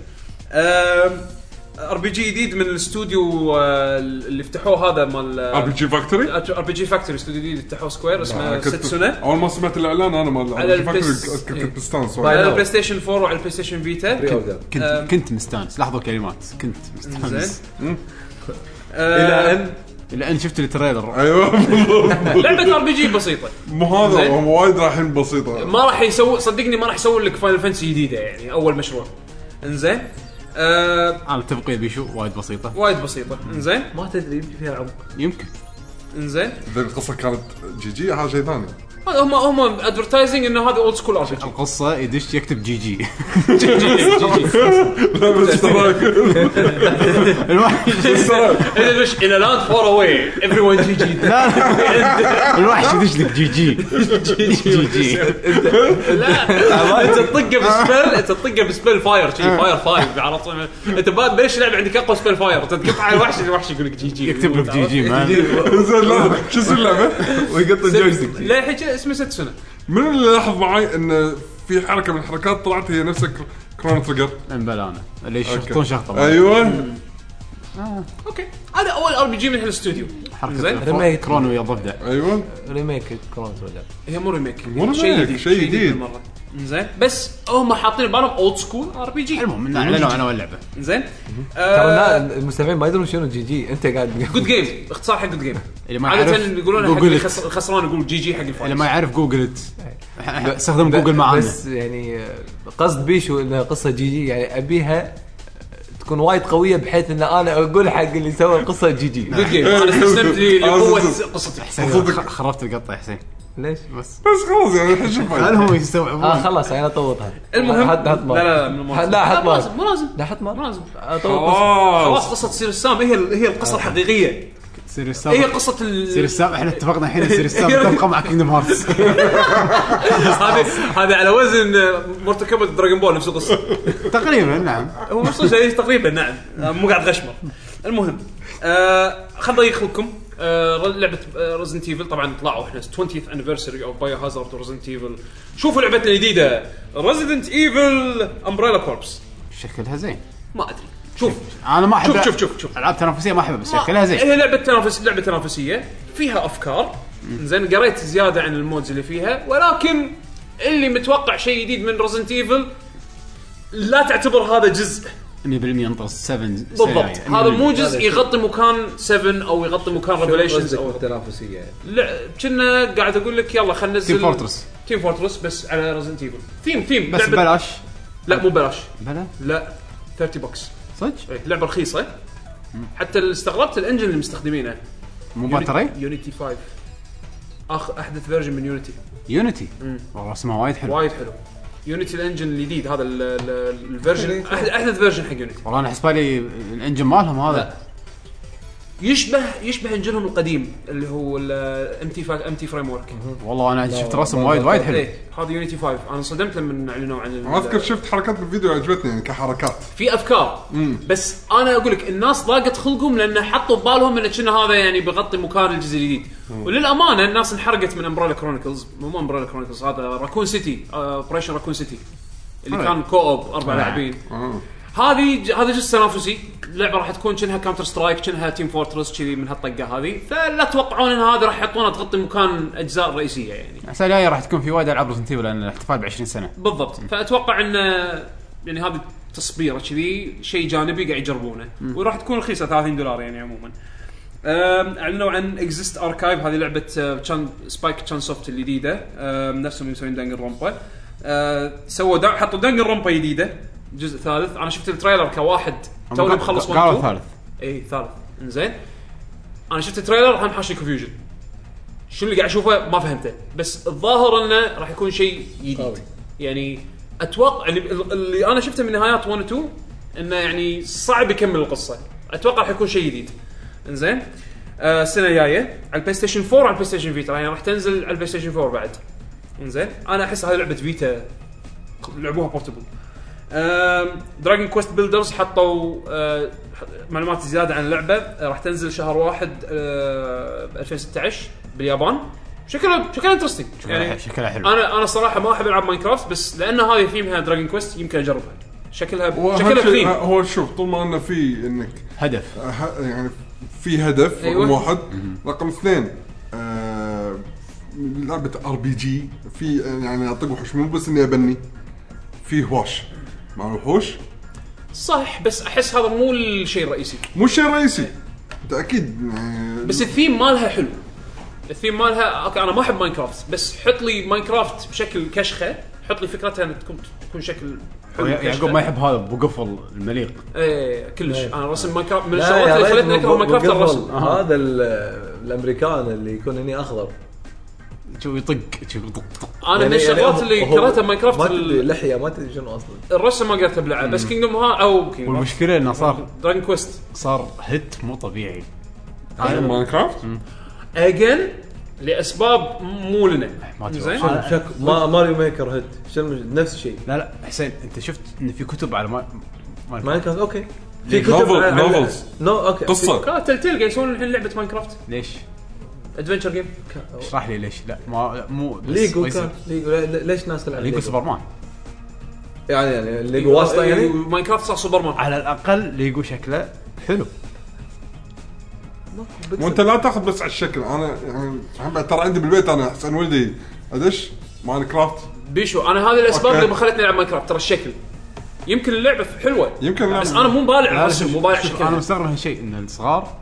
S4: ار بي جي جديد من الاستوديو آه، اللي فتحوه هذا مال
S3: ار بي جي فاكتوري
S4: ار بي جي فاكتوري استوديو جديد فتحوه سكوير اسمه سيتسونا
S3: اول ما سمعت الاعلان انا مال
S4: على
S3: ار بي جي
S4: البس-
S3: فاكتوري
S4: إيه.
S3: كنت بستانس
S2: باي-
S3: وايد.
S4: على
S2: ناو.
S4: البلاي ستيشن 4 وعلى البلاي ستيشن فيتا
S5: اوردر
S4: أم.
S1: كنت كنت مستانس لاحظوا كلمات كنت مستانس
S4: زين
S5: الى
S4: آه،
S5: ان
S1: لان شفت التريلر
S3: ايوه بالضبط.
S4: لعبه ار بي جي بسيطه
S3: مو هذا
S4: زين.
S3: هو وايد رايحين بسيطه
S4: ما راح يسوي صدقني ما راح يسوون لك فاينل فانسي جديده يعني اول مشروع انزين آه
S1: انا التبقيه بيشو وايد بسيطه
S4: وايد بسيطه انزين
S2: ما تدري يمكن فيها عمق
S1: يمكن
S4: انزين
S3: ذي القصه كانت جي جي هذا شيء ثاني
S4: هذا هم هم ادفرتايزنج انه هذا اولد سكول ار بي جي
S1: القصه يدش يكتب جي جي
S3: لا بس ترى
S1: الوحش
S3: بس ترى
S4: الى لاند فور اواي ايفري ون جي جي
S1: لا لا. الوحش يدش لك جي جي جي جي
S4: لا انت تطقه بسبل انت تطقه بسبل فاير شي فاير فاير على طول انت بعد بلش لعب عندك اقوى سبل فاير انت تقطع على الوحش الوحش يقول لك جي جي
S1: يكتب لك جي جي مان
S3: زين لا شو اسم اللعبه؟
S2: ويقط الجويستيك
S4: لا الحين اسمه ساتسونا
S3: من اللي لاحظ معي ان في حركه من الحركات طلعت هي نفس كرون تريجر
S1: انبل انا اللي يشخطون
S3: أوكي.
S1: شخطه
S3: ايوه
S4: اوكي هذا اول ار بي جي من هالاستوديو زين.
S1: حركه
S2: ريميك.
S1: كرونو يا ضفدع
S3: ايوه
S2: ريميك كرون تريجر
S4: هي مو ريميك
S3: مو ريميك، شيء جديد.
S4: بالمرة. زين بس هم حاطين بالهم اولد سكول ار بي جي
S1: المهم إن اعلنوا عن اللعبه
S4: زين آه،
S2: ترى لا، المستمعين ما يدرون شنو جي جي انت قاعد
S4: جود جيم اختصار حق جود جيم
S1: اللي ما
S4: عادة
S1: يعرف
S4: يقولون حق
S1: جوجل
S4: اللي
S1: إت.
S4: خس- خسران يقول جي جي حق
S1: اللي ما
S4: الفايز
S1: يعرف جوجل إت. استخدم جوجل معانا
S2: بس يعني قصد بيشو انها قصه جي جي يعني ابيها تكون وايد قويه بحيث ان انا اقول حق اللي سوى القصه جي جي
S4: جود جيم انا استسلمت لي- لقوه
S3: أنا
S4: قصتي
S1: صدق خربت القطه يا حسين
S2: ليش؟
S1: بس
S3: بس خلاص يعني الحين شوف
S1: هل هم
S4: آه،
S2: اه
S1: يستوعبون
S2: خلاص انا طوطها
S4: المهم
S2: حط حط
S4: لا
S2: مار.
S4: لا لا من المواصفات.
S2: لا حط
S4: مو
S2: مار.
S4: لازم مو لازم
S2: لا حط
S4: مو
S2: مار
S4: لازم
S2: اطوط
S4: خلاص آه.
S3: خلاص
S4: قصه سير السام هي ال- هي القصه الحقيقيه
S1: سيريس
S4: هي
S1: سام
S4: قصه ال-
S1: سيريس سام احنا اتفقنا الحين سيريس سام تبقى مع كينجدم هارتس
S4: هذه هذا على وزن مرتكبة دراجون بول نفس القصه
S1: تقريبا نعم
S4: هو نفس الشيء تقريبا نعم مو قاعد غشمر المهم آه خلنا نضيق خلقكم آه لعبه ريزنت ايفل طبعا طلعوا احنا 20th anniversary اوف بايو هازارد وريزنت ايفل شوفوا لعبتنا الجديده ريزنت ايفل امبريلا كوربس
S1: شكلها زين
S4: ما ادري شوف
S1: انا ما احب
S4: شوف- شوف- شوف- شوف.
S1: العاب تنافسيه ما احبها بس شكلها زين
S4: هي لعبه تنافس لعبه تنافسيه فيها افكار زين قريت زياده عن المودز اللي فيها ولكن اللي متوقع شيء جديد من رزنت ايفل لا تعتبر هذا جزء
S1: 100% انطر 7
S4: بالضبط
S1: يعني.
S4: هذا مو جزء يغطي مكان 7 او يغطي مكان ريفليشنز او
S5: تنافسيه يعني
S4: لا كنا قاعد اقول لك يلا خلينا ننزل
S1: تيم فورترس
S4: تيم فورترس بس على رزنت ايفل ثيم ثيم
S1: بس بلاش
S4: لا مو بلاش
S1: بلا
S4: لا 30 بوكس
S1: صدق
S4: إيه، لعبه رخيصه حتى اللي استغربت الانجن اللي مستخدمينه
S1: مو باتري
S4: يونيتي 5 اخ احدث فيرجن من يونيتي
S1: يونيتي والله اسمها وايد حلو
S4: وايد حلو يونيتي الانجن الجديد هذا ال- ال- الفيرجن أحد- احدث فيرجن حق يونيتي
S1: والله انا حسبالي الانجن مالهم هذا
S4: يشبه يشبه انجنهم القديم اللي هو الام تي ام تي فريم ورك
S1: والله انا شفت رسم
S5: لا،
S1: وايد
S5: لا،
S1: وايد
S5: لا،
S1: حلو
S4: إيه، هذا يونيتي 5 انا انصدمت لما اعلنوا عن ال-
S3: أنا اذكر شفت حركات بالفيديو عجبتني يعني كحركات
S4: في افكار بس انا اقول لك الناس ضاقت خلقهم لان حطوا ببالهم ان كنا هذا يعني بغطي مكان الجزء الجديد وللامانه الناس انحرقت من امبريلا كرونيكلز مو مو امبريلا كرونيكلز هذا راكون سيتي اوبريشن راكون سيتي اللي كان كو اوب اربع لاعبين
S3: آه.
S4: هذه ج- هذا جزء تنافسي اللعبه راح تكون شنها كاونتر سترايك شنها تيم فورترس كذي من هالطقه هذه فلا تتوقعون ان هذه راح يحطونها تغطي مكان اجزاء رئيسيه يعني
S1: السنه الجايه راح تكون في وايد العاب ريزنت لان الاحتفال ب 20 سنه
S4: بالضبط فاتوقع ان يعني هذه تصبيره كذي شيء جانبي قاعد يجربونه وراح تكون رخيصه 30 دولار يعني عموما أم، اعلنوا عن اكزيست اركايف هذه لعبه أه، تشان سبايك تشان سوفت الجديده أم، نفسهم مسوين دانجر رومبا أه، سووا دا حطوا دانجر رومبا جديده جزء ثالث انا شفت التريلر كواحد توني مخلص one
S1: قالوا
S4: two.
S1: ثالث
S4: اي إيه، ثالث انزين انا شفت التريلر هم حاشي كونفيوجن شو اللي قاعد اشوفه ما فهمته بس الظاهر انه راح يكون شيء جديد يعني اتوقع اللي, اللي انا شفته من نهايات 1 و 2 انه يعني صعب يكمل القصه اتوقع راح يكون شيء جديد انزين آه، السنه الجايه على البلاي ستيشن 4 وعلى البلاي ستيشن فيتا يعني راح تنزل على البلاي ستيشن 4 بعد انزين انا احس هذه لعبه فيتا لعبوها بورتبل دراجون كويست بيلدرز حطوا آه، ح- معلومات زياده عن اللعبه آه، راح تنزل شهر واحد آه، 2016 باليابان شكلها شكلها انترستنج
S1: يعني شكلها حلو
S4: انا انا صراحه ما احب العب ماينكرافت بس لان هذه ثيمها دراجون كويست يمكن اجربها شكلها
S3: وأهم
S4: شكلها
S3: شيء-
S4: كلين
S3: هو شوف طول ما انه في انك
S1: هدف
S3: ه- يعني في هدف
S4: أيوة.
S3: رقم واحد رقم اثنين آه، لعبه ار بي جي في يعني اطق وحوش مو بس اني ابني في هواش مع الوحوش
S4: صح بس احس هذا مو الشيء الرئيسي
S3: مو شيء رئيسي تاكيد يعني
S4: بس الثيم مالها حلو الثيم مالها اوكي انا ما احب ماينكرافت بس حط لي ماينكرافت بشكل كشخه حط لي فكرتها ان تكون تكون شكل حلو
S1: يع-
S4: كشخة.
S1: يعقوب ما يحب هذا ابو قفل المليق
S4: ايه كلش انا رسم ماينكرافت من
S5: لا،
S4: الشغلات
S5: يا
S4: اللي
S5: ريت
S4: خلتني اكره
S5: بو-
S4: ماينكرافت
S5: بقفل.
S4: الرسم
S5: هذا ال- الامريكان اللي يكون هني اخضر
S1: شو يطق شو يطق طق.
S4: انا من
S5: يعني- يعني
S4: الشغلات
S5: هو-
S4: اللي
S5: هو
S4: كرهتها ماينكرافت
S5: ما تدري
S4: ال-
S5: لحيه ما تدري شنو اصلا
S4: الرسم ما قدرت ابلعه بس كينجدوم ها او كينجدوم
S1: والمشكله انه صار
S4: دراجون كويست
S1: صار هيت مو طبيعي
S3: ماينكرافت
S4: اجين لاسباب مو لنا
S1: ما أدري.
S4: زين
S5: شنو شك ما ماريو ميكر هيت شنو نفس الشيء
S1: لا لا حسين انت شفت ان في كتب على ما ما
S5: ماينكرافت اوكي في
S3: نوفل-
S5: عن- عن-
S3: نوفلز.
S5: نو اوكي
S3: قصه
S4: كان تلتيل قاعد يسوون الحين لعبه ماينكرافت
S1: ليش؟
S4: ادفنشر جيم
S1: اشرح لي ليش لا ما مو بس
S5: ليجو
S1: بس-
S5: كان ليجو لي- لي- ليش ناس تلعب
S1: ليجو سوبرمان
S5: يعني يعني ليجو واسطه يعني
S4: ماينكرافت صار سوبرمان
S1: على الاقل ليجو شكله حلو
S3: وانت لا تاخذ بس على الشكل انا يعني أحب- ترى عندي بالبيت انا حسن ولدي ادش ماينكرافت
S4: بيشو انا هذه الاسباب
S3: أوكي.
S4: اللي ما خلتني العب ماينكرافت ترى الشكل يمكن اللعبه حلوه
S3: يمكن
S4: بس
S3: لا.
S4: انا مو بالع
S1: لا، لا،
S4: الرسم
S1: شوف-
S4: مو بالع
S1: شوف، انا
S4: شكلها
S1: مستغرب هالشيء ان الصغار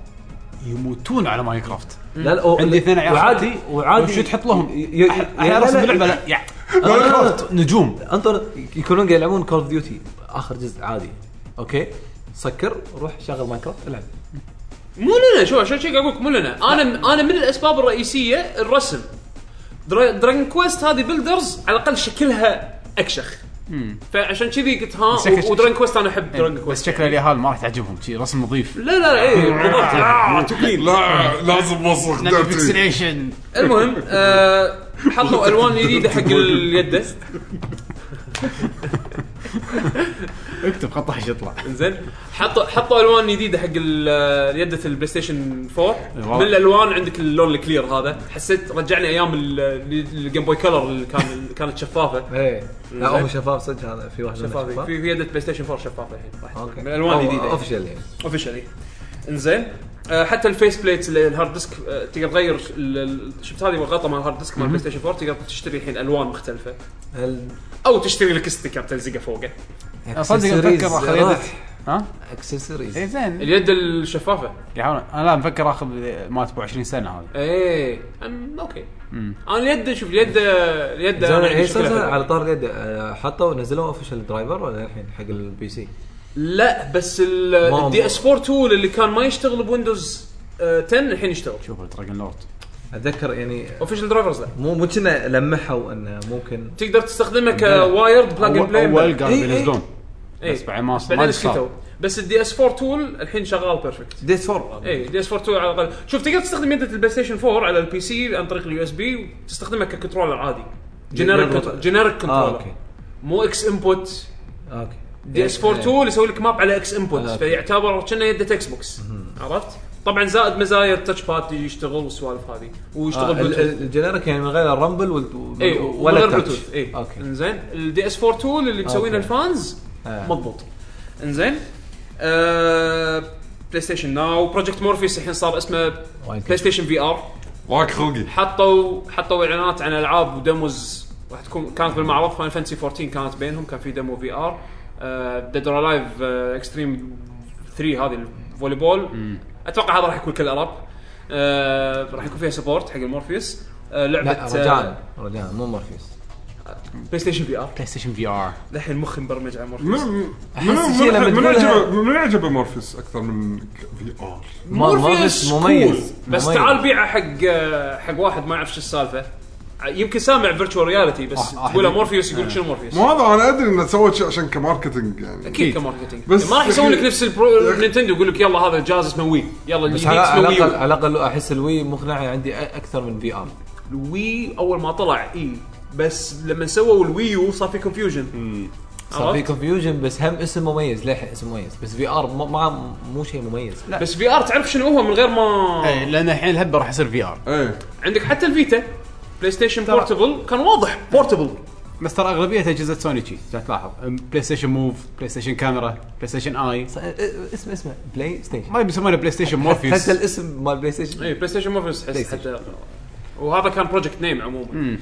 S1: يموتون على ماينكرافت
S5: لا لا
S1: عندي اثنين عيال
S5: وعادي
S1: خالتي،
S5: وعادي
S1: شو تحط لهم؟
S5: ي- ي-
S1: أح-
S5: إيه، لا-
S1: احيانا رسم
S5: لا-
S1: اللعبه لا يع-
S5: لا، لا.
S1: ماينكرافت نجوم
S5: انطر يكونون قاعد يلعبون كول اوف ديوتي اخر جزء عادي اوكي سكر روح شغل ماينكرافت العب
S4: مو لنا شو عشان شي قاعد اقول لك مو لنا انا انا من الاسباب الرئيسيه الرسم درا- دراجون كويست هذه بيلدرز على الاقل شكلها اكشخ فعشان كذي قلت ها
S1: بس إيه. شكل-
S4: و- ودراجون كويست انا احب دراجون
S1: بس
S4: كويست
S1: شكله اليهال ما راح تعجبهم شي رسم نظيف
S4: لا لا اي بالضبط آه، تقليد
S3: لا لازم اوصل قدرتي
S1: فيكسليشن
S4: المهم آه، حطوا الوان جديده حق اليده
S1: اكتب خط احش يطلع
S4: زين حطوا حطوا الوان جديده حق ال- يده البلاي ستيشن 4
S1: والله.
S4: من الالوان عندك اللون الكلير هذا حسيت رجعني ايام ال- ال- الجيم بوي كلر اللي كان اللي كانت شفافه
S5: ايه لا
S4: زين.
S5: هو شفاف صدق هذا في واحد منه
S4: شفافه في في يده بلاي ستيشن 4 شفافه الحين راح
S5: اوكي
S4: من الالوان الجديده
S5: اوفشل يعني
S4: اوفشلي انزين آه، حتى الفيس بليت الهارد ديسك آه، تقدر تغير ال- ال- شفت هذه الغطا مال الهارد ديسك مال بلاي ستيشن 4 تقدر تشتري الحين الوان مختلفه
S5: هل
S4: او تشتري لك ستيكر تلزقه فوقه
S1: صدق
S5: accessories آه.
S1: اتذكر اخر يدت
S5: راح.
S1: ها؟ اي
S5: اكسسوارز
S1: زين
S4: اليد الشفافه
S1: يحاول انا لا مفكر اخذ مات ابو 20 سنه هذه
S4: ايه أم- اوكي انا اليد شوف اليد اليد أنا عندي
S5: هي
S4: شكلها
S5: سلسلة
S4: حلو.
S5: إيه، على طار اليد آه، حطوا نزلوا اوفشل درايفر ولا الحين حق البي سي
S4: لا بس
S5: ما-
S4: الدي اس 4 تول اللي كان ما يشتغل بويندوز آه، 10 الحين يشتغل
S1: شوف دراجون لورد
S5: اتذكر يعني
S4: اوفيشال درايفرز لا
S5: مو مو كنا لمحوا انه ممكن
S4: تقدر تستخدمه كوايرد بلاج اند
S1: اول
S4: بلاي
S1: اول قالوا
S5: إي إي. إيه.
S1: بينزلون بس بعد ما ما
S4: إيه. بعدين
S1: صار.
S4: سكتوا بس الدي اس 4 تول الحين شغال إيه، بيرفكت
S2: ديس 4
S4: اي دي اس 4 تول على الاقل شوف تقدر تستخدم يده البلاي ستيشن 4 على البي سي عن طريق اليو اس بي وتستخدمها ككنترولر عادي جنريك
S2: يربط-
S5: آه،
S4: جنريك
S2: اه
S4: كنترولر
S2: اوكي
S4: مو اكس انبوت
S2: اوكي
S4: دي اس 4 تول يسوي لك ماب على اكس انبوت
S2: آه.
S4: فيعتبر كأنه يده اكس بوكس عرفت؟ طبعا زائد مزايا التاتش باد يشتغل والسوالف هذه
S2: آه،
S4: ويشتغل
S2: ال-
S4: بلوتوث.
S2: ال- الجنريك يعني من غير الرامبل وال- وال-
S4: اي
S2: ولا
S4: ولا إيه.
S2: التاتش
S4: بلوتوث اي
S2: اوكي
S4: انزين الدي اس 4 تول اللي
S2: أوكي.
S4: مسوينه الفانز
S2: آه.
S4: مضبوط انزين آه، بلاي ستيشن ناو بروجكت مورفيس الحين صار اسمه
S2: وايد
S4: بلاي ستيشن في ار
S3: ضاق خلقي
S4: حطوا حطوا اعلانات عن العاب وديموز راح تكون كانت بالمعرض فاين فانسي 14 كانت بينهم كان في ديمو في ار ديد اور لايف اكستريم 3 آه، هذه الفولي بول اتوقع هذا راح يكون كل العاب آه، راح يكون فيها سبورت حق المورفيوس آه، لعبه
S2: لا
S4: آه،
S2: رجاء رجاء مو مورفيوس
S4: بلاي ستيشن في ار
S1: بلاي ستيشن في ار
S4: للحين مخي مبرمج على مورفيوس
S3: من
S2: أحس شي لما
S3: من من
S2: تقولها-
S3: عجبه من عجبه مورفيس اكثر من في ار
S2: مورفيوس مميز
S4: cool. بس
S2: مميز.
S4: تعال بيعه حق آه، حق واحد ما يعرف شو السالفه يمكن سامع فيرتشوال رياليتي بس
S1: آه، آه،
S4: تقول له
S1: آه.
S4: مورفيوس يقول لك شنو مورفيوس
S3: مو هذا انا ادري انه سوت شيء عشان كماركتنج يعني
S4: اكيد كماركتينج
S3: بس-
S4: ما راح يسوون لك نفس البرو نينتندو يقول لك يلا هذا الجهاز اسمه وي يلا
S2: بس
S4: الجديد
S2: على
S4: اسمه
S2: على
S4: وي
S2: الاقل
S4: يو.
S2: على الاقل احس الوي مقنعه عندي أ- اكثر من في ار
S4: الوي اول ما طلع اي بس لما سووا الويو صار في كونفيوجن
S2: صار في كونفيوجن بس هم اسم مميز للحين اسم مميز بس في ار ما مو شيء مميز لا
S4: بس في ار تعرف شنو هو من غير
S2: إيه.
S4: ما
S1: لان إيه، الحين الهبه راح يصير في ار
S3: ايه
S4: عندك حتى الفيتا بلاي ستيشن بورتبل كان واضح بورتبل
S1: بس ترى اغلبيه اجهزه سوني شي إذا تلاحظ أم، بلاي ستيشن موف بلاي ستيشن كاميرا بلاي ستيشن اي
S2: ص- اسم اسمه بلاي ستيشن
S1: ما بيسمونه بلاي ستيشن مورفيوس
S2: حتى الاسم مال بلاي ستيشن
S4: اي بلاي ستيشن موفيس
S2: بلاي
S4: تحس
S2: ستيشن.
S4: حتى وهذا كان بروجكت نيم عموما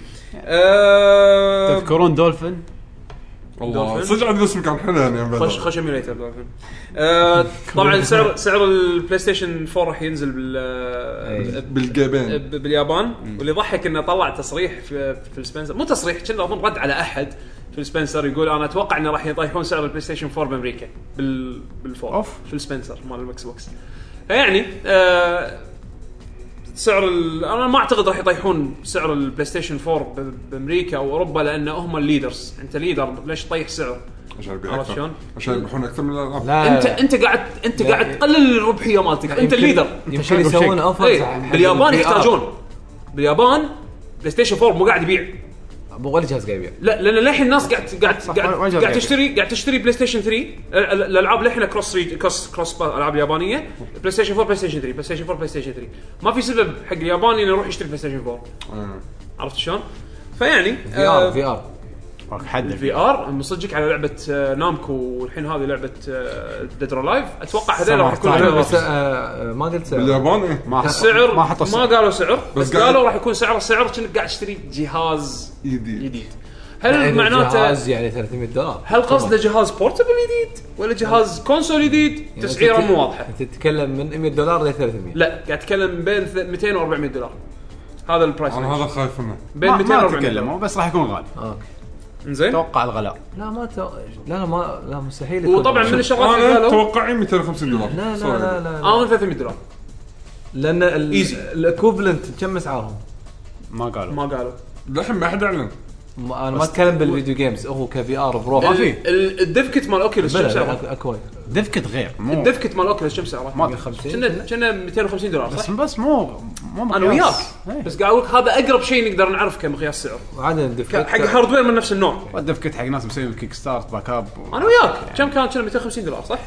S4: آه،
S1: تذكرون دولفين
S3: والله
S4: دولفين.
S3: صدق عندي اسم كان حلو يعني بعد.
S4: خش خش ايميليتر دولفين آه، طبعا سعر سعر البلاي ستيشن 4 راح ينزل
S2: إيه.
S4: بال
S3: بالجيبين
S4: ب- باليابان واللي ضحك انه طلع تصريح في في سبنسر مو تصريح كنا اظن رد على احد في سبنسر يقول انا اتوقع انه راح يطيحون سعر البلاي ستيشن 4 بامريكا بال بالفور
S1: أوف.
S4: في سبنسر مال الاكس بوكس يعني آه سعر ال... انا ما اعتقد راح يطيحون سعر البلاي ستيشن 4 ب- بامريكا او اوروبا لان هم الليدرز انت ليدر ليش تطيح سعر؟
S3: عشان يبيع
S4: عرفت
S3: اكثر
S4: شلون؟
S3: عشان يبيعون اكثر من الالعاب
S2: لا
S4: انت انت قاعد انت
S2: لا،
S4: قاعد
S2: لا.
S4: تقلل الربحيه مالتك انت الليدر
S2: يعني يمكن
S1: شكله
S2: يسوون
S1: شيء.
S2: اوفرز
S4: إيه، باليابان يحتاجون باليابان بلاي ستيشن 4 مو قاعد يبيع
S2: ولا جهاز قاعد يبيع
S4: لا لان للحين الناس قاعد قاعد
S1: ما- ما
S4: قاعد,
S1: جاب
S4: قاعد
S1: يعني.
S4: تشتري قاعد تشتري بلاي ستيشن 3 ال- ال- الالعاب للحين كروس ريد كروس كروس با- العاب يابانيه بلاي ستيشن 4 بلاي ستيشن 3 بلاي ستيشن 4 بلاي ستيشن 3 ما في سبب حق الياباني انه يروح يشتري بلاي ستيشن 4
S3: آه.
S4: عرفت شلون؟ فيعني
S2: في ار
S4: آه،
S2: في ار
S1: حد
S4: في ار مصدقك على لعبه آه، نامكو والحين هذه آه، لعبه ديد اور لايف اتوقع هذول راح يكون
S1: Summer Time.
S4: عليهم
S2: طيب، بس
S4: رفض.
S2: آه، ما قلت سعر.
S3: باليابان ايه
S1: ما
S4: السعر
S1: ما حطوا
S4: ما
S1: السعر
S4: قالوا سعر بس,
S3: بس قاعد-
S4: قالوا راح يكون سعر سعر كأنك قاعد تشتري جهاز
S3: جديد
S4: جديد هل
S2: يعني
S4: معناته
S2: جهاز يعني 300 دولار
S4: هل قصده جهاز بورتبل جديد ولا جهاز كونسول جديد
S2: يعني
S4: تسعيره
S2: أنت-
S4: مو واضحه
S2: انت تتكلم من 100 دولار ل 300
S4: لا قاعد اتكلم بين ث- 200 و 400 دولار هذا البرايس
S3: انا
S4: رينج.
S3: هذا خايف منه
S4: بين
S1: ما-
S4: 200 و
S1: ما
S4: 400 دولار إيه.
S1: تكلموا بس راح يكون غالي
S2: اوكي
S4: زين
S1: اتوقع الغلاء
S2: لا ما ت... لا لا ما لا مستحيل يكون
S4: وطبعا من الشغلات اللي
S3: انا
S4: قالوا
S3: توقعي 250 دولار
S2: لا لا
S3: صراحة.
S2: لا لا, لا.
S4: انا 300 دولار
S2: لان ال...
S4: آه. Easy.
S2: الاكوفلنت كم اسعارهم؟
S1: ما قالوا
S4: ما قالوا
S3: للحين ما حد اعلن
S2: ما- انا ما اتكلم بالفيديو جيمز هو كفي ار برو
S1: ما في.
S4: ال- ال- الدفكت مال اوكيولس كم سعره؟
S2: اكوي
S1: دفكت غير مو
S4: الدفكت مال اوكيولس كم سعره؟
S1: ما
S2: 50
S4: كنا كنا 250 دولار صح؟
S1: بس بس مو مو مقياس.
S4: انا وياك
S1: إيه.
S4: بس قاعد اقول لك هذا اقرب شيء نقدر نعرف كمقياس سعر
S2: وعاده الدفكت
S4: حق هاردوير من نفس النوع
S1: الدفكت حق ناس مسوي كيك ستارت باك اب و-
S4: انا وياك كم كان كنا 250 دولار صح؟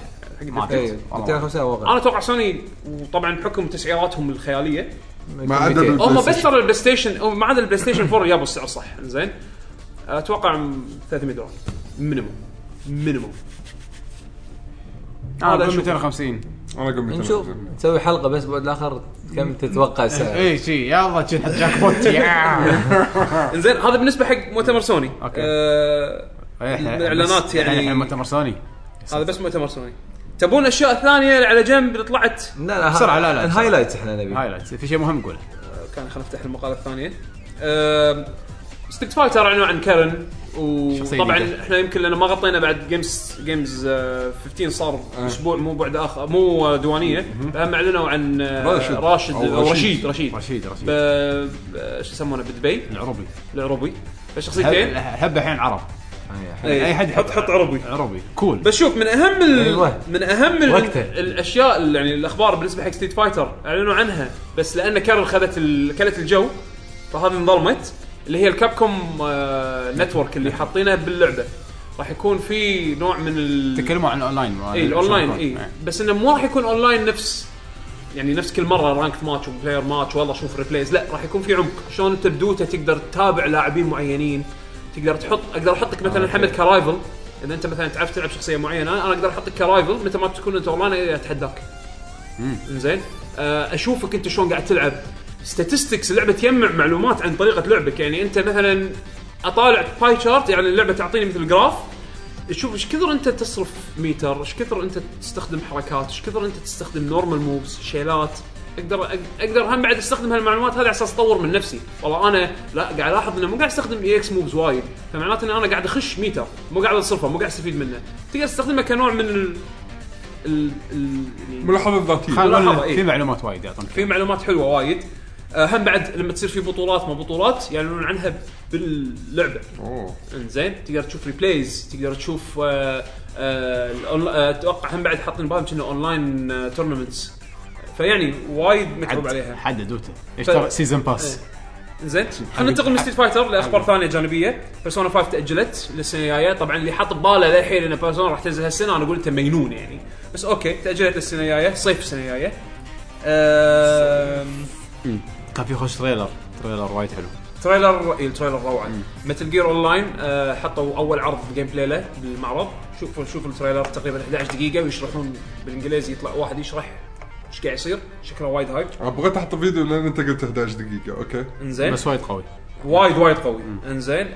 S4: حق
S1: ما
S4: الدفكت.
S1: أدري.
S2: اي
S1: والله.
S2: 250 او اقل
S4: انا اتوقع سوني وطبعا بحكم تسعيراتهم الخياليه
S3: ما عدا
S2: 200.
S3: بالبلاي
S4: هم بس
S3: ستيشن.
S4: ترى البلاي ستيشن أو ما عدا البلاي ستيشن 4 جابوا السعر صح زين اتوقع م- 300 دولار مينيموم مينيموم
S1: انا
S4: هذا
S1: أقول
S4: أشوفه.
S1: 250
S3: انا اقول 250
S2: نشوف نسوي حلقه بس بعد الاخر كم تتوقع
S4: إيه.
S2: السعر؟
S1: اي إيه، شي يلا جن- جاك بوت يا.
S4: زين هذا بالنسبه حق مؤتمر سوني
S1: أوكي.
S4: آه
S1: إيه، إحنا-
S4: الإعلانات
S1: بس-
S4: يعني-
S1: إحنا الحين مؤتمر سوني
S4: هذا بس مؤتمر سوني تبون اشياء ثانيه على جنب اللي طلعت
S2: لا لا
S1: بسرعة، لا، لا، بسرعة.
S2: الهايلايتس احنا نبي
S1: هايلايتس في شيء مهم قوله
S4: كان خلنا نفتح المقاله الثانيه ستيك فايتر اعلنوا عن كارن
S1: شخصية
S4: وطبعا
S1: جديدة.
S4: احنا يمكن لان ما غطينا بعد جيمز جيمز آه، 15 صار اسبوع مو بعد اخر مو آه، دوانيه فهم اعلنوا عن آه،
S3: راشد.
S4: راشد
S3: أو
S4: أو رشيد
S3: رشيد.
S4: رشيد
S1: رشيد
S4: ب-
S1: رشيد
S4: ب- شو يسمونه بدبي
S1: العربي
S4: العربي
S1: هب-
S4: فشخصيتين إيه.
S1: هبه الحين عرب اي حد
S4: حط حط عربي
S1: عربي كول
S4: بس شوف من اهم ال...
S2: أيوة.
S4: من اهم ال...
S2: وقته.
S4: الاشياء اللي يعني الاخبار بالنسبه حق ستيت فايتر اعلنوا عنها بس لان كارل خذت ال... كلت الجو فهذه انظلمت اللي هي الكاب كوم نتورك اللي حاطينها باللعبه راح يكون في نوع من ال...
S1: تكلموا عن الاونلاين
S4: اي الاونلاين اي إيه،
S1: إيه.
S4: بس انه مو راح يكون اونلاين نفس يعني نفس كل مره رانكت ماتش وبلاير ماتش والله شوف ريبليز لا راح يكون في عمق شلون انت بدوته تقدر تتابع لاعبين معينين تقدر تحط اقدر احطك مثلا حمد كرايفل اذا انت مثلا تعرف تلعب شخصيه معينه انا اقدر احطك كرايفل متى ما تكون انت اونلاين اتحداك زين اشوفك انت آه، شلون قاعد تلعب ستاتستكس اللعبه تجمع معلومات عن طريقه لعبك يعني انت مثلا اطالع باي شارت يعني اللعبه تعطيني مثل جراف تشوف ايش كثر انت تصرف ميتر، ايش كثر انت تستخدم حركات، ايش كثر انت تستخدم نورمال موفز، شيلات، اقدر أق- اقدر هم بعد استخدم هالمعلومات هذه على اساس اطور من نفسي، والله انا لا قاعد الاحظ انه مو قاعد استخدم اي اكس موفز وايد، فمعناته ان انا قاعد اخش ميتر، مو قاعد اصرفه، مو قاعد استفيد منه، تقدر تستخدمه كنوع من ال ال, ال...
S3: ملاحظه ذاتيه
S1: خلينا
S4: ملاحظة،
S1: نقول
S4: إي.
S1: في معلومات وايد يعطونك
S4: إيه. في معلومات حلوه وايد آه، هم بعد لما تصير في بطولات ما بطولات يعلنون عنها باللعبه
S3: أوه.
S4: انزين تقدر تشوف ريبلايز تقدر تشوف آه، آه، الأون- آه، اتوقع هم بعد حاطين بالهم كنا اونلاين تورنمنتس آه، فيعني وايد متعوب عليها طيب. إيه.
S1: حد دوته
S4: ف-
S1: اشترى سيزون باس
S4: زين خلينا ننتقل من ستريت فايتر لاخبار ثانيه جانبيه بيرسونا 5 تاجلت للسنه الجايه طبعا اللي حاط بباله للحين ان بيرسونا راح تنزل هالسنه انا اقول انت مجنون يعني بس اوكي تاجلت للسنه الجايه صيف السنه الجايه آم،
S1: كان في خوش تريلر تريلر وايد حلو
S4: تريلر اي التريلر روعه متل جير اون لاين آه، حطوا اول عرض جيم بلاي له بالمعرض شوفوا شوفوا التريلر تقريبا 11 دقيقه ويشرحون بالانجليزي يطلع واحد يشرح ايش قاعد يصير شكله وايد هايب
S3: بغيت احط فيديو لان انت قلت 11 دقيقه اوكي
S4: انزين
S1: بس وايد قوي
S4: آه. وايد وايد قوي آه، انزين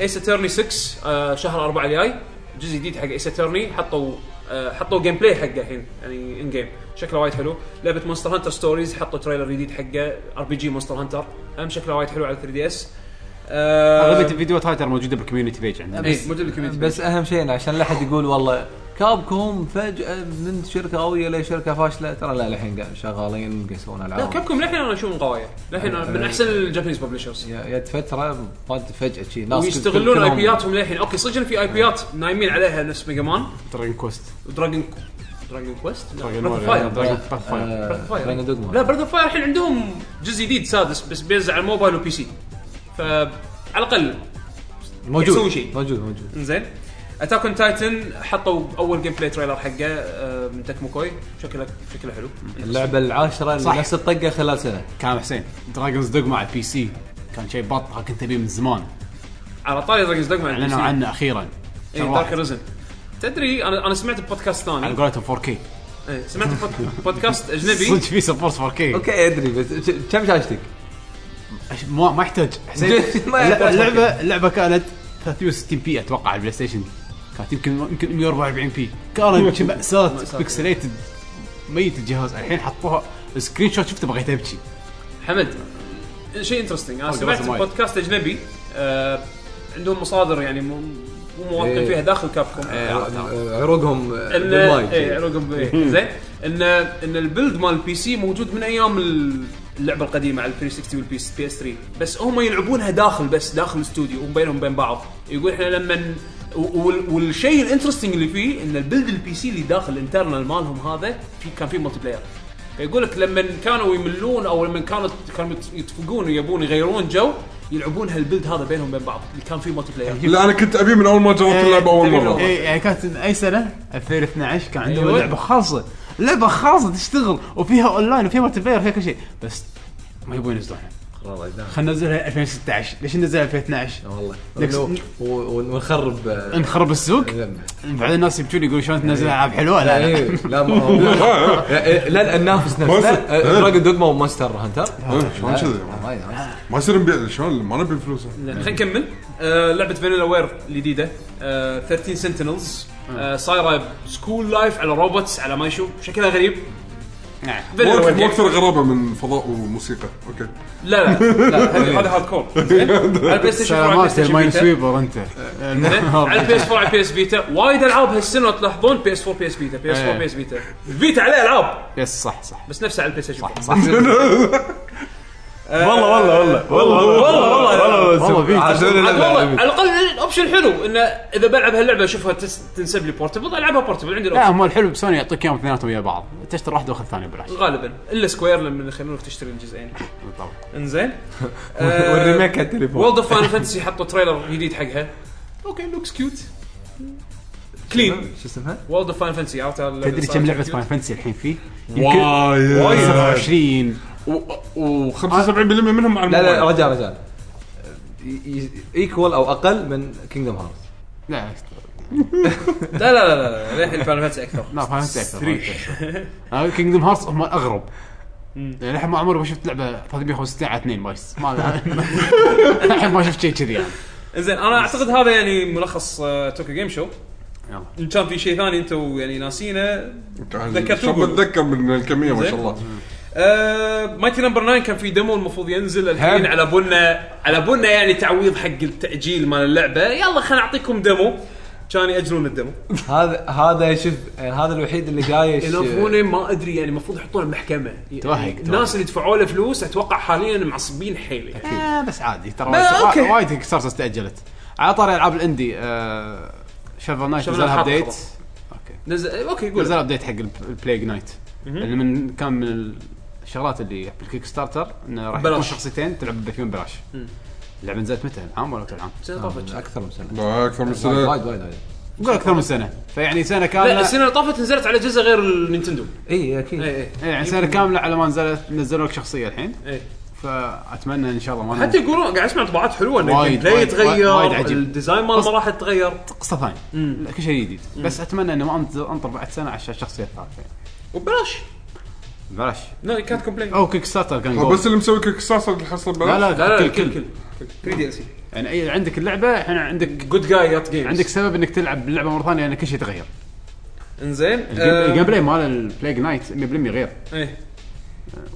S4: ايس اترني 6 آه، شهر 4 الجاي جزء جديد حق ايس اترني حطوا آه، حطوا جيم بلاي حقه الحين يعني ان جيم شكله وايد حلو لعبه مونستر هانتر ستوريز حطوا تريلر جديد حقه ار بي جي مونستر هانتر هم شكله وايد حلو على 3 دي اس آه،
S1: اغلبيه الفيديوهات هاي ترى موجوده بالكوميونتي بيج عندنا
S4: اي موديل الكوميونتي
S2: بس اهم شيء عشان لا احد يقول والله كابكم فجاه من شركه قويه لشركه فاشله ترى لا الحين قاعد شغالين قاعد يسوون
S4: لا
S2: العاب
S4: كابكم للحين انا اشوفهم قويه للحين أنا من احسن الجابانيز ببلشرز
S2: يا- يد فتره بعد فجاه شي ناس
S4: ويستغلون اي
S2: كلهم-
S4: بياتهم للحين اوكي صدق إن في اي بيات نايمين عليها نفس ميجا مان
S1: دراجون كوست
S4: ودراجون دراجون كويست
S1: دراجون
S4: فاير
S1: دراجون فاير
S2: آه،
S4: Breath of Fire.
S2: Dragon Dogma.
S4: لا بريث اوف فاير الحين عندهم جزء جديد سادس بس بينزل على الموبايل وبي سي فعلى الاقل يسوي
S2: موجود
S4: شيء.
S2: موجود موجود
S4: زين اتاك اون تايتن حطوا اول جيم بلاي تريلر حقه آه، من تك مكوي شكله شكله حلو
S2: اللعبه العاشره
S1: صح.
S2: اللي نفس الطقه خلال سنه
S1: كان حسين دراجونز دوجما على البي سي كان شيء بط كنت ابيه من زمان
S4: على طاري دراجونز دوجما
S1: اعلنوا عنه اخيرا شهر
S4: دارك
S1: واحد.
S4: ريزن تدري انا انا سمعت بودكاست ثاني
S1: على قولتهم 4K
S4: إيه، سمعت بود- بودكاست
S1: صدق
S4: اجنبي
S1: في سبورت 4K
S2: اوكي ادري بس ش- كم شاشتك؟
S1: أش- ما ما يحتاج حسين
S2: ما يحتاج.
S1: الل- اللعبه اللعبه كانت 360 بي اتوقع على البلاي ستيشن كانت يمكن يمكن 144 بي كانت شي مأساة بيكسليتد ميت الجهاز الحين حطوها سكرين شوت شفته بغيت ابكي
S4: حمد شيء انترستنج انا
S1: فرق
S4: سمعت
S1: رسم وايد.
S4: بودكاست اجنبي آه، عندهم مصادر يعني مو مو مواطن
S2: إيه.
S4: فيها داخل كابكوم
S2: آه، عروقهم آه،
S4: ان
S2: بالماي.
S4: اي عروقهم بإيه، إيه، زين ان ان البيلد مال البي سي موجود من ايام ال- اللعبه القديمه على ال 360 والبي اس 3 بس هم يلعبونها داخل بس داخل الاستوديو وهم بينهم وبين بعض يقول احنا لما والشيء الانترستنج اللي فيه ان البيلد البي سي اللي داخل الانترنال مالهم هذا في كان فيه ملتي بلاير يقول لك لما كانوا يملون او لما كانوا كانوا يت- يتفقون ويبون يغيرون جو يلعبون هالبيلد هذا بينهم وبين بعض اللي كان فيه ملتي بلاير
S3: لا انا كنت ابيه من اول ما جربت
S2: إيه،
S3: اللعبه اول مره
S1: اي يعني كانت من اي سنه 2012 كان عندهم
S4: أيوة.
S1: لعبه خاصه لعبه خاصه تشتغل وفيها اونلاين وفيها ملتي بلاير وفيها كل شيء بس ما يبون ينزلونها خلينا ننزلها 2016 ليش ننزلها 2012
S2: والله
S1: نكس-
S2: و- و- ونخرب آه،
S1: نخرب السوق
S2: ذنبه.
S1: بعدين الناس يبكون يقولون شلون تنزل العاب حلوه لا لا
S2: إيه، لا ما لا، لا ننافس
S3: مونستر.
S2: نفسنا دراجون دوجما ومونستر هانتر
S3: إيه، شلون كذي
S2: ما ينافس.
S3: ما يصير نبيع شلون ما نبي فلوسه
S4: زين خلينا نكمل آه لعبه فانيلا وير الجديده آه 13 سنتينلز آه صايره سكول لايف على روبوتس على ما يشوف شكلها غريب
S1: نعم.
S4: Vanilla
S3: مو
S4: Ware.
S3: مو اكثر غرابه من فضاء وموسيقى اوكي
S4: لا لا لا هذه- هذه هارد كور زين؟ على البلاي ستيشن 4
S1: سلامات يا
S4: على البلاي ستيشن
S1: ماين
S4: فيتا.
S1: سويبر انت
S4: زين؟ على البي اس 4 على البي اس فيتا وايد العاب هالسنه تلاحظون بي اس 4 بي اس فيتا بي اس 4
S1: إيه.
S4: بي اس فيتا الفيتا عليه العاب
S1: يس صح صح
S4: بس نفسها على البلاي ستيشن 4
S1: صح
S4: والله والله والله والله والله
S1: والله فيك.
S2: عاد ولا
S4: عاد
S2: لا،
S4: آه، والله
S2: لا.
S4: على الاقل اوبشن حلو انه اذا بلعب هاللعبه اشوفها تس- تنسب لي بورتبل العبها بورتبل عندي
S1: لا
S4: الاوبشن
S1: هم الحلو بسوني يعطوك اياهم اثنيناتهم ويا بعض تشتري واحده واخذ الثانيه ببلاش
S4: غالبا الا سكوير لما يخلونك تشتري الجزئين آه،
S1: بالطبع.
S4: انزين
S2: والريميك على التليفون
S4: وولد اوف فان فانتسي حطوا تريلر جديد حقها اوكي لوكس كيوت كلين
S2: شو اسمها؟
S4: وولد اوف فان فانتسي عرفت
S1: تدري كم لعبه فاين فانتسي الحين فيه؟ يمكن
S3: وايد
S1: 27
S3: و75% منهم على
S2: لا لا
S3: الموبايل.
S2: رجال رجال ايكوال او اقل من كينجدم هارت
S1: لا
S4: لا لا لا لا للحين فان فانتسي اكثر
S1: لا فاين فانتسي اكثر كينجدم هارتس آه، هم الاغرب يعني للحين ما عمري ما شفت لعبه 365 على 2 بايس ما الحين ما شفت شيء كذي يعني
S4: انزين انا اعتقد هذا يعني ملخص توكيو جيم شو
S1: يلا.
S4: ان كان في شيء ثاني انتم يعني ناسينه ذكرتوه.
S3: شو بتذكر آه. من الكميه ما شاء الله
S4: مايتي آه، نمبر 9 كان في ديمو المفروض ينزل الحين
S2: هم.
S4: على بنا على بنا يعني تعويض حق التاجيل مال اللعبه يلا خلينا نعطيكم ديمو كان ياجلون الديمو
S2: هذا هذا شوف يعني هذا الوحيد اللي جاي آه،
S4: يلفونه ما ادري يعني المفروض يحطونه بمحكمه يعني
S1: توهق- توهق.
S4: الناس اللي دفعوا له فلوس اتوقع حاليا معصبين حيل يعني.
S1: آه، بس عادي ترى
S4: ما-
S1: وايد-
S4: أوكي.
S1: وايد كسرسس تاجلت على طاري آه، العاب الاندي شافل نايت
S4: Shovel
S1: نزل
S4: Knight
S1: ابديت
S4: خلاص. نزل إيه، اوكي
S1: نزل
S4: قول
S1: ابديت حق الب- البلايك نايت اللي من كان من الشغلات اللي بالكيك ستارتر انه راح يكون
S4: بلاش.
S1: شخصيتين تلعب فيهم ببلاش اللعبه نزلت متى العام ولا كل عام؟
S4: السنه طافت
S2: اكثر من سنه
S3: لا، اكثر من
S2: وايد
S3: سنه
S2: وايد وايد
S1: قول اكثر من سنه فيعني سنه
S4: لا
S1: كامله
S4: السنه اللي طافت نزلت على جزء غير النينتندو
S2: اي اكيد
S4: اي
S1: آه. إيه، يعني سنه كامله على ما نزلت نزلوا لك شخصيه الحين
S4: اي
S1: فاتمنى ان شاء الله ما
S4: إيه. حتى يقولون قاعد اسمع انطباعات حلوه انه
S1: آه. وايد-
S4: الجيم بلاي
S1: وايد- وايد
S4: يتغير
S1: عجيب.
S4: الديزاين ماله ما راح يتغير
S1: قصه ثانيه لا، كل شيء جديد بس اتمنى انه ما أنت- انطر بعد سنه عشان الشخصيه الثالثه يعني
S4: وبلاش
S1: بلاش
S4: نو كانت كومبلين
S1: او كيك ستارتر كان
S3: هو
S1: جول.
S3: بس اللي مسوي كيك ستارتر اللي حصل
S1: لا
S3: ببلاش
S1: لا,
S4: لا لا
S1: كل كل,
S4: كل كل 3 دي ال سي
S1: يعني اي عندك اللعبه الحين عندك
S4: جود جاي جات جيمز
S1: عندك سبب انك تلعب اللعبه مره ثانيه لان كل شيء تغير
S4: انزين آه،
S1: الجيم بلاي مال البلايك نايت 100% غير
S4: ايه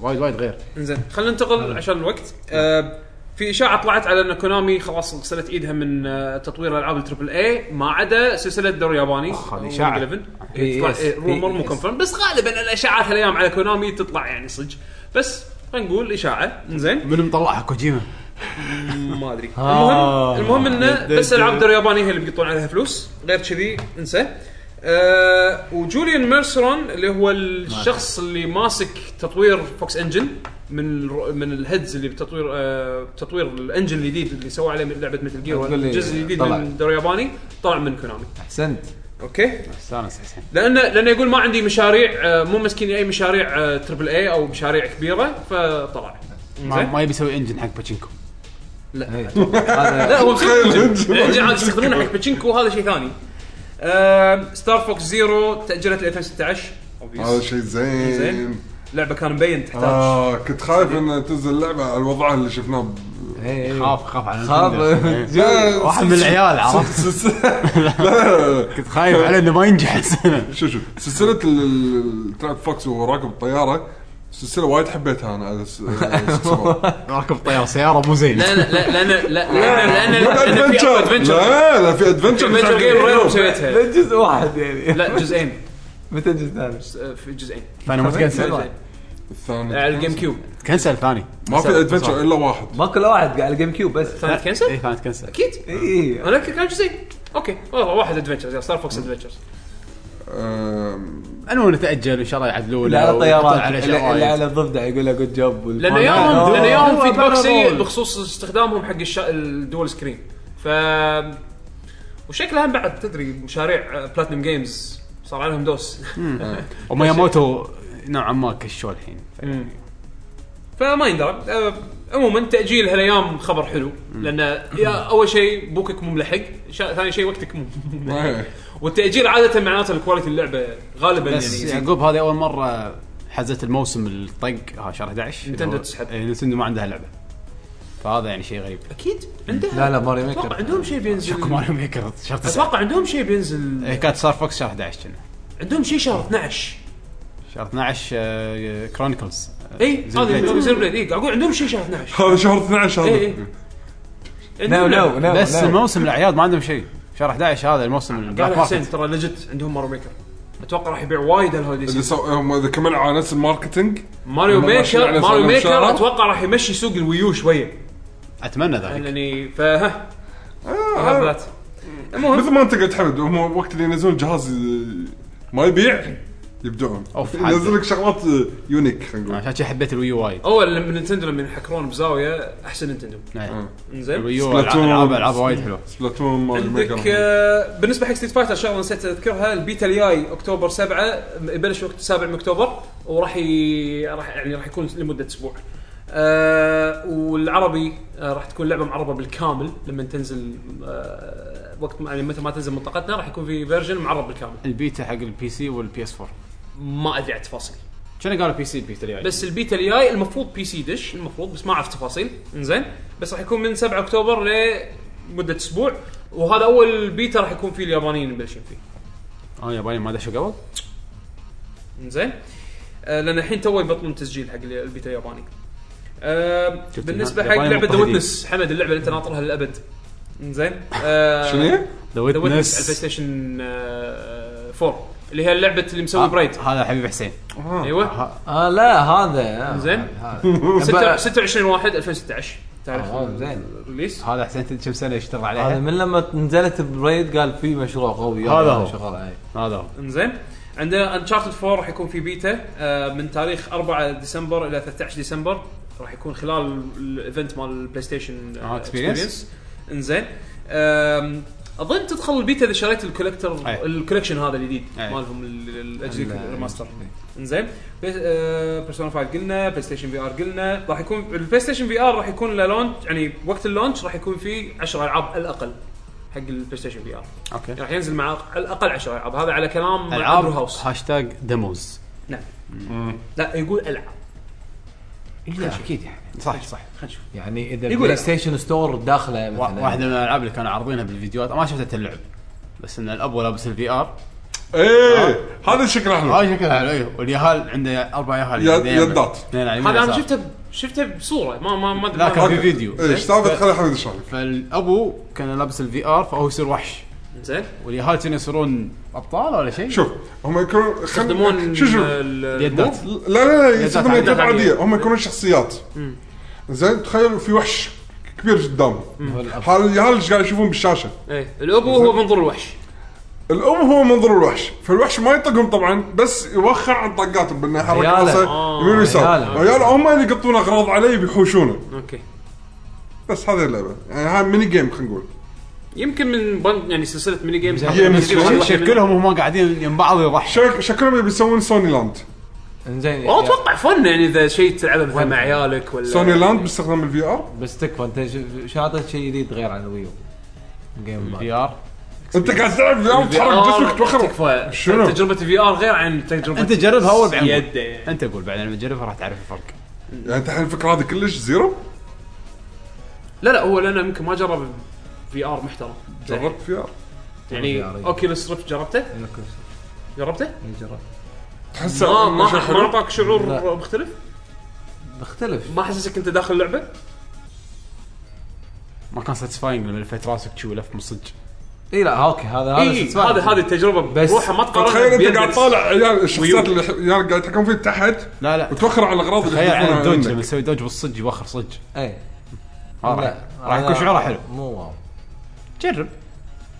S1: وايد وايد غير
S4: انزين خلينا ننتقل عشان الوقت آه، في اشاعه طلعت على ان كونامي خلاص غسلت ايدها من آه، تطوير العاب التربل اي ما عدا سلسله الدوري الياباني
S1: أخ، آه، هذه إشاعة.
S2: إيه، يس.
S4: رومر مو
S2: إيه،
S4: كونفيرم بس غالبا الاشاعات هالايام على كونامي تطلع يعني صدق بس خلينا نقول اشاعه انزين
S1: من مطلعها كوجيما
S4: ما ادري المهم المهم انه بس العاب الدوري الياباني هي اللي بيقطون عليها فلوس غير كذي انسى أه وجوليان ميرسرون اللي هو الشخص اللي ماسك تطوير فوكس انجن من الر- من الهيدز اللي بتطوير أه تطوير الانجن الجديد اللي سووا عليه لعبه مثل جير
S2: هتقول لي
S4: الجزء الجديد
S2: طلع.
S4: من الدوري الياباني طلع من كونامي
S2: احسنت
S4: اوكي
S1: استانس حسين
S4: لانه لانه يقول ما عندي مشاريع آه، مو مسكين اي مشاريع آه، تربل اي او مشاريع كبيره فطلع
S1: ما,
S4: إنزين.
S1: ما يبي يسوي انجن حق باتشينكو
S2: إيه،
S4: لا هو الانجن عاد يستخدمونه حق باتشينكو هذا شيء ثاني ستار فوكس زيرو تاجلت ل 2016
S3: هذا
S4: obvious.
S3: شيء
S4: زين.
S3: زين
S4: لعبه كان مبين تحتاج
S3: اه كنت خايف ان تنزل اللعبه على الوضع اللي شفناه ب-
S1: خاف إيه. خاف على
S2: إيه. خاف
S1: Nintendo. إيه.
S3: لا،
S1: واحد من العيال عرفت
S3: لا
S1: كنت خايف على انه ما ينجح السنه
S3: شو شو سلسله تراب فوكس وهو راكب الطياره سلسله وايد حبيتها انا على الس- على 64.
S1: راكب طياره سياره مو زين
S4: لا لا لا لا لا لان لان لان في ادفنشر
S3: لا لا في ادفنشر
S4: ادفنشر جيم ريرو مسويتها
S2: جزء واحد يعني
S4: لا جزئين
S2: متى الجزء الثاني؟
S4: س- في جزئين
S1: ثاني ما تكنسل
S4: جزئين. على
S3: الثاني
S4: آه، الجيم كيوب
S1: كنسل ثاني
S3: ما في ادفنشر الا واحد
S2: ماكو الا واحد قاعد على الجيم كيوب بس
S4: ثاني
S1: اي
S4: تكنسل؟
S1: ثاني إيه، تكنسل
S4: اكيد
S2: اي
S4: انا اذكر كان جزئين اوكي والله واحد ادفنشرز ستار فوكس ادفنشرز
S3: آم،
S1: المهم انه تاجل وان شاء الله يعدلوه
S2: اللي على
S1: ويطلع
S2: الطيارات
S1: على
S2: اللي اللي
S1: شرايط.
S2: على الضفدع يقول له جود جوب
S4: لان ياهم لان ياهم فيدباك سيء بخصوص استخدامهم حق الشا... الدول سكرين ف وشكلها هم بعد تدري مشاريع بلاتنم جيمز صار عليهم دوس
S1: ومياموتو نوعا ما كشوا الحين
S4: فما يندرى أه، عموما تاجيل هالايام خبر حلو لان يا اول شيء بوكك مو ملحق شا... ثاني شيء وقتك مو
S3: إيه.
S4: والتاجيل عاده معناته الكواليتي اللعبه غالبا
S1: بس
S4: يعني
S1: يعقوب هذه اول مره حزت الموسم الطق ها شهر 11
S4: نينتندو تسحب.
S1: إيه، نينتندو ما عندها لعبه فهذا يعني شيء غريب
S4: اكيد عندها
S2: لا لا ماريو
S4: اتوقع
S2: ميكر
S4: عندهم شيء بينزل
S1: شكو ماريو ميكر شهر 9
S4: اتوقع عندهم شيء بينزل
S1: إيه، كانت صار فوكس شهر 11 كنا
S4: عندهم شيء شهر 12
S1: شهر آه، 12 كرونيكلز
S4: اي
S1: زين
S4: هذا
S1: بليد.
S4: إيه؟ زين بليد اي قاعد اقول عندهم شيء شهر 12
S3: هذا شهر 12
S2: إيه.
S4: اي اي
S3: هذا
S2: نو
S4: إيه، عندهم
S2: نو
S4: لعبة.
S2: نو
S1: بس موسم الاعياد ما عندهم شيء شهر 11 هذا الموسم
S4: قال
S1: البلاك
S4: حسين
S1: ماركت
S4: ترى لجت عندهم ماريو ميكر اتوقع راح يبيع وايد الهوليدي
S3: اللي
S4: سيزون
S3: سو... هم اذا كملوا على نفس الماركتنج
S4: ماريو
S3: هم ماشيين
S4: ميكر
S3: على
S4: ماريو
S3: سعر
S4: ميكر
S3: الشارع.
S4: اتوقع راح يمشي سوق الويو شويه
S1: اتمنى ذلك
S4: لاني يعني، فها
S3: آه،
S4: هبلات المهم
S3: مثل ما انت قاعد تحمد هم وقت اللي ينزلون جهاز آه، ما يبيع يبدعون
S1: أوف، حد.
S3: ينزل لك شغلات يونيك خلينا نقول
S1: عشان شي حبيت الويو وايد
S4: اول لما نينتندو لما يحكرون بزاويه احسن نينتندو
S1: نعم.
S4: زين
S1: الويو
S3: سبلاتون.
S1: العاب العاب وايد حلوه
S3: سبلاتون مال ميجا
S4: عندك
S3: مان.
S4: آه، بالنسبه حق ستريت فايتر شغله نسيت اذكرها البيتا الجاي اكتوبر 7 يبلش وقت 7 من اكتوبر وراح ي... راح يعني راح يكون لمده اسبوع. آه والعربي آه راح تكون لعبه معربه بالكامل لما تنزل آه وقت ما يعني متى ما تنزل منطقتنا راح يكون في فيرجن معرب بالكامل
S1: البيتا حق البي سي والبي اس 4
S4: ما ادري عن التفاصيل
S1: كان قالوا بي سي البيتا اللي
S4: بس البيتا الجاي المفروض بي سي دش المفروض بس ما اعرف تفاصيل انزين بس راح يكون من 7 اكتوبر لمده اسبوع وهذا اول بيتا راح يكون فيه اليابانيين مبلشين فيه
S1: اه ياباني ما دشوا قبل
S4: زين آه لان الحين تو يبطلون تسجيل حق ال- البيتا الياباني آه
S1: شفت
S4: بالنسبه حق
S1: الياباني
S4: لعبه ذا
S1: مضطهدين.
S4: ويتنس حمد اللعبه اللي انت ناطرها للابد زين آه
S3: شنو هي؟
S1: ذا
S4: ذا ويتنس على البلاي
S1: ويتنس
S4: ستيشن آه 4 اللي هي اللعبه اللي
S1: آه.
S4: مسوي برايد
S1: هذا حبيب حسين
S3: آه.
S4: ايوه
S2: اه لا هذا
S4: زين.
S2: هذا
S4: 26 1 2016 تعرف
S2: آه، زين.
S4: الريليس
S1: هذا حسين تدري كم سنه يشتغل
S2: هذا
S1: عليها
S2: من لما نزلت بريد قال في مشروع قوي إيه.
S1: هذا
S2: يلا
S1: هو.
S2: شغال عليه
S1: هذا هو
S4: انزين عندنا انشارتد 4 راح يكون في بيتا آه، من تاريخ 4 ديسمبر الى 13 ديسمبر راح يكون خلال الايفنت مال البلاي ستيشن
S1: آه،
S4: آه،
S1: experience.
S4: experience. انزين آم، اظن تدخل البيتا اذا شريت الكولكتر
S1: أي.
S4: الكولكشن هذا الجديد
S1: أي.
S4: مالهم ال- ال- الاجزاء
S2: ال-
S4: الريماستر انزين بيرسونا 5 آه، قلنا بلاي ستيشن في ار قلنا راح يكون البلاي ستيشن في ار راح يكون له لونش يعني وقت اللونش راح يكون في 10 العاب الاقل حق البلاي ستيشن في ار
S1: اوكي
S4: راح ينزل مع على الاقل 10 العاب هذا على كلام
S1: العاب
S4: العاب هاوس
S1: هاشتاج ديموز
S4: نعم لا يقول العاب
S2: اكيد يعني
S1: صح صح
S4: خلينا نشوف
S2: يعني اذا
S4: يقول
S2: بلاي
S4: لا.
S2: ستيشن ستور داخله مثلا
S1: وا- واحده من الالعاب اللي كانوا عارضينها بالفيديوهات ما شفتها اللعب بس ان الاب لابس الفي ار
S3: ايه هذا الشكل احلى
S1: هاي شكلها حلو ايوه واليهال عنده اربع يهال
S3: يد-
S1: يدين يمين.
S3: يدات.
S1: اثنين على يمين
S4: هذا انا
S1: يسار.
S4: شفته ب- شفته بصوره ما ما ما
S1: لا،
S4: ما-
S1: كان في فيديو.
S3: ايه ايش سالفه خلي حمد يشرح لك
S1: فالابو كان لابس الفي ار فهو يصير وحش
S4: زين
S1: واليهال كانوا يصيرون ابطال ولا شيء
S3: شوف هم يكونون خل-
S4: يستخدمون
S3: شو شو
S4: ال-
S1: اليدات.
S4: الموف.
S3: لا لا لا يستخدمون
S1: يدات
S3: يدات
S4: عادية.
S3: عاديه هم يكونون شخصيات زين تخيل في وحش كبير قدامه هذا اليهال ايش قاعد يشوفون بالشاشه
S4: ايه الابو هو منظور الوحش
S3: الام هو منظر الوحش فالوحش ما يطقهم طبعا بس يوخر عن طقاتهم بانه يحرك
S2: عياله.
S3: راسه
S4: آه،
S3: يمين ويسار
S2: عياله.
S3: عياله هم اللي يقطون اغراض عليه بيحوشونه
S4: اوكي
S3: بس هذه اللعبه يعني هاي ميني جيم خلينا نقول
S4: يمكن من بند يعني سلسله ميني جيمز
S3: هي
S4: ميني
S3: مش-
S4: جيمز
S3: شي-
S4: واحد
S1: شي-
S4: من-
S1: كلهم هم قاعدين يم بعض يضحك
S3: شك- شكلهم يبي يسوون سوني لاند
S2: انزين
S4: والله اتوقع فن يعني اذا شيء تلعبه مثلا مع عيالك ولا
S3: سوني لاند باستخدام الفي ار
S2: بس تكفى انت ش- شاطر شيء جديد غير عن الويو جيم
S1: في ار
S3: انت قاعد تلعب في ار تحرك جسمك توخر
S4: تكفى
S3: شنو؟
S4: تجربه الفي ار غير عن تجربه
S1: انت جربها اول بعدين قول.
S4: يده يعني.
S1: انت قول بعدين لما تجربها راح تعرف الفرق
S3: يعني انت الحين الفكره هذه كلش زيرو
S4: لا لا هو لانه يمكن ما جرب في ار محترم
S3: جربت في ار
S4: يعني
S2: VR.
S4: اوكيلس ريفت جربته؟ جربته؟
S3: تحس
S4: ما ما
S3: شيء
S4: ما
S3: حلو
S4: اعطاك شعور
S2: لا.
S4: مختلف؟
S2: بختلف
S4: ما حسسك انت داخل اللعبه؟
S1: ما كان ساتسفاينج لما لفيت راسك تشوي لف من صدق
S2: اي إيه، لا اوكي هذا هذا
S4: اي
S2: satisfying.
S4: هذه هذه التجربه
S2: بس
S4: بروحها ما تقارنها
S3: تخيل انت
S4: بيدك.
S3: قاعد طالع عيال الشخصيات اللي عيال قاعد يتحكمون فيه تحت
S1: لا لا
S3: وتوخر على الاغراض اللي
S1: تخيل عن
S3: يحذفونها
S1: الدوج
S3: منك.
S1: لما تسوي دوج بالصج يوخر صج
S2: اي
S1: آه،
S2: لا،
S1: راح راح يكون
S2: إيه. أنا-
S1: شعوره حلو
S2: مو واو
S1: جرب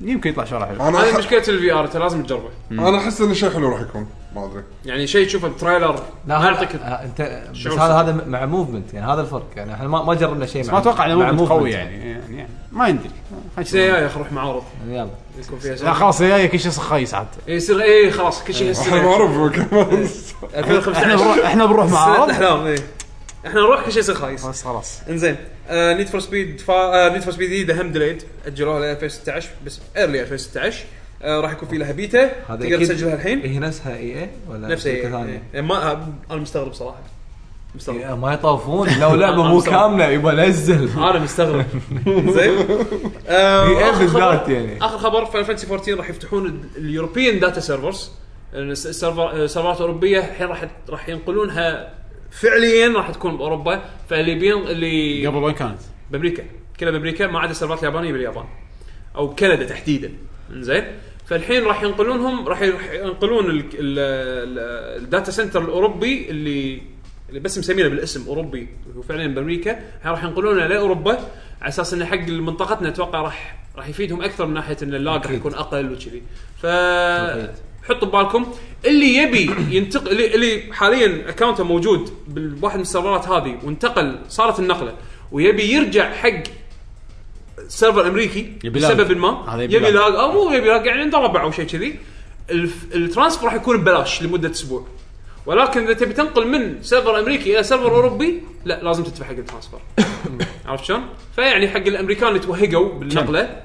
S1: يمكن يطلع شعوره حلو
S3: انا
S4: هذه
S3: أح-
S4: مشكله الفي ار انت لازم تجربه
S3: انا احس انه شيء حلو راح يكون ما ادري
S4: يعني شيء تشوفه بتريلر
S2: لا
S4: ما يعطيك
S2: هذا- آه، انت بس
S4: شعور
S2: هذا هذا مع موفمنت يعني هذا الفرق يعني احنا ما ما جربنا شيء
S1: بس
S2: مع
S1: ما اتوقع
S2: مع
S1: انه مو
S2: movement.
S1: قوي يعني يعني يعني ما يندري خلنا نشوف.
S4: سيايا يا اخ معارض
S2: يعني يلا
S4: يكون فيها
S1: لا
S4: سيايا.
S1: خلاص جاي كل شيء خايس عاد
S4: إيه، يصير اي خلاص كل شيء
S3: احنا
S4: يصير
S3: معروف كمان.
S1: احنا
S4: 2015
S1: بنروح احنا بنروح
S4: سنة
S1: مع
S4: احلام إيه. احنا نروح كل شيء يصير خايس
S1: بس خلاص
S4: انزين نيد فور سبيد نيد فور سبيد جديده هم ديليد اجلوها ل 2016 بس ايرلي 2016 آه، راح يكون في لها بيتا
S2: هذا
S4: تقدر
S2: أكيد
S4: تسجلها الحين
S2: إيه، هي نفسها اي اي ولا
S4: نفس
S2: آه، شركة
S4: اي
S2: ثانية؟
S4: إيه، ما انا مستغرب صراحه
S1: إيه.
S4: مستغرب
S2: يا ما يطوفون لو لعبه مو
S4: خمسة.
S2: كامله يبغى نزل
S4: انا مستغرب زين آه،
S2: في إيه
S4: آخر خبر-
S2: بالذات يعني.
S4: اخر خبر فاينل فانتسي 14 راح يفتحون ال- اليوروبيان داتا سيرفرز السيرفر سيرفرات اوروبيه آه، الحين راح راح ينقلونها فعليا راح تكون باوروبا فاللي بين اللي
S1: قبل وين كانت؟
S4: بامريكا كلها بامريكا ما عدا السيرفرات اليابانيه باليابان او كندا تحديدا زين فالحين راح ينقلونهم راح يروح- ينقلون ال- ال- ال- الداتا سنتر الاوروبي اللي اللي بس مسمينه بالاسم اوروبي هو فعليا بامريكا الحين راح ينقلونه لاوروبا على اساس انه حق منطقتنا اتوقع راح راح يفيدهم اكثر من ناحيه ان اللاج راح يكون اقل وكذي ف حطوا ببالكم اللي يبي ينتقل اللي- اللي حاليا اكونته موجود بالواحد من السيرفرات هذه وانتقل صارت النقله ويبي يرجع حق سيرفر امريكي
S1: يبي لاج.
S4: لسبب ما
S1: هذا يبي
S4: يبي
S1: لاج.
S4: لاج او مو يبي لاج يعني عنده ربع او شيء كذي الف- الترانسفر راح يكون ببلاش لمده اسبوع ولكن اذا تبي تنقل من سيرفر امريكي الى سيرفر اوروبي لا لازم تدفع حق الترانسفر عرفت شلون؟ فيعني حق الامريكان اللي توهقوا بالنقله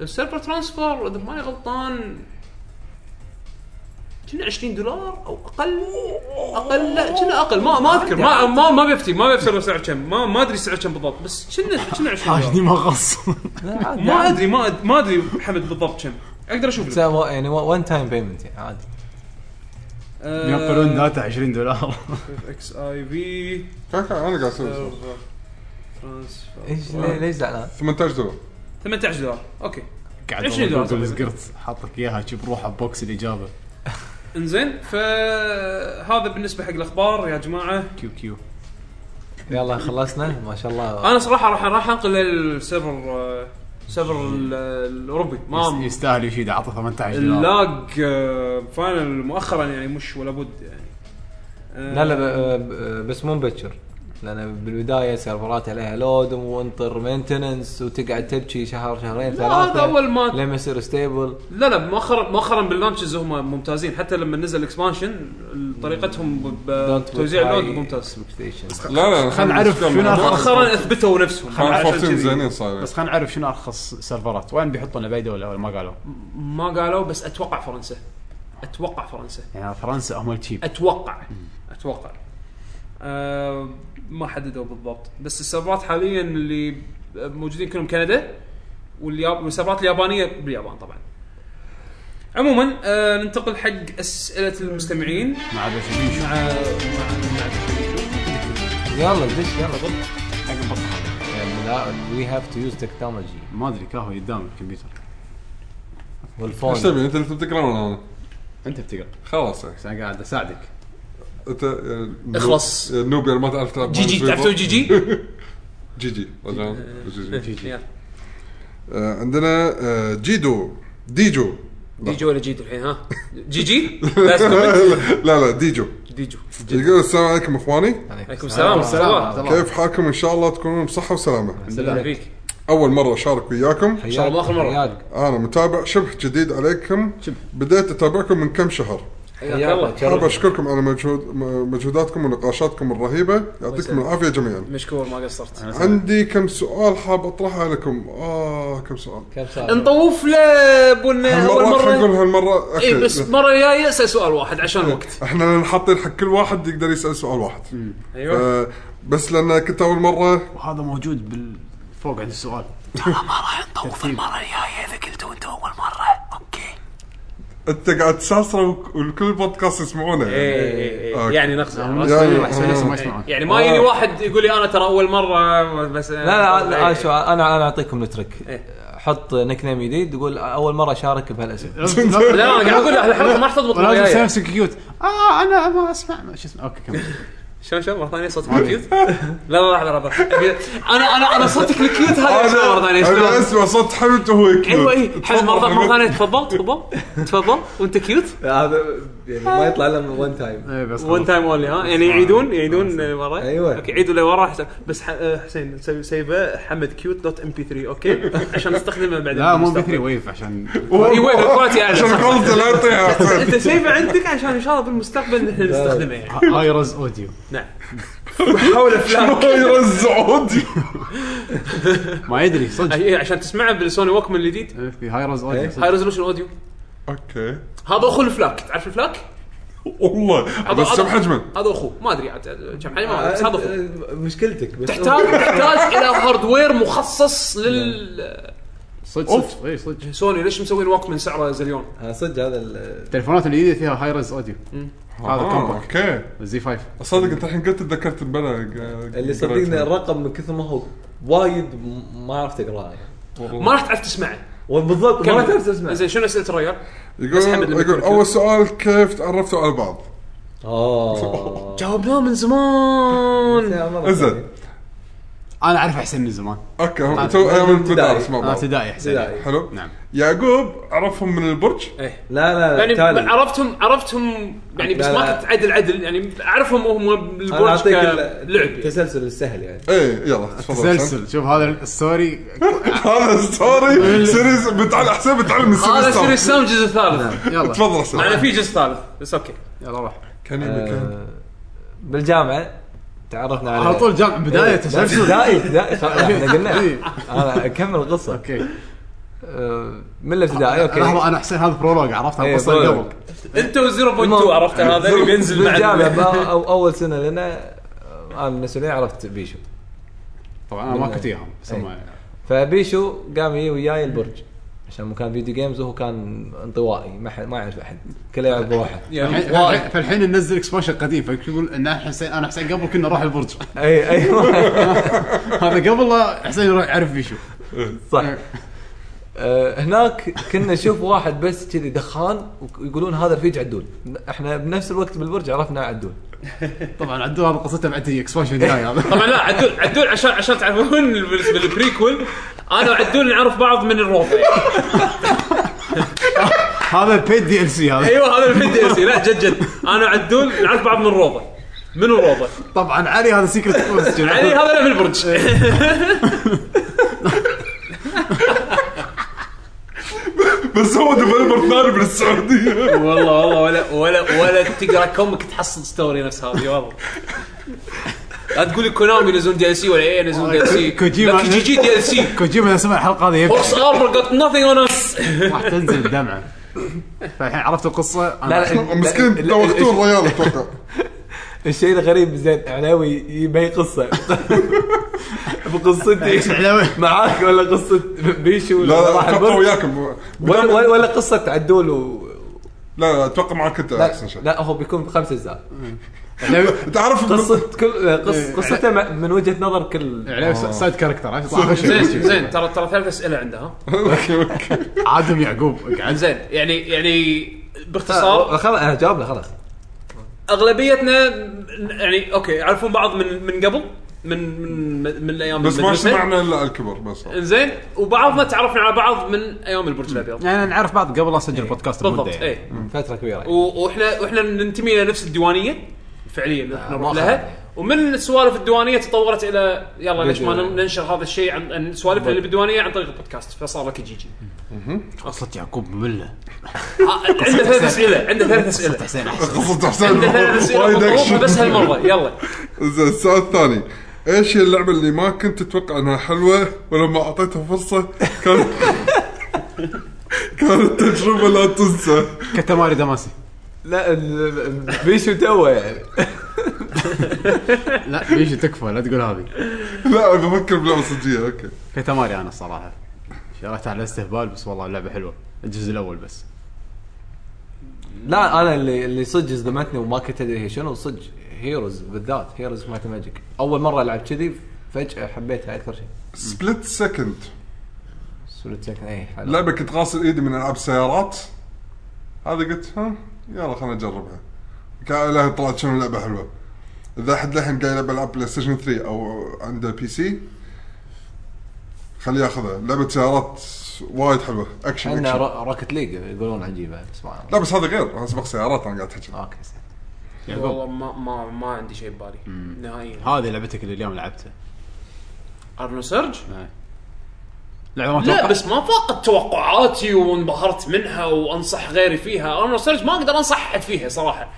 S4: السيرفر ترانسفر اذا ماني غلطان كنا 20 دولار او اقل اقل لا كنا اقل ما ما اذكر ما ما ما بيفتي ما بيفتي سعر كم ما ما ادري سعر كم بالضبط بس كنا كنا 20 دولار
S1: حاجني ما غص
S4: آه. ما ادري ما أد- ما ادري حمد بالضبط كم اقدر اشوف لك
S2: سوا- يعني وان تايم بيمنت يعني عادي
S1: ينقلون داتا 20 دولار
S4: اكس اي آه، في
S3: كان- كان- انا قاعد اسوي
S2: ايش ليه- ليش زعلان؟
S3: 18 دولار
S4: 18 دولار اوكي
S1: قاعد
S4: 20 دولار.
S1: جوجل زقرت حاطك اياها شوف روحه بوكس الاجابه
S4: انزين فهذا بالنسبه حق الاخبار يا جماعه
S1: كيو كيو
S2: يلا خلصنا ما شاء الله
S4: انا صراحه راح راح انقل للسيرفر آه، السيرفر ال- الاوروبي ما
S1: يستاهل يشيد اعطى 18 دولار
S4: اللاج آه، فاينل مؤخرا يعني مش ولا بد يعني آه،
S2: لا لا ب- ب- بس مو مبكر لان بالبدايه سيرفرات عليها لود وانطر مينتننس وتقعد تبكي شهر شهرين
S4: لا، هذا
S2: ثلاثه
S4: اول ما
S2: لما يصير ستيبل
S4: لا لا مؤخرا مؤخرا باللانشز هم ممتازين حتى لما نزل الاكسبانشن طريقتهم بتوزيع اللود ممتاز
S2: ستيشن
S3: لا لا
S1: خلنا نعرف
S3: نتكلم
S1: شنو
S3: عن
S1: آخر-
S3: الموضوع.
S4: مؤخرا اثبتوا نفسهم
S3: خلنا
S4: عشان
S3: فاصلين
S4: كذي.
S3: زينين صايرين
S1: بس خلينا نعرف شنو ارخص سيرفرات وين بيحطون باي دوله ولا ما قالوا
S4: ما قالوا بس اتوقع فرنسا اتوقع فرنسا
S1: يعني فرنسا هم التشيب
S4: اتوقع اتوقع أه ما حددوا بالضبط بس السيرفرات حاليا اللي موجودين كلهم كندا والياب- والسيرفرات اليابانيه باليابان طبعا عموما أه ننتقل حق اسئله المستمعين
S1: مع بشبيشو
S4: مع مع
S2: يلا دش يلا دش يعني لا وي هاف تو يوز تكنولوجي
S1: ما ادري كاهو قدام الكمبيوتر
S2: والفون
S3: ايش تبي انت اللي تقرا ولا انا؟
S1: انت بتقرا
S3: خلاص يعني.
S1: بس انا قاعد اساعدك
S3: انت يعني
S4: اخلص.
S3: النوب- النوب اللي ما تعرف تلعب
S4: جي جي
S3: ماينس
S4: تعرفوا جي إيه. جي؟
S3: جي جي رجعنا. جي جي
S4: يلا.
S3: آه، عندنا آه، جيدو ديجو
S4: ديجو ولا جيدو الحين ها؟ جي جي؟ لا استبعد.
S3: لا لا ديجو
S4: ديجو
S3: يقول السلام عليكم اخواني
S4: عليكم السلام ورحمه الله
S3: كيف حالكم ان شاء الله تكونون بصحه وسلامه
S4: الله فيك
S3: اول مره اشارك وياكم
S4: ان شاء الله مو اخر مره
S2: حياك
S3: انا متابع شبه جديد عليكم بديت اتابعكم من كم شهر
S4: حياك الله
S3: حاب اشكركم على مجهود م- مجهوداتكم ونقاشاتكم الرهيبه يعطيكم
S4: يسلمك.
S3: العافيه جميعا
S4: مشكور ما قصرت
S3: عندي كم سؤال حاب اطرحه لكم اه كم سؤال
S2: كم ساعه
S4: نطوف لبن اول
S3: هالمره خلينا نقول
S4: مره
S3: هالمره
S4: اي
S3: اوكي
S4: إيه، بس المره الجايه اسال سؤال واحد عشان الوقت
S3: احنا حاطين حق كل واحد يقدر يسال سؤال واحد
S4: ايوه
S3: آه، بس لان كنت اول مره
S1: وهذا موجود بال فوق عند السؤال
S3: انت قاعد تساسره وك- والكل بودكاست يسمعونه يعني.
S4: إي إي إي.
S3: أوكي.
S4: يعني نقصد
S3: يعني-
S1: ما
S3: آه.
S1: يسمعون
S4: يعني ما يجي واحد يقول لي انا ترى اول مره بس
S2: لا لا, لا شو انا انا اعطيكم الترك
S4: إيه.
S2: حط نيك نيم جديد تقول اول مره اشارك بهالاسم
S4: لا لا انا قاعد اقول له الحلقه ما راح تضبط المرة
S1: ولازم
S4: الجاية.
S1: نفسك كيوت اه انا ما اسمع ما شو اسمه اوكي كمل
S4: شلون شلون مره ثانيه صوت كيوت لا لا لحظه لحظه أبي- انا انا انا صوتك الكيوت هذا شلون مره ثانيه
S3: انا
S4: شلون
S3: اسمع صوت حمد وهو يكتب
S4: ايوه اي حلو مره مره ثانيه تفضل تفضل تفضل وانت كيوت
S5: هذا يعني ما يطلع الا من وان تايم
S1: إيه، بس
S4: ون تايم اونلي ها يعني يعيدون يعيدون ورا
S5: أيوة.
S4: اوكي عيدوا لورا حسن بس ح- آه، حسين سوي سيفه حمد كيوت دوت ام بي 3 اوكي عشان نستخدمها أيوة، بعدين
S1: لا مو بي 3 ويف عشان
S4: اي ويف كواليتي اعلى
S3: عشان
S4: صح، صح.
S3: الكواليتي لا يطيح
S4: انت سيفه عندك عشان ان شاء الله بالمستقبل نحن نستخدمها يعني
S1: ايرز اوديو
S4: نعم حول افلام
S3: يرزع اوديو
S1: ما يدري صدق
S4: إيه، عشان تسمعها بالسوني ووكمان الجديد
S1: إيه، في هايرز اوديو
S4: هاي ريزولوشن اوديو
S3: اوكي
S4: هذا اخو الفلاك تعرف الفلاك؟
S3: والله
S4: هذا-
S3: بس
S4: هذا-
S3: كم حجمه
S4: هذا اخوه ما ادري عاد كم حجمه ما
S2: آه،
S4: أدري، بس هذا اخوه
S5: آه، مشكلتك بس
S4: تحتاج تحتاج الى هاردوير مخصص لل
S1: صدق صدق اي صدق
S4: نعم. سوني ليش مسوين ووكمان سعره زليون؟
S5: آه، صدق هذا ال-
S1: التليفونات الجديده فيها هايرز اوديو هذا
S3: آه،
S1: كومباكت
S3: اوكي
S1: زي 5
S3: صدق انت الحين قلت تذكرت آه، البلا اللي
S5: اللي صدقني الرقم من كثر ما هو وايد م- ما عرفت اقراه يعني
S4: ما راح تعرف تسمعه
S5: وبالضبط ما تعرف تسمع
S4: زين شنو اسئله الرجال؟ أسحب
S3: يقول
S4: اللي
S3: يقول
S4: بالكمبيوتر.
S3: اول سؤال كيف تعرفتوا على بعض؟
S5: اه آه.
S4: جاوبناه من زمان
S5: يا مرة
S3: انزين
S1: انا اعرف حسين من زمان
S3: اوكي هم تو ايام المدارس مع
S1: انا
S3: بعض
S1: آه، ابتدائي حسين
S2: ابتدائي.
S3: حلو
S1: نعم.
S3: يعقوب عرفهم من البرج
S2: لا لا
S4: يعني
S2: تالي.
S4: عرفتهم عرفتهم يعني بس
S2: إيه. لا، لا.
S4: ما كنت عدل عدل يعني اعرفهم وهم
S2: انا
S4: بالبرج
S2: اعطيك
S4: كلعب يعني.
S2: التسلسل السهل يعني
S3: ايه يلا تفضل حسين.
S1: تسلسل شوف هذا الستوري
S3: هذا ستوري سيريز بتعلم حسين بتعلم من
S4: هذا
S3: سيريز
S4: سيريس
S3: ستار.
S4: سام الجزء الثالث
S1: يلا
S3: تفضل
S4: انا
S3: حسين
S4: في جزء ثالث بس اوكي
S1: يلا روح
S3: كان يبي كان
S2: آه، بالجامعه تعرفنا إيه، على
S1: على طول جامع بدايه تسلسل
S2: ابتدائي ابتدائي خلاص، احنا قلنا
S1: إيه.
S2: انا اكمل القصه
S1: اوكي
S2: آه، من الابتدائي
S1: لحظه
S2: اوكي
S1: انا حسين هذا برولوج عرفت
S2: إيه،
S1: القصه اللي
S2: برولوج.
S1: قبل
S4: انت و0.2 عرفت هذا اللي بينزل مع
S2: بالجامعه
S4: ال-
S2: بأ- أو اول سنه لنا آه، انا من السنين عرفت بيشو
S1: طبعا انا ما كنت اياهم بس هم
S2: فبيشو قام يجي وياي البرج عشان مكان فيديو جيمز وهو كان انطوائي ما ح- ما يعرف احد كله يلعب بروحه
S1: الحين- الحين- فالحين ننزل اكسبانشن قديم فيقول ان أنا حسين انا حسين قبل كنا نروح البرج
S2: اي ايوه
S1: هذا قبل لا حسين يروح يعرف بيشو
S2: صح
S1: نعم.
S2: آه، هناك كنا نشوف واحد بس كذي دخان ويقولون هذا رفيج عدول احنا بنفس الوقت بالبرج عرفنا عدول
S1: طبعا عدول هذا قصته بعدين اكسبانشن جاي هذا
S4: طبعا لا عدول عدول عشان عشان تعرفون بالنسبه للبريكول انا وعدول نعرف بعض من الروضه يعني.
S1: هذا البيت دي ال سي هذا
S4: ايوه هذا الفيديو لا جد جد انا وعدول نعرف بعض من الروضه من الروضه
S1: طبعا علي هذا سيكرت كورس
S4: يعني هذا لا في البرج
S3: بس هو ديفلوبر ثاني من السعوديه
S4: والله والله ولا ولا ولا تقرا كوميك تحصل ستوري نفس هذه والله لا تقول لي كونامي ينزلون دي ال سي ولا ايه ينزلون دي ال سي
S1: كوجيما-
S4: لا جي جي دي ال سي
S1: كوجيما اذا سمع الحلقه هذه يبكي
S4: فورس اربر جت nothing اون اس
S1: راح تنزل دمعه فالحين عرفت القصه أنا
S2: لا، لا.
S3: مسكين توختون الرجال اتوقع
S2: الشيء الغريب زين علاوي يبي قصه
S1: إيش
S2: بقصتي
S1: علاوي؟
S2: معاك ولا قصه بيشو
S3: لا
S2: ولا راح
S3: لا اتوقع
S2: البرج
S3: وياكم
S2: ولا, ولا, ولا قصه عدول و
S3: لا لا اتوقع معك انت
S2: لا,
S3: احسن شيء
S2: لا هو بيكون بخمس اجزاء
S1: علاوي-
S3: تعرف
S2: قصه
S1: إيه.
S2: كل قص قصته م- من وجهه نظر
S4: إيه.
S2: كل
S1: علاوي س- سايد كاركتر عرفت؟ طلع خش-
S4: زين زين ترى ترى ثلاث اسئله عنده ها
S3: اوكي اوكي
S1: عادم يعقوب قاعد
S4: زين يعني يعني باختصار
S2: آه، خلاص انا جاوبنا خلاص
S4: اغلبيتنا يعني اوكي يعرفون بعض من من قبل من من من, من ايام
S3: بس ما
S4: المدرسة.
S3: سمعنا الا الكبر بس
S4: زين وبعضنا تعرفنا على بعض من ايام البرج الابيض
S1: يعني نعرف بعض قبل لا اسجل بودكاست
S4: إيه. بالضبط
S1: بمدة يعني.
S4: اي
S2: فتره كبيره
S4: و- واحنا واحنا ننتمي لنفس الديوانيه فعليا احنا نروح
S2: ما
S4: لها ومن السوالف الديوانيه تطورت الى يلا ليش ما
S2: فيديو.
S4: نن- ننشر هذا الشيء عن عن السوالف اللي بالديوانيه عن طريق البودكاست فصار لك جيجي
S1: قصه يعقوب ممله
S4: آه، عنده ثلاث اسئله عنده ثلاث اسئله
S1: قصه حسين احسن
S3: قصه
S4: عنده ثلاث
S3: حسين
S4: اسئله
S3: وايد
S4: مضروبة بس
S3: اكشن
S4: هالمره يلا
S3: زين السؤال الثاني ايش هي اللعبه اللي ما كنت تتوقع انها حلوه ولما اعطيتها فرصه كانت كانت تجربه لا تنسى
S1: كتماري دماسي
S2: لا ال- بيشو توه يعني
S1: لا بيجي تكفى لا تقول هذه
S3: لا أنا بفكر بلعبه صجيه اوكي
S1: كتماري انا الصراحه شريتها على استهبال بس والله اللعبه حلوه الجزء الاول بس
S2: لا انا اللي اللي صدق صدمتني وما كنت ادري هي شنو صدق هيروز بالذات هيروز مالت ماجيك اول مره العب كذي فجاه حبيتها اكثر شيء
S3: سبليت سكند
S2: سوليد سكن اي إيه، حلو
S3: لعبه كنت غاسل ايدي من العاب سيارات هذه قلت ها يلا خلينا نجربها كان لها طلعت شنو لعبه حلوه اذا احد للحين قاعد يلعب العاب بلاي ستيشن 3 او عنده بي سي خليه ياخذها لعبه سيارات وايد حلوه اكشن
S2: عندنا
S3: اكشن
S2: رو- روكت ليج يقولون عجيبه بس ما
S3: لا بس هذا غير انا سبق سيارات انا قاعد احكي
S2: اوكي
S4: والله ما ما ما عندي شيء ببالي نهائيا
S1: هذه لعبتك اللي اليوم لعبتها
S4: ارنو سيرج
S1: لعبه ما
S4: لا
S1: توقعت.
S4: بس ما فاقت توقعاتي وانبهرت منها وانصح غيري فيها ارنو سيرج ما اقدر انصح احد فيها صراحه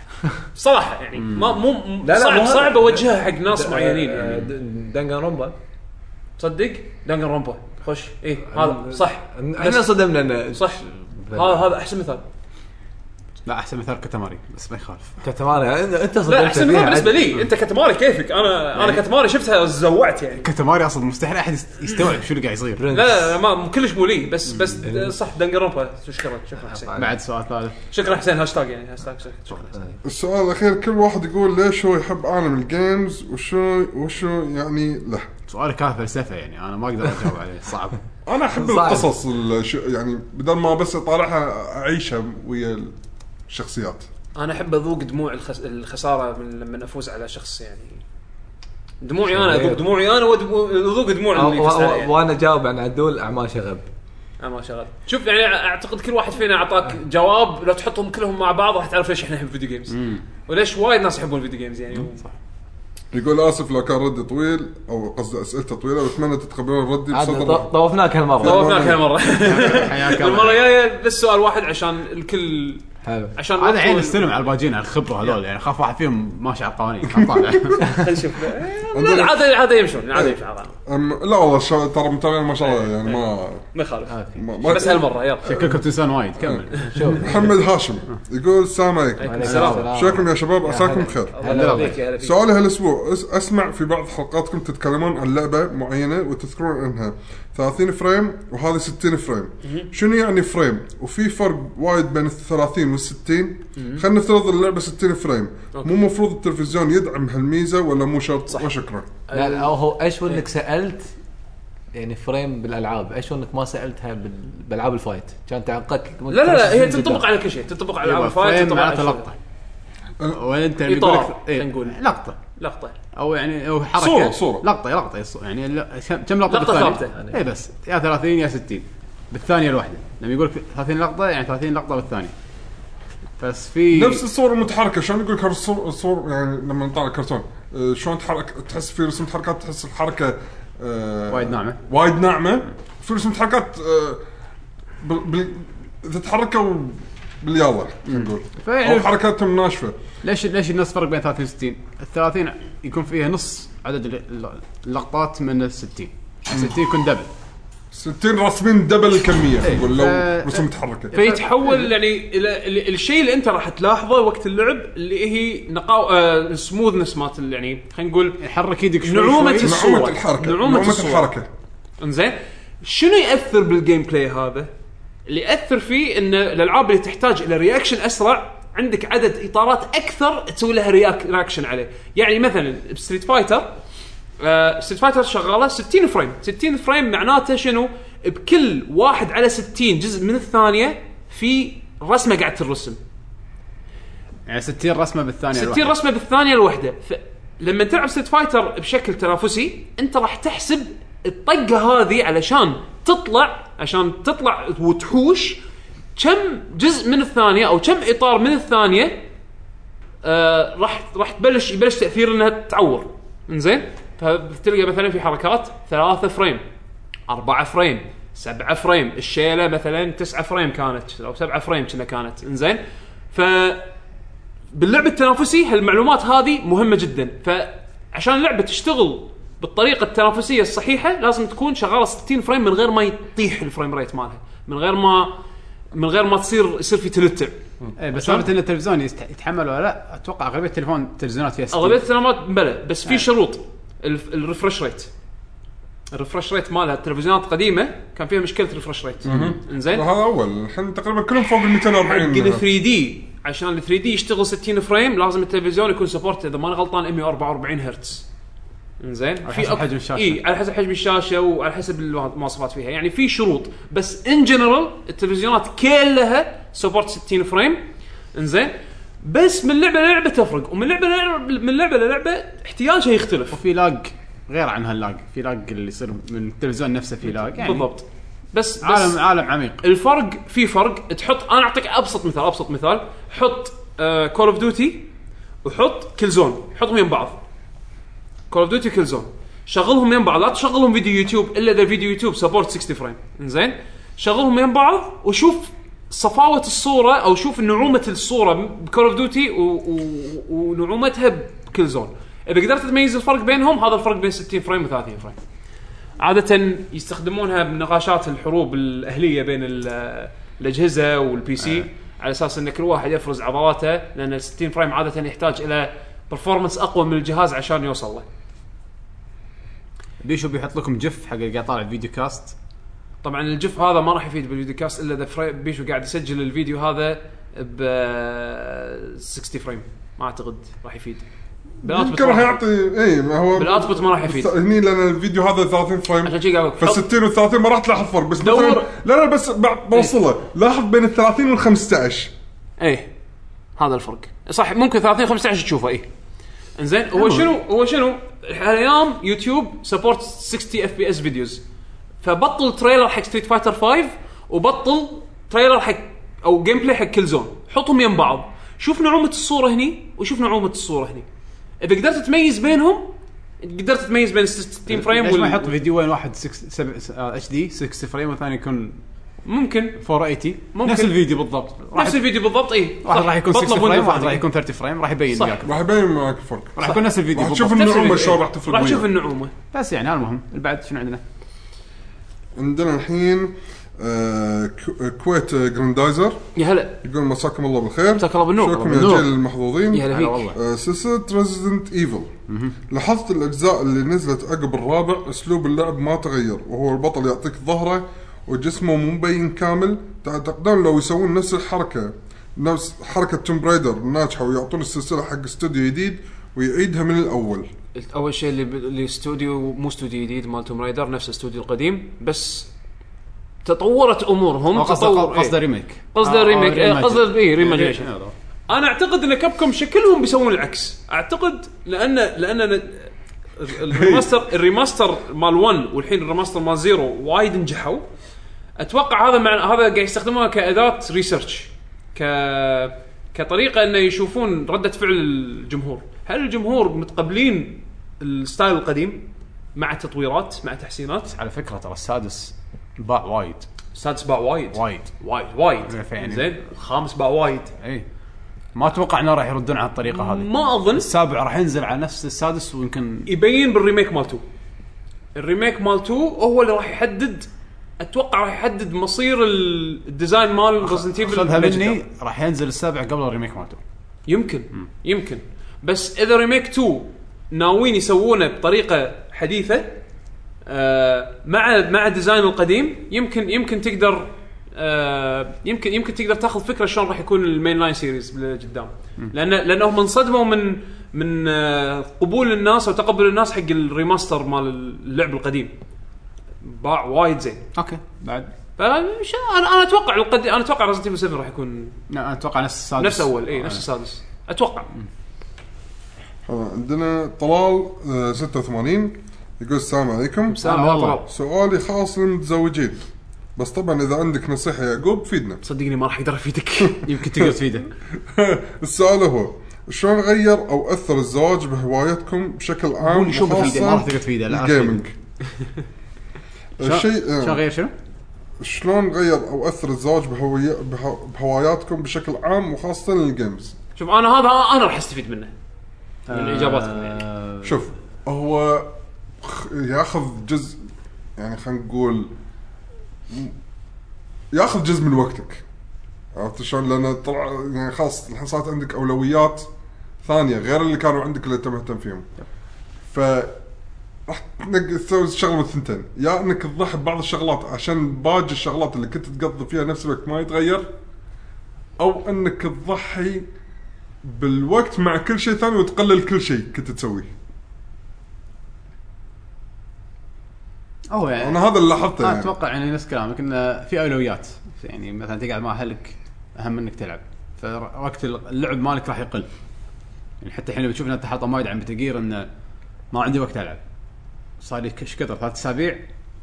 S4: صراحه يعني ما مو
S2: لا، لا،
S4: صعب
S2: مو-
S4: صعب اوجهها حق ناس معينين يعني
S2: دنجان رومبا
S4: تصدق دانجن رومبا خش اي هذا صح
S2: احنا صدمنا انه
S4: صح هذا هذا احسن مثال
S1: لا احسن مثال كتماري بس ما يخالف
S2: كتماري انت أنت صدمت
S4: لا احسن
S2: فيها يعني
S4: مثال بالنسبه
S2: عجيب.
S4: لي انت كتماري كيفك انا انا كتماري شفتها زوعت يعني
S1: كتماري اصلا مستحيل احد يست- يستوعب شو اللي قاعد يصير
S4: لا لا لا، ما كلش مو لي بس بس صح دانجن رومبا شكرا شكرا حسين
S1: بعد سؤال ثالث
S4: شكرا حسين هاشتاج يعني هاشتاج شكرا حسين
S3: السؤال الاخير كل واحد يقول ليش هو يحب عالم الجيمز وشو وشو يعني له
S1: سؤالك كان فلسفه يعني انا ما اقدر اجاوب عليه صعب
S3: انا احب
S2: صعب.
S3: القصص الش- يعني بدل ما بس اطالعها اعيشها ويا الشخصيات
S4: انا احب اذوق دموع الخس... الخساره من لما افوز على شخص يعني دموعي انا اذوق دموعي انا ودمو- يذوق دموع اللي يفس عليه يعني.
S2: وانا جاوب عن عدول اعمال شغب
S4: أنا ما شغال شوف يعني اعتقد كل واحد فينا اعطاك جواب لو تحطهم كلهم مع بعض راح تعرف ليش احنا نحب الفيديو جيمز وليش وايد ناس يحبون الفيديو جيمز يعني صح
S3: يقول اسف لو كان ردي طويل او قصدي اسئلته طويله واتمنى تتقبلون ردي
S2: عاد
S3: بصدر
S2: ط- طوفناك هالمره
S4: طوفناك هالمره
S1: حياك الله.
S4: المره الجايه بس سؤال واحد عشان الكل
S2: حلو
S4: عشان
S1: انا الحين
S4: وقته-
S1: استلم على الباجين على الخبره هذول يعني خاف واحد فيهم ماشي على القوانين خاف طالع.
S4: خلينا نشوف لا، العاده العاده يمشون العاده يمشون على بعض.
S3: أم- لا والله شا- ترى متابعين ما شاء الله يعني ما
S4: ما يخالف
S3: ما- ما-
S4: بس هالمره يلا
S1: شكلكم تنسون وايد كمل
S3: محمد هاشم يقول السلام عليكم
S4: السلام
S3: شكرا يا شباب عساكم بخير
S1: هلا والله.
S4: هلا فيك.
S3: سؤالي هالاسبوع أس- اسمع في بعض حلقاتكم تتكلمون عن لعبه معينه وتذكرون انها 30 فريم وهذه 60 فريم شنو يعني فريم وفي فرق وايد بين ال 30 وال 60 خلينا نفترض اللعبه 60 فريم مو مفروض التلفزيون يدعم هالميزه ولا مو شرط صح. وشكرا
S2: لا لا هو اشو انك سالت يعني فريم بالالعاب اشو انك ما سالتها بال- بالعاب الفايت كان تعقدت
S4: لا لا لا هي تنطبق على كل شيء تنطبق على العاب الفايت
S1: فريم
S4: تنطبق على
S1: معناته
S4: كل شيء.
S1: لقطه
S3: أه،
S1: وانت
S4: إطار،
S1: يقول لك- إيه،
S4: خلينا نقول.
S1: لقطه
S4: لقطه
S1: او يعني او حركه
S3: صورة- صورة.
S1: لقطه لقطه الص- يعني لا- كم- كم لقطه
S4: لقطة
S1: بالثانية؟
S4: ثابتة يعني.
S1: اي بس يا 30 يا 60 بالثانيه الواحده لما يقول لك 30 لقطه يعني 30 لقطه بالثانيه بس في
S4: إيه.
S3: نفس الصوره المتحركه شلون يقول لك هالصور الصور يعني لما نطلع الكرتون آه، شلون تحرك تحس في رسم حركات تحس الحركه آه،
S1: وايد ناعمة.
S3: وايد ناعمه في رسم حركات آه، بال- بال- اذا تحركوا باليالا خلينا نقول او
S1: فيعني
S3: حركاتهم ناشفه
S1: ليش ليش الناس فرق بين 30 و 60 ال 30 يكون فيها نص عدد الل- اللقطات من ال 60 ال 60 يكون دبل
S3: 60 راسمين دبل الكميه
S4: إيه.
S3: خلينا نقول لو
S1: آه،
S3: رسم متحركه
S4: فيتحول يعني الى ال- الشيء اللي انت راح تلاحظه وقت اللعب اللي هي نقاو آه سموذنس مالت ال- يعني خلينا نقول
S1: يحرك ايدك شوي
S4: نعومة
S1: شوي.
S4: الصورة.
S3: نعومه الحركه
S4: نعومة
S3: نعومه
S4: الصورة.
S3: الحركه
S4: انزين شنو ياثر بالجيم بلاي هذا؟ اللي ياثر فيه ان الالعاب اللي تحتاج الى رياكشن اسرع عندك عدد اطارات اكثر تسوي لها رياك- رياكشن عليه، يعني مثلا بستريت فايتر آه ستريت فايتر شغاله 60 فريم، 60 فريم معناته شنو؟ بكل واحد على 60 جزء من الثانيه في رسمه قاعد ترسم،
S1: يعني 60 رسمه بالثانيه
S4: 60 رسمه بالثانيه الواحده فلما تلعب ست فايتر بشكل تنافسي انت راح تحسب الطقه هذه علشان تطلع عشان تطلع وتحوش كم جزء من الثانيه او كم اطار من الثانيه آه راح راح تبلش يبلش تاثير انها تعور انزين فتلقى مثلا في حركات ثلاثة فريم أربعة فريم سبعة فريم الشيله مثلا تسعة فريم كانت او سبعة فريم كنا كانت انزين ف باللعب التنافسي هالمعلومات هذه مهمه جدا فعشان اللعبه تشتغل بالطريقه التنافسيه الصحيحه لازم تكون شغاله 60 فريم من غير ما يطيح الفريم ريت مالها من غير ما من غير ما تصير يصير في تلتع
S1: اي إيه، بس
S4: عشان-
S1: سالفه ان التلفزيون يست- يتحمل ولا لا اتوقع اغلبيه التلفون التلفزيونات فيها 60
S4: اغلبيه السينمات بلى بس في شروط الف- الريفرش ريت الريفرش ريت مالها التلفزيونات القديمه كان فيها مشكله ريفرش ريت انزين
S3: هذا اول الحين تقريبا كلهم فوق ال 240
S4: حق ال 3 دي عشان ال 3 دي يشتغل 60 فريم لازم التلفزيون يكون سبورت اذا ماني غلطان 144 هرتز انزين على
S1: حسب حجم الشاشة.
S4: اي على حسب حجم الشاشه وعلى حسب المواصفات فيها يعني في شروط بس ان جنرال التلفزيونات كلها سبورت 60 فريم انزين بس من لعبه للعبه تفرق ومن لعبه للعبه من لعبه للعبه احتياجها يختلف
S1: وفي لاج غير عن هاللاج في لاج اللي يصير من التلفزيون نفسه في لاج يعني
S4: بالضبط بس, بس
S1: عالم عالم عميق
S4: الفرق في فرق تحط انا اعطيك ابسط مثال ابسط مثال حط آه، كول اوف ديوتي وحط كل زون حطهم يم بعض كول اوف ديوتي كل زون شغلهم يم بعض لا تشغلهم فيديو يوتيوب الا اذا فيديو يوتيوب سبورت 60 فريم زين شغلهم يم بعض وشوف صفاوه الصوره او شوف نعومه الصوره بكول اوف ديوتي ونعومتها بكل زون اذا قدرت تميز الفرق بينهم هذا الفرق بين 60 فريم و 30 فريم عادة يستخدمونها بنقاشات الحروب الأهلية بين ال- الأجهزة والبي
S3: آه.
S4: سي على أساس أن كل واحد يفرز عضلاته لأن ال 60 فريم عادة يحتاج إلى برفورمانس أقوى من الجهاز عشان يوصل له
S1: بيشو بيحط لكم جف حق اللي قاعد طالع فيديو كاست
S4: طبعا الجف هذا ما راح يفيد بالفيديو كاست إلا إذا فري- بيشو قاعد يسجل الفيديو هذا ب 60 فريم ما أعتقد راح يفيد بالأوتبوت
S3: يمكن
S4: ما
S3: راح
S4: راح
S3: يعطي اي ما هو
S4: بالأوتبوت ما راح يفيد
S3: هني لان الفيديو هذا 30 فريم
S4: عشان شي قاعد أقول
S3: فال
S4: حط-
S3: 60 وال 30 ما راح تلاحظ فرق بس
S4: دور-
S3: مثلا لا لا بس بع- بوصله لاحظ بين ال 30 وال 15
S4: إيه، ايه هذا الفرق صح ممكن 30 15 تشوفه ايه انزين هو
S1: نعم.
S4: شنو هو شنو هالايام يوتيوب سبورت 60 اف بي اس فيديوز فبطل تريلر حق ستريت فايتر 5 وبطل تريلر حق او جيم بلاي حق كل زون حطهم يم بعض شوف نعومه الصوره هني وشوف نعومه الصوره هني اذا قدرت تميز بينهم قدرت تميز بين 60 فريم
S1: ليش ما يحط
S4: وال...
S1: فيديو وين واحد آه، 6 7 اتش دي 60 فريم والثاني يكون
S4: ممكن
S1: 480
S4: ممكن.
S1: نفس الفيديو بالضبط
S4: نفس الفيديو بالضبط إيه. اي
S1: واحد راح يكون 60 فريم واحد راح
S4: راح
S1: يكون 30 فريم راح يبين
S4: صح.
S1: وياك
S3: راح يبين معك الفرق
S1: راح يكون نفس الفيديو
S3: راح تشوف
S1: بالضبط
S4: نفس
S3: النعومه
S4: الفيديو.
S3: شلون راح تفرق
S4: راح تشوف
S3: وياك.
S4: النعومه
S1: بس يعني المهم اللي بعد شنو عندنا؟
S3: عندنا الحين آه، كو- كويت آه، جراندايزر
S4: يا هلا
S3: يقول مساكم الله بالخير
S4: مساك الله بالنور.
S3: شكرا يا
S4: بالنور.
S3: جيل المحظوظين
S4: يا
S1: هلا
S4: هلا فيك
S1: والله
S3: آه، سلسلة ريزدنت ايفل لاحظت الاجزاء اللي نزلت عقب الرابع اسلوب اللعب ما تغير وهو البطل يعطيك ظهره وجسمه مو مبين كامل تعتقدون لو يسوون نفس الحركه نفس حركه توم برايدر الناجحه ويعطون السلسله حق استوديو جديد ويعيدها من الاول
S4: اول شيء اللي اللي استوديو مو استوديو جديد مال توم رايدر نفس الاستوديو القديم بس تطورت امورهم
S1: هو قصده
S4: تطور-
S1: قصده
S4: إيه.
S1: ريميك
S4: قصده
S1: آه، آه،
S4: ريميك، إيه،
S1: ريماجن.
S4: قصده إيه، ريماجنيشن.
S1: إيه، هذا.
S4: انا اعتقد ان كابكم شكلهم بيسوون العكس اعتقد لان لان ال- الريماستر الريماستر مال 1 والحين الريماستر مال 0 وايد نجحوا اتوقع هذا مع هذا قاعد يستخدموها كاداه ريسيرش ك كطريقه انه يشوفون رده فعل الجمهور هل الجمهور متقبلين الستايل القديم مع تطويرات مع تحسينات
S1: على فكره ترى السادس باع وايد
S4: سادس باع وايد
S1: وايد
S4: وايد وايد
S1: فيعني.
S4: زين الخامس باع وايد
S1: اي إيه. ما اتوقع انه راح يردون على الطريقه هذه
S4: ما اظن
S1: السابع راح ينزل على نفس السادس ويمكن
S4: يبين بالريميك مال 2 الريميك مال 2 هو اللي راح يحدد اتوقع راح يحدد مصير ال- الديزاين مال ريزنت
S1: خذها مني
S4: ايفل
S1: راح ينزل السابع قبل الريميك مالته
S4: يمكن يمكن بس اذا ريميك 2 ناويين يسوونه بطريقه حديثه آه مع مع الديزاين القديم يمكن يمكن تقدر آه يمكن يمكن تقدر تاخذ فكره شلون راح يكون المين لاين سيريز لقدام لان لانهم انصدموا من من آه قبول الناس او تقبل الناس حق الريماستر مال اللعب القديم باع وايد زين
S1: اوكي بعد
S4: فمش انا انا اتوقع القديم انا اتوقع ريزنت ايفل 7 راح يكون
S1: لا، انا اتوقع نفس السادس
S4: نفس اول اي
S1: آه.
S4: نفس السادس اتوقع
S3: آه، عندنا طلال آه، 86 يقول السلام عليكم
S1: لا، والله
S3: سؤالي خاص للمتزوجين بس طبعا اذا عندك نصيحه يا يعقوب فيدنا
S4: صدقني ما راح اقدر افيدك
S1: يمكن تقدر تفيده
S3: السؤال هو شلون غير او اثر الزواج بهوايتكم بشكل عام
S1: شوف تفيده ما راح تقدر
S3: وخاصه
S1: تفيده لا
S3: الجيمنج الشيء
S1: شو
S3: آه،
S1: غير شنو؟
S3: شلون غير او اثر الزواج بهوي- بها- بهواياتكم بشكل عام وخاصه الجيمز
S4: شوف انا هذا انا راح استفيد منه من اجاباتهم يعني
S1: آه،
S3: شوف هو خ- ياخذ جزء يعني خلينا نقول م- ياخذ جزء من وقتك عرفت شلون؟ لان طلع يعني خلاص الحين صارت عندك اولويات ثانيه غير اللي كانوا عندك اللي انت مهتم فيهم. ف راح تنق- تسوي شغله من الثنتين، يا انك تضحي ببعض الشغلات عشان باقي الشغلات اللي كنت تقضي فيها نفس الوقت ما يتغير او انك تضحي بالوقت مع كل شيء ثاني وتقلل كل شيء كنت تسويه.
S1: اوه يعني
S3: انا هذا اللي لاحظته
S1: انا
S3: يعني
S1: اتوقع يعني نفس كلامك انه في اولويات يعني مثلا تقعد مع اهلك اهم منك تلعب فوقت اللعب مالك راح يقل يعني حتى الحين لو تشوف إن انت حاطه وايد عن بتقير انه ما عندي وقت العب صار لي كش كثر ثلاث اسابيع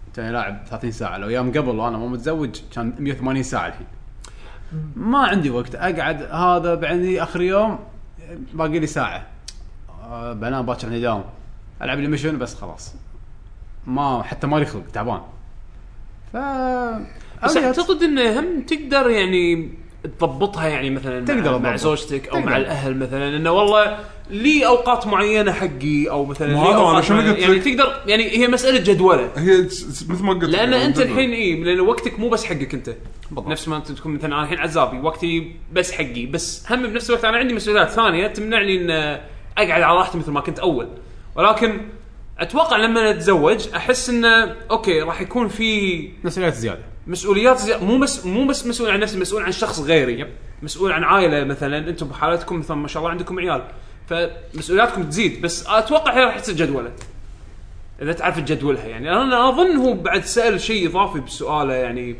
S1: كنت أنا لاعب 30 ساعه لو ايام قبل وانا مو متزوج كان 180 ساعه الحين ما عندي وقت اقعد هذا بعدني اخر يوم باقي لي ساعه أه، بنام باكر عندي دوام العب لي ميشن بس خلاص ما حتى مالي خلق تعبان ف
S4: بس
S1: أولويات.
S4: اعتقد انه هم تقدر يعني تضبطها يعني مثلا مع-
S1: تقدر
S4: مع
S1: تضبط.
S4: زوجتك او
S1: تقدر.
S4: مع الاهل مثلا انه والله لي اوقات معينه حقي او مثلا
S3: ما
S4: لي
S3: هذا أنا
S4: أوقات
S3: شنو
S4: معينة.
S3: قلت
S4: يعني
S3: لك؟
S4: تقدر يعني هي مساله جدوله
S3: هي س- س- مثل ما قلت
S4: لان
S3: يعني
S4: انت
S3: جدول.
S4: الحين اي لان وقتك مو بس حقك انت بالضبط. نفس ما انت تكون مثلا انا الحين عزابي وقتي بس حقي بس هم بنفس الوقت انا عندي مسؤوليات ثانيه تمنعني ان اقعد على راحتي مثل ما كنت اول ولكن اتوقع لما اتزوج احس انه اوكي راح يكون في
S1: مسؤوليات زياده
S4: مسؤوليات زي... مو مس... مو بس مسؤول عن نفسي مسؤول عن شخص غيري يب. مسؤول عن عائله مثلا انتم بحالتكم مثلا ما شاء الله عندكم عيال فمسؤولياتكم تزيد بس اتوقع هي راح تصير جدوله اذا تعرف تجدولها يعني انا اظن هو بعد سال شيء اضافي بسؤاله يعني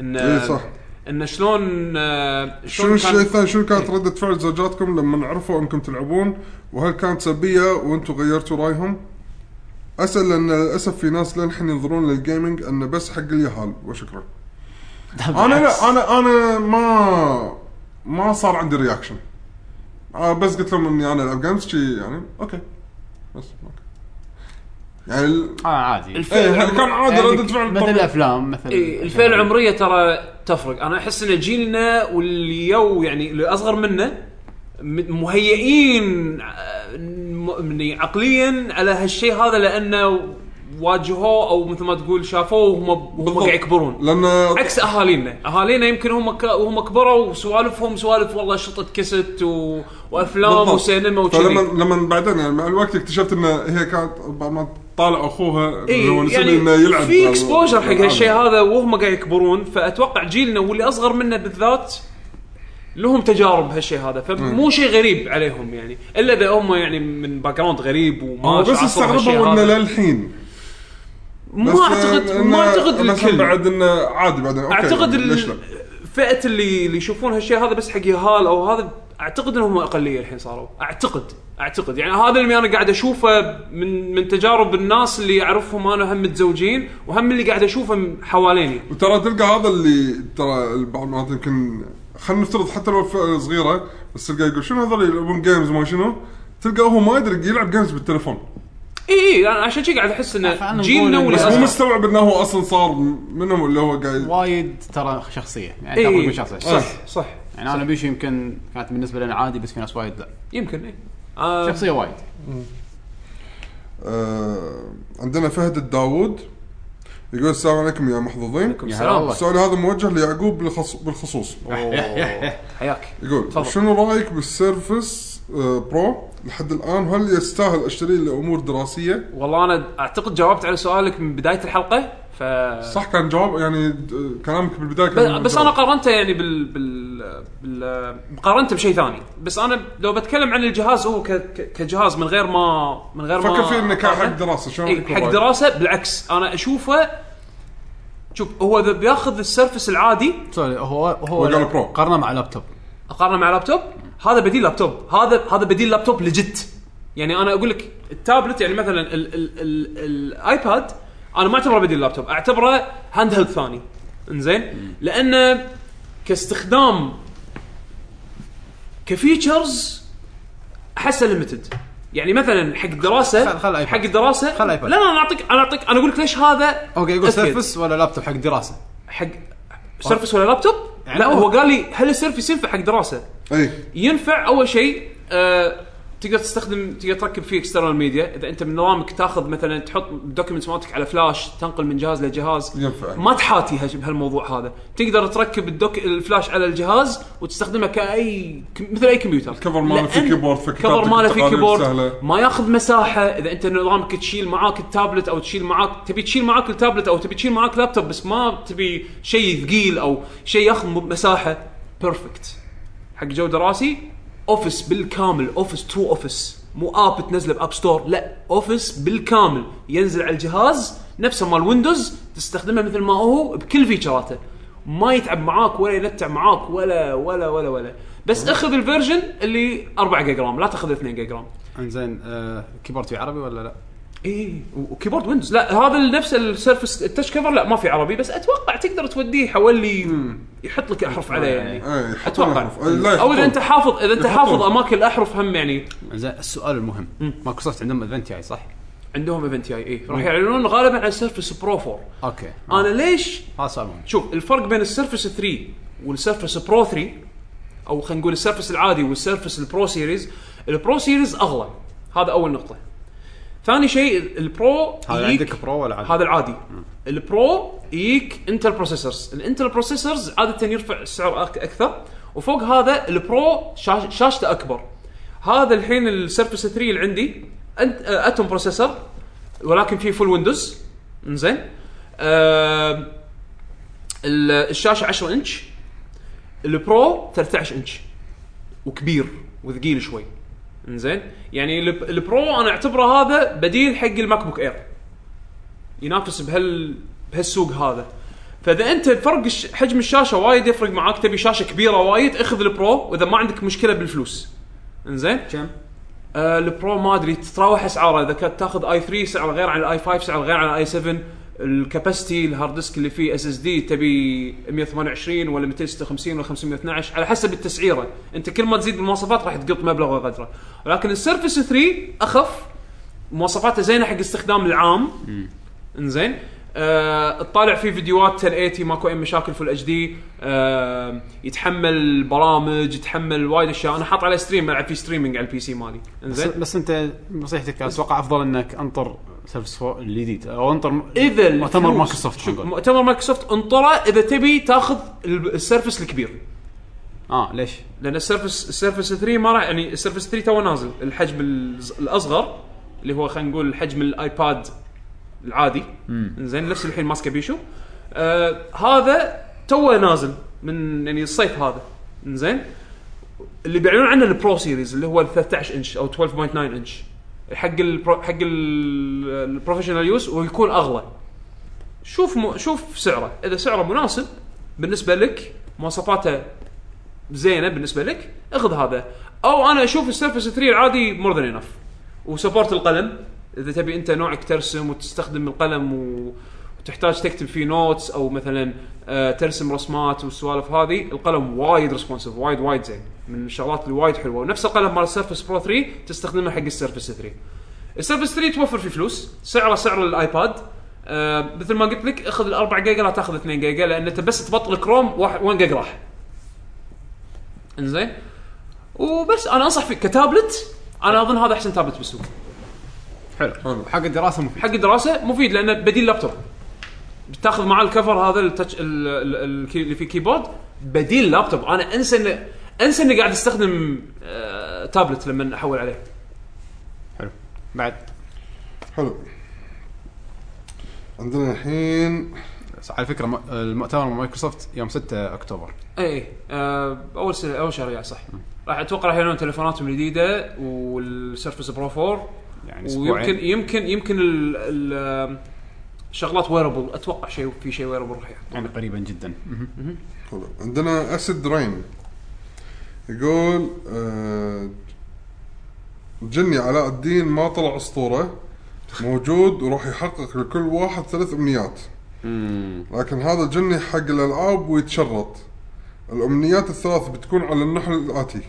S4: ان
S3: إيه صح.
S4: انه شلون آه،
S3: شنو
S4: شلون
S3: الشيء
S4: كان إيه.
S3: الثاني شنو كانت رده فعل زوجاتكم لما عرفوا انكم تلعبون وهل كانت سلبيه وانتم غيرتوا رايهم؟ اسال لان للاسف في ناس للحين ينظرون للجيمنج انه بس حق اليهال وشكرا. انا لا انا انا ما ما صار عندي رياكشن. آه، بس قلت لهم اني انا العب جيمز شي يعني اوكي بس اوكي. يعني ال-
S1: آه عادي
S4: الفيلم
S3: ايه كان عادي
S1: يعني
S3: رده فعل
S1: مثل
S3: طبيعية.
S1: الافلام مثل
S4: إيه الفئه العمريه ترى تفرق انا احس ان جيلنا واللي يو يعني اللي اصغر منا م- مهيئين آه، م- يعني عقليا على هالشيء هذا لانه واجهوه او مثل ما تقول شافوه وهم وهم قاعد يكبرون
S3: لان
S4: عكس اهالينا اهالينا يمكن هم ك... وهم كبروا وسوالفهم سوالف والله شطه كست و... وافلام
S3: بالضبط.
S4: وسينما
S3: فلما
S4: وكذي
S3: لما بعدين يعني مع الوقت اكتشفت ان هي كانت بعد ما طالع اخوها اللي هو
S4: اي
S3: نسيب انه يلعب
S4: إيه، يعني في
S3: بال-
S4: اكسبوجر حق
S3: بالألعاب.
S4: هالشيء هذا وهم قاعد يكبرون فاتوقع جيلنا واللي اصغر منا بالذات لهم تجارب هالشيء هذا فمو شيء غريب عليهم يعني الا اذا هم يعني من باك جراوند غريب وما
S3: أنا آه، بس
S4: شعروا هالشيء
S3: استغربوا انه
S4: هذا.
S3: للحين بس
S4: ما اعتقد ما
S3: إنه-
S4: اعتقد
S3: بس
S4: الكل
S3: بعد انه عادي بعدين اوكي
S4: اعتقد
S3: يعني ليش لا؟
S4: ال- فئه اللي اللي يشوفون هالشيء هذا بس حق يهال او هذا اعتقد انهم اقليه الحين صاروا اعتقد اعتقد يعني هذا اللي انا قاعد اشوفه من من تجارب الناس اللي اعرفهم انا هم متزوجين وهم اللي قاعد اشوفه م- حواليني
S3: وترى تلقى هذا اللي ترى بعض المرات يمكن خلينا نفترض حتى لو فئة صغيره بس تلقى يقول شنو هذول يلعبون جيمز ما شنو تلقى هو ما يدري يلعب جيمز بالتليفون
S4: اي اي انا عشان شي قاعد احس
S1: فأنا
S4: ان
S1: نقول
S4: جيلنا
S1: إن-
S4: واللي
S1: بس
S3: مو
S4: أصغر-
S3: مستوعب انه هو اصلا صار منهم اللي هو قاعد
S1: وايد ترى شخصيه يعني
S4: إيه.
S1: تاخذ من شخصيه
S4: صح
S1: صح
S4: صح
S1: يعني انا بيشو يمكن كانت بالنسبه لنا عادي بس في ناس وايد لا
S4: يمكن اي آه
S1: شخصيه وايد
S3: آه، عندنا فهد الداوود يقول السلام عليكم يا محظوظين
S1: يا
S4: سلام.
S1: هلا والله
S3: السؤال هذا موجه ليعقوب بالخص- بالخصوص
S4: حياك
S3: يقول شنو رايك بالسيرفس آه، برو لحد الان هل يستاهل اشتريه لامور دراسيه؟
S4: والله انا اعتقد جاوبت على سؤالك من بدايه الحلقه ف
S3: صح كان جواب يعني د- كلامك بالبدايه
S4: بس,
S3: كان
S4: بس
S3: جواب.
S4: انا قارنته يعني بال بال, بال... قارنته بشيء ثاني بس انا لو بتكلم عن الجهاز هو ك... ك- كجهاز من غير ما من غير ما
S3: فكر فيه انه كان حق دراسه شلون
S4: إيه،
S3: يكون
S4: حق
S3: رأيك؟
S4: دراسه بالعكس انا اشوفه شوف هو اذا بياخذ السيرفس العادي
S1: سوري هو هو
S3: هو قال برو.
S1: قارنه مع لابتوب
S4: اقارنه مع لابتوب هذا بديل لابتوب هذا هذا بديل لابتوب لجت يعني انا اقول لك التابلت يعني مثلا ال- ال- ال- الايباد انا ما اعتبره بديل لابتوب اعتبره هاند هيلد ثاني انزين لانه كاستخدام كفيتشرز احسه ليمتد يعني مثلا حق الدراسه
S1: خل- خل الآيباد.
S4: حق الدراسه
S1: خل
S4: لا
S1: الآيباد.
S4: لا انا اعطيك انا اعطيك انا اقول لك ليش هذا
S1: اوكي يقول
S4: أسكت.
S1: سيرفس ولا لابتوب حق دراسه
S4: حق سيرفس ولا لابتوب؟
S1: يعني
S4: لا هو
S1: هو-
S4: قال لي هل السيرفس ينفع حق دراسه؟
S3: اي
S4: ينفع اول شيء آه تقدر تستخدم تقدر تركب فيه اكسترنال ميديا اذا انت من نظامك تاخذ مثلا تحط دوكيومنتس مالتك على فلاش تنقل من جهاز لجهاز
S3: ينفع.
S4: ما تحاتي هج- بهالموضوع هذا تقدر تركب الدوك الفلاش على الجهاز وتستخدمه كاي كم- مثل اي كمبيوتر
S3: الكفر ماله في
S4: لأن
S3: كيبورد، في
S4: كفر
S3: كتابة
S4: ماله في
S3: تقارير
S4: كيبورد
S3: سهلة.
S4: ما ياخذ مساحه اذا انت نظامك تشيل معاك التابلت او تشيل معاك تبي تشيل معاك التابلت او تبي تشيل معاك لابتوب بس ما تبي شيء ثقيل او شيء ياخذ م- مساحه بيرفكت حق جو دراسي اوفيس بالكامل اوفيس ترو اوفيس مو اب تنزله باب ستور لا اوفيس بالكامل ينزل على الجهاز نفسه مال ويندوز تستخدمه مثل ما هو بكل فيتشراته ما يتعب معاك ولا ينتع معاك ولا ولا ولا ولا بس اخذ الفيرجن اللي 4 جيجا رام لا تاخذ 2 جيجا رام
S1: انزين آه كيبورد في عربي ولا لا؟
S4: اي وكيبورد ويندوز لا هذا اللي نفس السيرفس التش كفر لا ما في عربي بس اتوقع تقدر توديه حوالي يحط لك احرف عليه يعني
S3: اي حطوا
S4: اتوقع
S3: الأحرف. أي، لا
S4: او
S3: يحطون.
S4: اذا انت حافظ اذا انت
S3: يحطون.
S4: حافظ اماكن الاحرف هم يعني
S1: انزين السؤال المهم مايكروسوفت عندهم ايفنت جاي صح؟
S4: عندهم ايفنت اي اي راح يعلنون غالبا عن سيرفس برو 4
S1: اوكي
S4: انا ليش
S1: آه. هذا سؤال مهم
S4: شوف الفرق بين السيرفس 3 والسيرفس برو 3 او خلينا نقول السيرفس العادي والسيرفس البرو سيريز البرو سيريز اغلى هذا اول نقطه ثاني شيء البرو
S1: هذا
S4: يجيك-
S1: عندك برو ولا عادي؟
S4: هذا العادي البرو يجيك انتل بروسيسورز الانتل بروسيسورز عاده يرفع السعر أك- اكثر وفوق هذا البرو شاش- شاشته اكبر هذا الحين السيرفس 3 اللي عندي انت آه، اتوم بروسيسور ولكن فيه فول ويندوز انزين آه الشاشه 10 انش البرو 13 انش وكبير وثقيل شوي انزين يعني الب- البرو انا اعتبره هذا بديل حق الماك بوك اير ينافس بهال بهالسوق هذا فاذا انت فرق الش- حجم الشاشه وايد يفرق معاك تبي شاشه كبيره وايد اخذ البرو واذا ما عندك مشكله بالفلوس انزين
S1: كم؟
S4: آه البرو ما ادري تتراوح اسعاره اذا كانت تاخذ اي 3 سعره غير عن الاي 5 سعره غير عن الاي 7 الكاباسيتي الهارد ديسك اللي فيه اس اس دي تبي 128 ولا 256 ولا 512 على حسب التسعيره انت كل ما تزيد بالمواصفات راح تقط مبلغ وقدره ولكن السيرفس 3 اخف مواصفاته زينه حق استخدام العام انزين آه، تطالع فيه فيديوهات 1080 ماكو اي مشاكل في الاتش دي يتحمل برامج يتحمل وايد اشياء انا حاط عليه ستريم العب فيه ستريمنج على البي سي مالي
S1: بس,
S4: انزين
S1: بس انت نصيحتك اتوقع افضل انك انطر سيرفس فور الجديد او انطر
S4: اذا
S1: مؤتمر
S4: الفلوس-
S1: مايكروسوفت
S4: شوف،
S1: خلينا نقول.
S4: مؤتمر مايكروسوفت انطره اذا تبي تاخذ ال- السيرفس الكبير
S1: اه ليش؟
S4: لان السيرفس السيرفس 3 ما راح يعني السيرفس 3 تو نازل الحجم الز- الاصغر اللي هو خلينا نقول حجم الايباد العادي زين نفس الحين ماسكه بيشو آه هذا توه نازل من يعني الصيف هذا زين اللي بيعلنون عنه البرو سيريز اللي هو ال 13 انش او 12.9 انش حق البرو حق ال- البروفيشنال يوز ويكون اغلى شوف م... شوف سعره اذا سعره مناسب بالنسبه لك مواصفاته زينه بالنسبه لك اخذ هذا او انا اشوف السيرفس 3 العادي مور ذان انف وسبورت القلم اذا تبي انت نوعك ترسم وتستخدم القلم و... وتحتاج تكتب فيه نوتس او مثلا آه ترسم رسمات والسوالف هذه القلم وايد ريسبونسيف وايد وايد زين من الشغلات اللي وايد حلوه ونفس القلم مال السيرفس برو 3 تستخدمه حق السيرفس 3 السيرفس 3 توفر فيه فلوس سعره سعر الايباد آه مثل ما قلت لك اخذ ال 4 جيجا لا تاخذ 2 جيجا لان انت بس تبطل كروم واحد- 1 جيجا راح انزين وبس انا انصح فيك كتابلت انا اظن هذا احسن تابلت بالسوق
S1: حلو حق الدراسه مفيد
S4: حق الدراسه مفيد لانه بديل لابتوب بتاخذ معاه الكفر هذا التاتش ال- ال- ال- اللي فيه كيبورد بديل لابتوب انا انسى إن انسى اني قاعد استخدم آه، تابلت لما احول عليه
S1: بعد
S3: حلو عندنا الحين
S1: بس على فكره م- المؤتمر مال مايكروسوفت يوم 6 اكتوبر
S4: اي اي آه، اول سنه اول شهر يعني صح راح اتوقع راح يعلنون تليفوناتهم الجديده والسيرفس برو 4
S1: يعني
S4: ويمكن
S1: اسبوعين
S4: يمكن يمكن ال- ال آه، شغلات ويربل اتوقع شيء في شيء ويربل راح يحط
S1: يعني قريبا جدا مهم.
S3: حلو عندنا اسد رين يقول آه، جني علاء الدين ما طلع اسطوره موجود وراح يحقق لكل واحد ثلاث امنيات لكن هذا الجني حق الالعاب ويتشرط الامنيات الثلاث بتكون على النحو الاتي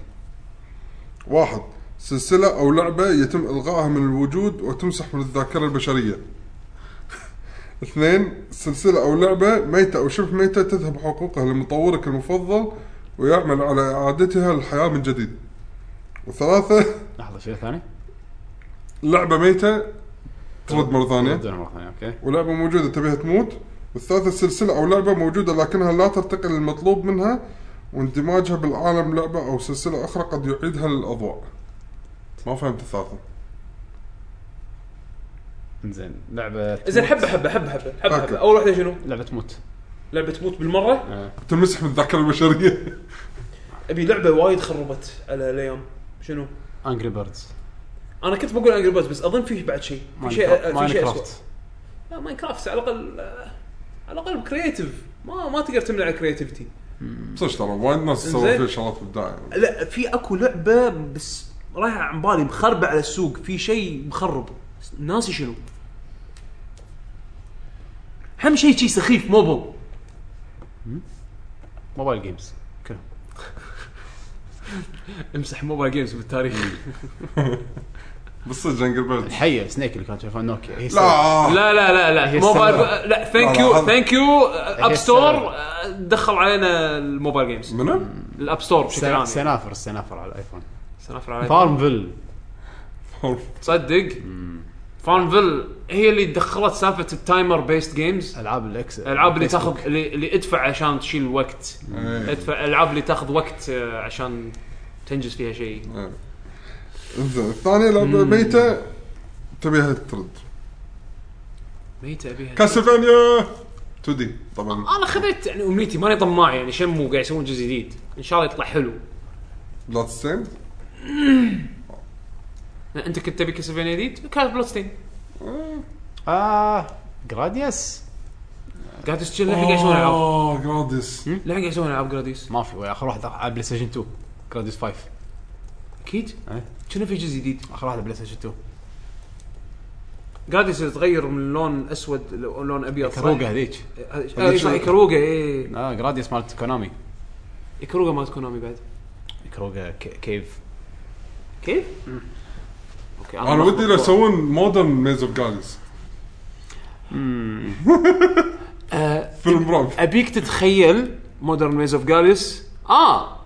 S3: واحد سلسله او لعبه يتم الغائها من الوجود وتمسح من الذاكره البشريه اثنين سلسلة أو لعبة ميتة أو شبه ميتة تذهب حقوقها لمطورك المفضل ويعمل على إعادتها للحياة من جديد. وثلاثة
S1: لحظه شيء ثاني
S3: لعبة ميتة ترد مرة ثانية
S1: ردنا مره ثانيه اوكي
S3: ولعبة موجودة تبيها تموت. والثالثة سلسلة أو لعبة موجودة لكنها لا ترتقي للمطلوب منها واندماجها بالعالم لعبة أو سلسلة أخرى قد يعيدها للأضواء. ما فهمت الثالثة.
S1: زين لعبه
S4: زين حبه حبه حبه حبه حبه,
S3: أوكي.
S4: حبة. اول واحده شنو؟
S1: لعبه تموت آه،
S4: لعبه تموت بالمره
S3: تمسح من الذاكرة البشرية.
S4: ابي لعبه وايد خربت على الايام شنو؟
S1: انجري بيردز
S4: انا كنت بقول انجري بيردز بس اظن فيه بعد شيء في شيء آه، في شيء اسوء
S1: ماينكرافت
S4: لا ماينكرافت على الاقل آه، على الاقل كريتيف ما ما تقدر تمنع الكريتيفيتي
S3: صدق ترى وايد ناس سووا
S4: إنزين.
S3: فيها شغلات إبداعية.
S4: لا في اكو لعبه بس رايحه عن بالي مخربه على السوق في شيء مخرب ناسي شنو هم شيء شيء سخيف موبل
S1: موبايل جيمز كلهم
S4: امسح موبايل جيمز بالتاريخ
S3: بس صدق انجل بيرد
S1: الحيه سنيك اللي كانت شايفها نوكيا هي سبب.
S3: لا
S4: لا لا لا لا
S1: هي
S4: موبايل
S1: السبب.
S4: لا ثانك
S3: لا،
S4: يو
S3: لا، هذا-
S4: ثانك يو اب ستور
S1: السبب.
S4: آه، دخل علينا الموبايل جيمز
S3: منو؟
S4: الاب ستور بشكل عام
S1: سنا-
S4: يعني.
S1: سنافر السنافر على الايفون
S4: سنافر عليك
S1: فارمفيل
S4: تصدق فارمفيل هي اللي دخلت سالفه التايمر بيست جيمز
S1: العاب الاكس
S4: الالعاب اللي تاخذ اللي, اللي ادفع عشان تشيل الوقت ادفع الالعاب اللي تاخذ وقت آه، عشان تنجز فيها شيء
S3: انزين إيه. الثانية لعبة ميتة تبيها ترد
S4: ميتة ابيها
S3: كاسلفانيا 2 دي طبعا
S4: انا خذيت يعني امنيتي ماني طماع يعني شمو قاعد يسوون جزء جديد ان شاء الله يطلع حلو
S3: بلاد ستين
S4: انت كنت تبي
S1: آه،
S4: كاسلفينيا جديد كانت بلوتستين
S1: اه جراديوس
S4: قاعد تسجل للحين قاعد يسوون العاب
S3: اه جرادس
S4: للحين قاعد يسوون العاب جراديس
S1: ما في ويا اخر واحد على بلاي ستيشن 2 جراديس 5
S4: اكيد
S1: إيه.
S4: كنا في جزء جديد
S1: اخر واحد بلاي ستيشن 2
S4: جراديس تغير من لون اسود لون ابيض صح؟
S1: كروجا هذيك
S4: آه، إيه، صح كروجا اي
S1: اه جراديس مالت كونامي
S4: كروجا مالت كونامي بعد
S1: كروجا ك- كيف
S4: كيف؟ اوكي
S3: انا ودي لو يسوون مودرن ميز اوف جادس فيلم رعب
S4: ابيك آه، تتخيل مودرن ميز اوف جاليس اه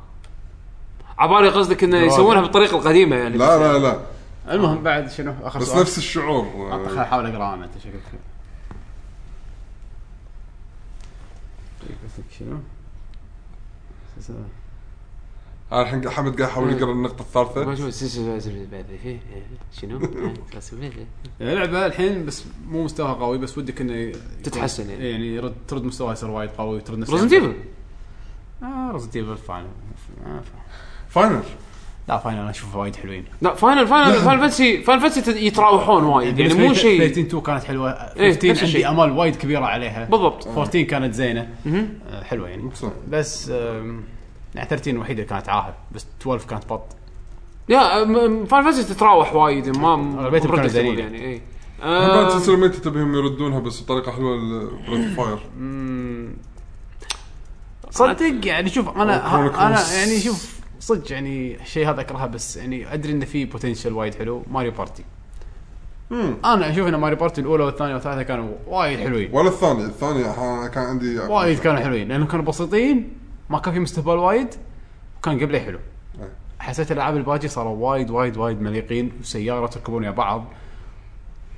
S4: عبالي قصدك انه يسوونها بالطريقه القديمه يعني
S3: لا لا لا
S1: المهم بعد شنو اخر
S3: بس
S1: سؤال
S3: نفس الشعور
S1: آه، خل احاول اقرا انا انت شكلك قصدك شنو؟
S3: أنا آه، الحين حمد قاعد يحاول يقرا النقطه
S4: ما
S3: الثالثه
S4: شوف س- س- س- س- شنو؟
S1: اللعبه يعني الحين بس مو مستواها قوي بس ودك انه يكون-
S4: تتحسن يعني.
S1: يعني يرد ترد مستواها يصير وايد قوي ترد نفس
S4: ريزنت ايفل
S1: اه ريزنت ايفل فاينل
S3: فاينل
S1: آه، لا فاينل انا اشوفها وايد حلوين
S4: لا فاينل فاينل فاينل فانتسي فاينل فانتسي يتراوحون وايد يعني مو شيء
S1: 13 2 كانت حلوه
S4: إيه،
S1: 15
S4: نفس الشيء.
S1: عندي امال وايد كبيره عليها
S4: بالضبط
S1: 14 كانت زينه
S4: مهم.
S1: آه، حلوه يعني
S3: صح.
S1: بس آم، يعني 13 الوحيده اللي كانت عاهه بس 12 كانت بط
S4: يا فاينل فانتسي تتراوح وايد ما م-
S1: أغلبيتهم كانوا
S4: predictable
S1: زينين.
S4: يعني اي
S3: بعد
S4: آه،
S3: سلسله متى تبيهم يردونها بس بطريقه حلوه بريث فاير
S1: صدق يعني شوف انا
S3: أو Chronicles.
S1: انا يعني شوف صدق يعني الشيء هذا اكرهه بس يعني ادري انه في بوتنشل وايد حلو ماريو بارتي انا اشوف ان ماريو بارتي الاولى والثانيه والثالثه كانوا وايد حلوين
S3: ولا الثاني الثاني ح- كان عندي
S1: وايد كانوا حلوين لانهم كانوا بسيطين ما كان في مستقبل وايد وكان قبله حلو
S3: إيه.
S1: حسيت الالعاب الباجي صاروا وايد وايد وايد مليقين وسياره تركبون ويا بعض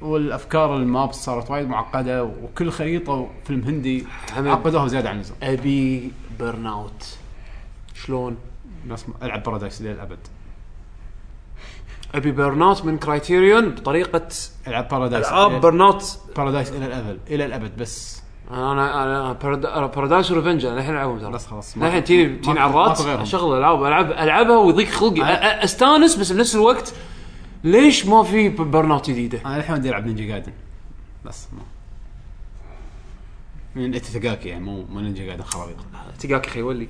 S1: والافكار المابس صارت وايد معقده وكل خريطه فيلم هندي
S4: أه، حمد.
S1: عقدوها زياده عن اللزوم
S4: ابي بيرن اوت شلون؟
S1: بس ما- العب بارادايس للابد
S4: ابي بيرن اوت من يعني كرايتيريون بطريقه
S1: العب بارادايس
S4: العاب بيرن اوت
S1: بارادايس الى الابد الى الابد بس
S4: انا انا بارادايس وريفنج انا الحين العبهم ترى
S1: بس خلاص ما-
S4: الحين تجيني
S1: ما-
S4: تجيني
S1: ما في غيرهم.
S4: عرات اشغل العاب العب العبها ويضيق خلقي أ- أ- استانس بس بنفس الوقت ليش ما في ب- بيرن اوت جديده؟
S1: انا الحين ودي العب نينجا جايدن بس ما من اتتاكاكي يعني مو مو نينجا جايدن خرابيط
S4: تقاك اخي ولي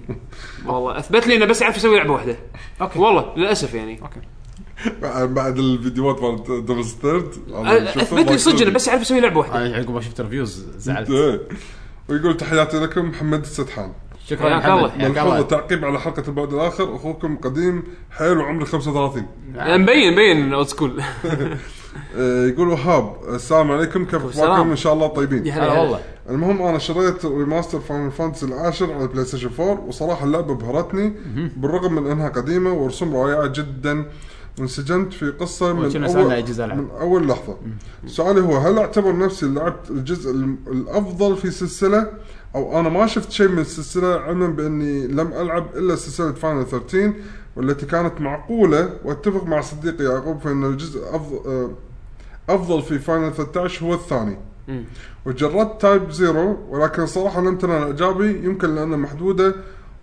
S4: والله اثبت لي انه بس يعرف يسوي لعبه واحده
S1: اوكي
S4: والله للاسف يعني
S3: بعد بعد الفيديوهات مالت دبل ستيرد
S4: أ- اثبت أه، لي صدق انه آه، بس يعرف يسوي لعبه واحده
S1: انا عقب ما شفت ريفيوز زعلت
S3: إيه. ويقول تحياتي لكم محمد السدحان
S1: شكرا يا
S4: حياك
S1: محمد
S4: الله.
S1: حياك
S3: ملحوظه
S1: الله
S3: تعقيب على حلقه البعد الاخر اخوكم قديم حيل وعمري 35
S1: آه.
S4: يعني مبين مبين اولد سكول
S3: آه، يقول وهاب السلام عليكم كيف اخباركم
S4: السلام.
S3: ان شاء الله طيبين
S1: هلا والله
S3: المهم انا شريت ريماستر فاينل فانتسي العاشر على بلاي ستيشن 4 وصراحه اللعبه بهرتني بالرغم من انها قديمه ورسوم رائعه جدا وانسجمت في قصه من
S1: وكنا سألنا أي
S3: اول
S1: جزء ألعب.
S3: من اول لحظه سؤالي هو هل اعتبر نفسي لعبت الجزء الم- الافضل في سلسله او انا ما شفت شيء من السلسله علما باني لم العب الا سلسله فاينل 13 والتي كانت معقوله واتفق مع صديقي يعقوب فان الجزء افضل افضل في فاينل 13 هو الثاني وجربت تايب زيرو ولكن صراحه لم تنال اعجابي يمكن لانها محدوده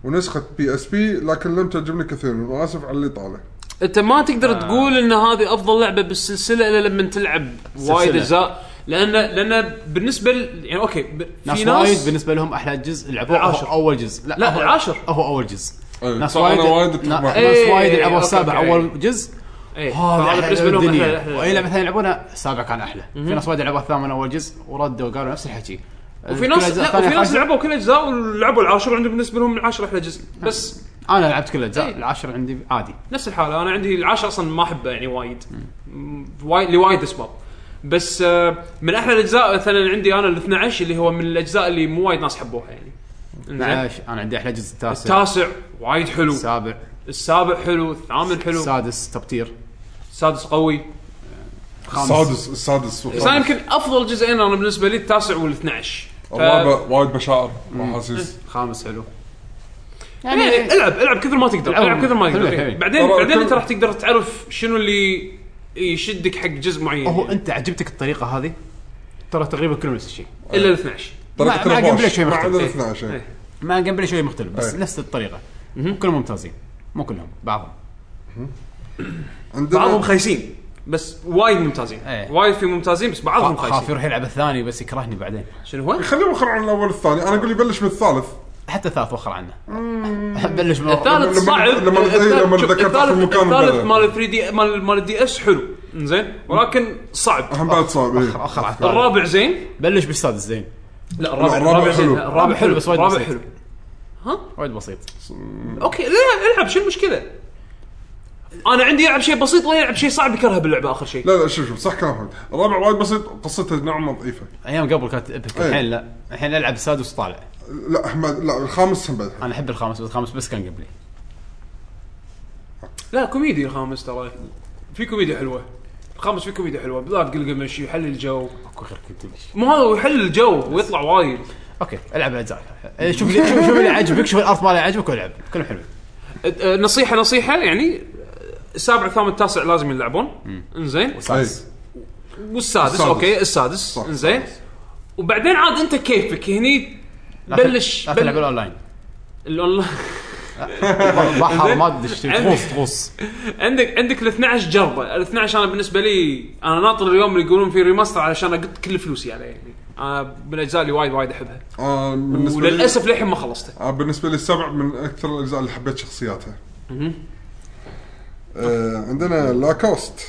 S3: ونسخه بي اس بي لكن لم تعجبني كثير واسف على الاطاله
S4: انت ما تقدر
S1: آه.
S4: تقول ان هذه افضل لعبه بالسلسله الا لما تلعب وايد اجزاء لان لان بالنسبه ل... يعني اوكي ب...
S1: ناس وايد آه. بالنسبه لهم احلى جزء لعبوه
S4: العاشر.
S1: هو اول جزء لا,
S4: لا،
S1: هو
S4: العاشر.
S1: هو اول جزء
S3: أي،
S1: ناس
S3: فأنا
S1: وايد
S3: إيه،
S1: نا-
S3: وايد أتفق معك.
S1: ناس
S4: إيه،
S1: وايد لعبوا
S4: أوكي،
S1: السابع
S4: أوكي.
S1: اول جزء
S4: ايه.
S1: هذا
S4: هذا
S1: أحلى
S4: بالنسبه لهم
S1: الدنيا.
S4: احلى أحلى-
S1: واي لعبه ثانيه يلعبونها السابع كان احلى في ناس وايد لعبوا الثامن اول جزء وردوا وقالوا نفس الحكي
S4: وفي
S1: كل
S4: ناس
S1: أجزاء
S4: لا
S1: ثانية
S4: وفي ناس
S1: خايسة.
S4: لعبوا كل اجزاء ولعبوا العاشر وعندهم بالنسبه لهم العاشر احلى جزء
S1: آه.
S4: بس
S1: انا لعبت كل الاجزاء
S4: إيه.
S1: العاشر عندي عادي
S4: نفس الحاله انا عندي العاشر اصلا ما احبه يعني وايد م- وايد لوايد اسباب بس آه، من احلى الاجزاء مثلا عندي انا ال 12 اللي هو من الاجزاء اللي مو وايد ناس حبوها يعني إنزين.
S1: عاش. انا عندي احلى جزء التاسع
S4: التاسع وايد حلو
S1: السابع
S4: السابع حلو الثامن حلو
S1: السادس تبتير
S4: السادس قوي
S3: السادس السادس
S4: بس انا
S3: والخامس.
S4: يمكن افضل جزئين انا بالنسبه لي التاسع وال 12 ف...
S3: الرابع وايد مشاعر واحاسيس
S1: خامس حلو إيه.
S4: يعني العب العب كثر ما تقدر
S1: العب.
S4: العب كثر ما
S1: حلو،
S4: تقدر
S1: حلو.
S4: إيه. بعدين
S3: طبعاً
S4: بعدين
S3: كل-
S4: انت راح تقدر تعرف شنو اللي يشدك حق جزء معين
S1: هو
S4: يعني.
S1: انت عجبتك الطريقه هذه ترى تقريبا كلهم نفس الشيء
S4: الا ال 12
S1: مع- مع
S3: الرباش.
S1: قبله شوي
S3: ما
S1: مختلف.
S3: عدا
S4: إيه.
S3: 12
S4: إيه.
S1: مع جيم بلاي شوي مختلف بس
S3: أي.
S1: نفس الطريقه كلهم ممتازين مو كلهم بعضهم
S3: عندنا
S4: بعضهم خايسين بس وايد ممتازين
S1: إيه.
S4: وايد في ممتازين بس بعضهم
S1: خاف
S4: خايسين
S1: يروح يلعب الثاني بس يكرهني بعدين
S4: شنو هو؟
S3: خليهم يخرعون الاول الثاني انا اقول يبلش من الثالث
S1: حتى الثالث وخر عنه بلش من
S4: الثالث
S3: لما-
S4: صعب
S3: لما- إيه، لما
S4: شوف،
S3: ذكرت
S4: الثالث-
S3: في المكان
S4: الثالث
S3: بلا.
S4: مال 3 دي مال مال الدي اس حلو زين ولكن صعب
S3: هم بعد صعب إيه.
S1: اخر على الثالث
S4: الرابع زين
S1: بلش بالسادس زين
S4: لا الرابع
S3: لا،
S4: الرابع زين الرابع حلو
S1: بس
S4: بس
S1: وايد
S4: الرابع
S1: بسيط.
S4: حلو
S1: وايد بسيط
S4: اوكي لا العب شو المشكله؟ انا عندي يلعب شيء بسيط ولا يلعب شيء صعب يكرهه باللعبه اخر شيء
S3: لا لا شوف شوف صح كلام احمد الرابع وايد بسيط قصته نوعا ما ضعيفه
S1: ايام قبل كانت ايبك
S3: إيه.
S1: الحين لا الحين العب السادس وطالع
S3: لا احمد لا الخامس هم بعد
S1: انا احب الخامس بس الخامس بس كان قبلي
S4: لا كوميدي الخامس ترى في كوميديا حلوه الخامس في كوميديا حلوه بلاد قلقمش يحل الجو
S1: اكو غير كنت
S4: مو هذا هو يحل الجو ويطلع وايد
S1: اوكي العب الاجزاء إيه، شوف لي- شوف شوف اللي عجبك شوف الارض مالها عجبك والعب كلهم حلوين
S4: أه، أه، نصيحه نصيحه يعني أه، السابع الثامن التاسع لازم يلعبون انزين
S3: إيه.
S4: والسادس
S3: السادس.
S4: اوكي السادس
S3: صح.
S4: انزين وبعدين عاد انت كيفك هني
S1: لا تل-
S4: بلش-
S1: لا
S4: بل-
S1: تلعب الاونلاين
S4: الأونلاين-
S1: بحر ما تدش تغوص تغوص
S4: عندك عندك ال 12 جربه، ال 12 انا بالنسبه لي انا ناطر اليوم اللي يقولون فيه ريماستر علشان اقط كل فلوسي عليه يعني انا من الاجزاء اللي وايد وايد احبها
S3: آه، بالنسبه لي
S4: وللاسف للحين ما خلصته
S3: آه، بالنسبه لي السبع من اكثر الاجزاء اللي حبيت شخصياتها آه، عندنا لاكوست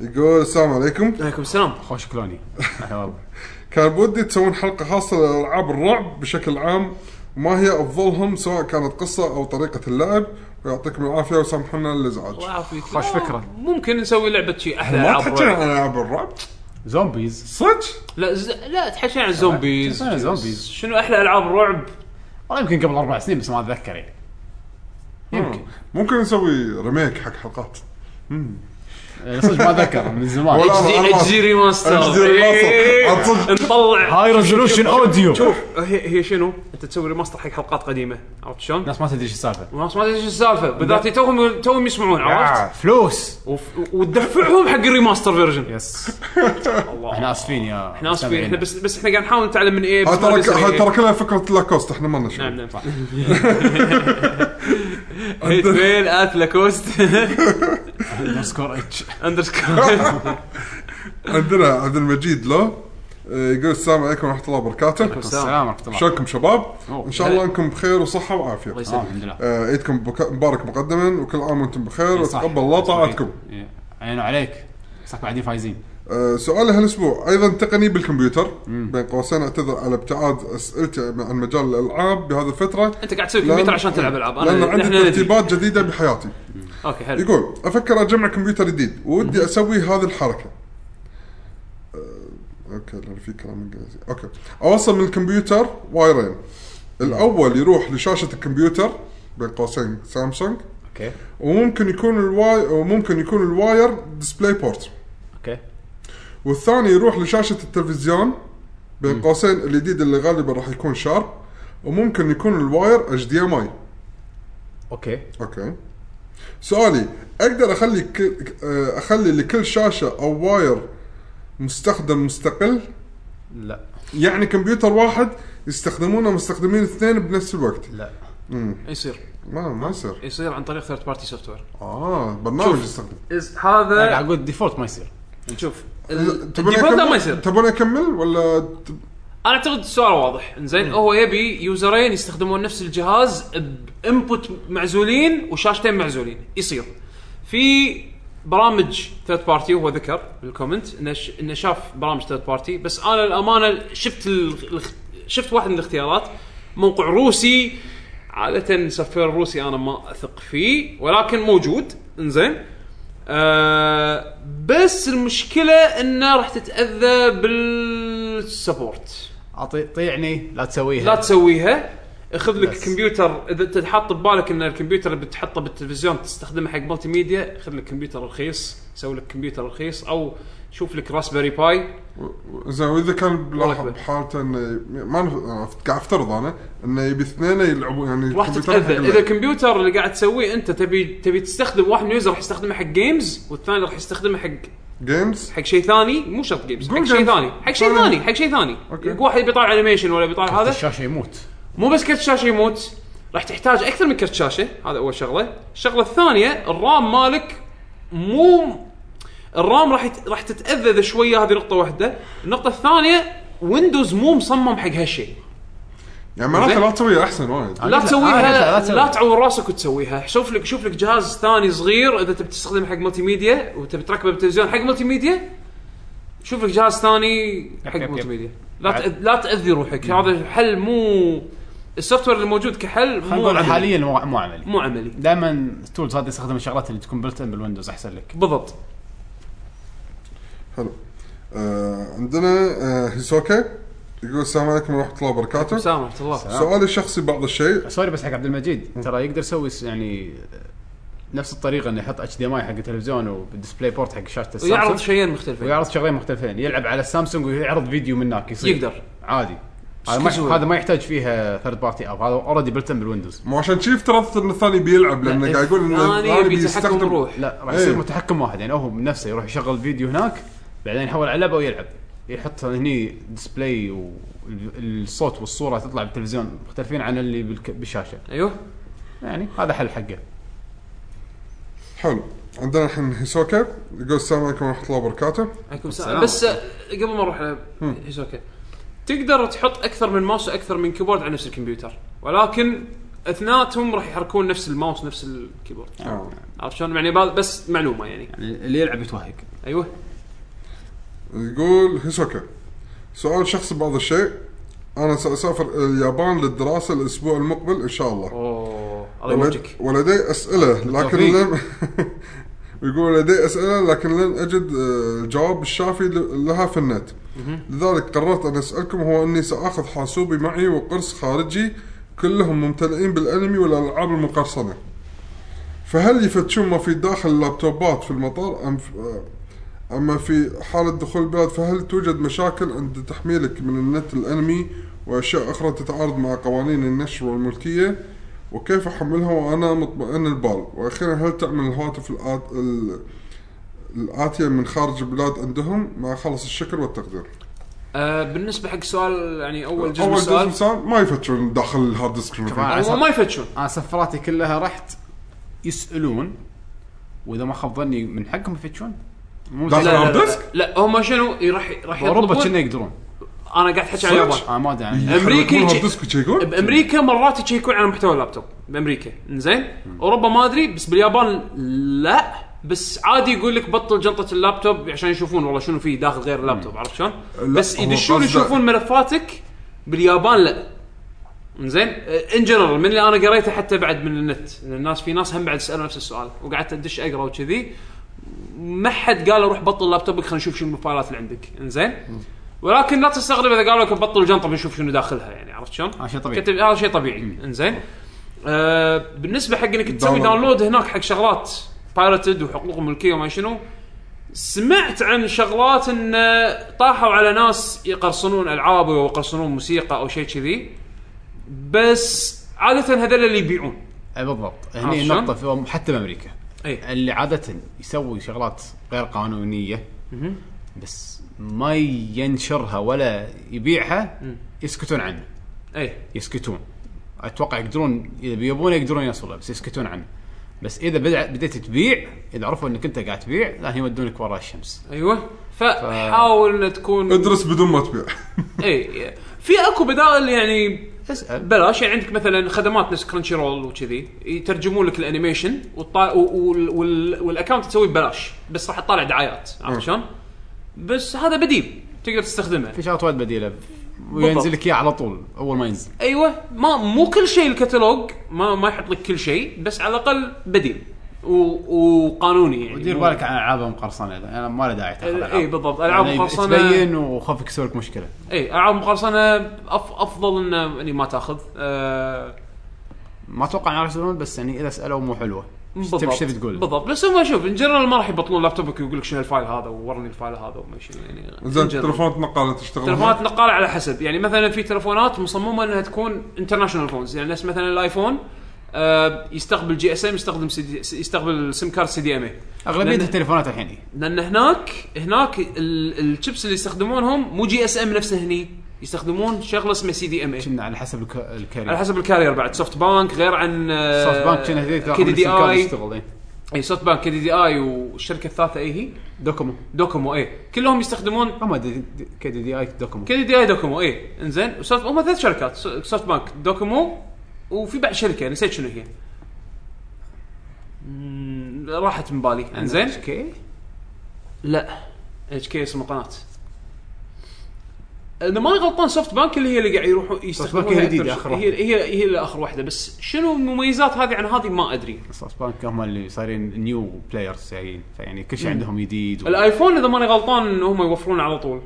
S3: يقول السلام عليكم
S4: عليكم السلام
S1: خوش كلوني أهلا والله.
S3: كان بودي تسوون حلقه خاصه لالعاب الرعب بشكل عام وما هي افضلهم سواء كانت قصه او طريقه اللعب ويعطيكم العافيه وسامحونا الازعاج
S4: الله يعافيك
S1: خوش
S4: آه،
S1: فكرة.
S4: ممكن نسوي لعبه شيء احلى
S3: ما
S4: العاب
S3: تحكينا
S4: رعب.
S3: عن العاب الرعب
S1: زومبيز
S3: صدق
S4: لا ز... لا تحكينا عن الزومبيز
S1: تحكينا عن الزومبيز.
S4: شنو احلى العاب الرعب
S1: والله يمكن قبل اربع سنين بس ما اتذكر يعني يمكن
S3: آه. ممكن نسوي ريميك حق حلقات
S1: أه، صدق ما اتذكر من زمان
S3: ولا- لا، لا، لا.
S4: اتش دي ريماستر
S3: HD remaster. عن
S4: نطلع
S1: هاي ريزولوشن اوديو
S4: شوف هي هي شنو؟ انت تسوي ريماستر حق حلقات قديمه عرفت شلون؟
S3: نعم.
S1: الناس ما تدري ايش السالفه
S4: والناس ما ادري ايش السالفه بالذات توهم توهم يسمعون
S3: نعم.
S4: عرفت؟
S1: فلوس
S4: وف- وتدفعهم حق الريماستر فيرجن
S1: يس
S4: الله
S1: احنا اسفين يا
S4: احنا اسفين احنا بس بس احنا قاعد نحاول نتعلم من ايه بس
S3: هاي ترى
S4: ما ندري
S3: هاي
S4: إيه.
S3: ترى كلها فكره لاكوست احنا ما لنا
S4: نعم
S3: شغل
S4: نعم هيت ميل ات لاكوست
S1: اندرسكور اتش
S4: اندرسكور
S3: عندنا عبد المجيد لو آه، يقول السلام عليكم ورحمه الله وبركاته
S1: السلام ورحمه الله
S3: شلونكم شباب؟
S1: أوه.
S3: ان شاء الله انكم بخير وصحه وعافيه
S4: الله
S1: آه،
S4: يسلمك
S1: الحمد لله
S3: آه، عيدكم بك- مبارك مقدما وكل عام وانتم بخير وتقبل الله طاعتكم
S1: إيه. عينو عليك صح بعدين فايزين
S3: آه، سؤالي هالاسبوع ايضا تقني بالكمبيوتر بين قوسين اعتذر على ابتعاد اسئلتي عن مجال الالعاب بهذه الفتره
S4: انت قاعد تسوي كمبيوتر
S3: لأن-
S4: عشان تلعب العاب
S3: لان
S4: انا
S3: عندي
S4: نحن ندري
S3: ترتيبات جديده بحياتي
S4: اوكي حلو
S3: يقول افكر اجمع كمبيوتر جديد ودي اسوي هذه الحركه آه، اوكي لان في كلام انجليزي اوكي اوصل من الكمبيوتر وايرين الاول يروح لشاشه الكمبيوتر بين قوسين سامسونج
S1: اوكي
S3: وممكن يكون الواي وممكن يكون الواير ديسبلاي بورت
S1: اوكي
S3: والثاني يروح لشاشه التلفزيون بين قوسين الجديد اللي غالبا راح يكون شارب وممكن يكون الواير اتش دي ام اي
S1: اوكي
S3: اوكي سؤالي اقدر اخلي ك... اخلي آه، لكل شاشه او واير مستخدم مستقل
S1: لا
S3: يعني كمبيوتر واحد يستخدمونه مستخدمين اثنين بنفس الوقت
S1: لا
S4: أه. يصير
S3: ما ما يصير
S4: يصير عن طريق ثيرد بارتي سوفت وير
S3: اه برنامج يستخدم
S1: انا
S4: هذا
S1: قاعد اقول ديفولت ما يصير
S4: نعم. شوف
S3: تبون
S4: الديفولت ما يصير
S3: اكمل تبون اكمل ولا ت-
S4: انا اعتقد السؤال واضح زين هو يبي يوزرين يستخدمون نفس الجهاز بانبوت معزولين وشاشتين معزولين يصير في برامج ثيرد بارتي وهو ذكر بالكومنت انه ش- انه شاف برامج ثيرد بارتي بس انا الامانه شفت ال... الاخ- شفت واحد من الاختيارات موقع روسي عاده سوفت روسي انا ما اثق فيه ولكن موجود انزين آه بس المشكله انه راح تتاذى بالسبورت
S1: اعطي طيعني لا تسويها
S4: لا تسويها اخذ لك
S1: إيه. بس.
S4: كمبيوتر اذا انت حاط ببالك ان الكمبيوتر اللي بتحطه بالتلفزيون تستخدمه حق مالتي ميديا اخذ لك كمبيوتر رخيص سوي لك كمبيوتر رخيص او شوف لك راسبيري باي
S3: زين واذا كان بلاحظ
S4: أكبر.
S3: بحالته انه ما نف- أنا أفت- قاعد افترض انا انه يبي اثنين يلعبون يعني
S4: راح
S3: كمبيوتر حق
S4: تتاذى
S3: اللعب.
S4: اذا الكمبيوتر اللي قاعد تسويه انت تبي تبي تستخدم واحد من يوزر راح يستخدمه حق جيمز والثاني راح يستخدمه حق
S3: جيمز
S4: حق شيء ثاني مو شرط جيمز حق
S3: قول
S4: شيء
S3: جيمز.
S4: ثاني حق شيء
S3: ثاني.
S4: ثاني حق شيء ثاني
S3: أوكي.
S4: واحد بيطالع انيميشن ولا بيطالع هذا
S1: الشاشه يموت
S4: مو بس كرت شاشه يموت راح تحتاج اكثر من كرت شاشه هذا اول شغله الشغله الثانيه الرام مالك مو الرام راح يت- راح تتاذى شويه هذه نقطه واحده النقطه الثانيه ويندوز مو مصمم حق هالشيء
S3: يعني معناته
S4: زين.
S3: لا تسويها احسن وايد
S4: لا
S1: أنا- أنا-
S4: تسويها
S1: لا تسوي.
S4: لا تعور راسك وتسويها شوف لك شوف لك جهاز ثاني صغير اذا تبي تستخدمه حق ملتي ميديا وتبي تركبه بالتلفزيون حق ملتي ميديا شوف لك جهاز ثاني حق
S1: يب- نعم. يب.
S4: ملتي ميديا لا تأذ- لا تاذي روحك هذا حل مو السوفت وير الموجود كحل
S1: خلينا
S4: مو
S1: نقول
S4: عملي
S1: حاليا مو مو عملي
S4: مو عملي
S1: دائما التولز هذه يستخدم الشغلات اللي تكون بلت بالويندوز احسن لك
S4: بالضبط
S3: حلو آه عندنا آه هيسوكا يقول السلام عليكم ورحمه الله وبركاته
S4: سلام ورحمه الله
S3: سؤالي الشخصي بعض الشيء
S1: سوري بس حق عبد المجيد ترى يقدر يسوي س- يعني نفس الطريقه انه يحط اتش دي ام اي حق التلفزيون والديسبلاي بورت حق شاشه
S4: ويعرض
S1: السامسونج
S4: شيئين مختلفين
S1: ويعرض شغلين مختلفين يلعب على السامسونج ويعرض فيديو من هناك يصير
S4: يقدر
S1: عادي هذا
S4: كل
S1: ما
S4: سهولة.
S1: هذا ما يحتاج فيها ثيرد بارتي اب هذا اوريدي بلتن بالويندوز
S3: مو عشان شي افترضت ان الثاني بيلعب لانه قاعد يقول ان
S4: الثاني
S3: الثاني
S4: يبي تحكم
S3: يعني بيستخدم
S4: بروح
S1: لا راح
S3: إيه.
S1: يصير متحكم واحد يعني هو بنفسه يروح يشغل فيديو هناك بعدين يحول على لعبه ويلعب يحط هني ديسبلاي والصوت والصوره تطلع بالتلفزيون مختلفين عن اللي بالك- بالشاشه
S4: ايوه
S1: يعني هذا حل حقه
S3: حلو عندنا الحين هيسوكا يقول السلام عليكم ورحمه الله وبركاته
S4: عليكم السلام بس آه، قبل ما نروح على هيسوكا تقدر تحط اكثر من ماوس واكثر من كيبورد على نفس الكمبيوتر ولكن اثناءهم راح يحركون نفس الماوس نفس الكيبورد
S3: آه.
S4: عرفت شلون يعني بال- بس معلومه يعني
S1: يعني اللي يلعب يتوهق
S4: ايوه
S3: يقول هيسوكا سؤال شخصي بعض الشيء انا ساسافر اليابان للدراسه الاسبوع المقبل ان شاء الله
S4: اوه الله
S3: ولد-
S4: يوفقك
S3: ولدي اسئله لكن
S1: بالتوفيق.
S3: لم يقول لدي اسئله لكن لم اجد آه، الجواب الشافي ل- لها في النت لذلك قررت ان اسالكم هو اني ساخذ حاسوبي معي وقرص خارجي كلهم ممتلئين بالانمي والالعاب المقرصنه فهل يفتشون ما في داخل اللابتوبات في المطار ام ف- آه، اما في حاله دخول البلاد فهل توجد مشاكل عند تحميلك من النت الانمي واشياء اخرى تتعارض مع قوانين النشر والملكيه وكيف احملها وانا مطمئن البال واخيرا هل تعمل الهواتف الآت... ال- الاتيه من خارج البلاد عندهم مع خلص الشكر والتقدير
S4: آه بالنسبه حق سؤال يعني اول جزء من
S3: اول جزء
S4: السؤال
S3: انسان ما يفتشون داخل الهارد ديسك شنو
S1: كمان.
S3: فيه.
S4: هم ما يفتشون
S1: انا سفراتي كلها رحت يسالون واذا ما خاب ظني من حقهم يفتشون مو
S3: داخل
S1: مثل-
S4: لا،
S3: الهارد
S4: لا،
S3: ديسك
S4: لا, لا هم شنو راح راح
S1: اوروبا كنا
S4: يطلبون
S1: يقدرون
S4: انا قاعد احكي عن اليابان
S1: انا ما ادري عنها.
S4: أمريكي
S3: يحرقون
S4: يجي-
S3: الهارد ديسك يشيكون
S4: بامريكا مرات يشيكون على محتوى اللابتوب بامريكا زين اوروبا ما ادري بس باليابان لا بس عادي يقول لك بطل جنطه اللابتوب عشان يشوفون والله شنو فيه داخل غير اللابتوب عرفت شلون؟
S3: لا،
S4: بس
S3: هو
S4: يدشون
S3: قصده-
S4: يشوفون ملفاتك باليابان لا زين ان جنرال من اللي انا قريته حتى بعد من النت إن الناس في ناس هم بعد سالوا نفس السؤال وقعدت ادش اقرا وكذي ما حد قال روح بطل لابتوبك خلينا نشوف شنو المفاعلات اللي عندك انزين ولكن لا تستغرب اذا قالوا لك بطل الجنطه بنشوف شنو داخلها يعني عرفت شلون؟
S1: هذا شيء طبيعي.
S4: كتب هذا شيء طبيعي انزين آه بالنسبه حق انك تسوي
S3: داونلود.
S4: داونلود هناك حق شغلات بايرتد وحقوق ملكيه وما شنو سمعت عن شغلات ان طاحوا على ناس يقرصنون العاب او يقرصنون موسيقى او شيء كذي بس عاده هذول اللي يبيعون
S1: اي بالضبط
S4: عرفت
S1: هني
S4: شلون؟
S1: نقطه في حتى بامريكا
S4: اي
S1: اللي عاده يسوي شغلات غير قانونيه
S4: مهم.
S1: بس ما ينشرها ولا يبيعها
S4: مم.
S1: يسكتون عنه
S4: اي
S1: يسكتون اتوقع يقدرون اذا بيبون يقدرون يوصلها بس يسكتون عنه بس اذا بدع- بديت تبيع اذا عرفوا انك انت قاعد تبيع لا يودونك ورا الشمس
S4: ايوه فحاول ان تكون
S3: ادرس بدون ما تبيع
S4: اي إيه، في اكو بدائل يعني
S1: اسال
S4: بلاش يعني عندك مثلا خدمات نفس كرنشي رول وكذي يترجمون لك الانيميشن والطا... وال... وال... والاكونت تسويه ببلاش بس راح تطالع دعايات عرفت شلون؟ بس هذا بديل تقدر تستخدمه
S1: في شغلات وايد بديله وينزل لك اياه على طول اول ما ينزل
S4: ايوه ما مو كل شيء الكتالوج ما ما يحط لك كل شيء بس على الاقل بديل و... وقانوني يعني
S1: ودير
S4: مو-
S1: بالك عن العاب مقرصنه انا ما له داعي تاخذ العاب
S4: اي بالضبط العاب
S1: يعني
S4: مقرصنه
S1: تبين وخوفك يسوي لك مشكله
S4: اي العاب مقرصنه إيه، أف... افضل انه يعني ما تاخذ آه...
S1: ما اتوقع انه يرسلون بس يعني اذا سالوا مو حلوه إيش تبي-
S4: بالضبط
S1: إيش تبي تقول؟
S4: بالضبط بس هم شوف ان جنرال ما راح يبطلون لابتوبك ويقول لك شنو الفايل هذا وورني الفايل هذا وما شنو يعني in
S3: زين
S4: general.
S3: تلفونات نقاله تشتغل
S4: تلفونات نقاله على حسب يعني مثلا في تلفونات مصممه انها تكون انترناشونال فونز يعني نفس مثلا الايفون آه، يستقبل جي اس ام يستخدم CD يستقبل سيم كارد سي دي ام اي
S1: اغلبيه
S4: لأن-
S1: التليفونات الحين إيه.
S4: لان هناك هناك ال- الشيبس اللي يستخدمونهم مو جي اس ام نفسه هني يستخدمون شغله اسمها سي دي ام اي
S1: كنا على حسب آه، الك- الكارير
S4: على حسب الكارير بعد سوفت بانك غير عن آه،
S1: سوفت بانك كنا
S4: كي دي دي اي
S1: يشتغل إيه.
S4: اي سوفت بانك كي دي دي اي والشركه الثالثه اي إيه هي
S1: دوكومو
S4: دوكومو اي كلهم يستخدمون
S1: هم دي كي دي دي اي دوكومو
S4: كي دي دي اي دوكومو اي انزين وسوفت هم ثلاث شركات سو- سوفت بانك دوكومو وفي بعد شركه نسيت شنو هي مم، راحت من بالي انزين
S1: اتش كي
S4: لا اتش كي اسم القناه انا ماني غلطان سوفت بانك اللي هي اللي قاعد يروحوا يستخدمونها
S1: هي
S4: أكثر
S1: الجديدة،
S4: شيء.
S1: آخر واحدة.
S4: هي هي هي اللي اخر واحده بس شنو المميزات هذه عن هذه ما ادري
S1: سوفت بانك هم اللي صايرين نيو بلايرز جايين فيعني يعني كل شيء عندهم جديد و...
S4: الايفون اذا ماني غلطان هم يوفرون على طول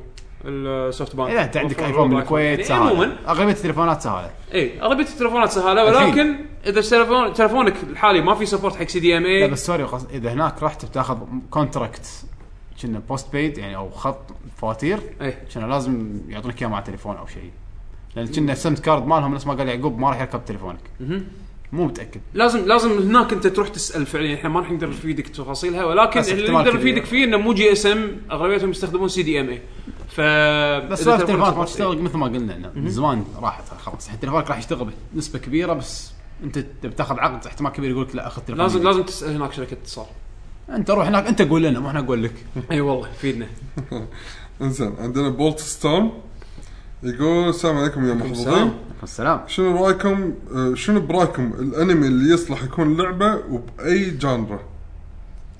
S4: السوفت بانك
S1: إيه، إذا انت عندك
S4: يوفرون
S1: ايفون من
S4: الوضع
S1: الكويت
S4: يعني عموما
S1: سهل اغلبيه التليفونات سهله
S4: اي اغلبيه إيه، التلفونات سهاله ولكن اذا تلفون تلفونك الحالي ما في سبورت حق سي دي ام
S1: لا
S4: اي
S1: بس سوري قص... اذا هناك رحت بتاخذ كونتراكت كنا بوست بيد يعني او خط فواتير
S4: اي
S1: كنا لازم يعطونك اياه مع تليفون او شيء لان كنا السمت كارد مالهم نفس ما قال يعقوب ما راح يركب تليفونك
S4: مهم.
S1: مو متاكد
S4: لازم لازم هناك انت تروح تسال فعليا احنا ما راح نقدر نفيدك تفاصيلها ولكن
S1: بس
S4: اللي
S1: احتمال
S4: نقدر
S1: كبير.
S4: نفيدك فيه انه مو جي اس ام اغلبيتهم يستخدمون سي دي ام اي
S1: بس
S4: ف إذا
S1: سالفه
S4: تلفونك
S1: التليفونات ما
S4: سبورت-
S1: تشتغل مثل ما قلنا انه من زمان راحت خلاص الحين تليفونك راح يشتغل بنسبه كبيره بس انت بتاخذ عقد احتمال كبير يقول لك لا اخذ تليفون
S4: إيه، لازم
S1: جديد.
S4: لازم تسال هناك شركه اتصال
S1: انت روح هناك انت قول لنا مو احنا نقول لك
S4: اي والله فيدنا
S3: انزين عندنا بولت ستام يقول السلام عليكم يا محظوظين
S4: السلام.
S1: السلام
S3: شنو رايكم آه، شنو برايكم الانمي اللي يصلح يكون لعبه وباي جانرا؟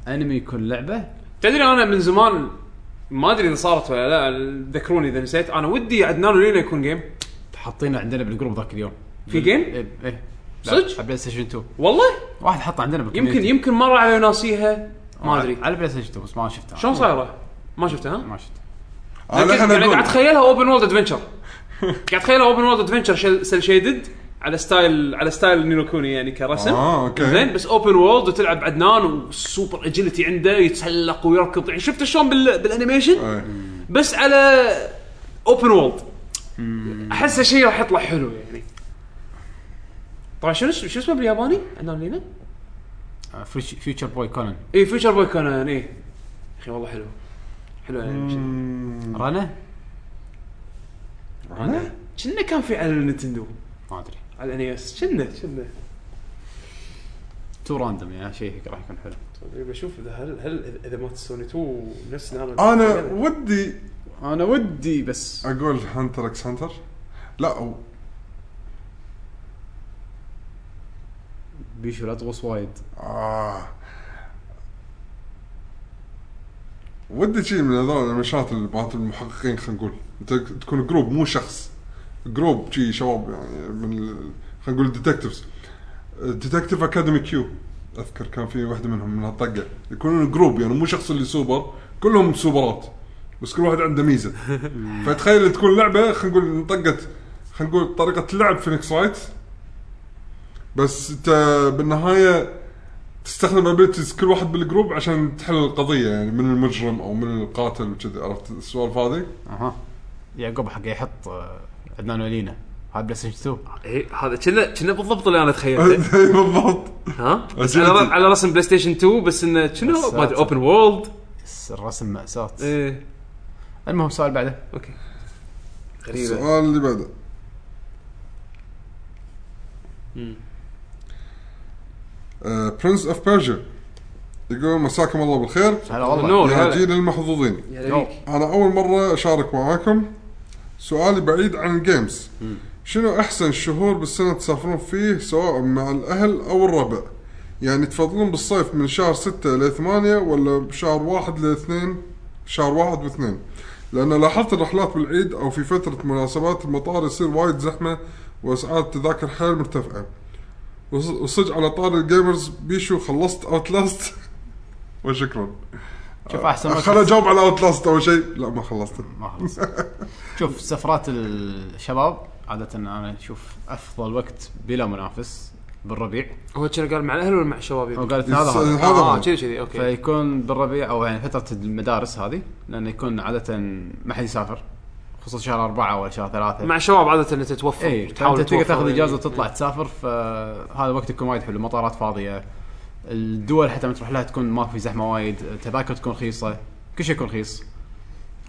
S1: انمي يكون لعبه
S4: تدري انا من زمان ما ادري اذا صارت ولا لا ذكروني اذا نسيت انا ودي عدنان ولينا يكون جيم
S1: حاطينه عندنا بالجروب ذاك اليوم
S4: في جيم
S1: ايه ايه
S4: صدق؟
S1: على بلاي ستيشن 2
S4: والله
S1: واحد حط عندنا بالكوميونتي.
S4: يمكن يمكن مر علي وناسيها
S3: آه.
S4: ما ادري
S1: على بلاي ستيشن 2 بس ما شفتها
S4: شلون صايره؟ ما شفتها ها؟
S1: ما شفت
S3: انا
S4: لكن-
S3: الحين
S4: يعني قاعد
S3: اقول
S4: اتخيلها اوبن وورلد ادفنشر قاعد اتخيلها اوبن وورلد ادفنشر سيل شيدد على ستايل على ستايل نينو كوني يعني كرسم
S3: آه، أوكي.
S4: زين بس اوبن وورلد وتلعب عدنان والسوبر اجيلتي عنده يتسلق ويركض يعني شفت شلون بال... بالانيميشن
S3: إيه.
S4: بس على اوبن وورلد احسه شيء راح يطلع حلو يعني طبعا شنو اسم- شو اسمه بالياباني؟ عدنان لينا؟
S1: آه،
S4: إيه،
S1: فيوتشر بوي كونن
S4: اي فيوتشر بوي كونان اي اخي والله حلو حلو يعني الانيميشن
S3: مم.
S1: رنا
S4: كنا كان في على النتندو
S1: ما ادري
S4: على الان اس كنا كنا
S1: تو راندوم يعني شيء راح يكون حلو
S4: بشوف اذا هل هل اذا مات سوني 2 نفس انا
S3: انا ودي
S1: انا ودي بس
S3: اقول هانتر اكس هانتر لا أو-
S1: بيشو لا تغوص وايد
S3: آه. ودي شيء من هذول الانميشنات اللي مالت المحققين خلينا نقول انت تكون جروب مو شخص جروب شي شباب يعني من ال- خلينا نقول ديتكتيفز ديتكتيف اكاديمي كيو اذكر كان في واحده منهم من هالطقه يكونون جروب يعني مو شخص اللي سوبر كلهم سوبرات بس كل واحد عنده ميزه فتخيل تكون لعبه خلينا نقول انطقت خلينا نقول طريقه لعب فينيكس رايت بس انت بالنهايه تستخدم ابيلتيز كل واحد بالجروب عشان تحل القضيه يعني من المجرم او من القاتل وكذا عرفت السوالف هذه؟
S1: اها يعقوب حق يحط آه، عدنان ولينا هذا بلاي ستيشن 2
S4: إيه هذا كنا كنا بالضبط اللي انا تخيلته
S3: بالضبط
S4: ها بس على ر- على رسم بلاي ستيشن 2 بس انه كنا ما ادري اوبن وورلد
S1: بس الرسم ماساه
S4: ايه
S1: المهم السؤال بعده
S4: اوكي غريبه
S3: السؤال اللي بعده
S4: مم.
S3: برنس اوف بيرجيا يقول مساكم الله بالخير
S1: هلا والله
S4: نور
S3: يا
S4: هلا.
S3: جيل المحظوظين
S4: يا لبيك.
S3: انا اول مره اشارك معاكم سؤالي بعيد عن الجيمز شنو احسن شهور بالسنه تسافرون فيه سواء مع الاهل او الربع يعني تفضلون بالصيف من شهر 6 ل 8 ولا بشهر 1 ل 2 شهر 1 و2 لان لاحظت الرحلات بالعيد او في فتره مناسبات المطار يصير وايد زحمه واسعار التذاكر حيل مرتفعه وص- وصج على طار الجيمرز بيشو خلصت اوت لاست وشكرا
S1: شوف احسن وقت-
S3: خل اجاوب على اوت لاست اول شيء لا ما خلصت
S1: ما خلص شوف سفرات الشباب عاده انا اشوف افضل وقت بلا منافس بالربيع
S4: هو كنا قال مع الاهل ولا مع الشباب يعني؟
S1: وقالت هذا هذا
S3: هذا
S4: اه
S3: هو.
S4: كذي كذي اوكي
S1: فيكون بالربيع او يعني فتره المدارس هذه لانه يكون عاده ما حد يسافر خصوصا شهر اربعه ولا شهر ثلاثه
S4: مع الشباب عاده انت تتوفر
S1: اي
S4: تحاول
S1: تحاول تقدر
S4: توفر
S1: إيه، تاخذ
S4: يعني.
S1: اجازه وتطلع تسافر فهذا وقت يكون وايد حلو مطارات فاضيه الدول حتى لما تروح لها تكون ما في زحمه وايد التذاكر تكون رخيصه كل شيء يكون رخيص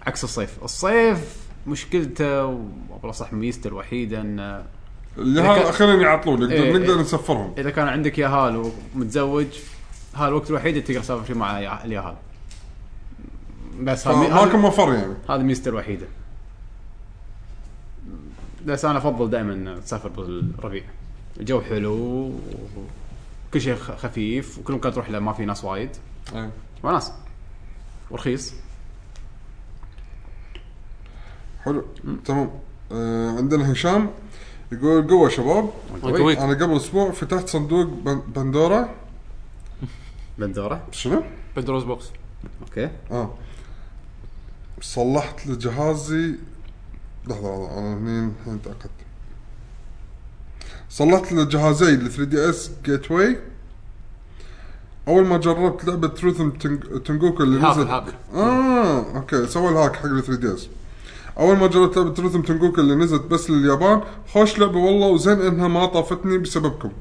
S1: عكس الصيف الصيف مشكلته وبلا صح ميزته الوحيده انه
S3: اللي
S1: إذا كان-
S3: هذا اخيرا يعطلون نقدر
S1: إيه،
S3: نقدر
S1: إيه.
S3: نسفرهم
S1: اذا كان عندك يهال ومتزوج هذا الوقت الوحيد اللي تقدر تسافر فيه مع يا- اليهال بس
S4: آه،
S1: هذا-
S3: ما كان
S1: هذا
S3: موفر يعني
S1: هذا ميزته الوحيده بس انا افضل دائما تسافر بالربيع الجو حلو وكل شيء خ- خفيف وكل مكان تروح له ما في ناس وايد إيه.
S3: أي.
S1: وناس ورخيص
S3: حلو تمام آه عندنا هشام يقول قوة شباب
S1: ويك.
S3: انا قبل اسبوع فتحت صندوق بن- بندورة
S1: بندوره
S3: شنو؟
S2: بندروز بوكس
S1: اوكي
S3: اه صلحت لجهازي لحظة لحظة انا هني الحين تعقدت صلحت لجهازي ال 3 دي اس جيت واي اول ما جربت لعبة تروث تنجوكو اللي
S2: الهاك-
S3: نزلت
S2: الهاك.
S3: اه اوكي سوى الهاك حق ال 3 دي اس اول ما جربت لعبة ريثم تنجوكو اللي نزلت بس لليابان خوش لعبة والله وزين انها ما طافتني بسببكم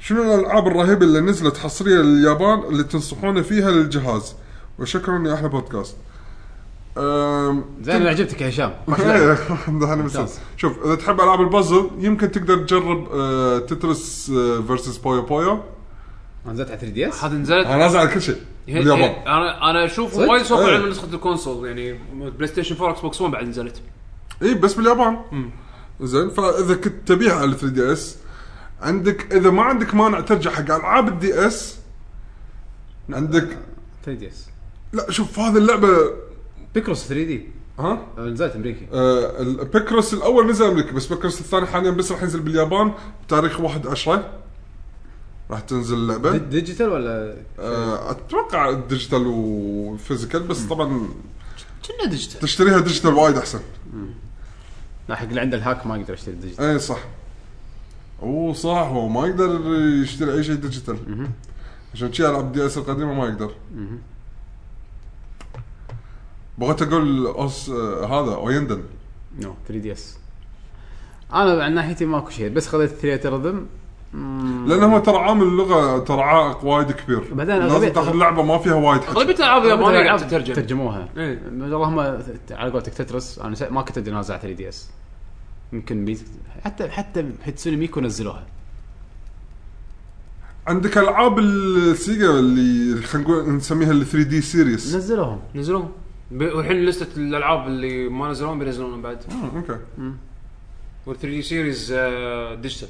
S3: شنو الالعاب الرهيبة اللي نزلت حصرية لليابان اللي تنصحون فيها للجهاز وشكرا يا احلى بودكاست أم،
S1: زين أنا عجبتك يا هشام روح
S3: إيه،
S1: لعب.
S3: دحين بس. شوف اذا تحب العاب البازل يمكن تقدر تجرب آه، تترس آه، فيرسس بويو بويو
S1: نزلت على 3 دي اس
S2: هذا نزلت
S3: انا نازل على كل شيء
S2: هي-
S3: باليابان
S2: هي- انا انا اشوف
S3: صدق؟
S2: وايد سوق
S3: إيه.
S2: على نسخه الكونسول يعني بلاي ستيشن 4 اكس بوكس 1 بعد نزلت
S3: اي إيه، بس باليابان زين فاذا كنت تبيها على 3 دي اس عندك اذا ما عندك مانع ترجع حق العاب الدي اس عندك
S1: 3 دي اس
S3: لا شوف هذه اللعبه
S1: بيكروس 3 دي
S3: ها
S1: نزلت امريكي
S3: آه البيكروس الاول نزل امريكا بس بيكروس الثاني حاليا بس راح ينزل باليابان بتاريخ 1 10 راح تنزل اللعبه
S1: دي- ديجيتال ولا
S3: آه، اتوقع ديجيتال وفيزيكال بس طبعا
S2: كنا ديجيتال
S3: تشتريها ديجيتال وايد احسن
S1: لا حق اللي عنده الهاك ما يقدر يشتري ديجيتال
S3: اي ايه صح اوه صح هو ما يقدر يشتري اي شيء ديجيتال عشان كذي العاب دي اس القديمه ما يقدر بغيت اقول أوس آه، هذا اويندن
S1: نو 3 دي اس انا عن ناحيتي ماكو شيء بس خذيت ثريتر رذم
S3: لانه هو ترى عامل اللغه ترى عائق وايد كبير
S1: بعدين
S3: لازم
S1: أغلبية-
S3: تاخذ لعبه ما فيها وايد حكي
S2: اغلبيه الالعاب اليابانيه قاعد تترجم
S1: ترجموها
S2: إيه.
S1: اللهم على قولتك تترس انا سا- ما كنت ادري نازل على 3 دي اس يمكن بيت حتى حتى هيتسوني ميكو نزلوها
S3: عندك العاب السيجا اللي خلينا نقول نسميها ال 3 دي سيريس
S1: نزلوهم
S2: نزلوهم ب- والحين لسته الالعاب اللي ما نزلوهم بينزلونهم بعد
S3: اوكي
S2: وال 3 دي سيريز ديجيتال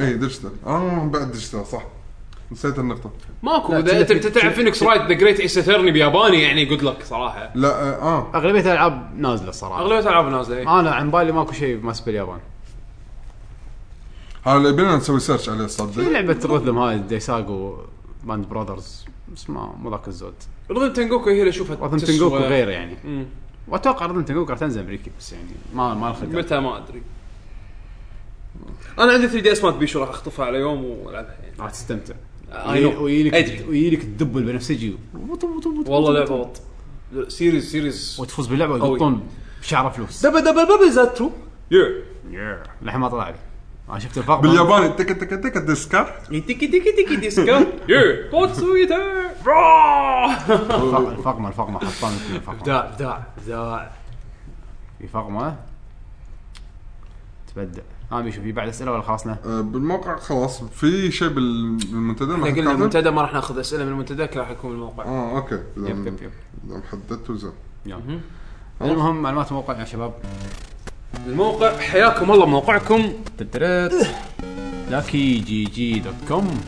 S3: اي ديجيتال اه بعد ديجيتال صح نسيت النقطه
S2: ماكو
S1: لا،
S2: اذا انت
S1: تلف-
S2: أنت تلعب
S1: تلف-
S2: فينيكس رايت ذا جريت ايس اترني بياباني يعني جود لك صراحه
S3: لا اه, آه.
S1: اغلبيه الالعاب نازله صراحه
S2: اغلبيه الالعاب نازله إيه.
S1: انا عن بالي ماكو شيء ماسك باليابان
S3: هذا بينا نسوي سيرش عليه
S1: في
S3: صدق
S1: لعبه الرذم هاي ديساجو باند براذرز بس ما مو ذاك الزود
S2: رذم تنجوكو هي اللي اشوفها
S1: رذم
S2: تسوى-
S1: تنجوكو غير يعني
S2: مم.
S1: واتوقع رذم تنجوكو راح تنزل امريكي بس يعني ما ما الخدمه
S2: متى ما ادري انا عندي 3 دي اس مات بيشو راح اخطفها على يوم والعبها يعني
S1: راح تستمتع
S2: I know.
S1: ويجي لك
S2: أدري.
S1: ويجي لك الدب البنفسجي
S2: والله لعبه وط سيريز سيريز
S1: وتفوز باللعبه
S2: قوي.
S1: ويقطون بشعره فلوس
S2: دبل دبل دبل ذات ترو
S1: للحين ما طلع لي انا آه، شفت الفرق
S3: بالياباني تك تك تك ديسكا
S2: يعني تيكي تيكي تيكي ديسكا يو كوتسويتا
S1: الفرق- الفقمه الفقمه حطان فيه فقمه
S2: ابداع ابداع ابداع
S1: في فقمه تبدع ما ابي اشوف آه، في بعد اسئله ولا خلصنا؟
S3: آه، بالموقع خلاص في شيء بال- بالمنتدى ما
S2: احنا
S3: حد
S2: قلنا
S3: كاتب؟
S2: المنتدى ما راح ناخذ اسئله من المنتدى راح يكون الموقع
S3: اه اوكي إذا-
S1: يب يب يب
S3: اذا محددته زين
S1: يلا. المهم معلومات الموقع يا شباب
S2: الموقع حياكم الله موقعكم
S1: لاكي جي جي دوت كوم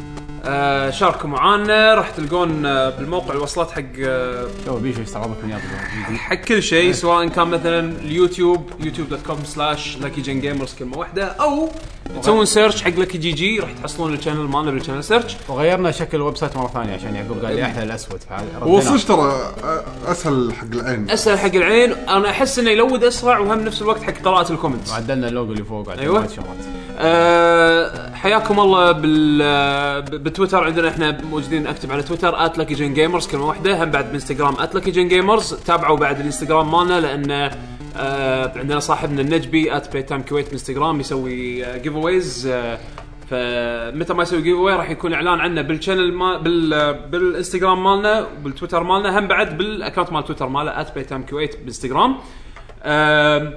S2: آه، شاركوا معانا راح تلقون آه، بالموقع الوصلات حق آه،
S1: شو بيشو يستعرض لكم اياه بالجديد.
S2: حق كل شيء سواء كان مثلا اليوتيوب يوتيوب دوت كوم سلاش لكي جن جيمرز كلمه واحده او تسوون سيرش حق لكي جي جي راح تحصلون الشانل مالنا بالشانل سيرش
S1: وغيرنا شكل الويب سايت مره ثانيه عشان يعقوب قال لي احلى الاسود فرديناه.
S3: وصلش ترى آه، اسهل حق العين
S2: اسهل حق العين انا احس انه يلود اسرع وهم نفس الوقت حق قراءه الكومنتس
S1: عدلنا اللوجو اللي فوق عدلنا
S2: أيوة.
S1: وايد شغلات
S2: أه حياكم الله بال آه، ب- بتويتر عندنا احنا موجودين اكتب على تويتر @luckygengamers جيمرز كلمه واحده هم بعد بانستغرام @luckygengamers جيمرز تابعوا بعد الانستغرام مالنا لان آه عندنا صاحبنا النجبي @playtime كويت بانستغرام يسوي جيف اويز فمتى ما يسوي جيف اواي راح يكون اعلان عنه بالشانل ما بال آه، بالانستغرام مالنا وبالتويتر مالنا هم بعد بالاكونت مال تويتر ماله @playtime كويت بانستغرام آه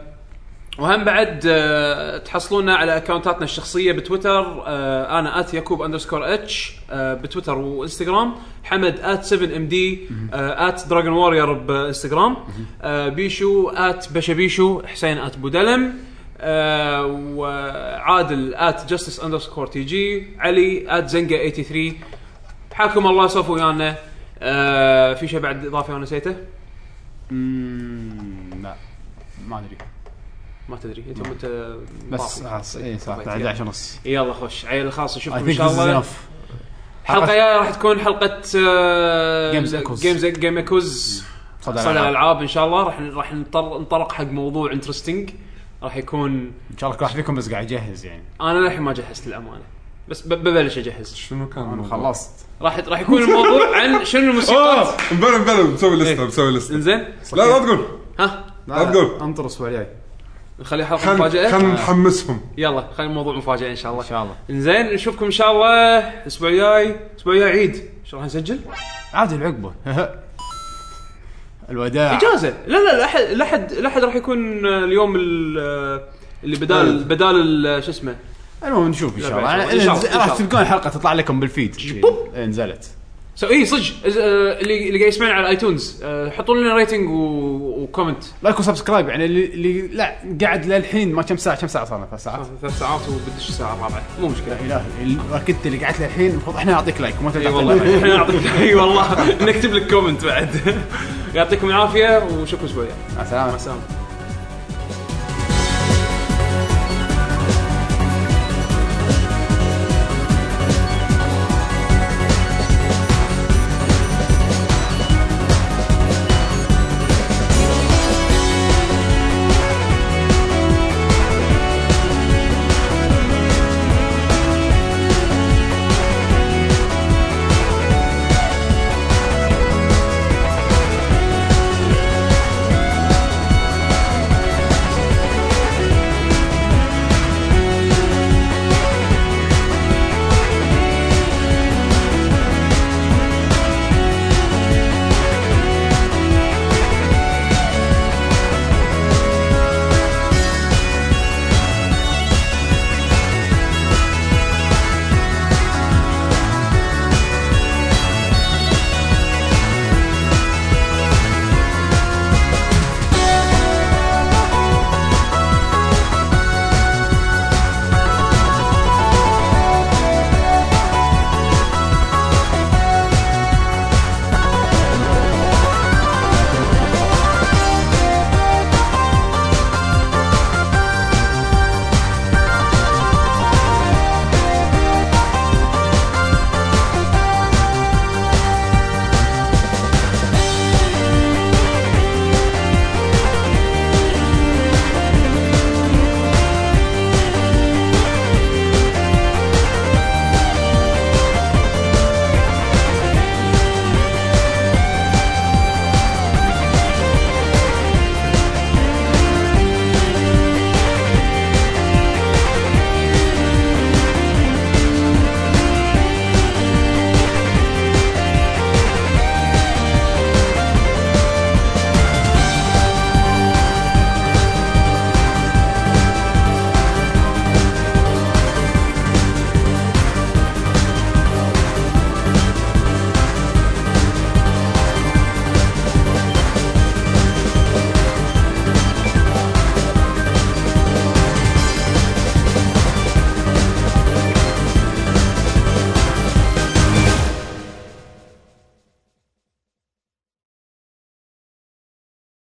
S2: وهم بعد آه، تحصلونا على اكونتاتنا الشخصيه بتويتر آه، انا ات يعقوب اندرسكور اتش بتويتر وانستغرام حمد ات 7 ام دي ات دراجون وورير بانستغرام آه، بيشو ات بشبيشو حسين ات بودلم آه، وعادل ات جستس اندرسكور تي جي علي ات زنقه 83 حاكم الله سولفوا ويانا آه، في شيء بعد اضافه انا نسيته
S1: مم، لا ما ادري
S2: ما تدري انت انت
S1: بس آه، إيه، خلاص اي ساعه 11 ونص
S2: يلا خوش عيل خلاص نشوفكم
S1: طيب، I
S2: ان
S1: think this
S2: شاء
S1: is
S2: الله
S1: enough
S2: الحلقه الجايه راح تكون آه، حلقه
S1: Games
S2: جيمز
S1: Echoes.
S2: جيمز جيم اكوز
S1: صدى
S2: E- صدى
S1: الألعاب.
S2: الالعاب ان شاء الله راح راح نطر- نطرق حق موضوع انترستنج راح يكون
S1: ان شاء الله كل واحد فيكم بس قاعد يجهز يعني
S2: انا للحين ما جهزت للامانه بس ب- ببلش اجهز
S3: شنو كان
S1: انا
S3: الموضوع؟
S1: خلصت
S2: راح راح يكون الموضوع عن شنو
S3: اه
S2: الموسيقى
S3: مبلا مبلا مسوي
S1: إيه.
S3: لسته مسوي لسته
S2: انزين
S3: لا لا تقول
S2: ها
S3: لا تقول.
S1: انطر الاسبوع الجاي
S2: نخلي حلقه
S3: خلينا
S2: مفاجاه
S1: آه.
S3: خلينا نحمسهم
S2: يلا خلي الموضوع مفاجاه ان شاء الله
S1: ان شاء الله
S2: انزين نشوفكم ان شاء الله الاسبوع الجاي الاسبوع الجاي عيد ايش راح نسجل؟
S1: عادي العقبه الوداع
S2: اجازه لا لا لا احد لا احد لا احد راح يكون اليوم ال- آه، اللي بدال بدال ال- شو اسمه
S1: المهم نشوف ان
S2: لا
S1: شاء
S2: بعد
S1: الله
S2: إن شاء الله، إن شاء
S1: راح
S2: الله.
S1: تلقون الحلقه تطلع لكم بالفيد
S2: بوب.
S1: إيه، نزلت
S2: سو اي إيه، صدق إز- آه، اللي اللي قاعد يسمعنا على ايتونز آه، حطوا لنا ريتنج و- وكومنت
S1: لايك وسبسكرايب يعني اللي, اللي لا قاعد للحين ما كم ساعه كم ساعه صار لنا ثلاث ساعات
S2: ثلاث ساعات وبدش الساعه الرابعه مو مشكله
S1: لا اله إلا- ركدت اللي قعدت للحين المفروض احنا نعطيك لايك وما
S2: اي
S1: تعطيك
S2: والله
S1: لايك.
S2: احنا نعطيك اي والله نكتب لك كومنت بعد يعطيكم العافيه وشكرا شويه
S1: مع السلامه
S2: مع السلامه